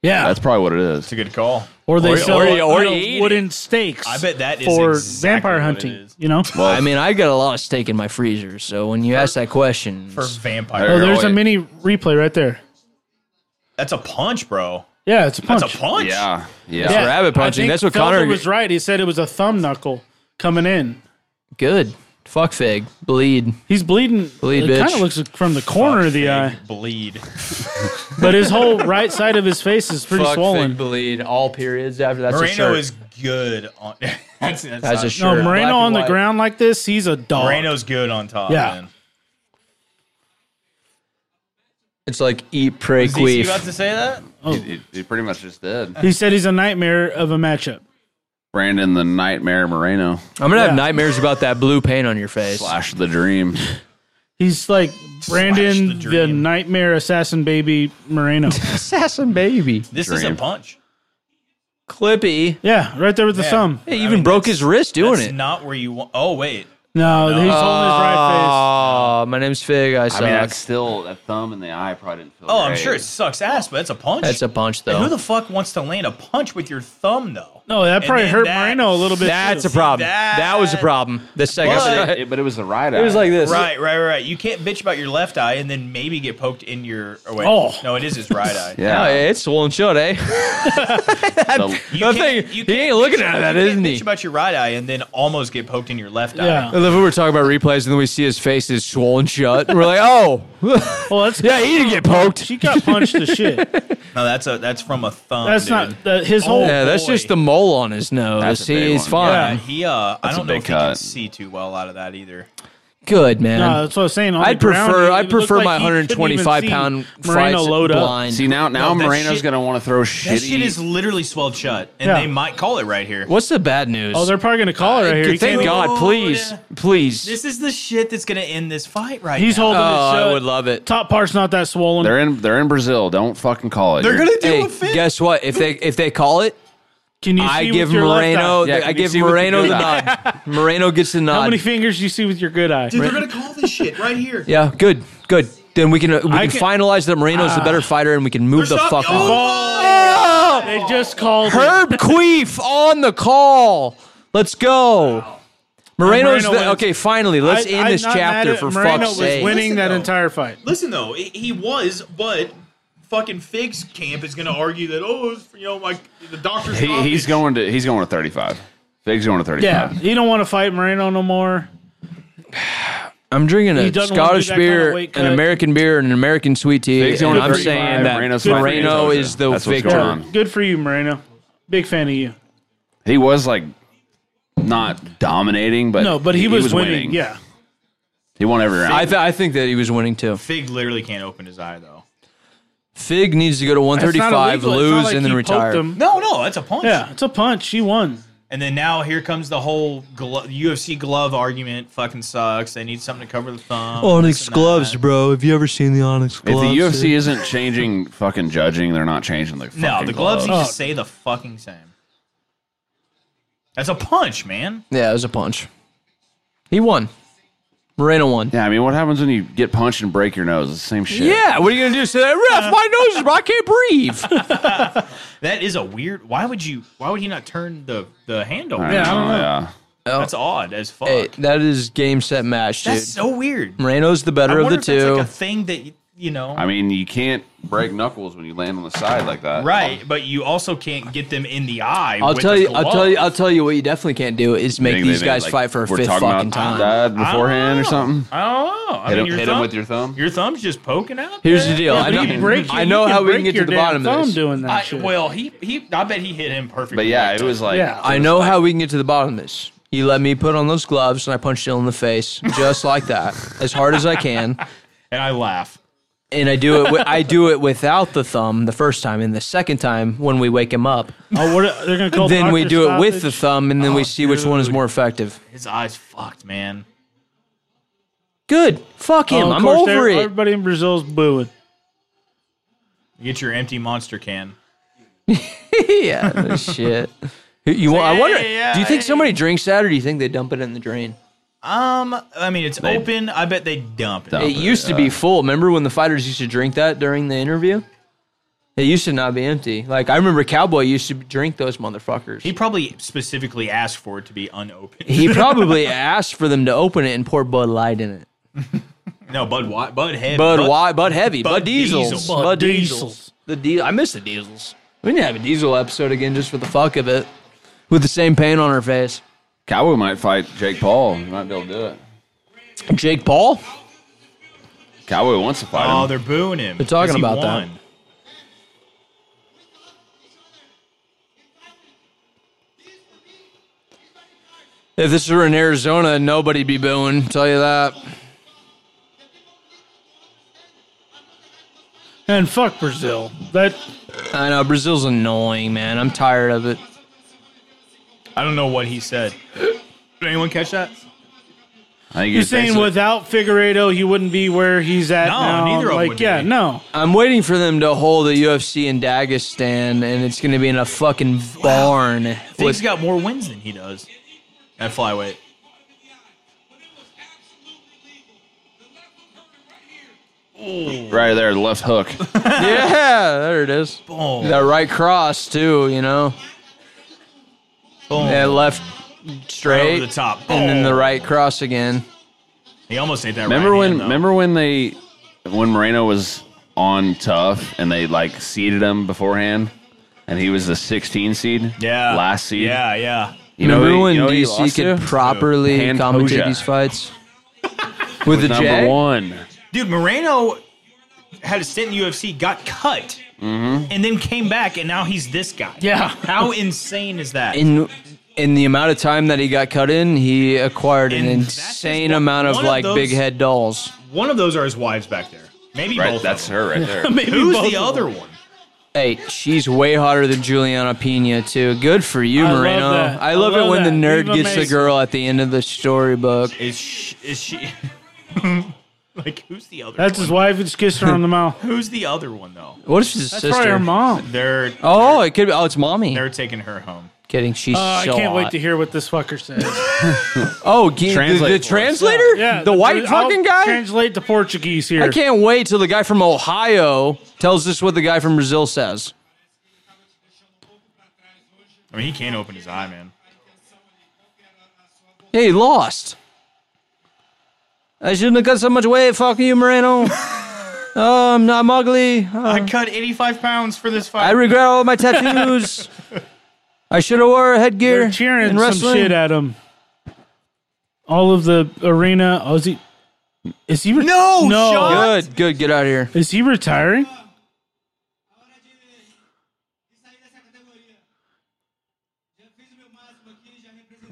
Speaker 3: Yeah,
Speaker 1: That's probably what it is.
Speaker 4: It's a good call.
Speaker 3: or they
Speaker 2: Or-
Speaker 3: sell
Speaker 2: or-
Speaker 3: you
Speaker 2: or
Speaker 3: know,
Speaker 2: you eat
Speaker 3: wooden stakes.
Speaker 4: I bet that is
Speaker 3: for
Speaker 4: exactly
Speaker 3: vampire
Speaker 4: what it
Speaker 3: hunting.
Speaker 4: is.
Speaker 3: You know,
Speaker 1: Well,
Speaker 2: I mean, I got a lot of steak in my freezer, so when you ask that question,
Speaker 4: For
Speaker 1: Oh,
Speaker 3: oh,
Speaker 4: vampire,
Speaker 1: they're-
Speaker 3: there's a
Speaker 1: wait.
Speaker 3: mini replay right there.
Speaker 4: that's a punch, bro.
Speaker 3: Yeah, it's a punch.
Speaker 4: That's a punch.
Speaker 1: yeah, yeah,
Speaker 3: Yeah,
Speaker 2: rabbit
Speaker 3: I
Speaker 2: punching.
Speaker 3: think
Speaker 2: That's what
Speaker 3: Felder
Speaker 2: Connor-
Speaker 3: was right. He said it was a thumb knuckle coming in.
Speaker 2: good. Fuck fig, bleed.
Speaker 3: He's bleeding.
Speaker 2: Bleed,
Speaker 3: it kind
Speaker 2: bitch.
Speaker 3: of looks from the corner of the
Speaker 4: Big
Speaker 3: eye,
Speaker 4: bleed.
Speaker 3: but his whole right side of his face is pretty
Speaker 2: Fuck
Speaker 3: swollen.
Speaker 2: fig, bleed. All periods after that's a
Speaker 4: Moreno
Speaker 2: shirt.
Speaker 4: is good on. that's, that's
Speaker 2: that's
Speaker 4: not-
Speaker 2: a shirt.
Speaker 3: no,
Speaker 2: Black and
Speaker 3: Moreno on the
Speaker 2: white.
Speaker 3: ground like this, he's a dog.
Speaker 4: Moreno's good on top.
Speaker 3: Yeah.
Speaker 4: man.
Speaker 2: It's like eat, pray,
Speaker 4: Is DC
Speaker 2: queef.
Speaker 4: about to say that?
Speaker 1: He, he- he pretty much just did.
Speaker 3: He said he's a nightmare of a matchup.
Speaker 1: Brandon the Nightmare Moreno
Speaker 2: I'm gonna have
Speaker 3: Yeah.
Speaker 2: nightmares about that blue paint on your face.
Speaker 1: slash the Dream.
Speaker 3: He's like
Speaker 4: the
Speaker 3: Brandon, the,
Speaker 4: dream.
Speaker 3: nightmare assassin baby Moreno.
Speaker 2: Assassin baby.
Speaker 4: This is a
Speaker 1: Dream.
Speaker 4: punch.
Speaker 2: Clippy.
Speaker 3: yeah, right there with the
Speaker 4: Yeah.
Speaker 3: thumb.
Speaker 2: He even broke his wrist doing
Speaker 4: That's
Speaker 2: it.
Speaker 4: not where you want. Oh wait,
Speaker 3: No, he's holding his right
Speaker 2: Aw, my name's Fig. I
Speaker 1: I
Speaker 2: suck.
Speaker 1: mean, that's still that thumb in the eye probably didn't feel.
Speaker 4: Oh, I'm
Speaker 1: great.
Speaker 4: sure it sucks ass, but that's a punch.
Speaker 2: that's a punch, though.
Speaker 4: Who the fuck wants to land a punch with your thumb though?
Speaker 3: face. No, that probably
Speaker 4: then
Speaker 3: hurt
Speaker 4: that-
Speaker 3: Moreno a little bit.
Speaker 2: that's
Speaker 3: too.
Speaker 2: a problem.
Speaker 4: that-
Speaker 2: That, was a problem. The second.
Speaker 1: But it, but it was the right eye.
Speaker 2: it was like this.
Speaker 4: Right, right, right, right. You can't bitch about your left eye and then maybe get poked in your. Oh, wait.
Speaker 3: Oh.
Speaker 4: no, it is his right eye.
Speaker 2: Oh,
Speaker 1: Yeah,
Speaker 2: yeah, it's swollen shut, eh?
Speaker 1: the-
Speaker 4: You
Speaker 2: That
Speaker 4: can't-
Speaker 2: thing-
Speaker 4: you
Speaker 2: he
Speaker 4: can't
Speaker 2: ain't looking
Speaker 4: bitch
Speaker 2: at
Speaker 4: about-
Speaker 2: that,
Speaker 4: you can't
Speaker 2: isn't he?
Speaker 4: Bitch about your right eye and then almost get poked in your left
Speaker 3: Yeah.
Speaker 4: eye.
Speaker 2: I love when we're talking about replays and then we see his face is swollen shut. We're like, oh,
Speaker 3: Well, that's
Speaker 2: yeah, he didn't get poked.
Speaker 3: She got punched to shit.
Speaker 4: No, that's a that's from a thumb.
Speaker 3: That's
Speaker 4: dude.
Speaker 3: not the, his whole.
Speaker 2: Yeah, that's
Speaker 4: boy.
Speaker 2: just the mole on his nose.
Speaker 1: That's a big
Speaker 2: He's
Speaker 1: one.
Speaker 4: Yeah,
Speaker 2: fine.
Speaker 4: he. Uh, I don't know
Speaker 1: big
Speaker 4: if he can
Speaker 1: cut.
Speaker 4: see too well out of that either.
Speaker 2: Good man.
Speaker 3: No, that's what I was saying. On
Speaker 2: I'd
Speaker 3: the ground,
Speaker 2: prefer-
Speaker 3: it- it
Speaker 2: I'd
Speaker 3: looked
Speaker 2: prefer
Speaker 3: like
Speaker 2: my
Speaker 3: he couldn't even
Speaker 2: 125
Speaker 3: see
Speaker 2: pound
Speaker 3: Moreno
Speaker 2: fights
Speaker 3: load up.
Speaker 2: blind.
Speaker 1: See now, now
Speaker 4: No, that
Speaker 1: Moreno's
Speaker 4: shit-
Speaker 1: gonna want to throw
Speaker 4: That
Speaker 1: shitty.
Speaker 4: shit is literally swelled shut, and
Speaker 3: Yeah.
Speaker 4: they might call it right here.
Speaker 2: What's the bad news?
Speaker 3: Oh, they're probably gonna call it right here. He
Speaker 2: Thank
Speaker 3: can't-
Speaker 2: God, please, please.
Speaker 4: This is the shit that's gonna end this fight right
Speaker 3: He's
Speaker 4: now.
Speaker 2: oh,
Speaker 3: holding it shut.
Speaker 2: I would love it.
Speaker 3: Top part's not that swollen.
Speaker 1: they're in. They're in Brazil. Don't fucking call it.
Speaker 4: They're
Speaker 1: You're-
Speaker 4: gonna do
Speaker 2: Hey,
Speaker 4: a fist.
Speaker 2: guess what? If they if they call it,
Speaker 3: Can you see
Speaker 2: I
Speaker 3: with
Speaker 2: give
Speaker 3: your left
Speaker 2: Moreno.
Speaker 3: eye?
Speaker 1: Yeah,
Speaker 2: the- I
Speaker 1: can you
Speaker 2: give
Speaker 1: see with
Speaker 2: Moreno
Speaker 1: your
Speaker 2: the
Speaker 1: good
Speaker 2: nod. Moreno gets the
Speaker 3: How
Speaker 2: nod.
Speaker 3: many fingers do you see with your good eye?
Speaker 4: Dude, they're gonna call this shit right here.
Speaker 2: yeah, good, good. Then we can uh, we
Speaker 3: I
Speaker 2: can,
Speaker 3: can- Ah.
Speaker 2: finalize that Moreno's the better fighter, and we can move the
Speaker 4: Stop-
Speaker 2: fuck
Speaker 4: Oh,
Speaker 2: on.
Speaker 3: They just called. it.
Speaker 2: Herb Queef on the call. Let's go. Moreno's the,
Speaker 3: Moreno wins.
Speaker 2: okay. Finally, let's
Speaker 3: I-
Speaker 2: end
Speaker 3: I'm
Speaker 2: this
Speaker 3: not mad
Speaker 2: chapter
Speaker 3: at-
Speaker 2: for
Speaker 3: Moreno
Speaker 2: fuck's
Speaker 3: was
Speaker 2: sake.
Speaker 3: winning
Speaker 4: Listen,
Speaker 3: that
Speaker 4: though.
Speaker 3: entire fight.
Speaker 4: Listen though, he he was, but fucking Fig's camp is gonna argue that oh, it's, you know, my the doctor's
Speaker 1: He, he's
Speaker 4: office.
Speaker 1: going to. He's going to 35. Fig's going to 35.
Speaker 3: Yeah, he don't want to fight Moreno no more.
Speaker 2: I'm drinking
Speaker 3: He
Speaker 2: a
Speaker 3: doesn't wanna do
Speaker 2: Scottish
Speaker 3: that kinda
Speaker 2: beer,
Speaker 3: weight
Speaker 2: an
Speaker 3: cut.
Speaker 2: American beer, and an American sweet tea.
Speaker 1: Big's the
Speaker 2: And
Speaker 1: only
Speaker 2: I'm
Speaker 1: 35,
Speaker 2: saying that
Speaker 1: Moreno's my
Speaker 2: Moreno
Speaker 1: favorite.
Speaker 2: is the
Speaker 1: That's what's
Speaker 2: victor.
Speaker 1: going on.
Speaker 3: Good for you, Moreno. Big fan of you.
Speaker 1: He was like not dominating, but
Speaker 3: No, but he, was, winning. Yeah.
Speaker 1: he won every round.
Speaker 2: I, th- I think that he was winning too.
Speaker 7: Fig literally can't open his eye though.
Speaker 2: Fig needs to go to
Speaker 3: That's not
Speaker 2: 135,
Speaker 3: illegal. It's
Speaker 2: lose,
Speaker 3: not like
Speaker 2: and then
Speaker 3: he poked
Speaker 2: retire.
Speaker 3: him.
Speaker 7: No, no, that's a punch.
Speaker 3: Yeah, it's a punch. She won.
Speaker 7: And then now here comes the whole glo- UFC glove argument. Fucking sucks. They need something to cover the thumb. this and that.
Speaker 2: bro. Have you ever seen the Onyx
Speaker 1: if the UFC isn't changing fucking judging, they're not changing the fucking
Speaker 7: No, the gloves, you
Speaker 3: gloves.
Speaker 7: just say the fucking same. That's a punch, man.
Speaker 2: Yeah, it was a punch. He won. Moreno won.
Speaker 1: Yeah, I mean, what happens when you get punched and break your nose? It's the same shit.
Speaker 2: Yeah, what are you gonna do? Say, ref, my nose is I can't breathe.
Speaker 7: That is a weird. Why would you? Why would he not turn the the handle?
Speaker 1: I
Speaker 3: Yeah, I don't know.
Speaker 1: Yeah.
Speaker 7: That's odd as fuck.
Speaker 2: Hey, that is game set match, dude.
Speaker 7: that's so weird.
Speaker 2: Moreno's the
Speaker 7: I
Speaker 2: better of
Speaker 7: wonder
Speaker 2: the
Speaker 7: if that's
Speaker 2: two.
Speaker 7: like a thing that y- you know.
Speaker 1: I mean, you can't break knuckles when you land on the side like that.
Speaker 7: Right, but you also can't get them in the eye.
Speaker 2: I'll
Speaker 7: with
Speaker 2: tell
Speaker 7: the
Speaker 2: you. I'll
Speaker 7: glove.
Speaker 2: tell you. I'll tell you what you definitely can't do is
Speaker 1: I
Speaker 2: make
Speaker 1: think
Speaker 2: these
Speaker 1: they
Speaker 2: guys
Speaker 1: meant, like,
Speaker 2: fight for a
Speaker 1: we're
Speaker 2: fifth
Speaker 1: talking
Speaker 2: fucking
Speaker 1: about
Speaker 2: time.
Speaker 1: Died beforehand or something.
Speaker 7: I don't know. I
Speaker 1: Hit
Speaker 7: mean,
Speaker 1: him,
Speaker 7: your
Speaker 1: hit
Speaker 7: thumb,
Speaker 1: him with your thumb.
Speaker 7: Your thumb's just poking out.
Speaker 2: Here's
Speaker 7: there?
Speaker 2: the deal. I
Speaker 3: But
Speaker 2: know,
Speaker 3: you break
Speaker 2: I
Speaker 3: it,
Speaker 2: know
Speaker 3: you
Speaker 2: how we
Speaker 3: break
Speaker 2: can get to
Speaker 3: your
Speaker 2: the
Speaker 3: damn
Speaker 2: bottom
Speaker 3: thumb
Speaker 2: of this.
Speaker 3: doing that
Speaker 7: I,
Speaker 3: shit.
Speaker 7: well, he he. I bet he hit him perfectly.
Speaker 1: But yeah, it was like
Speaker 3: Yeah.
Speaker 2: I know how we can get to the bottom of this. You let me put on those gloves, and I punch Dylan in the face just like that, as hard as I can.
Speaker 7: and I laugh.
Speaker 2: And I do it. Wi- I do it without the thumb the first time, and the second time when we wake him up,
Speaker 3: oh, what are, they're gonna call
Speaker 2: then we
Speaker 3: doctor
Speaker 2: do it with the
Speaker 3: stoppage?
Speaker 2: thumb, and then we see which one is more effective.
Speaker 7: His eyes fucked, man.
Speaker 2: Good. Fuck him.
Speaker 3: Oh, of
Speaker 2: I'm
Speaker 3: course,
Speaker 2: over
Speaker 3: they're-
Speaker 2: it.
Speaker 3: Everybody in Brazil's booing.
Speaker 7: Get your empty monster can.
Speaker 2: yeah. Shit. Who- You want? I wonder.
Speaker 7: Hey, yeah,
Speaker 2: do you think
Speaker 7: hey.
Speaker 2: somebody drinks that, or do you think they dump it in the drain?
Speaker 7: Um, I mean, it's open. I bet they dump it.
Speaker 2: It used to be full. Remember when the fighters used to drink that during the interview? It used to not be empty. Like I remember Cowboy used to drink those motherfuckers.
Speaker 7: He
Speaker 2: He,
Speaker 7: probably specifically asked for it to be unopened.
Speaker 2: probably asked for them to open it and pour Bud Light in it.
Speaker 7: no, Bud White, Bud Head,
Speaker 2: Bud why Bud Heavy, Bud,
Speaker 7: Bud
Speaker 2: Diesels,
Speaker 7: Diesel.
Speaker 2: Bud,
Speaker 3: Bud
Speaker 2: Diesels.
Speaker 3: Diesels.
Speaker 2: The Diesel. I miss the Diesels. We need to have a Diesel episode again just for the fuck of it, with the same paint on her face.
Speaker 1: Cowboy might fight Jake Paul. He might be able to do it.
Speaker 2: Jake Paul.
Speaker 1: Cowboy wants to fight him.
Speaker 7: Oh, they're booing him.
Speaker 2: They're talking
Speaker 7: 'cause he
Speaker 2: about that.
Speaker 7: won.
Speaker 2: If this were in Arizona, nobody'd be booing. Tell you that.
Speaker 3: And fuck Brazil. That
Speaker 2: I know Brazil's annoying, man. I'm tired of it.
Speaker 7: I don't know what he said. Did anyone catch that?
Speaker 1: I think
Speaker 3: you're
Speaker 1: he's
Speaker 3: saying
Speaker 1: basically-
Speaker 3: without Figueredo, he wouldn't be where he's at
Speaker 7: No,
Speaker 3: now.
Speaker 7: neither of them
Speaker 3: like,
Speaker 7: would
Speaker 3: yeah,
Speaker 7: be.
Speaker 3: no.
Speaker 2: I'm waiting for them to hold the UFC in Dagestan, and it's going to be in a fucking barn.
Speaker 7: He's
Speaker 2: With,
Speaker 7: got more wins than he does at flyweight.
Speaker 1: right there, the left hook.
Speaker 2: yeah, there it is.
Speaker 7: Boom,
Speaker 2: That right cross too, you know.
Speaker 7: boom,
Speaker 2: That left
Speaker 7: right
Speaker 2: straight,
Speaker 7: over the top. Boom.
Speaker 2: and then the right cross again.
Speaker 7: He almost ate that.
Speaker 1: Remember
Speaker 7: right
Speaker 1: when?
Speaker 7: hand, though.
Speaker 1: Remember when they, when Moreno was on tough and they like seeded him beforehand, and he was the 16 seed.
Speaker 7: Yeah.
Speaker 1: last seed.
Speaker 7: Yeah, yeah.
Speaker 1: You know,
Speaker 2: Remember
Speaker 1: who-
Speaker 2: when
Speaker 1: you know who he
Speaker 2: DC
Speaker 1: lost
Speaker 2: could
Speaker 1: to?
Speaker 2: properly
Speaker 1: Hand
Speaker 2: commentate
Speaker 1: Poja.
Speaker 2: these fights with a
Speaker 1: number
Speaker 2: J?
Speaker 1: one.
Speaker 7: Dude, Moreno had a stint in UFC, got cut,
Speaker 2: Mm-hmm.
Speaker 7: and then came back, and now he's this guy.
Speaker 3: Yeah.
Speaker 7: How insane is that?
Speaker 2: In in the amount of time that he got cut in, he acquired an
Speaker 7: And that's just
Speaker 2: insane
Speaker 7: one-
Speaker 2: amount of
Speaker 7: one of
Speaker 2: like
Speaker 7: those-
Speaker 2: big head dolls.
Speaker 7: One of those are his wives back there. Maybe
Speaker 1: Right,
Speaker 7: both.
Speaker 1: that's
Speaker 7: of them.
Speaker 1: her right there.
Speaker 3: Maybe both
Speaker 7: Who's
Speaker 3: of
Speaker 7: the
Speaker 3: them.
Speaker 7: other one?
Speaker 2: Hey, she's way hotter than Juliana Pena too. Good for you,
Speaker 3: I love
Speaker 2: Moreno.
Speaker 3: that.
Speaker 2: I love
Speaker 3: I love
Speaker 2: it when the
Speaker 3: that.
Speaker 2: nerd
Speaker 3: Viva
Speaker 2: gets the
Speaker 3: Mason.
Speaker 2: girl at the end of the storybook.
Speaker 7: Is she, is she like who's the other?
Speaker 3: That's
Speaker 7: one?
Speaker 3: his wife. Just kissed her on the mouth.
Speaker 7: Who's the other one though?
Speaker 2: What if she's a
Speaker 3: That's probably her
Speaker 2: sister?
Speaker 3: mom.
Speaker 7: They're
Speaker 2: Oh, it could be. Oh, it's mommy.
Speaker 7: they're taking her home.
Speaker 2: Kidding. She's
Speaker 3: Uh, I
Speaker 2: so
Speaker 3: can't wait
Speaker 2: hot.
Speaker 3: to hear what this fucker says.
Speaker 2: Oh, ge- the,
Speaker 1: Translate
Speaker 2: the
Speaker 1: for us.
Speaker 2: translator?
Speaker 3: Yeah,
Speaker 2: the white
Speaker 3: I'll
Speaker 2: fucking guy?
Speaker 3: Translate to Portuguese here.
Speaker 2: I can't wait till the guy from Ohio tells us what the guy from Brazil says.
Speaker 7: I mean, he can't open his eye, man.
Speaker 2: Hey, he lost. I shouldn't have got so much weight. Fuck you, Moreno. um, I'm ugly.
Speaker 7: I cut 85 pounds for this
Speaker 2: I
Speaker 7: fight.
Speaker 2: regret all my tattoos. I should have wore headgear.
Speaker 3: They're cheering
Speaker 2: in
Speaker 3: some
Speaker 2: wrestling.
Speaker 3: shit at him. All of the arena. Aussie. Is he? Re-
Speaker 7: No, Sean!
Speaker 2: Good, good. Get out of here.
Speaker 3: Is he retiring?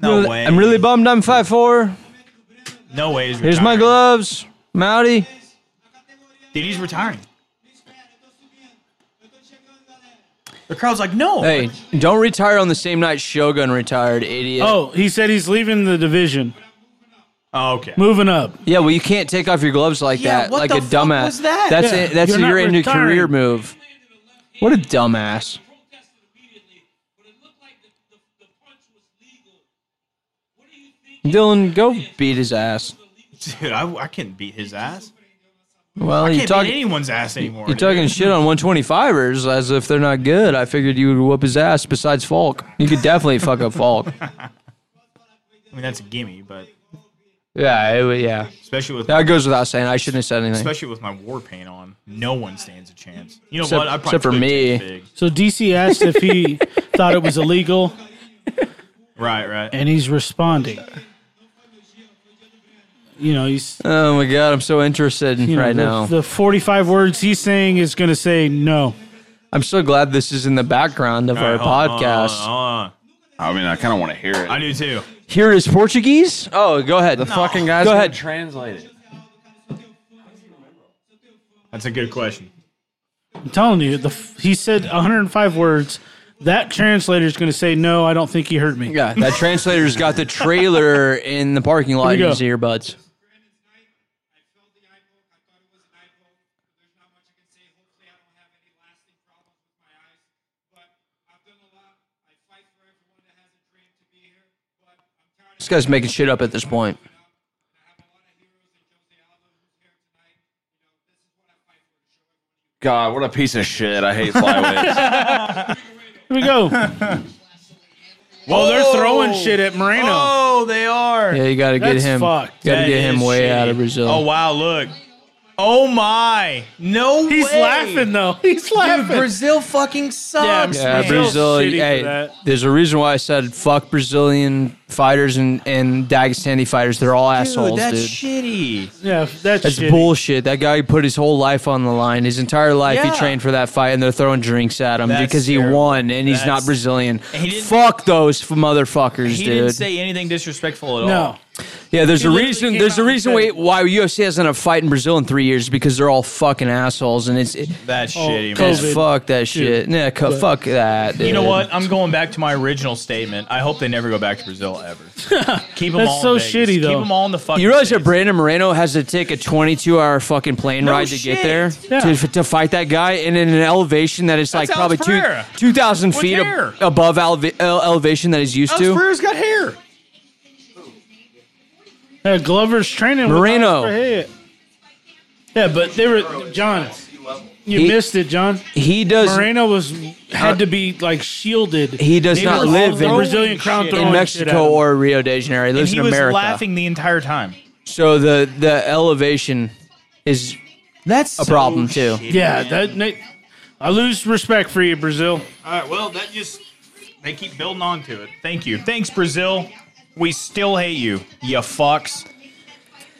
Speaker 7: No
Speaker 2: Really-
Speaker 7: way.
Speaker 2: I'm really bummed I'm 5'4.
Speaker 7: no way. He's
Speaker 2: Here's my
Speaker 7: retiring.
Speaker 2: gloves. I'm outie.
Speaker 7: Dude, he's retiring. The crowd's like, no.
Speaker 2: Hey, don't retire on the same night Shogun retired, idiot.
Speaker 3: Oh, he said he's leaving the division,
Speaker 7: Oh, okay.
Speaker 3: moving up.
Speaker 2: Yeah, well, you can't take off your gloves like
Speaker 7: Yeah,
Speaker 2: that,
Speaker 7: what
Speaker 2: like
Speaker 7: the
Speaker 2: a
Speaker 7: fuck
Speaker 2: dumbass.
Speaker 7: was that?
Speaker 2: That's
Speaker 3: Yeah,
Speaker 2: it. That's
Speaker 3: you're
Speaker 2: your
Speaker 3: not
Speaker 2: end of career
Speaker 3: retiring.
Speaker 2: move. What a dumbass. Dylan, go beat his ass.
Speaker 7: Dude, I, I can't beat his ass.
Speaker 2: Well,
Speaker 7: I
Speaker 2: you
Speaker 7: can't
Speaker 2: talk,
Speaker 7: beat anyone's ass anymore.
Speaker 2: you're
Speaker 7: dude.
Speaker 2: talking shit on 125ers as if they're not good. I figured you would whoop his ass. Besides Falk, you could definitely fuck up Falk.
Speaker 7: I mean, that's a gimme, but
Speaker 2: Yeah, it, would- yeah.
Speaker 7: especially with
Speaker 2: That goes without saying. I shouldn't have said anything.
Speaker 7: especially with my war paint on, no one stands a chance. You know
Speaker 2: Except-
Speaker 7: what? I probably
Speaker 2: except for
Speaker 7: could
Speaker 2: me.
Speaker 7: take a fig.
Speaker 3: So DC asked if he thought it was illegal,
Speaker 7: Right, right.
Speaker 3: and he's responding. You know, he's
Speaker 2: Oh my god, I'm so interested
Speaker 3: you know,
Speaker 2: right
Speaker 3: the,
Speaker 2: now.
Speaker 3: the 45 words he's saying is going to say no.
Speaker 2: I'm so glad this is in the background of our
Speaker 7: All right, hold on,
Speaker 2: podcast.
Speaker 7: hold on, hold
Speaker 1: I mean, I kind of want to hear it.
Speaker 7: on. I do too.
Speaker 2: Here is Portuguese. Oh, go ahead. The fucking guys. Go ahead.
Speaker 1: translate it.
Speaker 7: That's a good question.
Speaker 3: I'm telling you, the f- he said 105 words. That translator is going to say no. I don't think he heard me.
Speaker 2: Yeah, that translator's got the trailer in the parking lot in
Speaker 3: Here we
Speaker 2: his
Speaker 3: go.
Speaker 2: earbuds. This guy's making shit up at this point.
Speaker 1: God, what a piece of shit! I hate flyweights.
Speaker 3: Here we go. Well, they're throwing shit at Moreno.
Speaker 7: Oh, they are.
Speaker 2: Yeah, you gotta get
Speaker 3: That's
Speaker 2: him.
Speaker 3: fucked.
Speaker 2: Gotta
Speaker 7: That
Speaker 2: get him
Speaker 7: is
Speaker 2: way
Speaker 7: shitty.
Speaker 2: out of Brazil.
Speaker 7: Oh wow, look. Oh my. No
Speaker 3: He's
Speaker 7: way.
Speaker 3: laughing though. He's
Speaker 7: Dude,
Speaker 3: laughing.
Speaker 7: Brazil fucking
Speaker 3: I'm
Speaker 7: sucks.
Speaker 2: Yeah,
Speaker 3: Man.
Speaker 2: Uh, Brazil.
Speaker 3: Shitty for
Speaker 2: Hey,
Speaker 3: that.
Speaker 2: there's a reason why I said fuck Brazilian fighters and, and Dagestani fighters. They're all assholes,
Speaker 7: dude, that's
Speaker 2: dude.
Speaker 7: shitty.
Speaker 3: yeah, that's,
Speaker 2: That's
Speaker 3: shitty.
Speaker 2: bullshit. That guy put his whole life on the line. His entire life
Speaker 7: Yeah.
Speaker 2: he trained for that fight, and they're throwing drinks at him
Speaker 7: That's
Speaker 2: because he
Speaker 7: terrible.
Speaker 2: won and he's
Speaker 7: That's-
Speaker 2: not Brazilian.
Speaker 7: And he didn't-
Speaker 2: Fuck those f- motherfuckers,
Speaker 7: He
Speaker 2: dude.
Speaker 7: didn't say anything disrespectful at
Speaker 3: No,
Speaker 7: all.
Speaker 2: yeah, there's a
Speaker 3: literally
Speaker 2: reason.
Speaker 3: came
Speaker 2: There's
Speaker 3: out
Speaker 2: a
Speaker 3: and
Speaker 2: reason
Speaker 3: said
Speaker 2: why, why
Speaker 3: it.
Speaker 2: UFC hasn't had a fight in Brazil in three years because they're all fucking assholes, and it's it,
Speaker 7: That's
Speaker 4: Oh,
Speaker 7: shitty, man.
Speaker 3: COVID.
Speaker 2: it's fuck that shit. Yeah, co- fuck that.
Speaker 7: You know
Speaker 2: dude.
Speaker 7: what? I'm going back to my original statement. I hope they never go back to Brazil ever. Keep them
Speaker 3: That's
Speaker 7: all in
Speaker 3: so
Speaker 7: Vegas.
Speaker 3: shitty,
Speaker 7: Keep
Speaker 3: though.
Speaker 7: them all in the fucking.
Speaker 2: You realize
Speaker 7: States.
Speaker 2: that Brandon Moreno has to take a 22 hour fucking plane ride to
Speaker 7: shit.
Speaker 2: get there
Speaker 3: Yeah.
Speaker 2: to, to fight that guy and in an elevation that is like
Speaker 7: That's
Speaker 2: probably
Speaker 7: Alex
Speaker 2: two,
Speaker 7: Pereira.
Speaker 2: 2,000
Speaker 7: With
Speaker 2: feet ab-
Speaker 7: hair.
Speaker 2: above eleva- el- elevation that he's used
Speaker 7: Alex
Speaker 2: to.
Speaker 7: Pereira's got hair.
Speaker 3: Yeah, Glover's training. with
Speaker 2: Moreno.
Speaker 3: Oscar Hayek. Yeah, but they were John. You
Speaker 2: He-
Speaker 3: missed it, John.
Speaker 2: He does.
Speaker 3: Moreno was had to be like shielded.
Speaker 2: He does
Speaker 7: They
Speaker 2: not
Speaker 7: were all
Speaker 2: live
Speaker 7: throwing
Speaker 2: in,
Speaker 3: Brazilian crown
Speaker 7: shit.
Speaker 3: throwing
Speaker 2: in
Speaker 3: shit at
Speaker 2: Mexico
Speaker 3: him.
Speaker 2: or Rio de Janeiro. He lives
Speaker 7: he
Speaker 2: in
Speaker 7: was
Speaker 2: America.
Speaker 7: laughing the entire time.
Speaker 2: So the, the elevation is
Speaker 7: That's
Speaker 2: a problem too.
Speaker 3: Yeah, that. Nate, I lose respect for you, Brazil.
Speaker 7: All right. Well, that just they keep building on to it. Thank you. Thanks, Brazil. We still hate you, you fucks.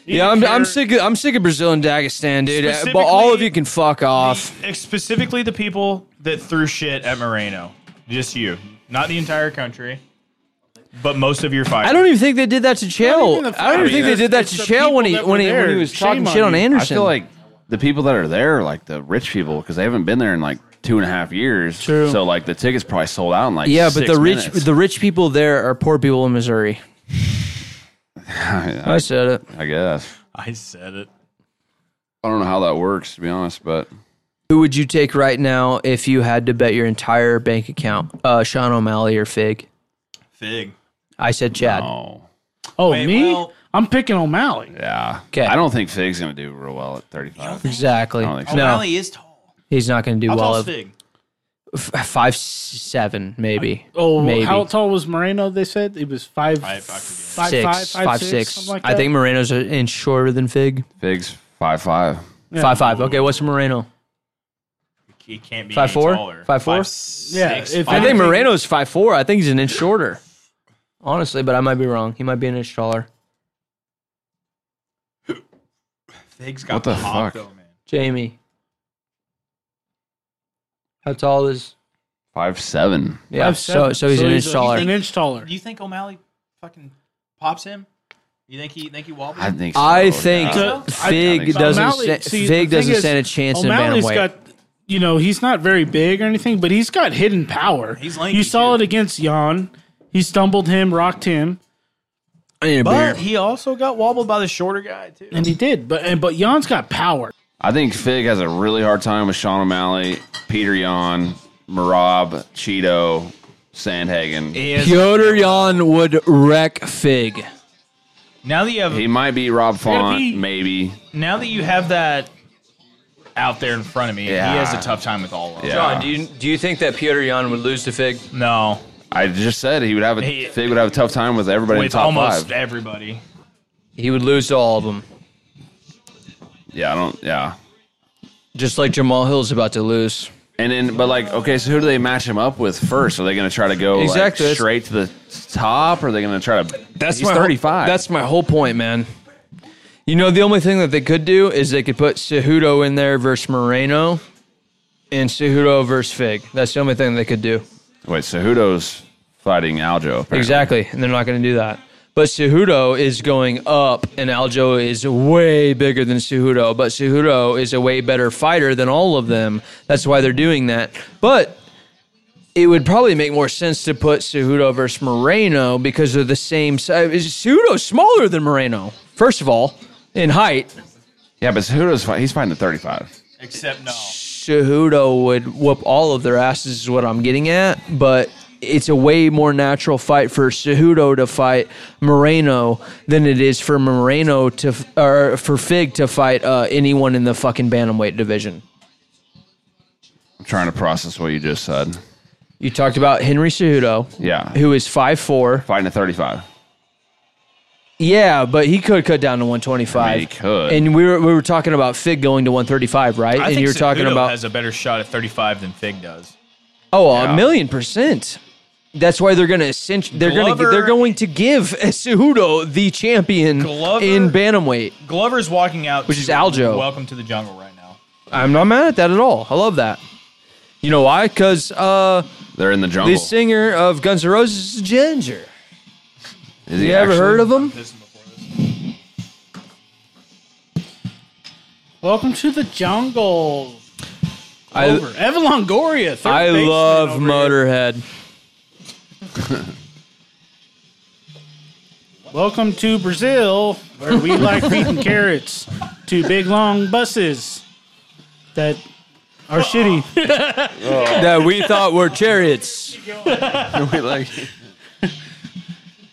Speaker 2: Yeah, I'm, I'm
Speaker 3: care.
Speaker 2: sick. Of, I'm sick of Brazil and Dagestan, dude. But all of
Speaker 7: Specifically-
Speaker 2: you can fuck off.
Speaker 7: Eh, Specifically, the people that threw shit at Moreno. Just you, not the entire country, but most of your fighters.
Speaker 2: I don't even think they did that to Chael.
Speaker 3: even the
Speaker 2: I don't even
Speaker 3: fighters.
Speaker 2: think they did that
Speaker 3: It's
Speaker 2: to
Speaker 3: the
Speaker 2: Chael when he
Speaker 3: people that
Speaker 2: when he,
Speaker 3: were
Speaker 2: when he
Speaker 3: there.
Speaker 2: was
Speaker 3: Shame
Speaker 2: talking
Speaker 3: on
Speaker 2: shit on
Speaker 3: you. I
Speaker 1: I
Speaker 2: Anderson.
Speaker 1: feel like the people that are there, are like the rich people, because they haven't been there in like two and a half years.
Speaker 3: True.
Speaker 1: So like the tickets probably sold out in like
Speaker 2: yeah, but
Speaker 1: six
Speaker 2: the rich
Speaker 1: minutes.
Speaker 2: the rich people there are poor people in Missouri. I
Speaker 1: I,
Speaker 2: said it.
Speaker 1: I guess
Speaker 7: I said it.
Speaker 1: I don't know how that works to be honest, but
Speaker 2: Who would you take right now if you had to bet your entire bank account? Uh, Sean O'Malley or Fig?
Speaker 7: Fig.
Speaker 2: I said Chad.
Speaker 1: oh
Speaker 3: Oh
Speaker 7: Wait,
Speaker 3: me?
Speaker 7: well-
Speaker 3: I'm picking O'Malley.
Speaker 1: yeah.
Speaker 2: 'Kay.
Speaker 1: I don't think Fig's gonna do real well at 35.
Speaker 2: Exactly.
Speaker 1: I don't think so.
Speaker 2: No,
Speaker 7: is tall.
Speaker 2: he's not going to do
Speaker 7: How
Speaker 2: well.
Speaker 7: tall is
Speaker 2: Of,
Speaker 7: Fig?
Speaker 2: f- five seven maybe.
Speaker 3: Oh,
Speaker 2: maybe
Speaker 3: how tall was Moreno? They said he was five,
Speaker 7: I- I
Speaker 3: five,
Speaker 7: forget.
Speaker 3: five,
Speaker 2: six,
Speaker 3: five, five, six, something like
Speaker 2: I
Speaker 3: that.
Speaker 2: think Moreno's an inch shorter than Fig.
Speaker 1: Fig's five five.
Speaker 2: Five five. Okay, what's Moreno?
Speaker 7: He can't be
Speaker 2: Five
Speaker 7: any
Speaker 2: four?
Speaker 7: taller.
Speaker 2: Five four?
Speaker 7: Five, six,
Speaker 3: Yeah, if
Speaker 2: I
Speaker 7: five.
Speaker 2: think Moreno's five four. I think he's an inch shorter. Honestly, but I might be wrong. He might be an inch taller.
Speaker 4: Fig's got
Speaker 1: What the
Speaker 4: pop,
Speaker 1: fuck?
Speaker 4: though, man.
Speaker 2: Jamie. How tall is?
Speaker 1: Five seven.
Speaker 2: Yeah,
Speaker 3: Five
Speaker 2: so
Speaker 3: seven.
Speaker 2: so he's an inch taller.
Speaker 3: He's an inch taller.
Speaker 4: Do you think O'Malley fucking pops him? You think he think he wobbles?
Speaker 1: I
Speaker 4: him?
Speaker 1: think. So,
Speaker 2: I think
Speaker 1: yeah.
Speaker 3: So- I-
Speaker 2: Fig
Speaker 1: so
Speaker 2: doesn't
Speaker 3: O'Malley-
Speaker 2: sta-
Speaker 3: see,
Speaker 2: Fig
Speaker 3: the thing
Speaker 2: doesn't
Speaker 3: is,
Speaker 2: stand a chance
Speaker 3: O'Malley's
Speaker 2: in bantamweight.
Speaker 3: got, you know, he's not very big or anything, but he's got hidden power.
Speaker 4: He's lanky,
Speaker 3: You saw
Speaker 4: too.
Speaker 3: it against Jan. He stumbled him, rocked him,
Speaker 2: I need a
Speaker 4: but
Speaker 2: beer.
Speaker 4: he also got wobbled by the shorter guy too.
Speaker 3: and he did. But and, but Jan's got power.
Speaker 1: I think Fig has a really hard time with Sean O'Malley, Peter Yan, Marab, Cheeto, Sandhagen. He,
Speaker 2: Piotr Jan would wreck Fig.
Speaker 4: now that you have
Speaker 1: might be Rob Font,
Speaker 3: be-
Speaker 1: maybe.
Speaker 4: now that you have that out there in front of me, he
Speaker 1: Yeah.
Speaker 4: has a tough time with all of them.
Speaker 1: Yeah.
Speaker 2: John, do you do you think that Piotr Jan would lose to Fig?
Speaker 4: No,
Speaker 1: I just said he would have a
Speaker 4: He-
Speaker 1: Fig would have a tough time with everybody in
Speaker 4: with
Speaker 1: the top
Speaker 4: almost
Speaker 1: five.
Speaker 4: everybody.
Speaker 2: He would lose to all of them,
Speaker 1: Yeah, I don't. Yeah,
Speaker 2: just like Jamal Hill's about to lose.
Speaker 1: and then but like okay, so who do they match him up with first? Are they going to try to go like,
Speaker 2: Exactly, that's-
Speaker 1: straight to the top? Or are they going to try to? he's thirty five.
Speaker 2: that's my whole point, man. You know, the only thing that they could do is they could put Cejudo in there versus Moreno, and Cejudo versus Fig. That's the only thing they could do.
Speaker 1: wait. So Hudo's fighting Aljo. Apparently.
Speaker 2: Exactly, and they're not going to do that. But Cejudo is going up, and Aljo is way bigger than Cejudo. But Cejudo is a way better fighter than all of them. That's why they're doing that. But it would probably make more sense to put Cejudo versus Moreno because they're the same size. Cejudo's smaller than Moreno, first of all, in height.
Speaker 1: Yeah, but Cejudo's fight, he's fighting the thirty five.
Speaker 4: Except no.
Speaker 2: Cejudo would whoop all of their asses, is what I'm getting at. But it's a way more natural fight for Cejudo to fight Moreno than it is for Moreno to, f- or for Fig to fight uh, anyone in the fucking bantamweight division.
Speaker 1: I'm trying to process what you just said.
Speaker 2: You talked about Henry Cejudo,
Speaker 1: Yeah,
Speaker 2: who is 5'4.
Speaker 1: fighting the thirty five?
Speaker 2: Yeah, but he could cut down to 125.
Speaker 1: I mean, he could.
Speaker 2: And we were, we were talking about Fig going to 135, right?
Speaker 4: I
Speaker 2: and
Speaker 4: think
Speaker 2: you were talking
Speaker 4: Cejudo
Speaker 2: about
Speaker 4: has a better shot at 35 than Fig does.
Speaker 2: Oh, a
Speaker 1: Yeah.
Speaker 2: million percent. That's why they're going to cinch. They're going to.
Speaker 4: Glover-
Speaker 2: They're going to give Cejudo the champion
Speaker 4: Glover-
Speaker 2: in bantamweight.
Speaker 4: Glover's walking out,
Speaker 2: Which
Speaker 4: to
Speaker 2: is Aljo.
Speaker 4: Welcome to the jungle right now.
Speaker 2: I'm not mad at that at all. I love that. You know why? Because uh,
Speaker 1: They're in the jungle.
Speaker 2: the singer of Guns N' Roses is a ginger.
Speaker 1: Is
Speaker 2: You
Speaker 1: he
Speaker 2: ever
Speaker 1: actually-
Speaker 2: heard of him?
Speaker 4: This is before this.
Speaker 3: Welcome to the jungle. Over.
Speaker 2: I
Speaker 3: Evan Longoria. third
Speaker 2: I
Speaker 3: baseman
Speaker 2: love
Speaker 3: over here.
Speaker 2: Motorhead.
Speaker 3: Welcome to Brazil, where we like feeding carrots to big long buses that are shitty.
Speaker 2: that we thought were chariots.
Speaker 1: We like-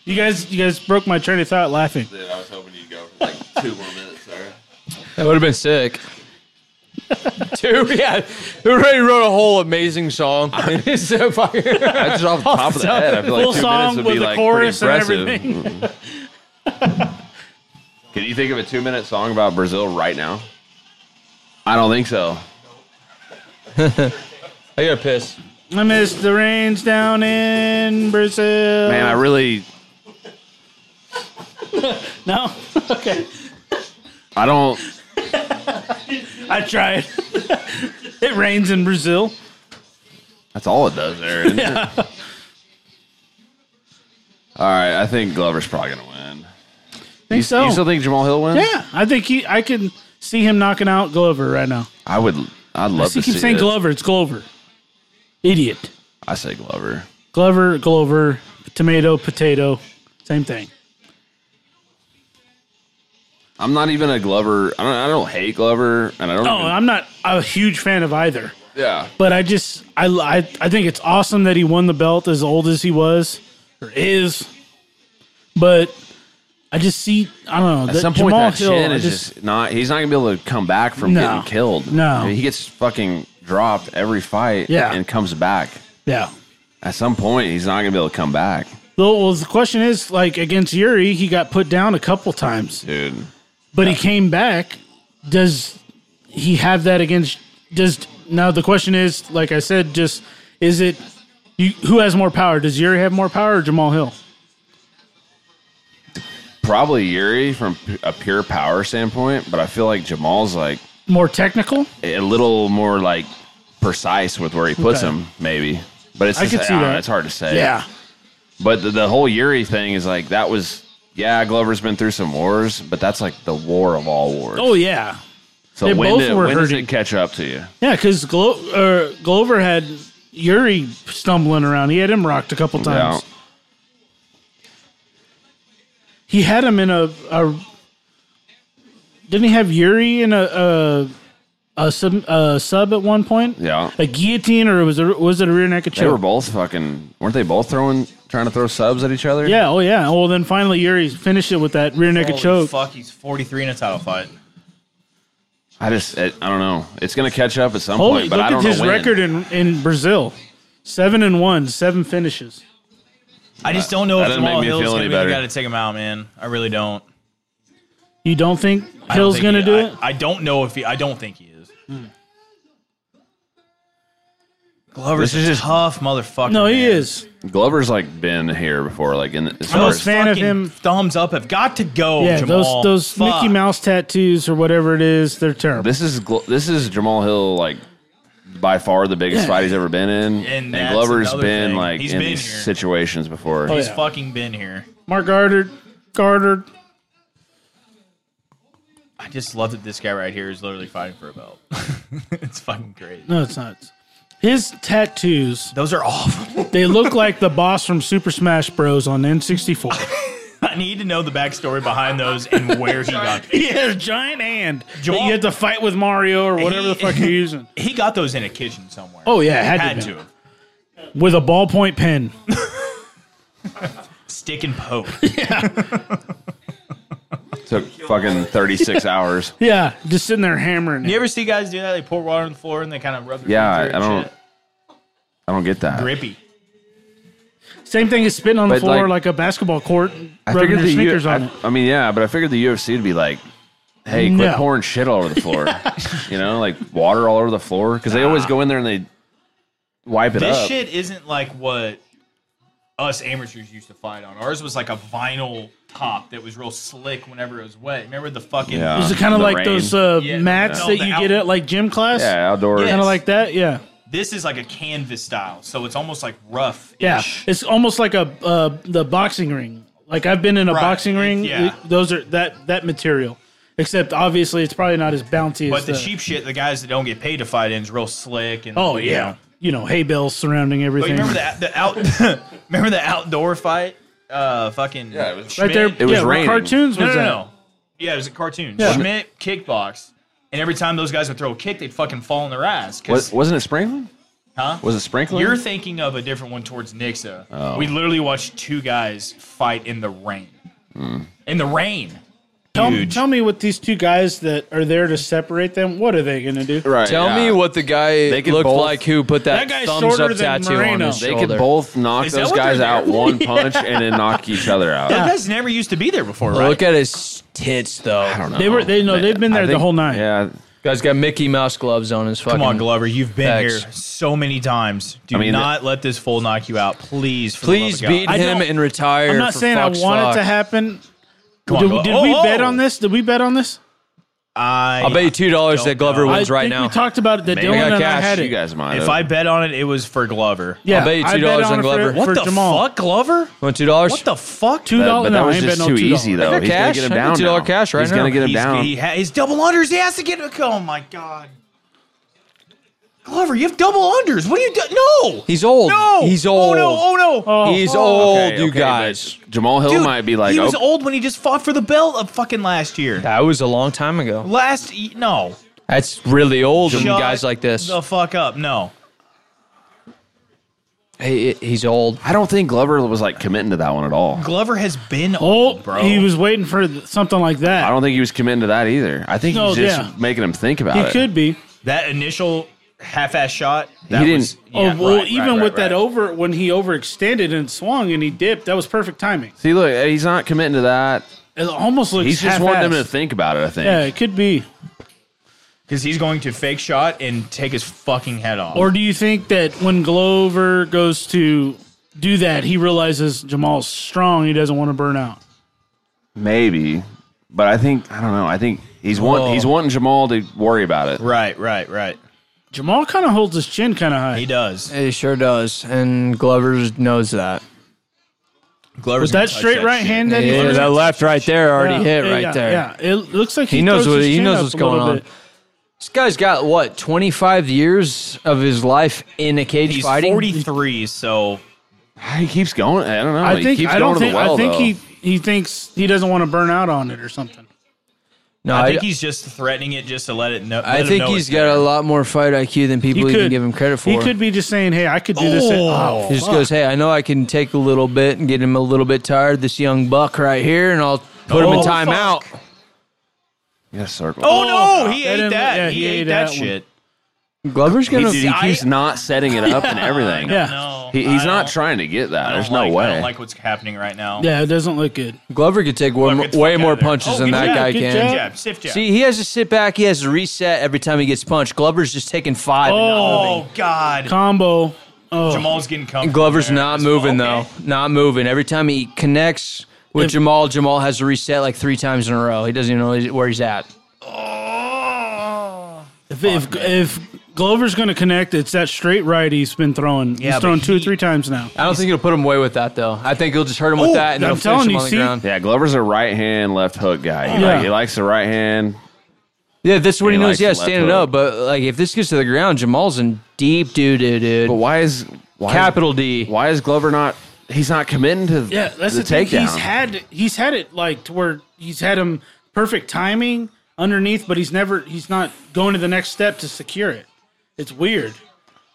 Speaker 3: You guys, you guys broke my train of thought laughing.
Speaker 1: Dude, I was hoping you'd go for like two more minutes there.
Speaker 2: That would have been sick. Dude, yeah, who already wrote a whole amazing song. It's so fucking.
Speaker 1: That's just off the top of the head. I feel like
Speaker 3: Full
Speaker 1: two minutes
Speaker 3: song
Speaker 1: would
Speaker 3: with
Speaker 1: be
Speaker 3: a
Speaker 1: like pretty
Speaker 3: chorus and
Speaker 1: impressive.
Speaker 3: everything.
Speaker 1: Can you think of a two minute song about Brazil right now? I don't think so.
Speaker 2: I gotta piss.
Speaker 3: I miss the rains down in Brazil.
Speaker 1: Man, I really
Speaker 3: no, okay,
Speaker 1: I don't
Speaker 3: I tried. it rains in Brazil.
Speaker 1: that's all it does there, isn't it? All right, I think Glover's probably gonna win.
Speaker 3: Think
Speaker 1: You,
Speaker 3: so?
Speaker 1: you still think Jamal Hill wins?
Speaker 3: yeah, I think he. I can see him knocking out Glover right now.
Speaker 1: I would I'd love
Speaker 3: He
Speaker 1: to see
Speaker 3: keeps saying
Speaker 1: it.
Speaker 3: Glover. It's Glover. Idiot.
Speaker 1: I say Glover.
Speaker 3: Glover, Glover, tomato, potato, same thing.
Speaker 1: I'm not even a Glover I don't I don't hate Glover and I don't
Speaker 3: No,
Speaker 1: even-
Speaker 3: Oh, I'm not a huge fan of either,
Speaker 1: yeah.
Speaker 3: but I just I, I I think it's awesome that he won the belt as old as he was or is, but I just see I don't know
Speaker 1: At some point, that chin is just, not. He's not gonna be able to come back from
Speaker 3: No.
Speaker 1: getting killed.
Speaker 3: No.
Speaker 1: I mean, he gets fucking dropped every fight.
Speaker 3: Yeah.
Speaker 1: and comes back.
Speaker 3: yeah.
Speaker 1: At some point, he's not gonna be able to come back,
Speaker 3: Well, well, the question is like against Yuri, he got put down a couple times,
Speaker 1: dude.
Speaker 3: but he came back. Does he have that against? Does now the question is like I said, just is it you, who has more power? Does Yuri have more power or Jamal Hill?
Speaker 1: probably Yuri from p- a pure power standpoint, but I feel like Jamal's like
Speaker 3: More technical?
Speaker 1: a little more like precise with where he puts
Speaker 3: Okay.
Speaker 1: him, maybe. But it's
Speaker 3: I
Speaker 1: just,
Speaker 3: could see
Speaker 1: don't know,
Speaker 3: that.
Speaker 1: it's hard to say. But the, the whole Yuri thing is like that was yeah, Glover's been through some wars, but that's like the war of all wars.
Speaker 3: Oh, yeah.
Speaker 1: so
Speaker 3: they
Speaker 1: when,
Speaker 3: both
Speaker 1: did-
Speaker 3: were
Speaker 1: when does
Speaker 3: hurting.
Speaker 1: it catch up to you?
Speaker 3: Yeah, because Glo- er, Glover had Yuri stumbling around. He had him rocked a couple times.
Speaker 1: Yeah.
Speaker 3: He had him in a, a. Didn't he have Yuri in a a, a, sub, a sub at one point?
Speaker 1: Yeah.
Speaker 3: A guillotine, or was it was it a rear naked
Speaker 1: They were
Speaker 3: choke?
Speaker 1: both fucking weren't they both throwing trying to throw subs at each other?
Speaker 3: Yeah. Oh yeah. Well, then finally Yuri finished it with that rear naked
Speaker 7: Holy
Speaker 3: choke.
Speaker 7: fuck, he's 43 in a title fight.
Speaker 1: I just it, I don't know. It's gonna catch up at some
Speaker 3: Holy!
Speaker 1: point, but
Speaker 3: look
Speaker 1: I don't
Speaker 3: at
Speaker 1: know
Speaker 3: his
Speaker 1: when.
Speaker 3: record in in Brazil, seven and one, seven finishes.
Speaker 7: I just don't know
Speaker 1: That
Speaker 7: if
Speaker 1: doesn't make
Speaker 7: Jamal
Speaker 1: me
Speaker 7: Hill's
Speaker 1: feel
Speaker 7: gonna
Speaker 1: any
Speaker 7: be the
Speaker 1: better.
Speaker 7: guy to take him out, man. I really don't.
Speaker 3: You don't think
Speaker 7: I don't
Speaker 3: Hill's
Speaker 7: think
Speaker 3: gonna
Speaker 7: he-
Speaker 3: do
Speaker 7: I-
Speaker 3: it?
Speaker 7: I don't know if he. I don't think he is. Glover's
Speaker 1: This is
Speaker 7: a
Speaker 1: just-
Speaker 7: tough motherfucker.
Speaker 3: No, he
Speaker 7: man.
Speaker 3: is.
Speaker 1: Glover's like been here before, like in the, as far
Speaker 7: Those
Speaker 1: as-
Speaker 3: fan of
Speaker 7: fucking
Speaker 3: him-
Speaker 7: Thumbs up have got to go.
Speaker 3: Yeah,
Speaker 7: Jamal.
Speaker 3: those those
Speaker 7: Fuck.
Speaker 3: Mickey Mouse tattoos or whatever it is, they're terrible.
Speaker 1: this is Glo- this is Jamal Hill like by far the biggest fight he's ever been in,
Speaker 7: And
Speaker 1: and,
Speaker 7: that's
Speaker 1: Glover's
Speaker 7: another
Speaker 1: been
Speaker 7: thing.
Speaker 1: like
Speaker 7: He's
Speaker 1: in
Speaker 7: been
Speaker 1: these
Speaker 7: here. Oh,
Speaker 1: situations before.
Speaker 3: yeah.
Speaker 7: He's fucking been here.
Speaker 3: Mark Gardner, Gardner.
Speaker 7: I just love that this guy right here is literally fighting for a belt. it's fucking great.
Speaker 3: No, it's not. His tattoos,
Speaker 7: Those are awful.
Speaker 3: they look like the boss from Super Smash Bros. on N64.
Speaker 7: I need to know the backstory behind those and where he got.
Speaker 3: he has a giant hand. that
Speaker 7: Jamal-
Speaker 3: you had to fight with Mario or whatever the
Speaker 7: He-
Speaker 3: fuck you're using.
Speaker 7: He got those in a kitchen somewhere.
Speaker 3: Oh, yeah, it had to
Speaker 7: had
Speaker 3: be.
Speaker 7: to have.
Speaker 3: With a ballpoint pen.
Speaker 7: stick and poke.
Speaker 1: Took fucking thirty six hours.
Speaker 3: Yeah, just sitting there hammering
Speaker 7: You
Speaker 3: it.
Speaker 7: ever see guys do that? They pour water on the floor and they kind of rub. Their
Speaker 1: Yeah,
Speaker 7: feet through it
Speaker 1: I
Speaker 7: and
Speaker 1: don't-
Speaker 7: shit?
Speaker 1: I don't get that.
Speaker 7: Grippy.
Speaker 3: Same thing as spitting on the
Speaker 1: But,
Speaker 3: floor
Speaker 1: like-
Speaker 3: like, a basketball court,
Speaker 1: I figured
Speaker 3: rubbing your
Speaker 1: the U-
Speaker 3: sneakers on
Speaker 1: I,
Speaker 3: it.
Speaker 1: I mean, yeah, but I figured the UFC would be like, hey, quit
Speaker 3: No.
Speaker 1: pouring shit all over the floor. you know, like water all over the floor because they always go in there and they wipe it
Speaker 7: This
Speaker 1: up.
Speaker 7: shit isn't like what us amateurs used to fight on. Ours was like a vinyl top that was real slick whenever it was wet. Remember the fucking
Speaker 1: Yeah.
Speaker 3: Is it kind of
Speaker 1: the
Speaker 3: like
Speaker 1: rain.
Speaker 3: those uh,
Speaker 7: Yeah,
Speaker 3: mats
Speaker 7: no,
Speaker 3: that
Speaker 7: the
Speaker 3: you
Speaker 7: out-
Speaker 3: get at like gym class?
Speaker 1: yeah, outdoors.
Speaker 7: Yeah.
Speaker 3: Kind of like that, yeah.
Speaker 7: This is like a canvas style, so it's almost like rough.
Speaker 3: Yeah, it's almost like a uh, the boxing ring. Like I've been in a
Speaker 7: Right,
Speaker 3: boxing ring.
Speaker 7: yeah.
Speaker 3: th- those are that that material. Except obviously, it's probably not as bouncy
Speaker 7: But
Speaker 3: as
Speaker 7: the cheap shit, the guys that don't get paid to fight in, is real slick. And
Speaker 3: Oh yeah. you know hay bales surrounding
Speaker 7: But you
Speaker 3: everything.
Speaker 7: remember that the out remember the outdoor fight? Uh, fucking yeah,
Speaker 1: it was-
Speaker 3: right there.
Speaker 1: was
Speaker 3: yeah, where
Speaker 1: raining.
Speaker 3: cartoons.
Speaker 7: No,
Speaker 3: was
Speaker 7: no,
Speaker 3: at.
Speaker 7: no, no. Yeah, it was a cartoon.
Speaker 3: Yeah.
Speaker 7: Schmidt kickbox, and every time those guys would throw a kick, they'd fucking fall on their ass.
Speaker 1: Was,
Speaker 7: Cause,
Speaker 1: wasn't it Springland?
Speaker 7: huh?
Speaker 1: Was it Sprinkler?
Speaker 7: You're thinking of a different one towards Nixa.
Speaker 1: Oh.
Speaker 7: We literally watched two guys fight in the rain. In the rain.
Speaker 3: Tell,
Speaker 7: Huge.
Speaker 3: tell me what these two guys that are there to separate them. What are they going to do?
Speaker 1: right.
Speaker 2: Tell
Speaker 1: yeah.
Speaker 2: me what the guy
Speaker 1: They
Speaker 2: looked
Speaker 1: could both-
Speaker 2: like who put that,
Speaker 3: That guy's
Speaker 2: thumbs
Speaker 3: shorter
Speaker 2: up
Speaker 3: than
Speaker 2: tattoo on
Speaker 3: Moreno.
Speaker 2: his
Speaker 1: They
Speaker 2: shoulder.
Speaker 1: could both knock
Speaker 7: Is that
Speaker 1: those
Speaker 7: what
Speaker 1: guys
Speaker 7: they're
Speaker 1: out
Speaker 7: there for?
Speaker 1: one punch and then knock each other out.
Speaker 7: That guy's never used to be there before, right?
Speaker 2: Look at his tits, though.
Speaker 1: I don't know.
Speaker 3: They were- they- no, they've been
Speaker 1: I
Speaker 3: there the
Speaker 1: think-
Speaker 3: whole night.
Speaker 1: Yeah.
Speaker 2: Guy's got Mickey Mouse gloves on his fucking.
Speaker 7: Come on, Glover. You've been
Speaker 2: Facts.
Speaker 7: here so many times. Do
Speaker 1: I mean,
Speaker 7: not let this fool knock you out. Please, for the love
Speaker 2: Please
Speaker 7: of God.
Speaker 2: beat
Speaker 3: I
Speaker 2: him
Speaker 3: don't-
Speaker 2: and retire.
Speaker 3: I'm not
Speaker 2: for
Speaker 3: saying I want
Speaker 2: fuck's
Speaker 3: it
Speaker 2: sake.
Speaker 3: to happen.
Speaker 7: Come on,
Speaker 3: Did,
Speaker 7: Glover.
Speaker 3: did
Speaker 7: Oh,
Speaker 3: we
Speaker 7: oh!
Speaker 3: bet on this? Did we bet on this?
Speaker 7: I,
Speaker 2: I'll bet you two dollars that Glover
Speaker 7: know.
Speaker 3: I
Speaker 2: wins right
Speaker 3: think
Speaker 2: now.
Speaker 3: we talked about it. That
Speaker 1: Maybe
Speaker 3: Dylan
Speaker 2: I got
Speaker 3: and
Speaker 2: cash,
Speaker 3: I had
Speaker 1: You
Speaker 3: it.
Speaker 1: guys might.
Speaker 2: Oh.
Speaker 7: If
Speaker 1: have.
Speaker 7: I bet on it, it was for Glover.
Speaker 3: Yeah,
Speaker 2: I'll bet you
Speaker 3: I
Speaker 2: $2 on
Speaker 3: it for-
Speaker 2: Glover.
Speaker 3: For,
Speaker 2: What
Speaker 7: What the
Speaker 3: Jamal.
Speaker 7: fuck, Glover?
Speaker 2: Want two dollars?
Speaker 7: What the fuck?
Speaker 3: Two
Speaker 1: That-
Speaker 3: dollars.
Speaker 1: but that
Speaker 3: no, I
Speaker 1: was
Speaker 3: ain't
Speaker 1: just
Speaker 3: betting on
Speaker 1: too
Speaker 3: $2.
Speaker 1: easy, though.
Speaker 2: got
Speaker 1: He's gonna
Speaker 2: cash.
Speaker 1: get him
Speaker 2: I got
Speaker 1: down.
Speaker 2: $2
Speaker 1: now.
Speaker 2: cash right
Speaker 1: He's gonna
Speaker 2: now.
Speaker 1: get him
Speaker 7: He's,
Speaker 1: down.
Speaker 7: He ha- he's double unders. He has to get. Oh my god, Glover, you have double unders. What are you do? No,
Speaker 2: He's old.
Speaker 7: No,
Speaker 2: He's
Speaker 7: Oh
Speaker 2: old.
Speaker 7: no, oh no.
Speaker 2: He's old,
Speaker 1: Okay,
Speaker 2: you
Speaker 1: okay,
Speaker 2: guys.
Speaker 1: but Jamal Hill
Speaker 7: Dude,
Speaker 1: might be like,
Speaker 7: he was
Speaker 1: oh,
Speaker 7: old when he just fought for the belt of fucking last year.
Speaker 2: That was a long time ago.
Speaker 7: Last y- no,
Speaker 2: That's really old. When
Speaker 7: Shut
Speaker 2: guys like this,
Speaker 7: The fuck up, no.
Speaker 2: hey, it- he's old.
Speaker 1: I don't think Glover was like committing to that one at all.
Speaker 7: Glover has been
Speaker 3: Oh,
Speaker 7: old, bro.
Speaker 3: he was waiting for th- something like that.
Speaker 1: I don't think he was committing to that either. I think
Speaker 3: No,
Speaker 1: he's just
Speaker 3: yeah.
Speaker 1: making him think about
Speaker 3: he
Speaker 1: it.
Speaker 3: could be.
Speaker 7: that initial half-ass shot. That
Speaker 1: didn't-
Speaker 7: Was,
Speaker 1: Oh,
Speaker 7: yeah,
Speaker 3: oh well,
Speaker 7: right,
Speaker 3: even
Speaker 7: right,
Speaker 3: with
Speaker 7: right,
Speaker 3: that
Speaker 7: right.
Speaker 3: over when he overextended and swung and he dipped, that was perfect timing.
Speaker 1: See, look, he's not committing to that.
Speaker 3: It almost looks.
Speaker 1: He's just wanting him to think about it. I think.
Speaker 3: Yeah, it could be.
Speaker 7: because he's going to fake shot and take his fucking head off.
Speaker 3: Or do you think that when Glover goes to do that, he realizes Jamal's strong. He doesn't want to burn out.
Speaker 1: Maybe, but I think I don't know. I think he's want,
Speaker 4: Whoa.
Speaker 1: he's wanting Jamal to worry about it.
Speaker 4: Right, right, right.
Speaker 3: Jamal kind of holds his chin kind of high.
Speaker 4: He does.
Speaker 2: It sure does, and Glover knows that.
Speaker 4: Glover's
Speaker 3: Was
Speaker 4: gonna
Speaker 3: that
Speaker 4: touch
Speaker 3: straight
Speaker 4: that
Speaker 3: right
Speaker 4: shit.
Speaker 3: hand that he
Speaker 2: Yeah,
Speaker 3: throws?
Speaker 2: that left right there already
Speaker 3: Yeah,
Speaker 2: hit
Speaker 3: yeah,
Speaker 2: right
Speaker 3: yeah,
Speaker 2: there.
Speaker 3: Yeah, it looks like he,
Speaker 2: He knows
Speaker 3: throws
Speaker 2: what-
Speaker 3: his
Speaker 2: he
Speaker 3: chin
Speaker 2: knows
Speaker 3: up
Speaker 2: what's
Speaker 3: a little
Speaker 2: going on.
Speaker 3: bit.
Speaker 2: This guy's got what 25 years of his life in a cage
Speaker 4: He's
Speaker 2: fighting.
Speaker 4: 43, so
Speaker 1: He keeps going. I don't know.
Speaker 3: I
Speaker 1: he
Speaker 3: think
Speaker 1: keeps
Speaker 3: I
Speaker 1: going
Speaker 3: don't
Speaker 1: to
Speaker 3: think
Speaker 1: the well.
Speaker 3: I think
Speaker 1: though.
Speaker 3: he he thinks he doesn't want to burn out on it or something.
Speaker 2: no,
Speaker 4: I
Speaker 2: I
Speaker 4: think he's just threatening it just to let it know.
Speaker 2: I think he's got a lot more fight IQ than
Speaker 3: He
Speaker 2: people even
Speaker 3: could
Speaker 2: give him credit for.
Speaker 3: He could be just saying, "Hey, I could do this." At,
Speaker 4: Oh.
Speaker 2: He
Speaker 3: oh,
Speaker 2: just goes, hey, I know I can take a little bit and get him a little bit tired. This young buck right here, and I'll put him in
Speaker 4: Oh,
Speaker 2: timeout.
Speaker 1: yes, circle.
Speaker 4: Oh no, he ate
Speaker 3: didn't-
Speaker 4: that.
Speaker 3: yeah,
Speaker 4: he, ate, that,
Speaker 3: one.
Speaker 4: shit.
Speaker 2: Glover's
Speaker 1: he,
Speaker 2: gonna.
Speaker 1: dude, he keeps not setting it up and everything.
Speaker 3: Yeah.
Speaker 4: No,
Speaker 1: He, he's
Speaker 4: I
Speaker 1: not
Speaker 4: don't-
Speaker 1: trying to get that.
Speaker 4: I don't
Speaker 1: There's
Speaker 4: like-
Speaker 1: no
Speaker 4: I
Speaker 1: way.
Speaker 4: don't like what's happening right now.
Speaker 3: yeah, it doesn't look good.
Speaker 2: Glover could take one,
Speaker 4: Glover
Speaker 2: more-
Speaker 4: gets the
Speaker 2: way
Speaker 4: fuck
Speaker 2: more
Speaker 4: outta there.
Speaker 2: punches
Speaker 4: Oh,
Speaker 2: than
Speaker 4: good
Speaker 2: that
Speaker 3: job,
Speaker 2: guy
Speaker 3: good
Speaker 2: can.
Speaker 3: job.
Speaker 4: Stiff jab, stiff jab.
Speaker 2: See, he has to sit back. He has to reset every time he gets punched. Glover's just taking five. and not moving.
Speaker 4: oh god,
Speaker 3: Combo. Oh,
Speaker 4: Jamal's getting comfortable.
Speaker 2: Glover's
Speaker 4: there.
Speaker 2: not
Speaker 4: It's-
Speaker 2: moving though.
Speaker 4: okay.
Speaker 2: Not moving. Every time he connects with
Speaker 3: If-
Speaker 2: Jamal, Jamal has to reset like three times in a row. He doesn't even know he's- where he's at.
Speaker 4: Oh.
Speaker 3: if if, if Glover's going to connect, it's that straight right he's been throwing.
Speaker 4: Yeah,
Speaker 3: he's
Speaker 4: but
Speaker 3: thrown two or
Speaker 4: he-
Speaker 3: three times now.
Speaker 2: I don't think he'll put him away with that though. I think he'll just hurt him with
Speaker 3: Oh,
Speaker 2: that and
Speaker 3: I'm
Speaker 2: they'll finish
Speaker 3: telling
Speaker 2: him
Speaker 3: you,
Speaker 2: on the
Speaker 3: see?
Speaker 2: ground.
Speaker 1: yeah, Glover's a right hand, left hook guy. He,
Speaker 3: Yeah.
Speaker 1: like, he likes the right hand.
Speaker 2: Yeah, that's what
Speaker 1: He
Speaker 2: he,
Speaker 1: likes
Speaker 2: knows. Yeah,
Speaker 1: the left
Speaker 2: standing
Speaker 1: hook.
Speaker 2: up. But like, if this gets to the ground, Jamal's in deep doo doo, dude.
Speaker 1: But why is why
Speaker 2: Capital D.
Speaker 1: Why is Glover not? He's not committing to
Speaker 3: Yeah, that's
Speaker 1: the,
Speaker 3: the,
Speaker 1: takedown.
Speaker 3: thing. He's had he's had it like to where he's had him perfect timing underneath, but he's never he's not going to the next step to secure it. It's weird.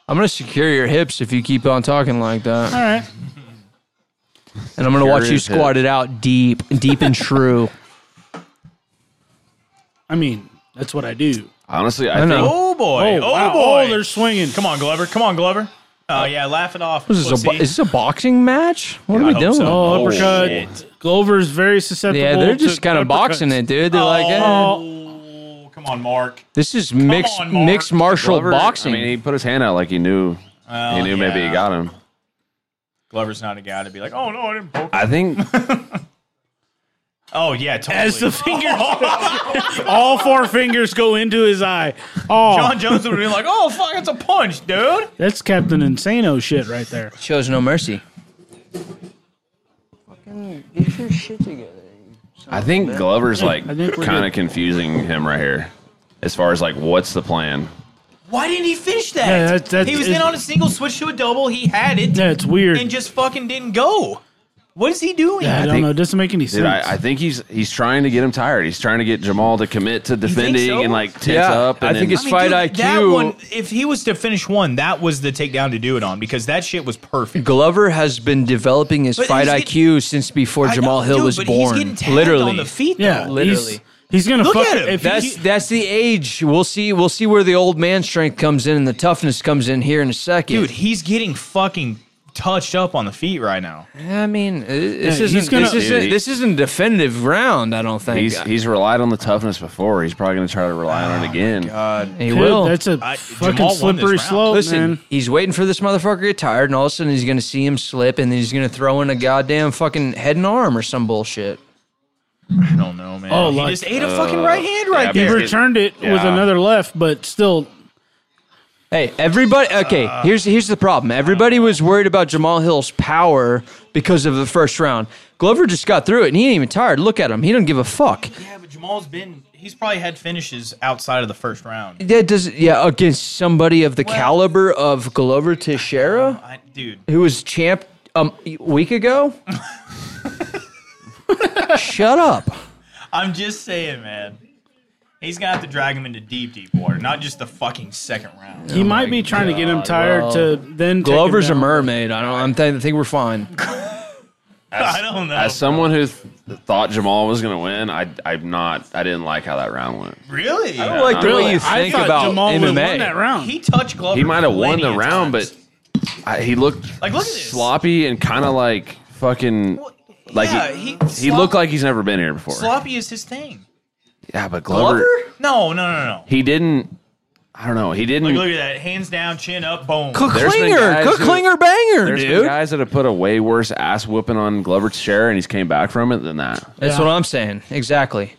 Speaker 2: I'm gonna secure your hips if you keep on talking like that,
Speaker 3: All right,
Speaker 2: and I'm gonna watch you
Speaker 1: his
Speaker 2: squat it out deep, deep and true.
Speaker 3: I mean that's what I do.
Speaker 1: Honestly, I,
Speaker 2: I
Speaker 1: think
Speaker 2: know.
Speaker 4: Oh boy. Oh,
Speaker 3: wow.
Speaker 4: boy.
Speaker 3: Oh, they're swinging.
Speaker 4: Come on, Glover. Come on, Glover. Oh yeah, laugh it off.
Speaker 2: What is this a, bo-
Speaker 4: pussy.
Speaker 2: is this a boxing match? What are
Speaker 4: I
Speaker 2: we
Speaker 4: hope
Speaker 2: doing?
Speaker 4: so.
Speaker 3: Oh,
Speaker 1: Oh,
Speaker 3: uppercut.
Speaker 4: shit.
Speaker 3: Glover's very susceptible.
Speaker 2: Yeah, they're just
Speaker 3: to
Speaker 2: kind of boxing
Speaker 3: uppercuts.
Speaker 2: it, dude. They're like, eh,
Speaker 4: oh, come on, Mark.
Speaker 2: this is mixed
Speaker 4: on, Mark.
Speaker 2: mixed martial
Speaker 1: Glover-
Speaker 2: boxing.
Speaker 1: I mean, he put his hand out like he knew.
Speaker 4: Well,
Speaker 7: Oh,
Speaker 1: he knew maybe
Speaker 4: Oh, yeah.
Speaker 1: he got him.
Speaker 4: Glover's not a guy to be like, oh no, I didn't poke.
Speaker 1: I think.
Speaker 4: Oh yeah, totally.
Speaker 3: As the fingers, all four fingers go into his eye. Oh,
Speaker 4: John Jones would be like, oh fuck, it's a punch, dude.
Speaker 3: that's Captain Insano shit right there.
Speaker 2: Shows no mercy.
Speaker 1: I think Glover's like
Speaker 3: I think we're
Speaker 1: kind
Speaker 3: good.
Speaker 1: of confusing him right here, as far as like what's the plan.
Speaker 4: Why didn't he finish that?
Speaker 3: Yeah, that's- that's-
Speaker 4: he was in
Speaker 3: it-
Speaker 4: on a single, switched to a double. He had it
Speaker 3: Yeah, it's weird.
Speaker 4: and just fucking didn't go. What is he doing?
Speaker 3: I,
Speaker 1: I
Speaker 3: don't
Speaker 1: think-
Speaker 3: know. It doesn't make any sense.
Speaker 1: Dude, I, I think he's he's trying to get him tired. He's trying to get Jamal to commit to defending
Speaker 4: so?
Speaker 1: and like tense
Speaker 2: Yeah,
Speaker 1: up. And
Speaker 2: I think
Speaker 1: then-
Speaker 2: it's fight IQ.
Speaker 4: That one, if he was to finish one, that was the takedown to do it on because that shit was perfect.
Speaker 2: Glover has been developing his
Speaker 4: But
Speaker 2: fight
Speaker 4: he's
Speaker 2: IQ since before
Speaker 4: I
Speaker 2: Jamal
Speaker 4: know,
Speaker 2: Hill
Speaker 4: dude,
Speaker 2: was
Speaker 4: but
Speaker 2: born.
Speaker 4: He's getting tagged
Speaker 2: Literally,
Speaker 4: on the feet.
Speaker 3: yeah,
Speaker 4: though.
Speaker 2: literally.
Speaker 3: He's, he's gonna
Speaker 4: Look
Speaker 3: fuck
Speaker 4: at him.
Speaker 3: If
Speaker 2: that's
Speaker 3: he,
Speaker 2: that's the age. We'll see. We'll see where the old man strength comes in and the toughness comes in here in a second.
Speaker 4: dude, he's getting fucking touched up on the feet right now.
Speaker 2: I mean, i- this
Speaker 3: Yeah, he's
Speaker 2: isn't
Speaker 3: gonna-
Speaker 2: this isn't
Speaker 1: Dude, he-
Speaker 2: this isn't a definitive round. I don't think
Speaker 1: He's he's relied on the toughness before. He's probably going to try to rely on it again.
Speaker 2: he
Speaker 3: dude,
Speaker 2: will.
Speaker 3: That's a
Speaker 4: I-
Speaker 3: fucking
Speaker 4: Jamal won this
Speaker 3: slippery
Speaker 4: round.
Speaker 3: slope,
Speaker 2: Listen,
Speaker 3: man.
Speaker 2: he's waiting for this motherfucker to get tired, and all of a sudden he's gonna see him slip, and then he's gonna throw in a goddamn fucking head and arm or some bullshit.
Speaker 4: I don't know, man.
Speaker 3: Oh,
Speaker 4: he
Speaker 3: like-
Speaker 4: just
Speaker 2: uh,
Speaker 4: ate a fucking right hand right
Speaker 1: yeah,
Speaker 3: He
Speaker 4: there.
Speaker 1: but-
Speaker 3: returned it with
Speaker 1: Yeah.
Speaker 3: another left, but still,
Speaker 2: Hey, everybody. Okay,
Speaker 3: Uh.
Speaker 2: here's here's the problem. Everybody was worried about Jamal Hill's power because of the first round. Glover just got through it, and he ain't even tired. Look at him. He don't give a fuck.
Speaker 4: Yeah, but Jamal's been. He's probably had finishes outside of the first round.
Speaker 2: That does yeah against somebody of the caliber of Glover Teixeira,
Speaker 4: I, dude,
Speaker 2: who was champ um, a week ago. Shut up.
Speaker 4: I'm just saying, man. He's gonna have to drag him into deep, deep water, not just the fucking second round.
Speaker 3: he might be trying to get him tired to then. take him
Speaker 2: Glover's a
Speaker 3: down.
Speaker 2: mermaid. I don't. I'm th- I think we're fine.
Speaker 4: I don't know.
Speaker 1: As someone who th- thought Jamal was going to win, I I'm not. I didn't like how that round went.
Speaker 4: really?
Speaker 2: I don't like the
Speaker 1: Really?
Speaker 2: way you
Speaker 3: I
Speaker 2: think
Speaker 3: thought
Speaker 2: about
Speaker 3: Jamal
Speaker 2: MMA.
Speaker 3: would've won that round.
Speaker 4: He touched Glover.
Speaker 1: He might have won
Speaker 4: plenty
Speaker 1: the
Speaker 4: of
Speaker 1: round,
Speaker 4: times.
Speaker 1: but I, he looked
Speaker 4: Like, look at this.
Speaker 1: sloppy and kind of like fucking like
Speaker 4: yeah,
Speaker 1: he,
Speaker 4: he-
Speaker 1: he looked like he's never been here before.
Speaker 4: sloppy is his thing.
Speaker 1: Yeah, but Glover,
Speaker 4: No, no, no, no.
Speaker 1: he didn't. I don't know. He didn't.
Speaker 7: Like, look at that. Hands down, chin up, boom.
Speaker 1: There's been
Speaker 2: Klinger,
Speaker 1: guys who-
Speaker 2: Klinger banger,
Speaker 1: there's
Speaker 2: dude.
Speaker 1: been guys that have put a way worse ass whooping on Glover's chair, and he's came back from it than that.
Speaker 2: That's
Speaker 3: Yeah.
Speaker 2: what I'm saying. Exactly.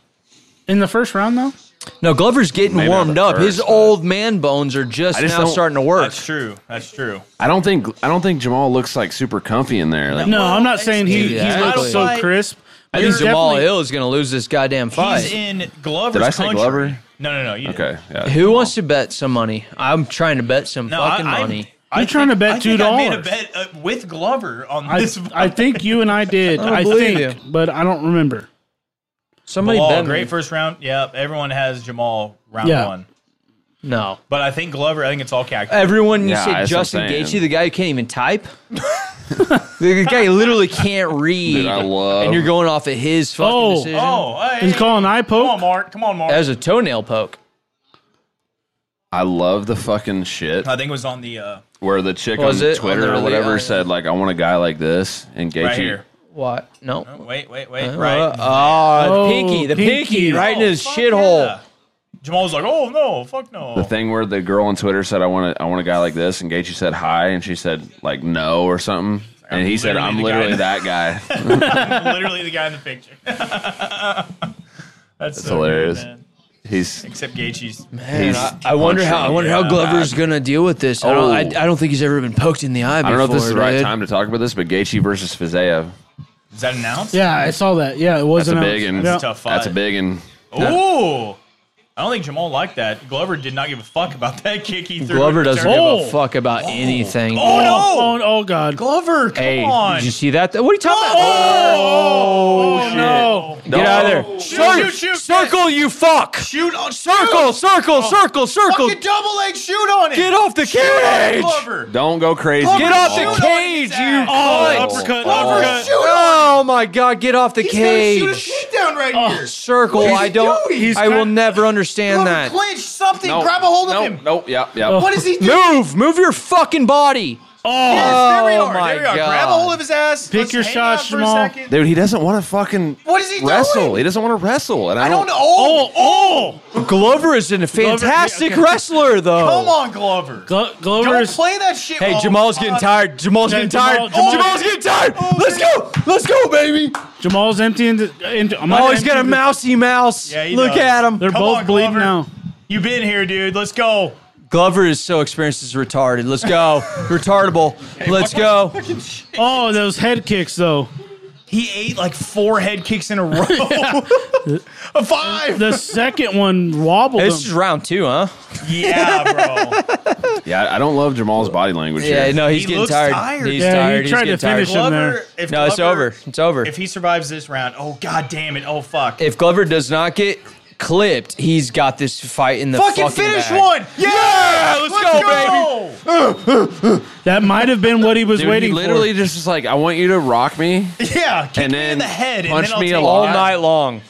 Speaker 3: In the first round, though,
Speaker 2: No, Glover's getting
Speaker 1: Maybe not
Speaker 2: warmed
Speaker 1: the
Speaker 2: up. His
Speaker 1: first, but-
Speaker 2: old man bones are just,
Speaker 1: I just
Speaker 2: now
Speaker 1: don't-
Speaker 2: starting to work.
Speaker 7: That's true. That's true.
Speaker 1: I don't think. I don't think Jamal looks like super comfy in there. Like,
Speaker 3: no,
Speaker 7: Well,
Speaker 3: I'm not saying he, he
Speaker 2: exactly.
Speaker 3: looks so
Speaker 7: Title
Speaker 3: crisp.
Speaker 2: I
Speaker 3: He's
Speaker 2: think Jamal
Speaker 3: definitely-
Speaker 2: Hill is going to lose this goddamn fight.
Speaker 7: He's in Glover's
Speaker 1: Did I say
Speaker 7: country.
Speaker 1: Glover?
Speaker 7: No, no, no. You didn't.
Speaker 1: Okay. Yeah.
Speaker 2: Who wants to bet some money? I'm trying to bet some
Speaker 7: No,
Speaker 2: fucking
Speaker 7: I,
Speaker 2: money.
Speaker 7: I,
Speaker 3: You're trying to bet
Speaker 7: I think I made a
Speaker 3: $2.
Speaker 7: bet uh, with Glover on
Speaker 3: I,
Speaker 7: this.
Speaker 3: I think you and I did.
Speaker 2: don't
Speaker 3: I,
Speaker 2: believe
Speaker 3: think, but I don't remember.
Speaker 2: Somebody
Speaker 7: Jamal,
Speaker 2: bet
Speaker 7: great
Speaker 2: me.
Speaker 7: first round. Yep, everyone has Jamal round
Speaker 3: Yeah.
Speaker 7: one.
Speaker 2: No.
Speaker 7: But I think Glover. I think it's all calculated.
Speaker 2: Everyone, you
Speaker 1: Yeah,
Speaker 2: said
Speaker 1: that's what I'm
Speaker 2: Justin
Speaker 1: saying.
Speaker 2: Gaethje, the guy who can't even type. the guy who literally can't read,
Speaker 1: Dude, I love-
Speaker 2: and you're going off at his fucking
Speaker 3: Oh.
Speaker 2: decision.
Speaker 7: Oh, hey,
Speaker 3: He's calling eye
Speaker 7: Come on,
Speaker 3: poke.
Speaker 7: Mark. Come on, Mark.
Speaker 2: That was a toenail poke.
Speaker 1: I love the fucking shit
Speaker 7: I think it was on the uh,
Speaker 1: where the chick
Speaker 2: Was
Speaker 1: on
Speaker 2: it?
Speaker 1: Twitter
Speaker 2: Oh,
Speaker 1: or
Speaker 2: no,
Speaker 1: whatever
Speaker 2: yeah.
Speaker 1: said like, "I want a guy like this," and Gaethje.
Speaker 7: right here.
Speaker 2: What? No.
Speaker 7: Oh, Wait, wait, wait.
Speaker 2: Uh,
Speaker 7: right.
Speaker 2: Oh, the
Speaker 3: Oh,
Speaker 2: pinky, the pinky,
Speaker 3: pinky.
Speaker 2: right in
Speaker 7: Oh,
Speaker 2: his
Speaker 7: fuck
Speaker 2: shithole.
Speaker 7: yeah. Jamal was like, "Oh no, fuck no."
Speaker 1: The thing where the girl on Twitter said, "I want a, I want a guy like this," and Gaethje said hi, and she said like no or something, and he said,
Speaker 7: literally
Speaker 1: "I'm
Speaker 7: the guy
Speaker 1: literally
Speaker 7: that-
Speaker 1: that guy."
Speaker 7: Literally the guy in the picture. That's, so good,
Speaker 1: hilarious.
Speaker 7: man.
Speaker 1: He's
Speaker 7: Except Gaethje's.
Speaker 2: Man, I, I wonder how I wonder how
Speaker 1: Yeah.
Speaker 2: Glover's gonna deal with this. I, don't, I,
Speaker 1: Oh.
Speaker 2: I don't think he's ever been poked in the eye.
Speaker 1: I don't know if this is the right
Speaker 2: dude.
Speaker 1: time to talk about this, but Gaethje versus Fazeev.
Speaker 7: Is that announced?
Speaker 3: Yeah, I saw that. Yeah, it was
Speaker 1: That's a
Speaker 3: announced.
Speaker 1: big and
Speaker 3: Yeah.
Speaker 7: tough fight.
Speaker 1: that's a big and
Speaker 7: Ooh. I don't think Jamal liked that. Glover did not give a fuck about that kick he threw.
Speaker 2: Glover
Speaker 7: in
Speaker 2: doesn't
Speaker 7: return.
Speaker 2: give a fuck about anything.
Speaker 7: Oh,
Speaker 2: dude.
Speaker 7: no!
Speaker 3: Oh, oh God.
Speaker 7: Glover, come
Speaker 2: Hey,
Speaker 7: on!
Speaker 2: did you see that? What are you talking
Speaker 7: oh, no!
Speaker 2: about? Get out of there! Cir-
Speaker 7: shoot, shoot.
Speaker 2: circle, you fuck!
Speaker 7: Shoot Oh. on
Speaker 2: Circle, circle, circle, circle!
Speaker 7: Fucking double leg shoot on it!
Speaker 2: Get off the
Speaker 7: Shoot on it,
Speaker 2: cage!
Speaker 7: Glover!
Speaker 1: don't go crazy.
Speaker 2: Get off the
Speaker 7: Shoot on
Speaker 2: cage,
Speaker 7: his
Speaker 2: you
Speaker 7: ass.
Speaker 2: cunt!
Speaker 3: uppercut,
Speaker 1: uppercut.
Speaker 7: Shoot
Speaker 2: Oh my god, get off the cage!
Speaker 7: down right here.
Speaker 2: Circle,
Speaker 7: What is
Speaker 2: I
Speaker 7: he
Speaker 2: don't.
Speaker 7: doing? He's
Speaker 2: I will never understand
Speaker 7: Glover,
Speaker 2: that.
Speaker 7: clinch something.
Speaker 1: No,
Speaker 7: Grab a hold of
Speaker 1: no,
Speaker 7: him.
Speaker 1: Nope. Yep. Yep.
Speaker 7: What is he doing?
Speaker 2: Move, move your fucking body.
Speaker 7: Yes, there we
Speaker 2: Oh
Speaker 7: are.
Speaker 2: my
Speaker 7: there we are.
Speaker 2: God.
Speaker 7: Grab a hold of his ass.
Speaker 3: Pick
Speaker 7: Let's
Speaker 3: your
Speaker 7: hang
Speaker 3: shot,
Speaker 7: out for a
Speaker 3: Jamal.
Speaker 7: second.
Speaker 1: Dude, he doesn't want to fucking
Speaker 7: What is he
Speaker 1: wrestle.
Speaker 7: doing?
Speaker 1: He doesn't want to wrestle, and I,
Speaker 7: I
Speaker 1: don't.
Speaker 7: don't know. Oh, oh,
Speaker 2: Glover is a fantastic
Speaker 3: yeah, okay.
Speaker 2: wrestler, though.
Speaker 7: come on, Glover.
Speaker 3: Glo-
Speaker 7: Don't
Speaker 3: Glover's
Speaker 7: play that shit.
Speaker 2: Oh. Hey,
Speaker 7: while
Speaker 2: Jamal's
Speaker 7: we're
Speaker 2: getting
Speaker 7: on.
Speaker 2: tired. Jamal's
Speaker 3: Yeah,
Speaker 2: getting
Speaker 3: Jamal-
Speaker 2: tired.
Speaker 3: Jamal-
Speaker 2: Jamal's getting tired. Let's go.
Speaker 7: Oh,
Speaker 2: Let's go, oh, baby.
Speaker 3: Jamal's emptying. The, into, I'm not
Speaker 2: Oh, he's got a
Speaker 3: emptying the-
Speaker 2: mousey mouse.
Speaker 7: Yeah, he
Speaker 2: Look
Speaker 7: does.
Speaker 2: at him.
Speaker 3: They're
Speaker 7: Come
Speaker 3: both
Speaker 7: on,
Speaker 3: bleeding
Speaker 7: Glover.
Speaker 3: now.
Speaker 7: You been here, dude. Let's go.
Speaker 2: Glover is so experienced, he's retarded. Let's go. Retardable. Let's go.
Speaker 3: Oh, those head kicks though.
Speaker 7: He ate like four head kicks in a row. a five.
Speaker 3: The second one wobbled
Speaker 2: This is
Speaker 3: him.
Speaker 2: round two, huh?
Speaker 7: Yeah, bro.
Speaker 1: Yeah, I don't love Jamal's body language.
Speaker 2: Yeah,
Speaker 1: here.
Speaker 2: no, he's
Speaker 7: He
Speaker 2: getting
Speaker 7: looks
Speaker 2: tired.
Speaker 7: tired.
Speaker 2: He's
Speaker 3: Yeah, he
Speaker 2: tired.
Speaker 3: tried
Speaker 2: he's getting
Speaker 3: to finish
Speaker 2: tired.
Speaker 3: him.
Speaker 7: Glover.
Speaker 3: there.
Speaker 7: If
Speaker 2: No, it's
Speaker 7: Glover-
Speaker 2: over. It's over.
Speaker 7: If he survives this round, oh god damn it. Oh fuck.
Speaker 2: If Glover does not get clipped, he's got this fight in the
Speaker 7: fucking finish
Speaker 2: bag.
Speaker 7: one. Yeah,
Speaker 2: let's go,
Speaker 7: baby.
Speaker 3: That might have been what he was
Speaker 1: Dude,
Speaker 3: waiting
Speaker 1: he literally just was like, I want you to rock me.
Speaker 7: Yeah, kick
Speaker 1: And
Speaker 7: me in
Speaker 1: then
Speaker 7: the head
Speaker 1: punch
Speaker 7: and then
Speaker 1: me a
Speaker 7: I'll take
Speaker 1: lot.
Speaker 2: all
Speaker 1: Yeah.
Speaker 2: night long.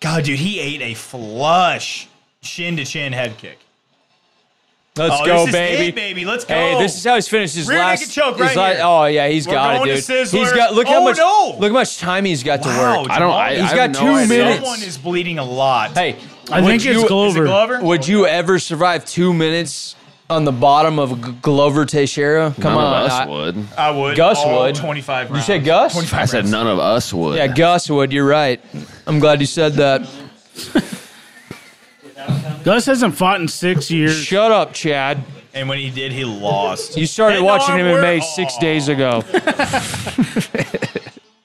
Speaker 7: God, dude, he ate a flush shin to chin head kick.
Speaker 2: Let's
Speaker 7: oh,
Speaker 2: go,
Speaker 7: this
Speaker 2: baby.
Speaker 7: Is it, baby, let's go.
Speaker 2: Hey, this is how he's finished his
Speaker 7: Rear naked
Speaker 2: last.
Speaker 7: choke
Speaker 2: his
Speaker 7: right
Speaker 2: la-
Speaker 7: here.
Speaker 2: Oh yeah, he's
Speaker 7: We're
Speaker 2: got
Speaker 7: going to
Speaker 2: it, dude.
Speaker 7: Sizzler.
Speaker 2: He's got look how
Speaker 7: Oh,
Speaker 2: much
Speaker 7: no.
Speaker 2: look how much time he's got to
Speaker 7: wow.
Speaker 2: work.
Speaker 1: I don't.
Speaker 7: Jamal,
Speaker 1: I,
Speaker 2: He's
Speaker 1: I
Speaker 2: got
Speaker 1: have
Speaker 2: two
Speaker 1: no idea.
Speaker 2: minutes.
Speaker 7: Someone is bleeding a lot.
Speaker 2: Hey,
Speaker 3: I
Speaker 2: would
Speaker 3: think it's
Speaker 2: you-
Speaker 3: Glover.
Speaker 7: is it Glover?
Speaker 2: Would you ever survive two minutes on the bottom of G- Glover Teixeira? Come
Speaker 1: None
Speaker 2: on,
Speaker 1: of us
Speaker 2: I-
Speaker 1: would.
Speaker 7: I would.
Speaker 2: Gus
Speaker 7: all
Speaker 2: would.
Speaker 7: 25
Speaker 2: You
Speaker 7: rounds.
Speaker 2: said Gus?
Speaker 7: 25
Speaker 1: I said
Speaker 7: rounds.
Speaker 1: none of us would.
Speaker 2: Yeah, Gus would. You're right. I'm glad you said that.
Speaker 3: for. Gus hasn't fought in six years.
Speaker 2: Shut up, Chad.
Speaker 7: And when he did, he lost.
Speaker 2: You started
Speaker 7: And
Speaker 2: watching
Speaker 7: arm
Speaker 2: MMA
Speaker 7: work-
Speaker 2: six
Speaker 7: Aw.
Speaker 2: days ago.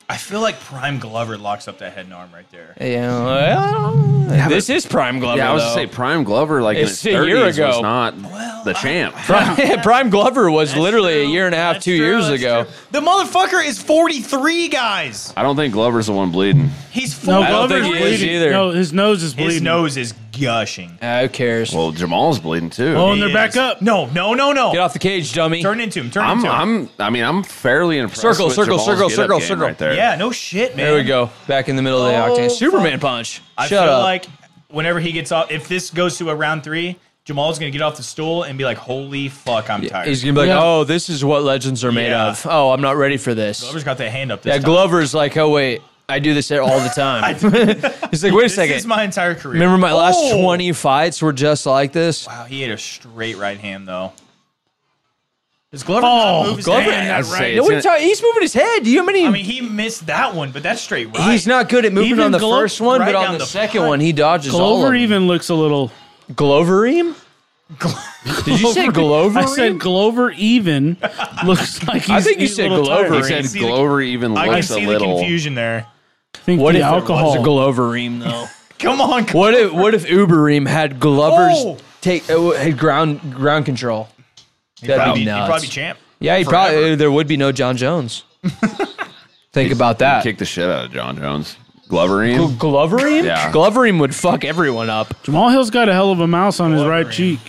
Speaker 7: I feel like Prime Glover locks up that head and arm right there.
Speaker 2: yeah, well, this is prime Glover.
Speaker 1: Yeah, I was to
Speaker 2: though.
Speaker 1: say Prime Glover, like
Speaker 2: It's
Speaker 1: in
Speaker 2: a
Speaker 1: his
Speaker 2: year
Speaker 1: 30s,
Speaker 2: ago.
Speaker 1: was not the champ.
Speaker 2: Prime, Prime Glover was literally a
Speaker 7: true.
Speaker 2: year and a half,
Speaker 7: That's
Speaker 2: two
Speaker 7: true,
Speaker 2: years
Speaker 7: that's
Speaker 2: ago.
Speaker 7: true. The motherfucker is 43, guys.
Speaker 1: I don't think Glover's the one bleeding.
Speaker 7: He's
Speaker 3: No,
Speaker 7: 43.
Speaker 2: I don't
Speaker 3: Glover's
Speaker 2: think he is
Speaker 3: bleeding.
Speaker 2: either.
Speaker 3: No, his nose is bleeding.
Speaker 7: His nose is gushing.
Speaker 2: Ah, who cares?
Speaker 1: Well, Jamal's bleeding too.
Speaker 3: Oh, and they're
Speaker 7: He
Speaker 3: back
Speaker 7: is.
Speaker 3: up.
Speaker 7: No, no, no, no.
Speaker 2: Get off the cage, dummy.
Speaker 7: Turn into him. Turn
Speaker 1: I'm,
Speaker 7: into
Speaker 1: I'm,
Speaker 7: him.
Speaker 1: I mean, I'm fairly impressed.
Speaker 2: Circle,
Speaker 1: with
Speaker 2: circle,
Speaker 1: Jamal's
Speaker 2: circle,
Speaker 1: get-up
Speaker 2: circle,
Speaker 1: game
Speaker 2: circle.
Speaker 1: Right there.
Speaker 7: yeah, no shit, man.
Speaker 2: there we go. Back in the middle of the
Speaker 7: Oh,
Speaker 2: octane.
Speaker 7: fuck.
Speaker 2: Superman punch.
Speaker 7: I
Speaker 2: Shut
Speaker 7: feel
Speaker 2: up.
Speaker 7: like whenever he gets off, if this goes to a round three, Jamal's gonna get off the stool and be like, "Holy fuck, I'm tired."
Speaker 2: He's gonna be like,
Speaker 3: Yeah.
Speaker 2: "Oh, this is what legends are made
Speaker 7: Yeah.
Speaker 2: of." Oh, I'm not ready for this.
Speaker 7: Glover's got that hand up. This
Speaker 2: yeah,
Speaker 7: time.
Speaker 2: Glover's like, "Oh wait, I do this all the time. He's like, wait a
Speaker 7: This
Speaker 2: second.
Speaker 7: is my entire career.
Speaker 2: Remember my last
Speaker 7: Oh!
Speaker 2: 20 fights were just like this?
Speaker 7: Wow, he hit a straight right hand though. His Glover
Speaker 3: Oh,
Speaker 7: oh, moves
Speaker 2: Glover-
Speaker 1: I'd
Speaker 7: hand.
Speaker 1: say it's
Speaker 2: No, what are
Speaker 1: in-
Speaker 2: you talking- he's moving his head. Do you know how many?
Speaker 7: I mean, he missed that one, but that's straight right.
Speaker 2: he's not good at moving
Speaker 3: Even
Speaker 2: on the
Speaker 3: Glo-
Speaker 2: first one,
Speaker 7: right
Speaker 2: but on
Speaker 7: down
Speaker 2: the,
Speaker 7: the
Speaker 2: second
Speaker 7: front.
Speaker 2: one, he dodges all of
Speaker 3: Glover
Speaker 2: them.
Speaker 3: even looks a little.
Speaker 2: Gloverim? Did you say Glover?
Speaker 3: I said Glover even looks like he's.
Speaker 2: I think you
Speaker 3: he's a
Speaker 2: said
Speaker 3: little
Speaker 2: Glover.
Speaker 1: He
Speaker 3: tired.
Speaker 1: said
Speaker 7: see the-
Speaker 1: Glover even
Speaker 7: I can
Speaker 1: looks a
Speaker 7: see the
Speaker 1: little.
Speaker 7: confusion there.
Speaker 3: I think
Speaker 2: What
Speaker 3: the
Speaker 2: if
Speaker 3: alcohol.
Speaker 2: it was a Gloverim though?
Speaker 7: Come on, Glover.
Speaker 2: what if what if Uberim had Glover's
Speaker 7: Oh!
Speaker 2: take uh, had ground ground control?
Speaker 7: He
Speaker 2: That'd
Speaker 7: probably,
Speaker 2: be
Speaker 7: he
Speaker 2: nuts.
Speaker 7: probably champ.
Speaker 2: yeah, he probably there would be no John Jones. Think about that.
Speaker 1: Kick the shit out of John Jones. Glover
Speaker 2: Gl-
Speaker 1: in.
Speaker 2: Gloverim?
Speaker 1: Yeah.
Speaker 2: Gloverim would fuck everyone up.
Speaker 3: Jamal Hill's got a hell of a mouse on his right
Speaker 7: Glover.
Speaker 3: cheek.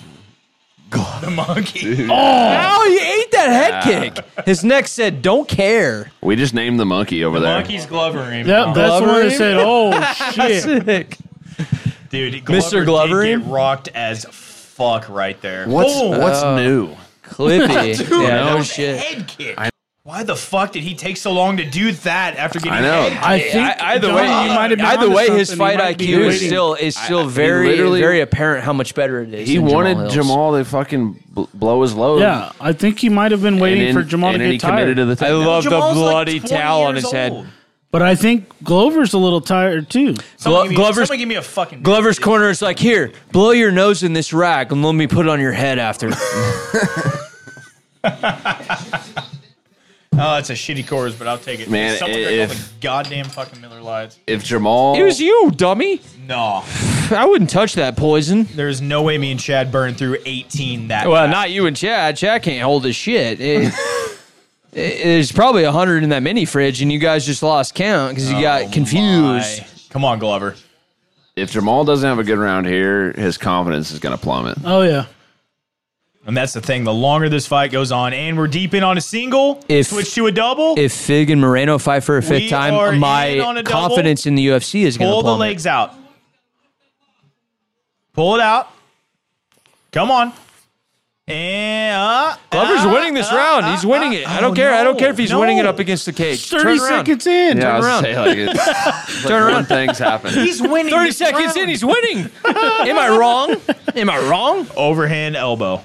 Speaker 7: The monkey.
Speaker 2: Ow, he ate that head kick. His neck said, don't care.
Speaker 1: We just named the monkey over there.
Speaker 7: Monkey's Glover. in.
Speaker 3: Yep, that's the one
Speaker 2: Glover
Speaker 3: that said, "Oh shit!"
Speaker 2: Sick.
Speaker 7: Dude,
Speaker 2: Mr.
Speaker 7: Mr.
Speaker 2: Glover
Speaker 7: Glover did
Speaker 2: in?
Speaker 7: get rocked as fuck right there.
Speaker 1: What's
Speaker 7: Boom.
Speaker 1: what's new?
Speaker 2: Clippy. yeah,
Speaker 1: that
Speaker 2: no
Speaker 1: was
Speaker 2: shit.
Speaker 7: head kick. Why the fuck did he take so long to do that after getting?
Speaker 1: I know.
Speaker 7: Head
Speaker 3: I think
Speaker 2: I- either
Speaker 3: John,
Speaker 2: way,
Speaker 3: you might have been
Speaker 2: Either
Speaker 3: onto
Speaker 2: way, his
Speaker 3: something. He
Speaker 2: fight
Speaker 3: might be
Speaker 2: IQ is
Speaker 3: waiting.
Speaker 2: still is still
Speaker 1: he
Speaker 2: very
Speaker 1: literally-
Speaker 2: very apparent how much better it is.
Speaker 1: He
Speaker 2: than
Speaker 1: wanted
Speaker 2: Hills.
Speaker 1: Jamal to fucking bl- blow his load.
Speaker 3: Yeah, I think he might have been
Speaker 1: And
Speaker 3: waiting
Speaker 1: then,
Speaker 3: for Jamal to
Speaker 1: and then he
Speaker 3: get
Speaker 1: committed
Speaker 3: tired.
Speaker 1: to the
Speaker 2: I
Speaker 1: thing.
Speaker 2: love
Speaker 7: Jamal's
Speaker 2: the
Speaker 7: like
Speaker 2: bloody
Speaker 7: 20
Speaker 2: towel on
Speaker 7: years
Speaker 2: his head.
Speaker 7: old.
Speaker 3: but I think Glover's a little tired too.
Speaker 7: Someone
Speaker 2: Glo-
Speaker 7: give me-
Speaker 2: Glover's
Speaker 7: someone give me a fucking
Speaker 2: Glover's corner is like here, blow your nose in this rack and let me put it on your head after.
Speaker 7: Oh, it's a shitty chorus, but I'll take it.
Speaker 1: Man,
Speaker 7: Someone
Speaker 1: i-
Speaker 7: drink
Speaker 1: if-
Speaker 7: all the goddamn fucking Miller Lights.
Speaker 1: If Jamal,
Speaker 2: it was you, dummy.
Speaker 7: No,
Speaker 2: I wouldn't touch that poison.
Speaker 7: there's no way me and Chad burned through 18 that.
Speaker 2: Well,
Speaker 7: fast.
Speaker 2: not you and Chad. Chad can't hold his shit. It- it- there's probably a hundred in that mini fridge, and you guys just lost count because you got confused.
Speaker 7: My- Come on, Glover.
Speaker 1: if Jamal doesn't have a good round here, his confidence is going to plummet.
Speaker 3: Oh yeah,
Speaker 7: And that's the thing. The longer this fight goes on, and we're deep in on a single,
Speaker 2: If-
Speaker 7: switch to a double,
Speaker 2: If Fig and Moreno fight for a fifth
Speaker 7: We are
Speaker 2: time,
Speaker 7: in on
Speaker 2: my
Speaker 7: a double.
Speaker 2: confidence in the UFC is going to
Speaker 7: pull the
Speaker 2: plummet.
Speaker 7: legs out. Pull it out. Come on. And uh,
Speaker 2: Glover's
Speaker 7: uh,
Speaker 2: winning this
Speaker 7: uh,
Speaker 2: round.
Speaker 7: uh,
Speaker 2: he's winning it. I don't
Speaker 7: oh,
Speaker 2: care. I don't
Speaker 7: no.
Speaker 2: care if he's
Speaker 7: No.
Speaker 2: winning it up against the cage. Turn
Speaker 3: thirty
Speaker 2: around.
Speaker 3: seconds in.
Speaker 1: Yeah, I was
Speaker 2: around.
Speaker 1: saying, like, it's, turn around. Things happen.
Speaker 7: He's winning.
Speaker 2: 30
Speaker 7: this
Speaker 2: seconds
Speaker 7: round.
Speaker 2: in, he's winning. Am I wrong? Am I wrong?
Speaker 7: overhand elbow.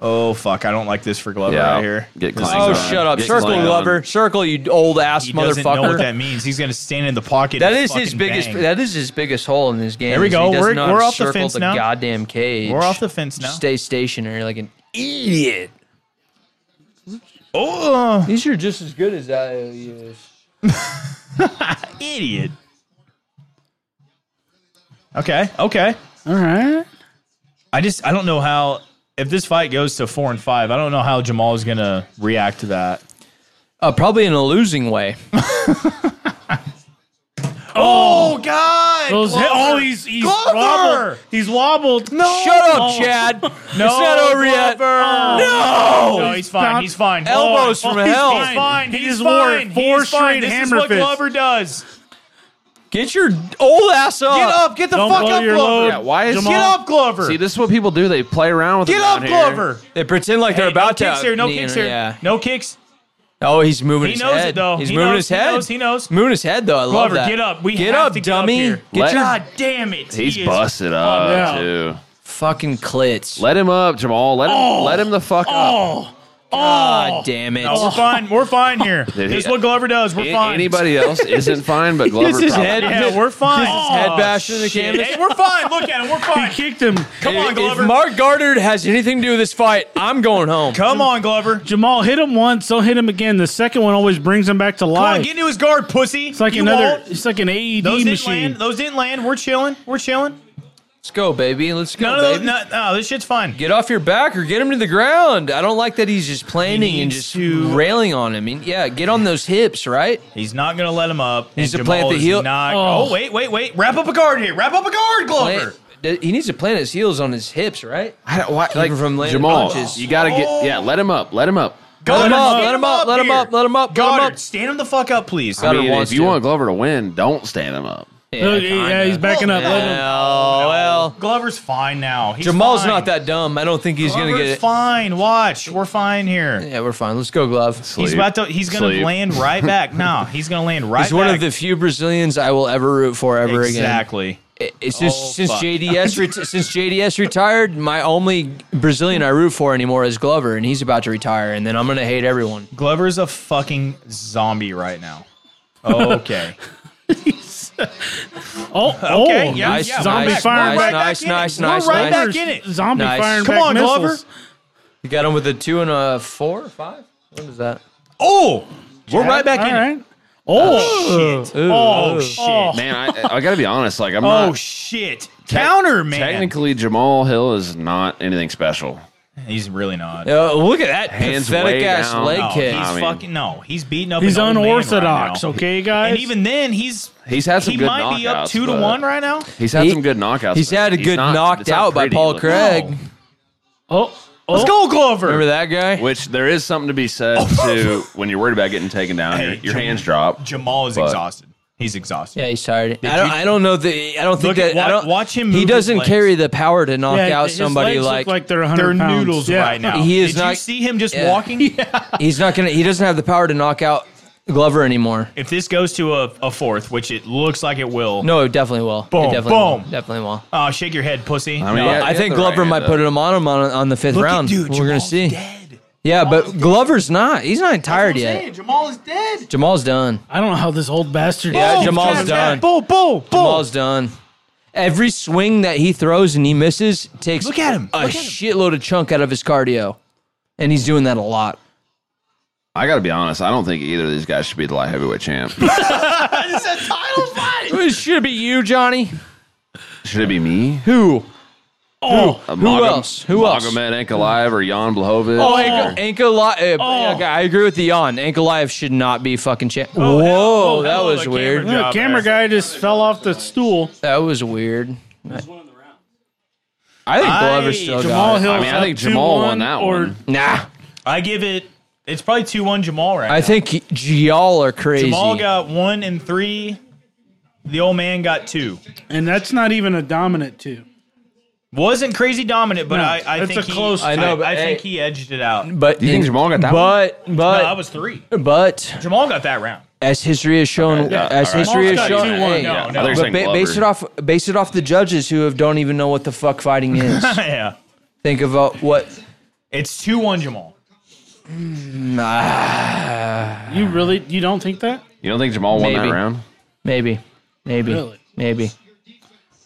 Speaker 7: Oh fuck! I don't like this for Glover
Speaker 1: Yeah.
Speaker 7: right here.
Speaker 1: Get
Speaker 7: This-
Speaker 1: clanged
Speaker 2: Oh,
Speaker 1: on.
Speaker 2: shut up.
Speaker 1: Get
Speaker 2: Circle,
Speaker 1: clanged on.
Speaker 2: Glover. Circle, you old ass
Speaker 7: He doesn't know what that
Speaker 2: motherfucker.
Speaker 7: means. He's gonna stand in the pocket.
Speaker 2: That
Speaker 7: and
Speaker 2: is his
Speaker 7: fucking
Speaker 2: biggest.
Speaker 7: bang.
Speaker 2: That is his biggest hole in this game.
Speaker 7: There we
Speaker 2: is he
Speaker 7: go.
Speaker 2: does
Speaker 7: We're-
Speaker 2: not
Speaker 7: we're off the
Speaker 2: circle
Speaker 7: fence now.
Speaker 2: Goddamn cage.
Speaker 7: We're off the fence now.
Speaker 2: Stay stationary like an idiot.
Speaker 7: oh,
Speaker 2: These are just as good as uh, IOUs.
Speaker 7: idiot. Okay. Okay.
Speaker 3: All right.
Speaker 7: I just I don't know how if this fight goes to four and five. I don't know how Jamal is gonna react to that.
Speaker 2: Uh, probably in a losing way.
Speaker 7: Oh God!
Speaker 3: Those oh, he's he's
Speaker 7: Glover! Oh.
Speaker 3: wobbled. He's wobbled. No,
Speaker 2: Shut up, Chad.
Speaker 7: no,
Speaker 2: it's not over yet.
Speaker 7: No, no, he's fine. He's fine. Oh,
Speaker 2: Elbows from
Speaker 7: he's
Speaker 2: hell.
Speaker 7: He's fine.
Speaker 3: He
Speaker 7: He's
Speaker 3: just wore
Speaker 7: fine.
Speaker 3: four
Speaker 7: He's fine.
Speaker 3: straight
Speaker 7: This is
Speaker 3: hammer
Speaker 7: what
Speaker 3: fists.
Speaker 7: Glover does.
Speaker 2: Get your old ass up.
Speaker 7: Get up. Get the
Speaker 3: Don't
Speaker 7: fuck
Speaker 3: blow
Speaker 7: up,
Speaker 3: your
Speaker 7: Glover.
Speaker 3: load.
Speaker 1: Yeah, why is
Speaker 3: Jamal-
Speaker 7: Get up, Glover.
Speaker 1: See, this is what people do. They play around with.
Speaker 7: Get
Speaker 1: him
Speaker 7: up,
Speaker 1: down here.
Speaker 7: Glover.
Speaker 2: They pretend like they're
Speaker 7: Hey,
Speaker 2: about
Speaker 7: no
Speaker 2: to.
Speaker 7: kicks here. No
Speaker 2: knee-
Speaker 7: kicks here.
Speaker 2: yeah.
Speaker 7: No kicks.
Speaker 2: Oh, he's moving
Speaker 7: He
Speaker 2: his
Speaker 7: knows
Speaker 2: head.
Speaker 7: it, though.
Speaker 2: He's
Speaker 7: He
Speaker 2: moving
Speaker 7: knows-
Speaker 2: his
Speaker 7: he
Speaker 2: head.
Speaker 7: knows- he knows.
Speaker 2: Moving his head though. I love
Speaker 7: Glover,
Speaker 2: that.
Speaker 7: get up. We
Speaker 2: get
Speaker 7: have
Speaker 2: up,
Speaker 7: to get up
Speaker 2: dummy.
Speaker 7: here.
Speaker 2: Get
Speaker 1: Let-
Speaker 2: your
Speaker 7: God damn it.
Speaker 1: He's
Speaker 7: He is-
Speaker 1: busted up
Speaker 3: yeah.
Speaker 1: too.
Speaker 2: fucking clits.
Speaker 1: Let him up, Jamal. Let him. let him the fuck up.
Speaker 2: God damn it.
Speaker 7: No, Oh, we're fine. We're fine here.
Speaker 1: he-
Speaker 7: This is what Glover does. We're
Speaker 1: A-
Speaker 7: fine.
Speaker 1: anybody else isn't fine, but Glover.
Speaker 2: Gets his
Speaker 1: probably-
Speaker 2: head.
Speaker 7: Yeah, we're fine.
Speaker 2: head bashing the
Speaker 7: Oh, Shit.
Speaker 2: canvas.
Speaker 7: Hey, we're fine. Look at him. We're fine.
Speaker 3: He kicked him.
Speaker 7: Come on,
Speaker 2: If
Speaker 7: Glover.
Speaker 2: Mark Goddard has anything to do with this fight, I'm going home.
Speaker 7: Come on, Glover.
Speaker 3: Jamal hit him once. Don't hit him again. The second one always brings him back to
Speaker 7: Come on,
Speaker 3: life.
Speaker 7: get into his guard, pussy.
Speaker 3: it's like
Speaker 7: you
Speaker 3: another.
Speaker 2: E
Speaker 7: Won't.
Speaker 3: It's like an AED
Speaker 7: Those didn't
Speaker 3: machine.
Speaker 7: land. Those didn't land. We're chilling. We're chilling.
Speaker 2: Let's go, baby. Let's go,
Speaker 7: None of those.
Speaker 2: baby.
Speaker 7: No, no, this shit's fine.
Speaker 2: Get off your back or get him to the ground. I don't like that he's just planning and
Speaker 7: needs
Speaker 2: just
Speaker 7: to-
Speaker 2: railing on him. I mean, yeah, get on those hips, right?
Speaker 7: He's not gonna let him up.
Speaker 2: Needs
Speaker 7: and
Speaker 2: to plant
Speaker 7: Jamal
Speaker 2: the
Speaker 7: is
Speaker 2: heel-
Speaker 7: Not,
Speaker 3: Oh.
Speaker 7: oh. wait, wait, wait. Wrap up a guard here. Wrap up a guard, Glover.
Speaker 2: Plant- he needs to plant his heels on his hips, right?
Speaker 1: I don't- why- like
Speaker 2: him from landing
Speaker 1: Jamal,
Speaker 2: punches.
Speaker 1: you gotta get. Yeah, let him up. Let him up.
Speaker 2: Let him
Speaker 7: Goddard,
Speaker 2: up,
Speaker 7: stand
Speaker 2: let him up, let him
Speaker 7: here.
Speaker 2: up, let him up, let him
Speaker 7: Goddard,
Speaker 2: up.
Speaker 7: stand him the fuck up, please.
Speaker 2: Goddard
Speaker 1: I mean,
Speaker 2: wants
Speaker 1: if you
Speaker 2: to.
Speaker 1: want Glover to win, don't stand him up.
Speaker 3: Look, yeah, he's backing up. Let him-
Speaker 2: Oh, well.
Speaker 4: Glover's fine now. He's
Speaker 2: Jamal's
Speaker 4: fine.
Speaker 2: not that dumb. I don't think he's going to
Speaker 4: Glover's
Speaker 2: get it.
Speaker 4: fine. Watch, we're fine here.
Speaker 2: Yeah, we're fine. Let's go, Glove.
Speaker 4: He's
Speaker 1: Sleep.
Speaker 4: about to. He's gonna
Speaker 1: Sleep.
Speaker 4: land right back. No, he's gonna land right.
Speaker 2: He's one
Speaker 4: back.
Speaker 2: of the few Brazilians I will ever root for ever again.
Speaker 4: exactly.
Speaker 2: It- It's just
Speaker 4: Oh,
Speaker 2: since
Speaker 4: fuck.
Speaker 2: JDS reti- since JDS retired, my only Brazilian I root for anymore is Glover, and he's about to retire, and then I'm gonna hate everyone.
Speaker 4: Glover's a fucking zombie right now. Okay.
Speaker 3: Oh,
Speaker 4: Okay,
Speaker 3: oh,
Speaker 4: yeah,
Speaker 2: Nice,
Speaker 4: yeah,
Speaker 3: zombie
Speaker 2: nice,
Speaker 3: firing
Speaker 2: nice,
Speaker 3: back.
Speaker 2: nice,
Speaker 4: in it.
Speaker 2: nice,
Speaker 4: We're
Speaker 2: nice,
Speaker 4: right
Speaker 2: nice.
Speaker 4: back in it.
Speaker 3: Zombie
Speaker 2: Nice.
Speaker 3: firing
Speaker 4: Come
Speaker 3: back
Speaker 4: on,
Speaker 3: missiles.
Speaker 4: Glover.
Speaker 2: You got him with a two and a four, or five. What is that?
Speaker 4: Oh, we're right back
Speaker 3: All
Speaker 4: in it.
Speaker 3: right. Oh,
Speaker 4: Shit.
Speaker 2: Ooh.
Speaker 4: Oh shit.
Speaker 1: Man, I, I got to be honest. Like, I'm
Speaker 4: Oh
Speaker 1: not.
Speaker 4: shit. Counter man.
Speaker 1: Technically, Jamal Hill is not anything special.
Speaker 4: He's really not.
Speaker 2: Uh, look at that
Speaker 1: Hands
Speaker 2: pathetic
Speaker 1: way
Speaker 2: ass
Speaker 1: down.
Speaker 2: leg
Speaker 4: No,
Speaker 2: kick.
Speaker 4: he's
Speaker 1: I mean-
Speaker 4: fucking no. He's beating up.
Speaker 3: he's
Speaker 4: an old man right
Speaker 3: unorthodox.
Speaker 4: now.
Speaker 3: okay, guys.
Speaker 4: And even then, he's
Speaker 1: He's had some
Speaker 4: he
Speaker 1: good
Speaker 4: might be up
Speaker 1: knockouts,
Speaker 4: two to
Speaker 1: but-
Speaker 4: one right now.
Speaker 1: He's had
Speaker 2: He-
Speaker 1: some good knockouts.
Speaker 2: he's
Speaker 1: but
Speaker 2: had a good
Speaker 1: not-
Speaker 2: knocked
Speaker 1: it's not
Speaker 2: out by
Speaker 1: pretty
Speaker 2: Paul
Speaker 1: looking.
Speaker 2: Craig.
Speaker 4: No.
Speaker 3: oh, oh,
Speaker 4: Let's go, Glover.
Speaker 2: Remember that guy?
Speaker 1: Which there is something to be said to when you're worried about getting taken down. your
Speaker 4: Hey,
Speaker 1: your
Speaker 4: Jam-
Speaker 1: hands drop.
Speaker 4: Jamal is
Speaker 1: But-
Speaker 4: exhausted. He's exhausted.
Speaker 2: Yeah, he's tired. I don't.
Speaker 4: you-
Speaker 2: I don't know that. I don't think
Speaker 4: Look at-
Speaker 2: that. I
Speaker 4: wa-
Speaker 2: don't
Speaker 4: watch him move
Speaker 2: He
Speaker 4: his
Speaker 2: doesn't
Speaker 4: legs.
Speaker 2: carry the power to knock
Speaker 3: Yeah,
Speaker 2: out
Speaker 3: his
Speaker 2: somebody
Speaker 3: legs look
Speaker 2: like,
Speaker 3: they're 100
Speaker 4: They're
Speaker 3: pounds.
Speaker 4: noodles
Speaker 3: Yeah.
Speaker 4: right now.
Speaker 2: He is
Speaker 4: Did you
Speaker 2: not-
Speaker 4: see him just
Speaker 2: Yeah.
Speaker 4: walking?
Speaker 2: He's not gonna. He doesn't have the power to knock out Glover anymore.
Speaker 4: If this goes to a, a fourth, which it looks like it will,
Speaker 2: No, it definitely will. It
Speaker 4: Boom,
Speaker 2: definitely
Speaker 4: boom.
Speaker 2: Will. Definitely will.
Speaker 4: oh, shake your head, pussy.
Speaker 1: I mean,
Speaker 4: No.
Speaker 1: yeah,
Speaker 2: I
Speaker 1: he had
Speaker 2: think
Speaker 1: the right
Speaker 2: Glover
Speaker 1: hand
Speaker 2: might
Speaker 1: up.
Speaker 2: put him on him on, on the fifth
Speaker 4: Look at-
Speaker 2: round.
Speaker 4: dude,
Speaker 2: We're gonna
Speaker 4: Jamal's
Speaker 2: see.
Speaker 4: Dead.
Speaker 2: Yeah,
Speaker 4: Jamal's
Speaker 2: but
Speaker 4: dead.
Speaker 2: Glover's not. He's not tired
Speaker 4: I'm
Speaker 2: yet.
Speaker 4: saying, Jamal is dead.
Speaker 2: Jamal's done.
Speaker 3: I don't know how this old bastard.
Speaker 2: Yeah,
Speaker 3: is.
Speaker 2: Jamal's
Speaker 4: Oh, Jamal's
Speaker 2: done.
Speaker 4: dead. Bull, bull, bull.
Speaker 2: Jamal's done. Every swing that he throws and he misses takes
Speaker 4: Look at him.
Speaker 2: a
Speaker 4: Look at him.
Speaker 2: shitload of chunk out of his cardio, and he's doing that a lot.
Speaker 1: I got to be honest. I don't think either of these guys should be the light heavyweight champ.
Speaker 4: It's a title fight.
Speaker 2: It should be you, Johnny.
Speaker 1: should it be me? Uh,
Speaker 2: Who?
Speaker 3: Oh,
Speaker 1: Who
Speaker 2: else? Who else?
Speaker 1: Magomed Ankalaev or Jan Blahovic?
Speaker 2: Oh, Anka, Anka Li- uh, okay, I agree with the on. Anka Live should not be fucking champ. Whoa,
Speaker 4: hell- oh,
Speaker 2: that
Speaker 4: hell,
Speaker 2: was
Speaker 4: the
Speaker 2: weird.
Speaker 4: camera-
Speaker 3: the
Speaker 4: job,
Speaker 3: camera
Speaker 4: man.
Speaker 3: guy just fell off the stool.
Speaker 2: That was weird. I think
Speaker 4: I-
Speaker 2: Glover still
Speaker 3: Jamal
Speaker 2: got it.
Speaker 3: Hill.
Speaker 1: I mean, I think Jamal won that
Speaker 3: or,
Speaker 1: one.
Speaker 2: Nah,
Speaker 4: I give it. It's probably two one Jamal right
Speaker 2: I
Speaker 4: now.
Speaker 2: think y- y'all are crazy.
Speaker 4: Jamal got one and three. The old man got two.
Speaker 3: And that's not even a dominant two.
Speaker 4: Wasn't crazy dominant, but
Speaker 3: No,
Speaker 4: I, I
Speaker 3: it's
Speaker 4: think
Speaker 3: a
Speaker 4: he-
Speaker 3: close
Speaker 4: I
Speaker 2: tie.
Speaker 4: know, but I,
Speaker 2: Hey.
Speaker 4: think he edged it out. No,
Speaker 2: but
Speaker 1: Do you think Jamal got that
Speaker 2: But
Speaker 4: that
Speaker 2: but
Speaker 4: was three.
Speaker 2: but
Speaker 4: Jamal got that round.
Speaker 2: as history has shown,
Speaker 1: yeah,
Speaker 2: as
Speaker 1: all right.
Speaker 2: history
Speaker 3: Jamal's
Speaker 2: has
Speaker 3: got
Speaker 2: shown,
Speaker 3: two, one,
Speaker 2: hey,
Speaker 4: no, no.
Speaker 1: I thought you were
Speaker 2: but
Speaker 1: saying
Speaker 2: ba- base
Speaker 1: Glover.
Speaker 2: it off base it off the judges who have don't even know what the fuck fighting is.
Speaker 4: yeah,
Speaker 2: think about what
Speaker 4: it's two one Jamal.
Speaker 3: You really you don't think that?
Speaker 1: You don't think Jamal won
Speaker 2: Maybe.
Speaker 1: that round?
Speaker 2: maybe maybe
Speaker 3: Really?
Speaker 2: maybe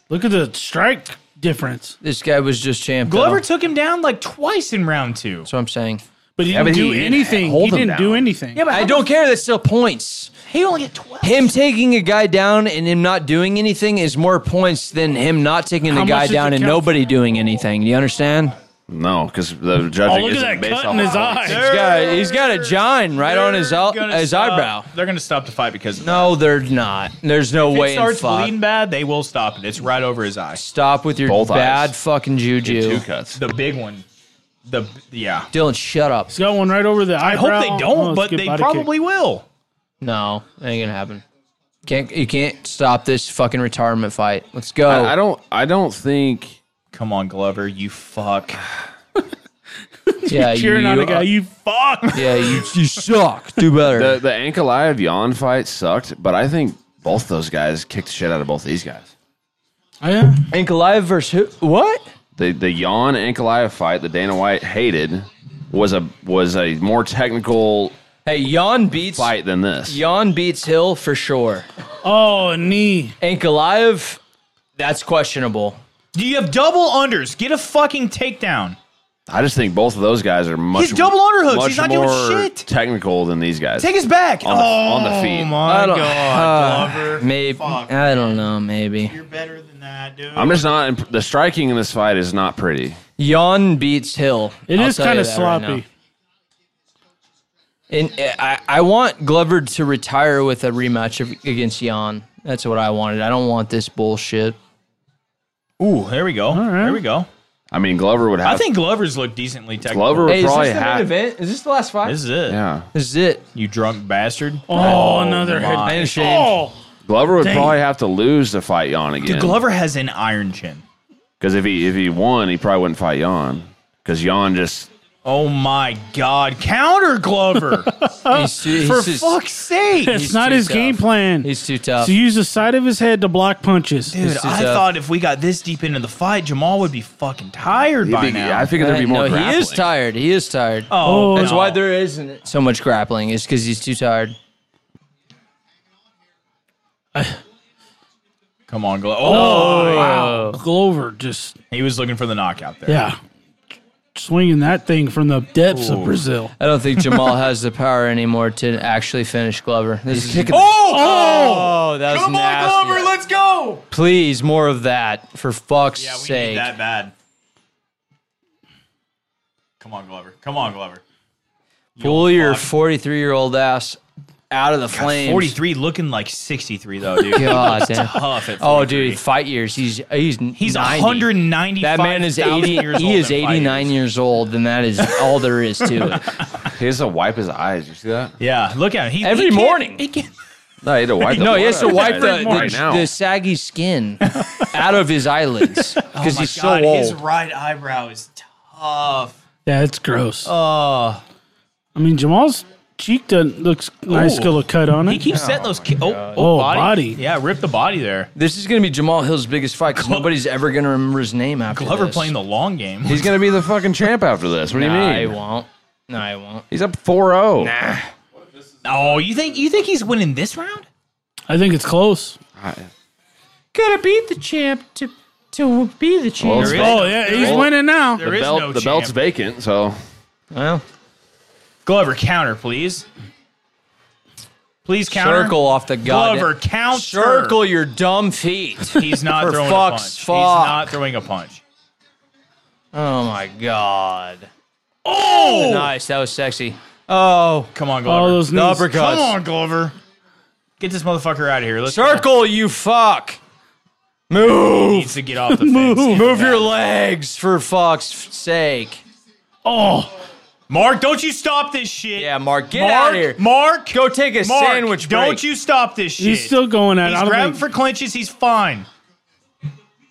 Speaker 3: Look at the strike difference.
Speaker 2: this guy was just champ. though.
Speaker 4: Glover took him down like twice in round two.
Speaker 2: That's what I'm saying.
Speaker 3: But he
Speaker 1: Yeah,
Speaker 3: didn't
Speaker 1: but
Speaker 3: do
Speaker 1: he-
Speaker 3: anything.
Speaker 1: hold
Speaker 3: He
Speaker 1: him
Speaker 3: didn't do
Speaker 1: down.
Speaker 3: anything.
Speaker 4: but
Speaker 2: I don't care. That's still points.
Speaker 4: He only get twelve.
Speaker 2: Him taking a guy down and him not doing anything is more points than him not taking
Speaker 3: How
Speaker 2: the guy
Speaker 3: much does
Speaker 2: down
Speaker 3: it
Speaker 2: and
Speaker 3: count?
Speaker 2: nobody doing anything. Do you understand?
Speaker 1: No, because the
Speaker 3: Oh,
Speaker 1: judging
Speaker 3: look
Speaker 1: isn't
Speaker 3: at that
Speaker 1: based
Speaker 3: cut
Speaker 1: off
Speaker 3: in his
Speaker 1: of-
Speaker 3: eye.
Speaker 2: He's got a, he's got a John right on his
Speaker 4: They're
Speaker 2: el-
Speaker 4: gonna
Speaker 2: his
Speaker 4: stop-
Speaker 7: Uh,
Speaker 2: eyebrow.
Speaker 4: They're gonna stop the fight because of that.
Speaker 2: No, they're not. There's no
Speaker 4: If
Speaker 2: way
Speaker 4: it
Speaker 2: in
Speaker 4: starts
Speaker 2: fuck.
Speaker 4: bleeding bad, they will stop it. It's right over his eye.
Speaker 2: Stop with your
Speaker 1: Both eyes.
Speaker 2: bad fucking
Speaker 1: Two
Speaker 2: juju.
Speaker 1: cuts.
Speaker 4: The big one. The yeah.
Speaker 2: Dylan, shut up.
Speaker 3: He's got one right over the
Speaker 4: I
Speaker 3: eyebrow.
Speaker 4: hope they
Speaker 3: Oh,
Speaker 4: don't,
Speaker 3: it's
Speaker 4: but
Speaker 3: good
Speaker 4: they
Speaker 3: body
Speaker 4: probably will.
Speaker 2: No, ain't gonna happen. Can't you can't stop this fucking retirement fight. Let's go.
Speaker 1: I, I don't. I don't think.
Speaker 4: Come on, Glover, you fuck.
Speaker 2: yeah,
Speaker 3: kick. cheering on a
Speaker 2: you,
Speaker 3: guy. You fuck.
Speaker 2: yeah, you, you suck. Do better.
Speaker 1: The the Ankalaev Yan fight sucked, but I think both those guys kicked the shit out of both these guys.
Speaker 3: Oh, yeah.
Speaker 2: Ankalaev versus who? What?
Speaker 1: The the Yan Ankalaev fight that Dana White hated was a was a more technical
Speaker 2: Hey, Jan beats
Speaker 1: fight than this.
Speaker 2: Jan beats Hill for sure.
Speaker 3: Oh, a knee.
Speaker 2: Ankalaev, that's questionable.
Speaker 4: You have double unders. Get a fucking takedown.
Speaker 1: I just think both of those guys are much.
Speaker 4: He's double underhooks. He's
Speaker 1: much
Speaker 4: not doing
Speaker 1: more
Speaker 4: shit.
Speaker 1: Technical than these guys.
Speaker 4: Take his back.
Speaker 1: On the-
Speaker 4: oh,
Speaker 1: on the feet.
Speaker 4: my
Speaker 2: I don't-
Speaker 4: God,
Speaker 2: uh,
Speaker 4: Glover.
Speaker 2: Maybe
Speaker 4: Fuck.
Speaker 2: I don't know. Maybe
Speaker 4: You're better than that, dude.
Speaker 1: I'm just not. imp- The striking in this fight is not pretty.
Speaker 2: Jan beats Hill.
Speaker 3: It
Speaker 2: I'll
Speaker 3: is
Speaker 2: tell you
Speaker 3: kind of
Speaker 2: that right
Speaker 3: sloppy.
Speaker 2: now. And uh, I, I want Glover to retire with a rematch of, against Jan. That's what I wanted. I don't want this bullshit.
Speaker 4: Ooh, there we go. There we go.
Speaker 1: I mean, Glover would have.
Speaker 4: I think Glover's looked decently technical.
Speaker 1: Glover would
Speaker 2: Hey, is
Speaker 1: probably
Speaker 2: this the main
Speaker 1: have.
Speaker 2: event? Is this the last fight?
Speaker 4: This is it.
Speaker 1: Yeah,
Speaker 2: This is it.
Speaker 4: You drunk bastard.
Speaker 3: Oh, another
Speaker 4: my.
Speaker 3: head.
Speaker 2: I ain't ashamed.
Speaker 3: Oh,
Speaker 1: Glover would
Speaker 3: Dang.
Speaker 1: probably have to lose to fight Yan again.
Speaker 4: Glover has an iron chin.
Speaker 1: Because if he if he won, he probably wouldn't fight Yan. Because Yan just
Speaker 4: Oh my God! Counter Glover
Speaker 2: He's too, he's
Speaker 4: for
Speaker 2: just-
Speaker 4: fuck's sake,
Speaker 3: That's
Speaker 2: He's
Speaker 3: not
Speaker 2: too
Speaker 3: his
Speaker 2: tough.
Speaker 3: game plan.
Speaker 2: He's too tough.
Speaker 3: to use the side of his head to block punches.
Speaker 4: dude!
Speaker 2: just
Speaker 4: I
Speaker 2: a-
Speaker 4: thought if we got this deep into the fight, Jamal would be fucking tired
Speaker 1: he'd
Speaker 4: by
Speaker 1: be-
Speaker 4: now.
Speaker 1: I figured there'd be more.
Speaker 2: no, he is
Speaker 1: grappling.
Speaker 2: tired. He is tired.
Speaker 4: oh,
Speaker 3: Oh,
Speaker 2: That's
Speaker 4: no.
Speaker 2: why there isn't so much grappling. Is because he's too tired.
Speaker 4: Come on, Glover. Oh,
Speaker 3: wow. Glover just
Speaker 4: he was looking for the knockout there.
Speaker 3: yeah, swinging that thing from the depths of Brazil.
Speaker 2: I don't think Jamal has the power anymore to actually finish Glover. This is
Speaker 1: kicking
Speaker 4: Oh,
Speaker 2: oh, that was nasty.
Speaker 4: let's go.
Speaker 2: Please, more of that for fuck's
Speaker 4: Yeah, we
Speaker 2: sake.
Speaker 4: need that bad. Come on, Glover. Come on, Glover.
Speaker 2: Pull your
Speaker 4: fuck.
Speaker 2: 43 year old ass out of the flames.
Speaker 4: Forty-three, looking like sixty-three though, dude.
Speaker 2: God damn.
Speaker 4: Tough at
Speaker 2: Oh,
Speaker 4: 43.
Speaker 2: dude, fight years. He's he's
Speaker 4: He's
Speaker 2: 90.
Speaker 4: 195.
Speaker 2: That man is 80.
Speaker 4: Years
Speaker 2: he
Speaker 4: old
Speaker 2: is
Speaker 4: in five
Speaker 2: 89 years.
Speaker 4: years.
Speaker 2: old, and that is all there is to it.
Speaker 1: He has to wipe his eyes. You see that?
Speaker 4: Yeah, look at him. He,
Speaker 2: Every
Speaker 4: he can't-
Speaker 2: morning.
Speaker 4: he can't-
Speaker 1: No, he had to wipe. the
Speaker 2: No, he has to
Speaker 1: blood out
Speaker 2: wipe
Speaker 1: of
Speaker 2: the,
Speaker 1: his eyes right
Speaker 2: the,
Speaker 1: now.
Speaker 2: the saggy skin out of his eyelids because
Speaker 4: Oh my
Speaker 2: he's so
Speaker 4: God,
Speaker 2: old.
Speaker 4: His right eyebrow is tough.
Speaker 3: Yeah, it's gross.
Speaker 4: Oh,
Speaker 3: I mean, Jamal's cheek doesn't looks nice
Speaker 4: Ooh.
Speaker 3: little cut on it.
Speaker 4: he keeps setting those. Ki- oh, oh,
Speaker 3: Oh, body.
Speaker 4: Yeah, rip the body there.
Speaker 2: This is going to be Jamal Hill's biggest fight because nobody's ever going to remember his name after
Speaker 4: Glover
Speaker 2: this.
Speaker 4: playing the long game.
Speaker 1: He's gonna be the fucking champ after this. What do you
Speaker 2: Nah, I
Speaker 1: mean?
Speaker 2: won't. No, I won't.
Speaker 1: He's up 4-0.
Speaker 4: Oh, you think you think he's winning this round?
Speaker 3: I think it's close.
Speaker 2: Gotta beat the champ to to be the
Speaker 1: Well,
Speaker 2: champ.
Speaker 1: it's-
Speaker 4: There is-
Speaker 3: Oh yeah, he's
Speaker 1: is-
Speaker 3: winning now.
Speaker 1: the
Speaker 4: there is
Speaker 1: belt,
Speaker 4: no
Speaker 1: the belt's
Speaker 4: champ.
Speaker 1: vacant, so
Speaker 2: Well,
Speaker 4: Glover counter, please. Please counter.
Speaker 2: circle off the goddamn.
Speaker 4: Glover counter.
Speaker 2: Circle your dumb feet.
Speaker 4: He's not
Speaker 2: For
Speaker 4: throwing
Speaker 2: fuck's
Speaker 4: a punch.
Speaker 2: fuck.
Speaker 4: He's not throwing a punch.
Speaker 2: Oh my god. Oh, nice. That was sexy. Oh,
Speaker 4: Come on, Glover.
Speaker 3: All those
Speaker 2: the
Speaker 3: knees.
Speaker 4: Come
Speaker 2: uppercuts.
Speaker 4: on, Glover. Get this motherfucker out of here. Let's
Speaker 2: Circle, you fuck. Move.
Speaker 4: needs to get off the fence.
Speaker 2: Move your legs for fuck's sake.
Speaker 3: Oh,
Speaker 4: Mark, don't you stop this shit.
Speaker 2: Yeah, Mark, get
Speaker 4: Mark,
Speaker 2: out of here.
Speaker 4: Mark,
Speaker 2: Go take a
Speaker 4: Mark,
Speaker 2: sandwich break.
Speaker 4: Don't you stop this shit.
Speaker 3: he's still going at. it.
Speaker 4: He's
Speaker 3: I don't
Speaker 4: grabbing
Speaker 3: think-
Speaker 4: for clinches. He's fine.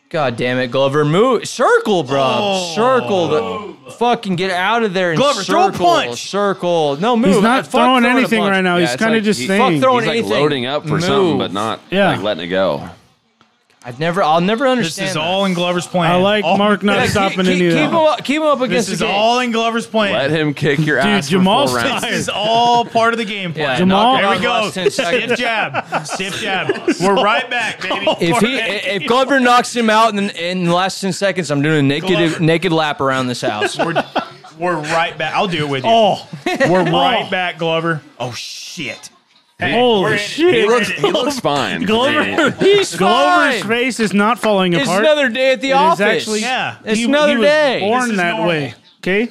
Speaker 2: God damn it, Glover. Move. Circle, bro. Circle. The, fucking get out of there and
Speaker 4: Oh. Glover, throw a
Speaker 2: circle.
Speaker 4: punch.
Speaker 2: Circle. No, move.
Speaker 3: he's not
Speaker 2: Fuck
Speaker 3: throwing
Speaker 2: a
Speaker 3: anything
Speaker 2: punch.
Speaker 3: right now.
Speaker 1: Yeah,
Speaker 3: he's
Speaker 1: it's
Speaker 3: kind of
Speaker 1: like
Speaker 3: just
Speaker 1: he-
Speaker 3: saying.
Speaker 2: Fuck throwing
Speaker 1: he's like
Speaker 2: anything.
Speaker 1: loading up for
Speaker 2: Move.
Speaker 1: something, but not
Speaker 3: Yeah.
Speaker 1: like letting it go.
Speaker 2: I've never, I'll never
Speaker 4: This
Speaker 2: understand.
Speaker 4: is
Speaker 2: that.
Speaker 4: all in Glover's plan.
Speaker 3: I like
Speaker 4: All-
Speaker 3: Mark not
Speaker 2: Yeah, keep-
Speaker 3: stopping
Speaker 2: keep,
Speaker 3: any of
Speaker 2: keep
Speaker 3: that.
Speaker 2: him up, keep him up against
Speaker 4: This is
Speaker 2: the cage.
Speaker 4: all in Glover's plan.
Speaker 1: Let him kick your
Speaker 3: Dude,
Speaker 1: ass. for
Speaker 3: Jamal's
Speaker 1: four rounds.
Speaker 3: tired.
Speaker 4: This is all part of the game
Speaker 2: Yeah,
Speaker 4: plan.
Speaker 3: Jamal-
Speaker 2: knock it
Speaker 4: There
Speaker 2: out
Speaker 4: we
Speaker 2: in the
Speaker 4: go.
Speaker 2: last 10
Speaker 4: Stiff
Speaker 2: seconds.
Speaker 4: jab. Stiff jab. We're right back, baby.
Speaker 2: If he if Glover knocks him out in, in the last ten seconds, I'm doing a naked
Speaker 4: Glover.
Speaker 2: naked lap around this house.
Speaker 4: we're, we're right back. I'll do it with you.
Speaker 3: Oh,
Speaker 4: we're right back, Glover. Oh shit. Hey, we're
Speaker 3: holy
Speaker 4: in it.
Speaker 1: He
Speaker 3: shit!
Speaker 1: looks, he looks fine.
Speaker 3: Glover,
Speaker 2: He's
Speaker 3: Glover's
Speaker 2: fine.
Speaker 3: face is not falling
Speaker 2: It's
Speaker 3: apart.
Speaker 2: another day at the office.
Speaker 3: actually-
Speaker 4: Yeah.
Speaker 2: it's
Speaker 3: He-
Speaker 2: another
Speaker 3: he was
Speaker 2: day.
Speaker 4: This
Speaker 3: Born
Speaker 4: is
Speaker 3: that
Speaker 4: normal.
Speaker 3: way. Okay.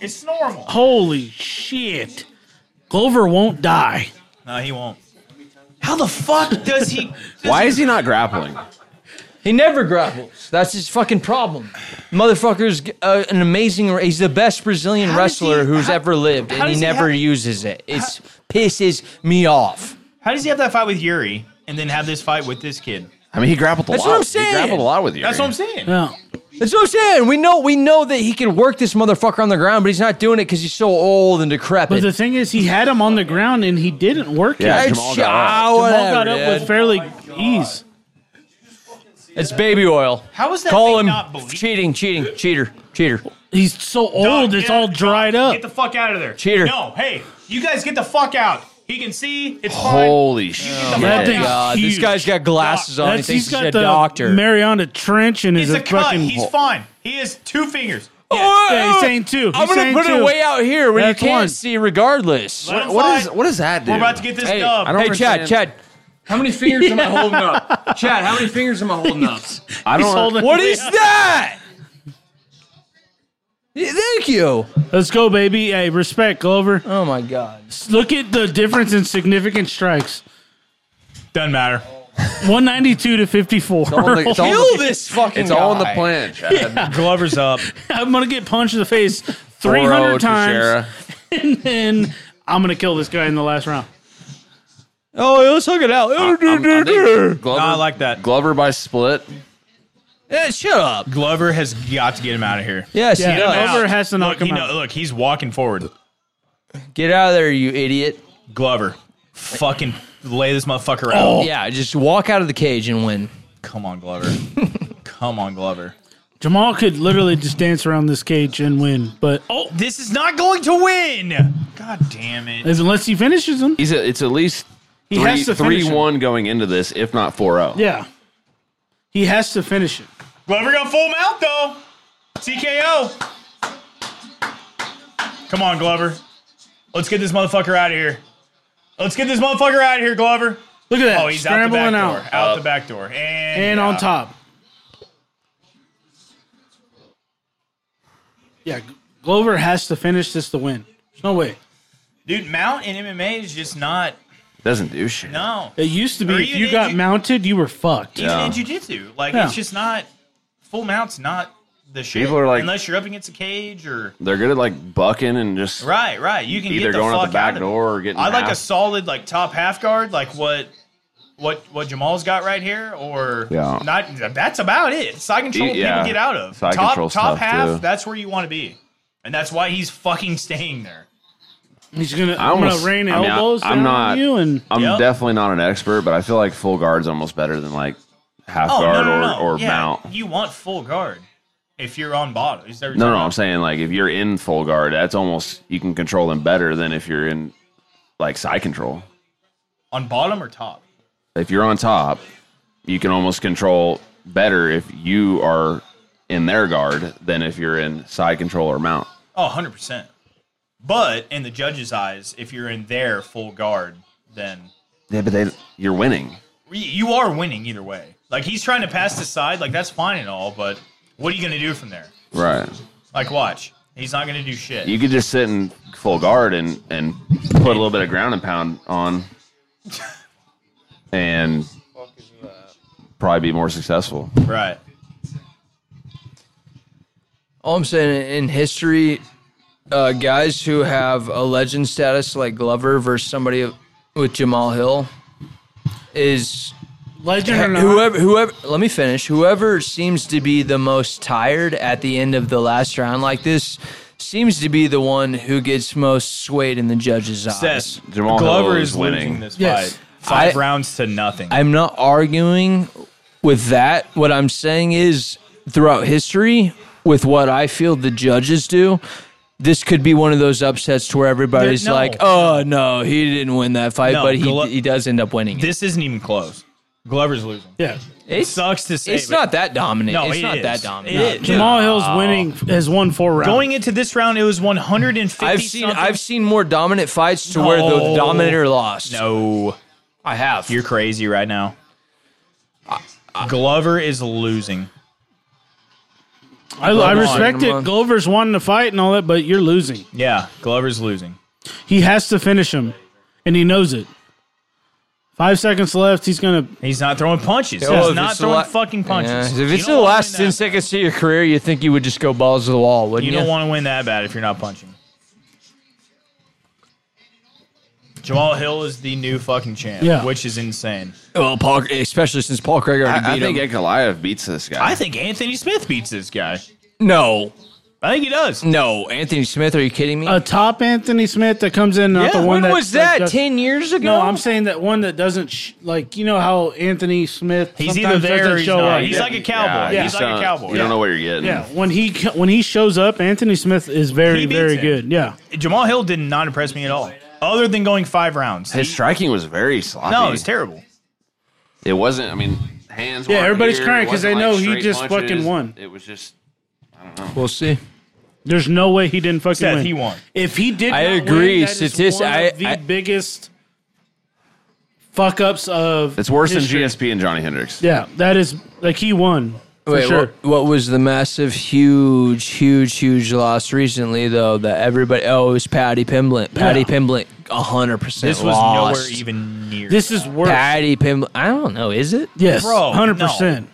Speaker 4: It's normal.
Speaker 3: Holy shit! Glover won't die.
Speaker 4: No, he won't. How the fuck does he?
Speaker 1: Why is he not grappling?
Speaker 2: he never grapples. That's his fucking problem. Motherfucker's uh, an amazing. He's the best Brazilian
Speaker 4: How does
Speaker 2: wrestler
Speaker 4: he-
Speaker 2: who's
Speaker 4: how-
Speaker 2: ever lived,
Speaker 4: how
Speaker 2: and he
Speaker 4: does he
Speaker 2: never
Speaker 4: have-
Speaker 2: uses it. It's pisses me off.
Speaker 4: How does he have that fight with Yuri and then have this fight with this kid?
Speaker 1: I mean, he grappled a
Speaker 2: That's
Speaker 1: lot.
Speaker 2: what I'm
Speaker 1: He
Speaker 2: saying.
Speaker 1: grappled a lot with you.
Speaker 4: That's what I'm saying.
Speaker 3: No.
Speaker 2: That's what I'm saying. We know we know that he can work this motherfucker on the ground, but he's not doing it because he's so old and
Speaker 3: But
Speaker 2: decrepit.
Speaker 3: the thing is, he had him on the ground and he didn't work
Speaker 1: Yeah,
Speaker 3: it.
Speaker 2: It's-
Speaker 1: Jamal got up.
Speaker 2: ah,
Speaker 1: Jamal
Speaker 2: whatever, Oh
Speaker 3: Jamal got up
Speaker 2: dude.
Speaker 3: with fairly ease.
Speaker 2: It's baby oil.
Speaker 4: How is that
Speaker 2: Call
Speaker 4: thing
Speaker 2: him
Speaker 4: not believable?
Speaker 2: cheating, cheating, cheater, cheater.
Speaker 3: He's so
Speaker 4: Dog,
Speaker 3: old;
Speaker 4: get
Speaker 3: it's
Speaker 4: out-
Speaker 3: all dried up.
Speaker 4: Get the fuck out of there.
Speaker 2: Cheater.
Speaker 4: No, hey, you guys get the fuck out. He can see. It's
Speaker 2: Oh.
Speaker 4: fine.
Speaker 1: Holy
Speaker 4: the
Speaker 1: shit!
Speaker 4: fuck
Speaker 3: That thing's
Speaker 2: God,
Speaker 3: huge.
Speaker 2: this guy's got glasses on. He
Speaker 3: That's,
Speaker 2: thinks
Speaker 3: he's
Speaker 2: he's,
Speaker 3: got
Speaker 2: a
Speaker 3: the
Speaker 2: doctor.
Speaker 3: Mariana Trench and
Speaker 4: He's
Speaker 3: his
Speaker 4: a cut.
Speaker 3: fucking.
Speaker 4: He's fine. He has two fingers.
Speaker 2: Oh,
Speaker 4: Yes.
Speaker 3: Yeah, he's saying two.
Speaker 2: I'm
Speaker 3: He's
Speaker 2: gonna
Speaker 3: saying
Speaker 2: put it
Speaker 3: two.
Speaker 2: way out here where
Speaker 3: That's
Speaker 2: you can't
Speaker 3: one.
Speaker 2: see, regardless.
Speaker 4: Let him
Speaker 1: What
Speaker 4: fight.
Speaker 1: is what does that do?
Speaker 4: We're about to get this
Speaker 2: Hey,
Speaker 4: dub.
Speaker 1: I don't
Speaker 2: hey, Chad,
Speaker 1: understand.
Speaker 2: Chad, how many fingers am I holding up? Chad, how many fingers am I holding up?
Speaker 1: I
Speaker 3: He's
Speaker 1: don't.
Speaker 3: holding-
Speaker 2: What is that? Yeah, Thank you.
Speaker 3: Let's go, baby. Hey, respect, Glover.
Speaker 2: Oh my God.
Speaker 3: Look at the difference in significant strikes.
Speaker 4: Doesn't matter.
Speaker 3: 192 to 54.
Speaker 1: all the- it's all
Speaker 2: Kill this fucking.
Speaker 1: It's all in the
Speaker 2: guy.
Speaker 1: plan. Chad.
Speaker 4: Glover's up.
Speaker 3: I'm going to get punched in the face
Speaker 1: 4-0
Speaker 3: 300 times,
Speaker 1: Teixeira.
Speaker 3: and then I'm going to kill this guy in the last round.
Speaker 2: Oh, let's hug it out.
Speaker 1: I'm- I think
Speaker 7: No, I
Speaker 1: Glover,
Speaker 7: like that.
Speaker 1: Glover by split.
Speaker 2: Yeah, shut up.
Speaker 7: Glover has got to get him out of here.
Speaker 2: Yes,
Speaker 3: Yeah,
Speaker 2: he does.
Speaker 3: Glover has to knock
Speaker 7: look,
Speaker 3: him
Speaker 7: he
Speaker 3: out.
Speaker 7: Know, look, he's walking forward.
Speaker 2: Get out of there, you idiot.
Speaker 7: Glover, fucking lay this motherfucker
Speaker 4: Oh.
Speaker 7: out.
Speaker 2: Yeah, just walk out of the cage and win.
Speaker 7: Come on, Glover. Come on, Glover.
Speaker 3: Jamal could literally just dance around this cage and win, but
Speaker 7: Oh, this is not going to win. God damn it.
Speaker 3: unless he finishes him,
Speaker 1: He's a, it's at least
Speaker 3: he
Speaker 1: three
Speaker 3: has to finish
Speaker 1: three
Speaker 3: him.
Speaker 1: one going into this, if not four oh. zero.
Speaker 3: Yeah, he has to finish it.
Speaker 7: Glover got full mount though. TKO. Come on, Glover. Let's get this motherfucker out of here. Let's get this motherfucker out of here, Glover.
Speaker 3: Look at that!
Speaker 7: Oh, he's
Speaker 3: scrambling
Speaker 7: out the
Speaker 3: out,
Speaker 7: back door. Out the back door. And,
Speaker 3: and on
Speaker 7: out.
Speaker 3: top. Yeah, Glover has to finish this to win. There's no way.
Speaker 7: Dude, mount in MMA is just not.
Speaker 1: Doesn't do shit.
Speaker 7: No.
Speaker 3: It used to be
Speaker 7: Or
Speaker 3: if
Speaker 7: even
Speaker 3: you
Speaker 7: if
Speaker 3: got
Speaker 7: you-
Speaker 3: mounted, you were fucked.
Speaker 7: Even
Speaker 1: Yeah.
Speaker 7: in jujitsu, like
Speaker 3: Yeah.
Speaker 7: it's just not full mount's not the shit.
Speaker 1: People are like-
Speaker 7: unless you're up against a cage or
Speaker 1: They're good at like bucking and just
Speaker 7: right, right. You can
Speaker 1: either
Speaker 7: get the
Speaker 1: going
Speaker 7: fuck
Speaker 1: out the back
Speaker 7: out of it.
Speaker 1: door or getting.
Speaker 7: I like a
Speaker 1: half-
Speaker 7: solid like top half guard, like what what what Jamal's got right here, or
Speaker 1: Yeah.
Speaker 7: not. That's about it. Side control,
Speaker 1: Y- yeah.
Speaker 7: people get out of
Speaker 1: Side
Speaker 7: top
Speaker 1: control's
Speaker 7: top
Speaker 1: tough,
Speaker 7: half.
Speaker 1: too.
Speaker 7: That's where you want to be, and that's why he's fucking staying there.
Speaker 3: He's gonna
Speaker 1: I
Speaker 3: I am
Speaker 1: almost-
Speaker 3: gonna rain
Speaker 1: I mean, I-
Speaker 3: elbows
Speaker 1: I'm
Speaker 3: down
Speaker 1: not-
Speaker 3: on you and
Speaker 1: I'm
Speaker 7: Yep.
Speaker 1: definitely not an expert, but I feel like full guard's almost better than like half
Speaker 7: Oh
Speaker 1: guard
Speaker 7: no, no, no,
Speaker 1: or, or
Speaker 7: yeah,
Speaker 1: mount.
Speaker 7: You want full guard if you're on bottom. Is there
Speaker 1: No, no, I'm saying like if you're in full guard, that's almost you can control them better than if you're in like side control.
Speaker 7: on bottom or top?
Speaker 1: If you're on top, you can almost control better if you are in their guard than if you're in side control or mount.
Speaker 7: Oh, 100%. But in the judge's eyes, if you're in their full guard, then
Speaker 1: Yeah, but they you're winning.
Speaker 7: y- you are winning either way. Like he's trying to pass the side, like that's fine and all, but what are you going to do from there?
Speaker 1: Right.
Speaker 7: Like watch. He's not going to do shit.
Speaker 1: You could just sit in full guard and and put a little bit of ground and pound on and probably be more successful.
Speaker 7: right.
Speaker 2: All I'm saying in history, uh, guys who have a legend status like Glover versus somebody with Jamal Hill is
Speaker 3: legend or not.
Speaker 2: whoever whoever let me finish whoever seems to be the most tired at the end of the last round like this seems to be the one who gets most swayed in the judge's eyes
Speaker 7: Says
Speaker 1: Jamal
Speaker 7: Glover
Speaker 1: Hill
Speaker 7: is
Speaker 1: is winning.
Speaker 7: losing this
Speaker 3: Yes.
Speaker 7: fight. Five
Speaker 2: I-
Speaker 7: rounds to nothing.
Speaker 2: I'm not arguing with that. What I'm saying is, throughout history, with what I feel the judges do, this could be one of those upsets to where everybody's
Speaker 7: no.
Speaker 2: like, "Oh no, he didn't win that fight,
Speaker 7: No,
Speaker 2: but he
Speaker 7: Glo-
Speaker 2: he does end up winning." It.
Speaker 7: this isn't even close. Glover's losing.
Speaker 3: yeah.
Speaker 2: It's,
Speaker 7: Sucks to say.
Speaker 2: it's
Speaker 7: but-
Speaker 2: not that dominant.
Speaker 7: No,
Speaker 2: it's
Speaker 7: it
Speaker 2: not
Speaker 7: is.
Speaker 2: that dominant.
Speaker 7: It is.
Speaker 3: Jamal Hill's winning
Speaker 1: Uh,
Speaker 3: has won four rounds.
Speaker 7: Going into this round, it was 150.
Speaker 2: I've seen
Speaker 7: something.
Speaker 2: I've seen more dominant fights to where the
Speaker 7: No.
Speaker 2: dominator lost.
Speaker 7: no.
Speaker 2: I have.
Speaker 7: You're crazy right now. Glover is losing.
Speaker 3: I, I
Speaker 2: Glover's
Speaker 3: respect
Speaker 2: winning
Speaker 3: it.
Speaker 2: him on.
Speaker 3: Glover's wanting to fight and all that, but you're losing.
Speaker 7: Yeah, Glover's losing.
Speaker 3: He has to finish him, and he knows it. Five seconds left. He's gonna.
Speaker 7: He's not throwing punches.
Speaker 2: Oh,
Speaker 7: He's
Speaker 2: if
Speaker 7: not
Speaker 2: it's the
Speaker 7: throwing
Speaker 2: la-
Speaker 7: fucking punches.
Speaker 2: Yeah, If
Speaker 7: You
Speaker 2: it's
Speaker 7: don't
Speaker 2: the
Speaker 7: wanna
Speaker 2: last
Speaker 7: win
Speaker 2: ten
Speaker 7: that-
Speaker 2: seconds to your career, you think you would just go balls to the wall, wouldn't
Speaker 7: you
Speaker 2: you?
Speaker 7: don't want to win that bad if you're not punching. Jamal Hill is the new fucking champ,
Speaker 3: Yeah.
Speaker 7: which is insane.
Speaker 2: well, Paul, especially since Paul Craig already
Speaker 1: I, I
Speaker 2: beat
Speaker 1: think
Speaker 2: him.
Speaker 1: Ekalaev beats this guy.
Speaker 7: I think Anthony Smith beats this guy.
Speaker 2: no,
Speaker 7: I think he does.
Speaker 2: No, Anthony Smith, are you kidding me?
Speaker 7: Uh,
Speaker 3: A top Anthony Smith that comes in, not
Speaker 7: Yeah,
Speaker 3: the one
Speaker 2: when
Speaker 3: that
Speaker 2: was that?
Speaker 3: does-
Speaker 2: Ten years ago?
Speaker 3: No, I'm saying that one that doesn't sh- like you know how Anthony Smith.
Speaker 7: He's either
Speaker 3: sometimes
Speaker 7: there
Speaker 3: doesn't
Speaker 7: or he's
Speaker 3: show
Speaker 7: not.
Speaker 3: up.
Speaker 7: He's like a cowboy.
Speaker 1: you
Speaker 7: He's
Speaker 1: just
Speaker 7: like a
Speaker 1: don't-
Speaker 7: cowboy.
Speaker 1: You don't know what you're getting.
Speaker 3: yeah, when he co- when he shows up, Anthony Smith is very
Speaker 7: He beats
Speaker 3: very
Speaker 7: him.
Speaker 3: good. Yeah,
Speaker 7: Jamal Hill did not impress me at all, other than going five rounds.
Speaker 1: His striking was very sloppy.
Speaker 7: no, it's terrible.
Speaker 1: It wasn't. I mean, hands.
Speaker 3: Yeah,
Speaker 1: weren't
Speaker 3: everybody's
Speaker 1: here,
Speaker 3: crying 'cause they
Speaker 1: it wasn't
Speaker 3: know
Speaker 1: like
Speaker 3: he
Speaker 1: straight
Speaker 3: just
Speaker 1: punches.
Speaker 3: fucking won.
Speaker 1: It was just.
Speaker 2: we'll see.
Speaker 3: there's no way he didn't fucking
Speaker 7: Seth,
Speaker 3: win.
Speaker 7: he won.
Speaker 3: If he did,
Speaker 2: I
Speaker 3: not win,
Speaker 2: agree.
Speaker 3: that is
Speaker 2: Statis-
Speaker 3: one of
Speaker 2: I-
Speaker 3: the
Speaker 2: I-
Speaker 3: biggest fuck ups of
Speaker 1: It's worse
Speaker 3: history.
Speaker 1: than GSP and Johnny Hendricks.
Speaker 3: Yeah, that is like he won for
Speaker 2: Wait,
Speaker 3: sure.
Speaker 2: what, what was the massive, huge, huge, huge loss recently though? That everybody oh, it was Patty Pimblett. Patty
Speaker 3: Yeah.
Speaker 2: Pimblett, Pimblett, hundred percent.
Speaker 7: This was
Speaker 2: lost.
Speaker 7: nowhere even near.
Speaker 3: This is worse.
Speaker 2: Patty Pimblett. I don't know. Is it?
Speaker 3: yes,
Speaker 7: Bro,
Speaker 3: hundred percent.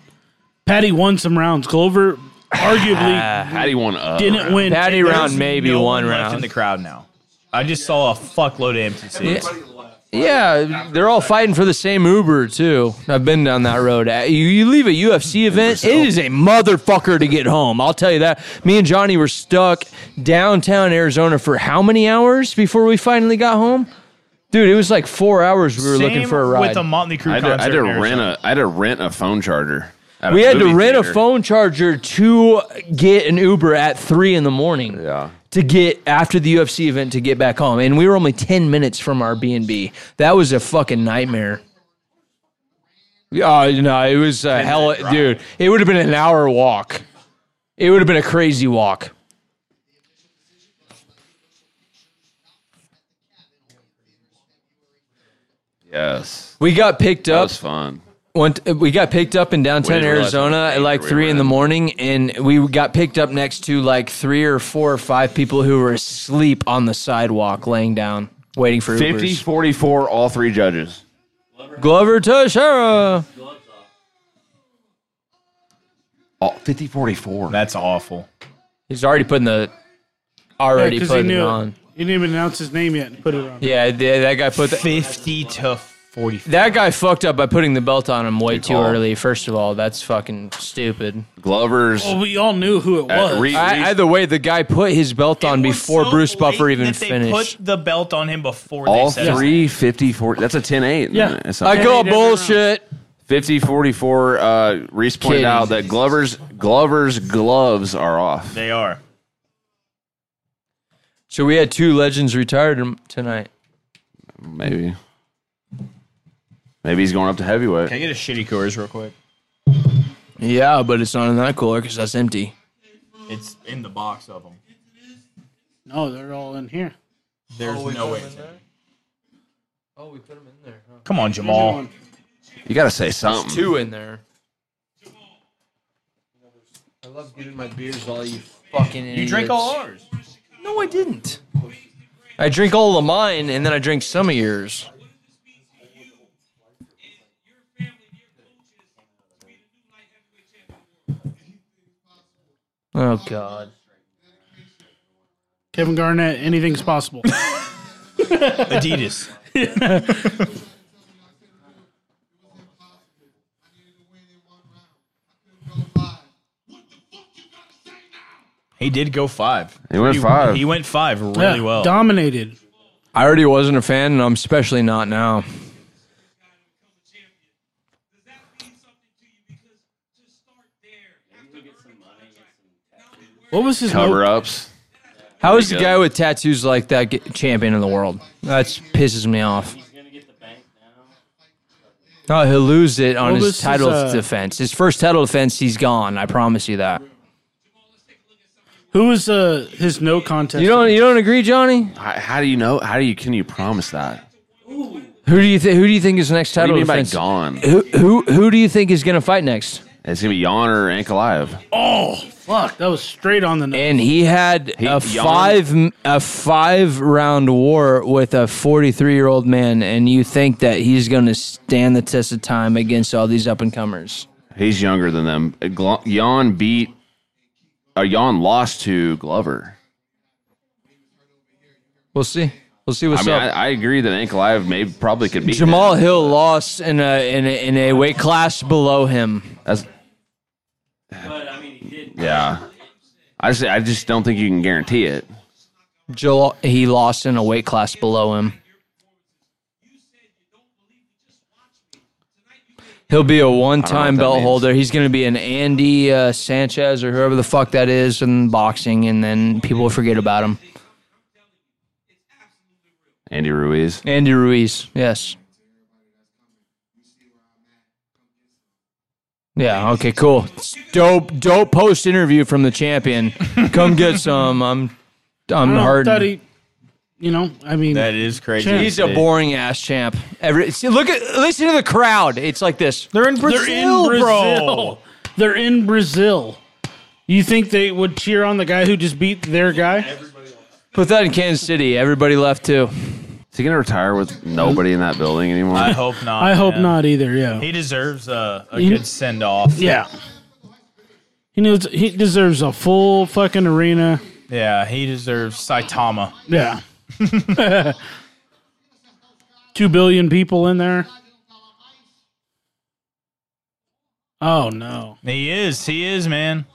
Speaker 3: Patty won some rounds. Glover arguably
Speaker 1: How do you want to?
Speaker 3: didn't win.
Speaker 2: Ah. Patty
Speaker 3: There's-
Speaker 2: round maybe
Speaker 7: no
Speaker 2: one
Speaker 7: left in
Speaker 2: round.
Speaker 7: the crowd now. I just saw a fuckload of empty seats.
Speaker 2: Yeah. Yeah, they're all fighting for the same Uber too. I've been down that road. Uh, You, you leave a UFC event, it is a motherfucker to get home. I'll tell you that. Me and Johnny were stuck downtown Arizona for how many hours before we finally got home? Dude, it was like four hours. We were looking
Speaker 4: Same
Speaker 2: for a ride.
Speaker 4: with the Motley Crue
Speaker 1: I had, to,
Speaker 4: concert.
Speaker 1: I had to
Speaker 4: in
Speaker 1: rent
Speaker 4: Arizona.
Speaker 1: a I had to rent a phone charger. at a
Speaker 2: we had to
Speaker 1: movie
Speaker 2: rent a
Speaker 1: theater.
Speaker 2: phone charger to get an Uber at three in the morning.
Speaker 1: Yeah.
Speaker 2: To get after the UFC event to get back home, and we were only ten minutes from our B and B. That was a fucking nightmare. Oh no, it was a hell, dude. It would have been an hour walk. It would have been a crazy walk.
Speaker 1: Yes,
Speaker 2: We got picked
Speaker 1: that
Speaker 2: up.
Speaker 1: was fun.
Speaker 2: One t- we got picked up in downtown
Speaker 1: didn't realize how much
Speaker 2: Arizona at
Speaker 1: danger
Speaker 2: like
Speaker 1: we
Speaker 2: three
Speaker 1: were
Speaker 2: in
Speaker 1: in.
Speaker 2: the morning, and we got picked up next to like three or four or five people who were asleep on the sidewalk, laying down, waiting for
Speaker 1: 50,
Speaker 2: Ubers.
Speaker 1: 44, all three judges.
Speaker 2: Glover Teixeira.
Speaker 1: All, 50, 44.
Speaker 4: That's awful.
Speaker 2: He's already putting the already
Speaker 3: because he
Speaker 2: putting it
Speaker 3: knew
Speaker 2: on.
Speaker 3: He didn't even announce his name yet and put it on.
Speaker 2: Yeah, th- that guy put the,
Speaker 4: Fifty to forty.
Speaker 2: that guy fucked up by putting the belt on him way too
Speaker 1: call.
Speaker 2: early. First of all, that's fucking stupid.
Speaker 1: Glovers.
Speaker 3: Well, we all knew who it
Speaker 1: uh,
Speaker 3: was.
Speaker 1: Reed- Reed-
Speaker 2: Oh, I, either way, the guy put his belt on
Speaker 4: It was
Speaker 2: before
Speaker 4: so
Speaker 2: Bruce Buffer
Speaker 4: blatant
Speaker 2: even
Speaker 4: that
Speaker 2: finished.
Speaker 4: They put the belt on him before
Speaker 1: all
Speaker 4: they said it.
Speaker 1: three, 50, 40. That's a 10 8.
Speaker 3: Yeah.
Speaker 2: I
Speaker 3: Yeah,
Speaker 2: call
Speaker 3: he did it wrong.
Speaker 2: bullshit.
Speaker 1: 50, 44. Uh, Reese pointed
Speaker 2: Kidding.
Speaker 1: out that Glover's Glover's gloves are off.
Speaker 4: They are.
Speaker 2: So we had two legends retired m- tonight.
Speaker 1: Maybe. Maybe he's going up to heavyweight.
Speaker 4: Can I get a shitty Coors real quick?
Speaker 2: Yeah, but it's not in that cooler because that's empty.
Speaker 4: It's in the box of them.
Speaker 3: No, they're all in here.
Speaker 4: There's no way. It's
Speaker 2: Oh, we put them in there.
Speaker 4: Come on, Jamal.
Speaker 1: You got to say something.
Speaker 2: Two in there. I love getting my beers all you fucking.
Speaker 4: You drink all ours.
Speaker 2: No, I didn't. I drink all of mine, and then I drink some of yours. Oh God!
Speaker 3: Kevin Garnett, anything's possible.
Speaker 4: Adidas. He did go five.
Speaker 1: He went five.
Speaker 4: He went five really
Speaker 3: Yeah,
Speaker 4: well.
Speaker 3: Dominated.
Speaker 2: I already wasn't a fan, and I'm especially not now.
Speaker 3: What was his
Speaker 1: Cover
Speaker 3: note?
Speaker 1: ups.
Speaker 2: How is the
Speaker 1: Pretty
Speaker 2: guy
Speaker 1: good.
Speaker 2: with tattoos like that get champion of the world? That pisses me off. No, he'll lose it on
Speaker 3: Well, this
Speaker 2: his
Speaker 3: is,
Speaker 2: title
Speaker 3: uh,
Speaker 2: defense. His first title defense, he's gone. I promise you that.
Speaker 3: Who was uh, his no contest?
Speaker 2: You don't. e- You don't agree, Johnny?
Speaker 1: How, how do you know? How do you can you promise that?
Speaker 2: Who do you think? Who do you think is next
Speaker 1: What do
Speaker 2: title
Speaker 1: you mean by
Speaker 2: defense?
Speaker 1: gone?
Speaker 2: Who, who Who do you think is gonna fight next?
Speaker 1: It's gonna be Yon or Ankalaev.
Speaker 3: Oh, fuck. That was straight on the nose.
Speaker 2: And he had a
Speaker 1: yawned.
Speaker 2: five a five round war with a forty three year old man, and you think that he's gonna stand the test of time against all these up and comers?
Speaker 1: He's younger than them. Glo- Yon beat. Uh, Yon lost to Glover.
Speaker 2: We'll see. We'll see
Speaker 1: I
Speaker 2: what's
Speaker 1: mean,
Speaker 2: up.
Speaker 1: I, I agree that Ankalaev may probably could beat him.
Speaker 2: Jamal Hill lost in a, in a in a weight class below him.
Speaker 1: That's. Yeah, I just I just don't think you can guarantee it.
Speaker 2: Jal- he lost in a weight class below him. He'll be a
Speaker 1: I don't
Speaker 2: one-time
Speaker 1: know what that
Speaker 2: belt
Speaker 1: means.
Speaker 2: holder. He's going to be an Andy uh, Sanchez or whoever the fuck that is in boxing, and then people will forget about him.
Speaker 1: Andy Ruiz.
Speaker 2: Andy Ruiz, yes. Yeah. Okay. Cool. It's dope. Dope post interview from the champion. Come get some. I'm. I'm
Speaker 3: I
Speaker 2: hard.
Speaker 3: thought he, you know, I mean,
Speaker 4: That is crazy.
Speaker 3: Champ.
Speaker 2: He's a boring ass champ. Every see, look at listen to the crowd. It's like this.
Speaker 4: They're in Brazil,
Speaker 3: they're in Brazil.
Speaker 4: bro.
Speaker 3: They're in Brazil. You think they would cheer on the guy who just beat their guy?
Speaker 2: Put that in Kansas City. Everybody left too.
Speaker 1: Is he gonna retire with nobody in that building anymore?
Speaker 4: I hope not.
Speaker 3: I hope
Speaker 4: man.
Speaker 3: not either. Yeah.
Speaker 4: He deserves a, a
Speaker 3: He-
Speaker 4: good send off.
Speaker 3: Yeah. He knows he deserves a full fucking arena.
Speaker 4: Uh, Yeah, he deserves Saitama.
Speaker 3: Yeah. two billion people in there. Oh no!
Speaker 4: He is. He is, man.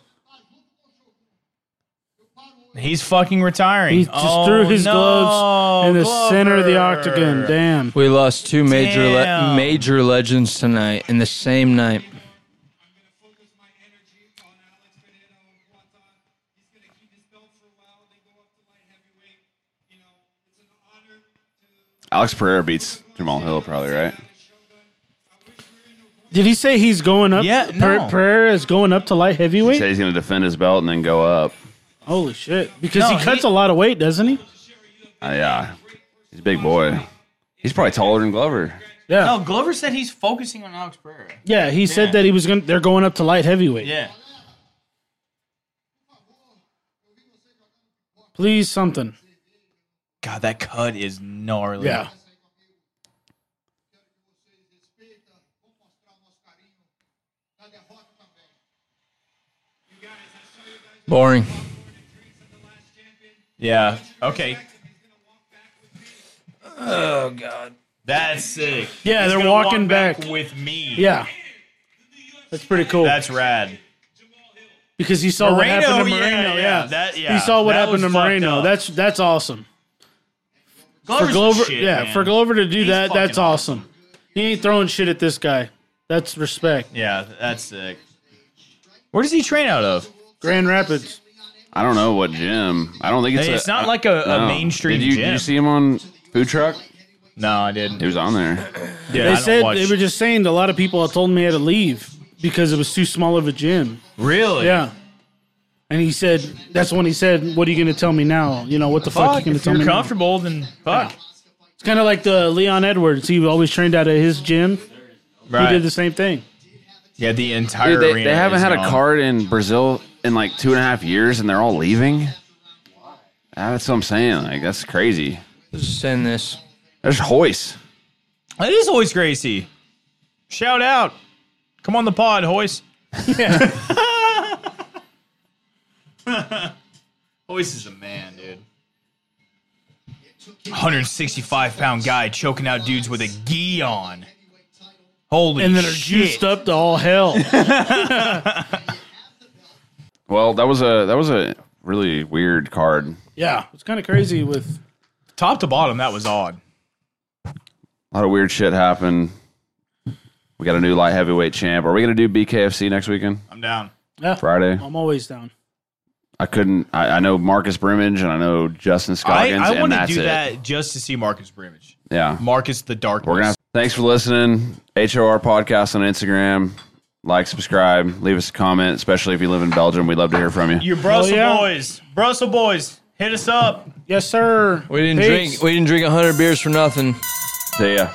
Speaker 4: He's fucking retiring.
Speaker 3: He just
Speaker 4: Oh,
Speaker 3: threw his
Speaker 4: no,
Speaker 3: gloves in the center of the
Speaker 4: Glover.
Speaker 3: octagon. Damn.
Speaker 2: We lost two major le-
Speaker 4: Damn.
Speaker 2: major legends tonight in the same night.
Speaker 1: Alex Pereira beats Jamal Hill, probably right.
Speaker 3: Did he say he's going up?
Speaker 4: Yeah, no.
Speaker 3: Pereira is going up to light
Speaker 1: He
Speaker 3: heavyweight.
Speaker 1: said he's going to defend his belt and then go up.
Speaker 3: Holy shit! Because
Speaker 4: No,
Speaker 3: he cuts
Speaker 4: he-
Speaker 3: a lot of weight, doesn't he?
Speaker 1: Uh, yeah, he's a big boy. He's probably taller than Glover.
Speaker 3: Yeah.
Speaker 4: No, Glover said he's focusing on Alex Pereira.
Speaker 3: Yeah, he
Speaker 4: Yeah.
Speaker 3: said that he was going. to They're going up to light heavyweight.
Speaker 4: Yeah.
Speaker 3: Please, something.
Speaker 4: God, that cut is gnarly.
Speaker 3: Yeah.
Speaker 2: Boring.
Speaker 4: Yeah. Okay. Oh God. That's sick.
Speaker 3: Yeah, they're
Speaker 4: gonna
Speaker 3: walking back.
Speaker 4: with me.
Speaker 3: Yeah, that's pretty cool.
Speaker 4: That's rad.
Speaker 3: because he saw what
Speaker 4: Moreno,
Speaker 3: happened to
Speaker 4: yeah,
Speaker 3: Moreno. Yeah,
Speaker 4: yeah, that- yeah,
Speaker 3: he saw what
Speaker 4: that
Speaker 3: happened to
Speaker 4: was fucked
Speaker 3: Moreno.
Speaker 4: up.
Speaker 3: That's that's awesome for
Speaker 4: Glover's the
Speaker 3: Glover.
Speaker 4: shit,
Speaker 3: yeah,
Speaker 4: man.
Speaker 3: for Glover to do that, that's
Speaker 4: fucking
Speaker 3: awesome. He ain't throwing shit at this guy. That's respect.
Speaker 4: Yeah, that's sick. Where does he train out of?
Speaker 3: Grand Rapids.
Speaker 1: I don't know what gym. I don't think it's.
Speaker 4: Hey,
Speaker 1: a-
Speaker 4: it's not like a, a
Speaker 1: Uh, no.
Speaker 4: mainstream
Speaker 1: Did you,
Speaker 4: gym.
Speaker 1: Did you see him on food truck?
Speaker 4: No, I
Speaker 1: He
Speaker 4: didn't.
Speaker 1: was on there.
Speaker 4: Yeah,
Speaker 3: They
Speaker 4: I don't
Speaker 3: said
Speaker 4: watch-
Speaker 3: they were just saying that a lot of people had told me had to leave because it was too small of a gym.
Speaker 4: really.
Speaker 3: Yeah. And he said, that's when he said, What are you going to tell me now? You know, what the fuck,
Speaker 4: Fuck.
Speaker 3: you going
Speaker 4: If
Speaker 3: to tell
Speaker 4: you're
Speaker 3: me now?
Speaker 4: comfortable, then fuck.
Speaker 3: It's kind of like the Leon Edwards. He always trained out of his gym.
Speaker 4: Right.
Speaker 3: He did the same thing.
Speaker 4: yeah, the entire
Speaker 1: Dude, they,
Speaker 4: arena.
Speaker 1: they haven't
Speaker 4: is
Speaker 1: had a
Speaker 4: gone.
Speaker 1: card in Brazil in like two and a half years, and they're all leaving. That's what I'm saying. Like that's crazy.
Speaker 2: Send this.
Speaker 1: There's Hoist.
Speaker 4: It is always Gracie. Shout out. Come on the pod, Hoist. Hoist is a man, dude. 165 pound guy choking out dudes with a gi on. Holy
Speaker 3: And then are
Speaker 4: shit.
Speaker 3: juiced up to all hell.
Speaker 1: Well, that was a that was a really weird card.
Speaker 3: yeah. It's kind of crazy with.
Speaker 4: Top to bottom, that was odd.
Speaker 1: A lot of weird shit happened. We got a new light heavyweight champ. Are we gonna do BKFC next weekend?
Speaker 4: I'm down.
Speaker 3: Yeah,
Speaker 1: Friday.
Speaker 3: I'm always down.
Speaker 1: I couldn't. I, I know Marcus Brimage and I know Justin
Speaker 4: I,
Speaker 1: Scoggins.
Speaker 4: I
Speaker 1: and
Speaker 4: want to
Speaker 1: that's
Speaker 4: do
Speaker 1: it.
Speaker 4: that just to see Marcus Brimage.
Speaker 1: Yeah,
Speaker 4: Marcus the Darkness.
Speaker 1: we're gonna. Thanks for listening. HOR podcast on Instagram. Like, subscribe, leave us a comment, especially if you live in Belgium. We'd love to hear from you.
Speaker 4: Your Brussels
Speaker 3: yeah.
Speaker 4: boys. Brussels boys. Hit us up.
Speaker 3: Yes, sir.
Speaker 2: We didn't
Speaker 3: Peace.
Speaker 2: drink. We didn't drink hundred beers for nothing.
Speaker 1: See ya.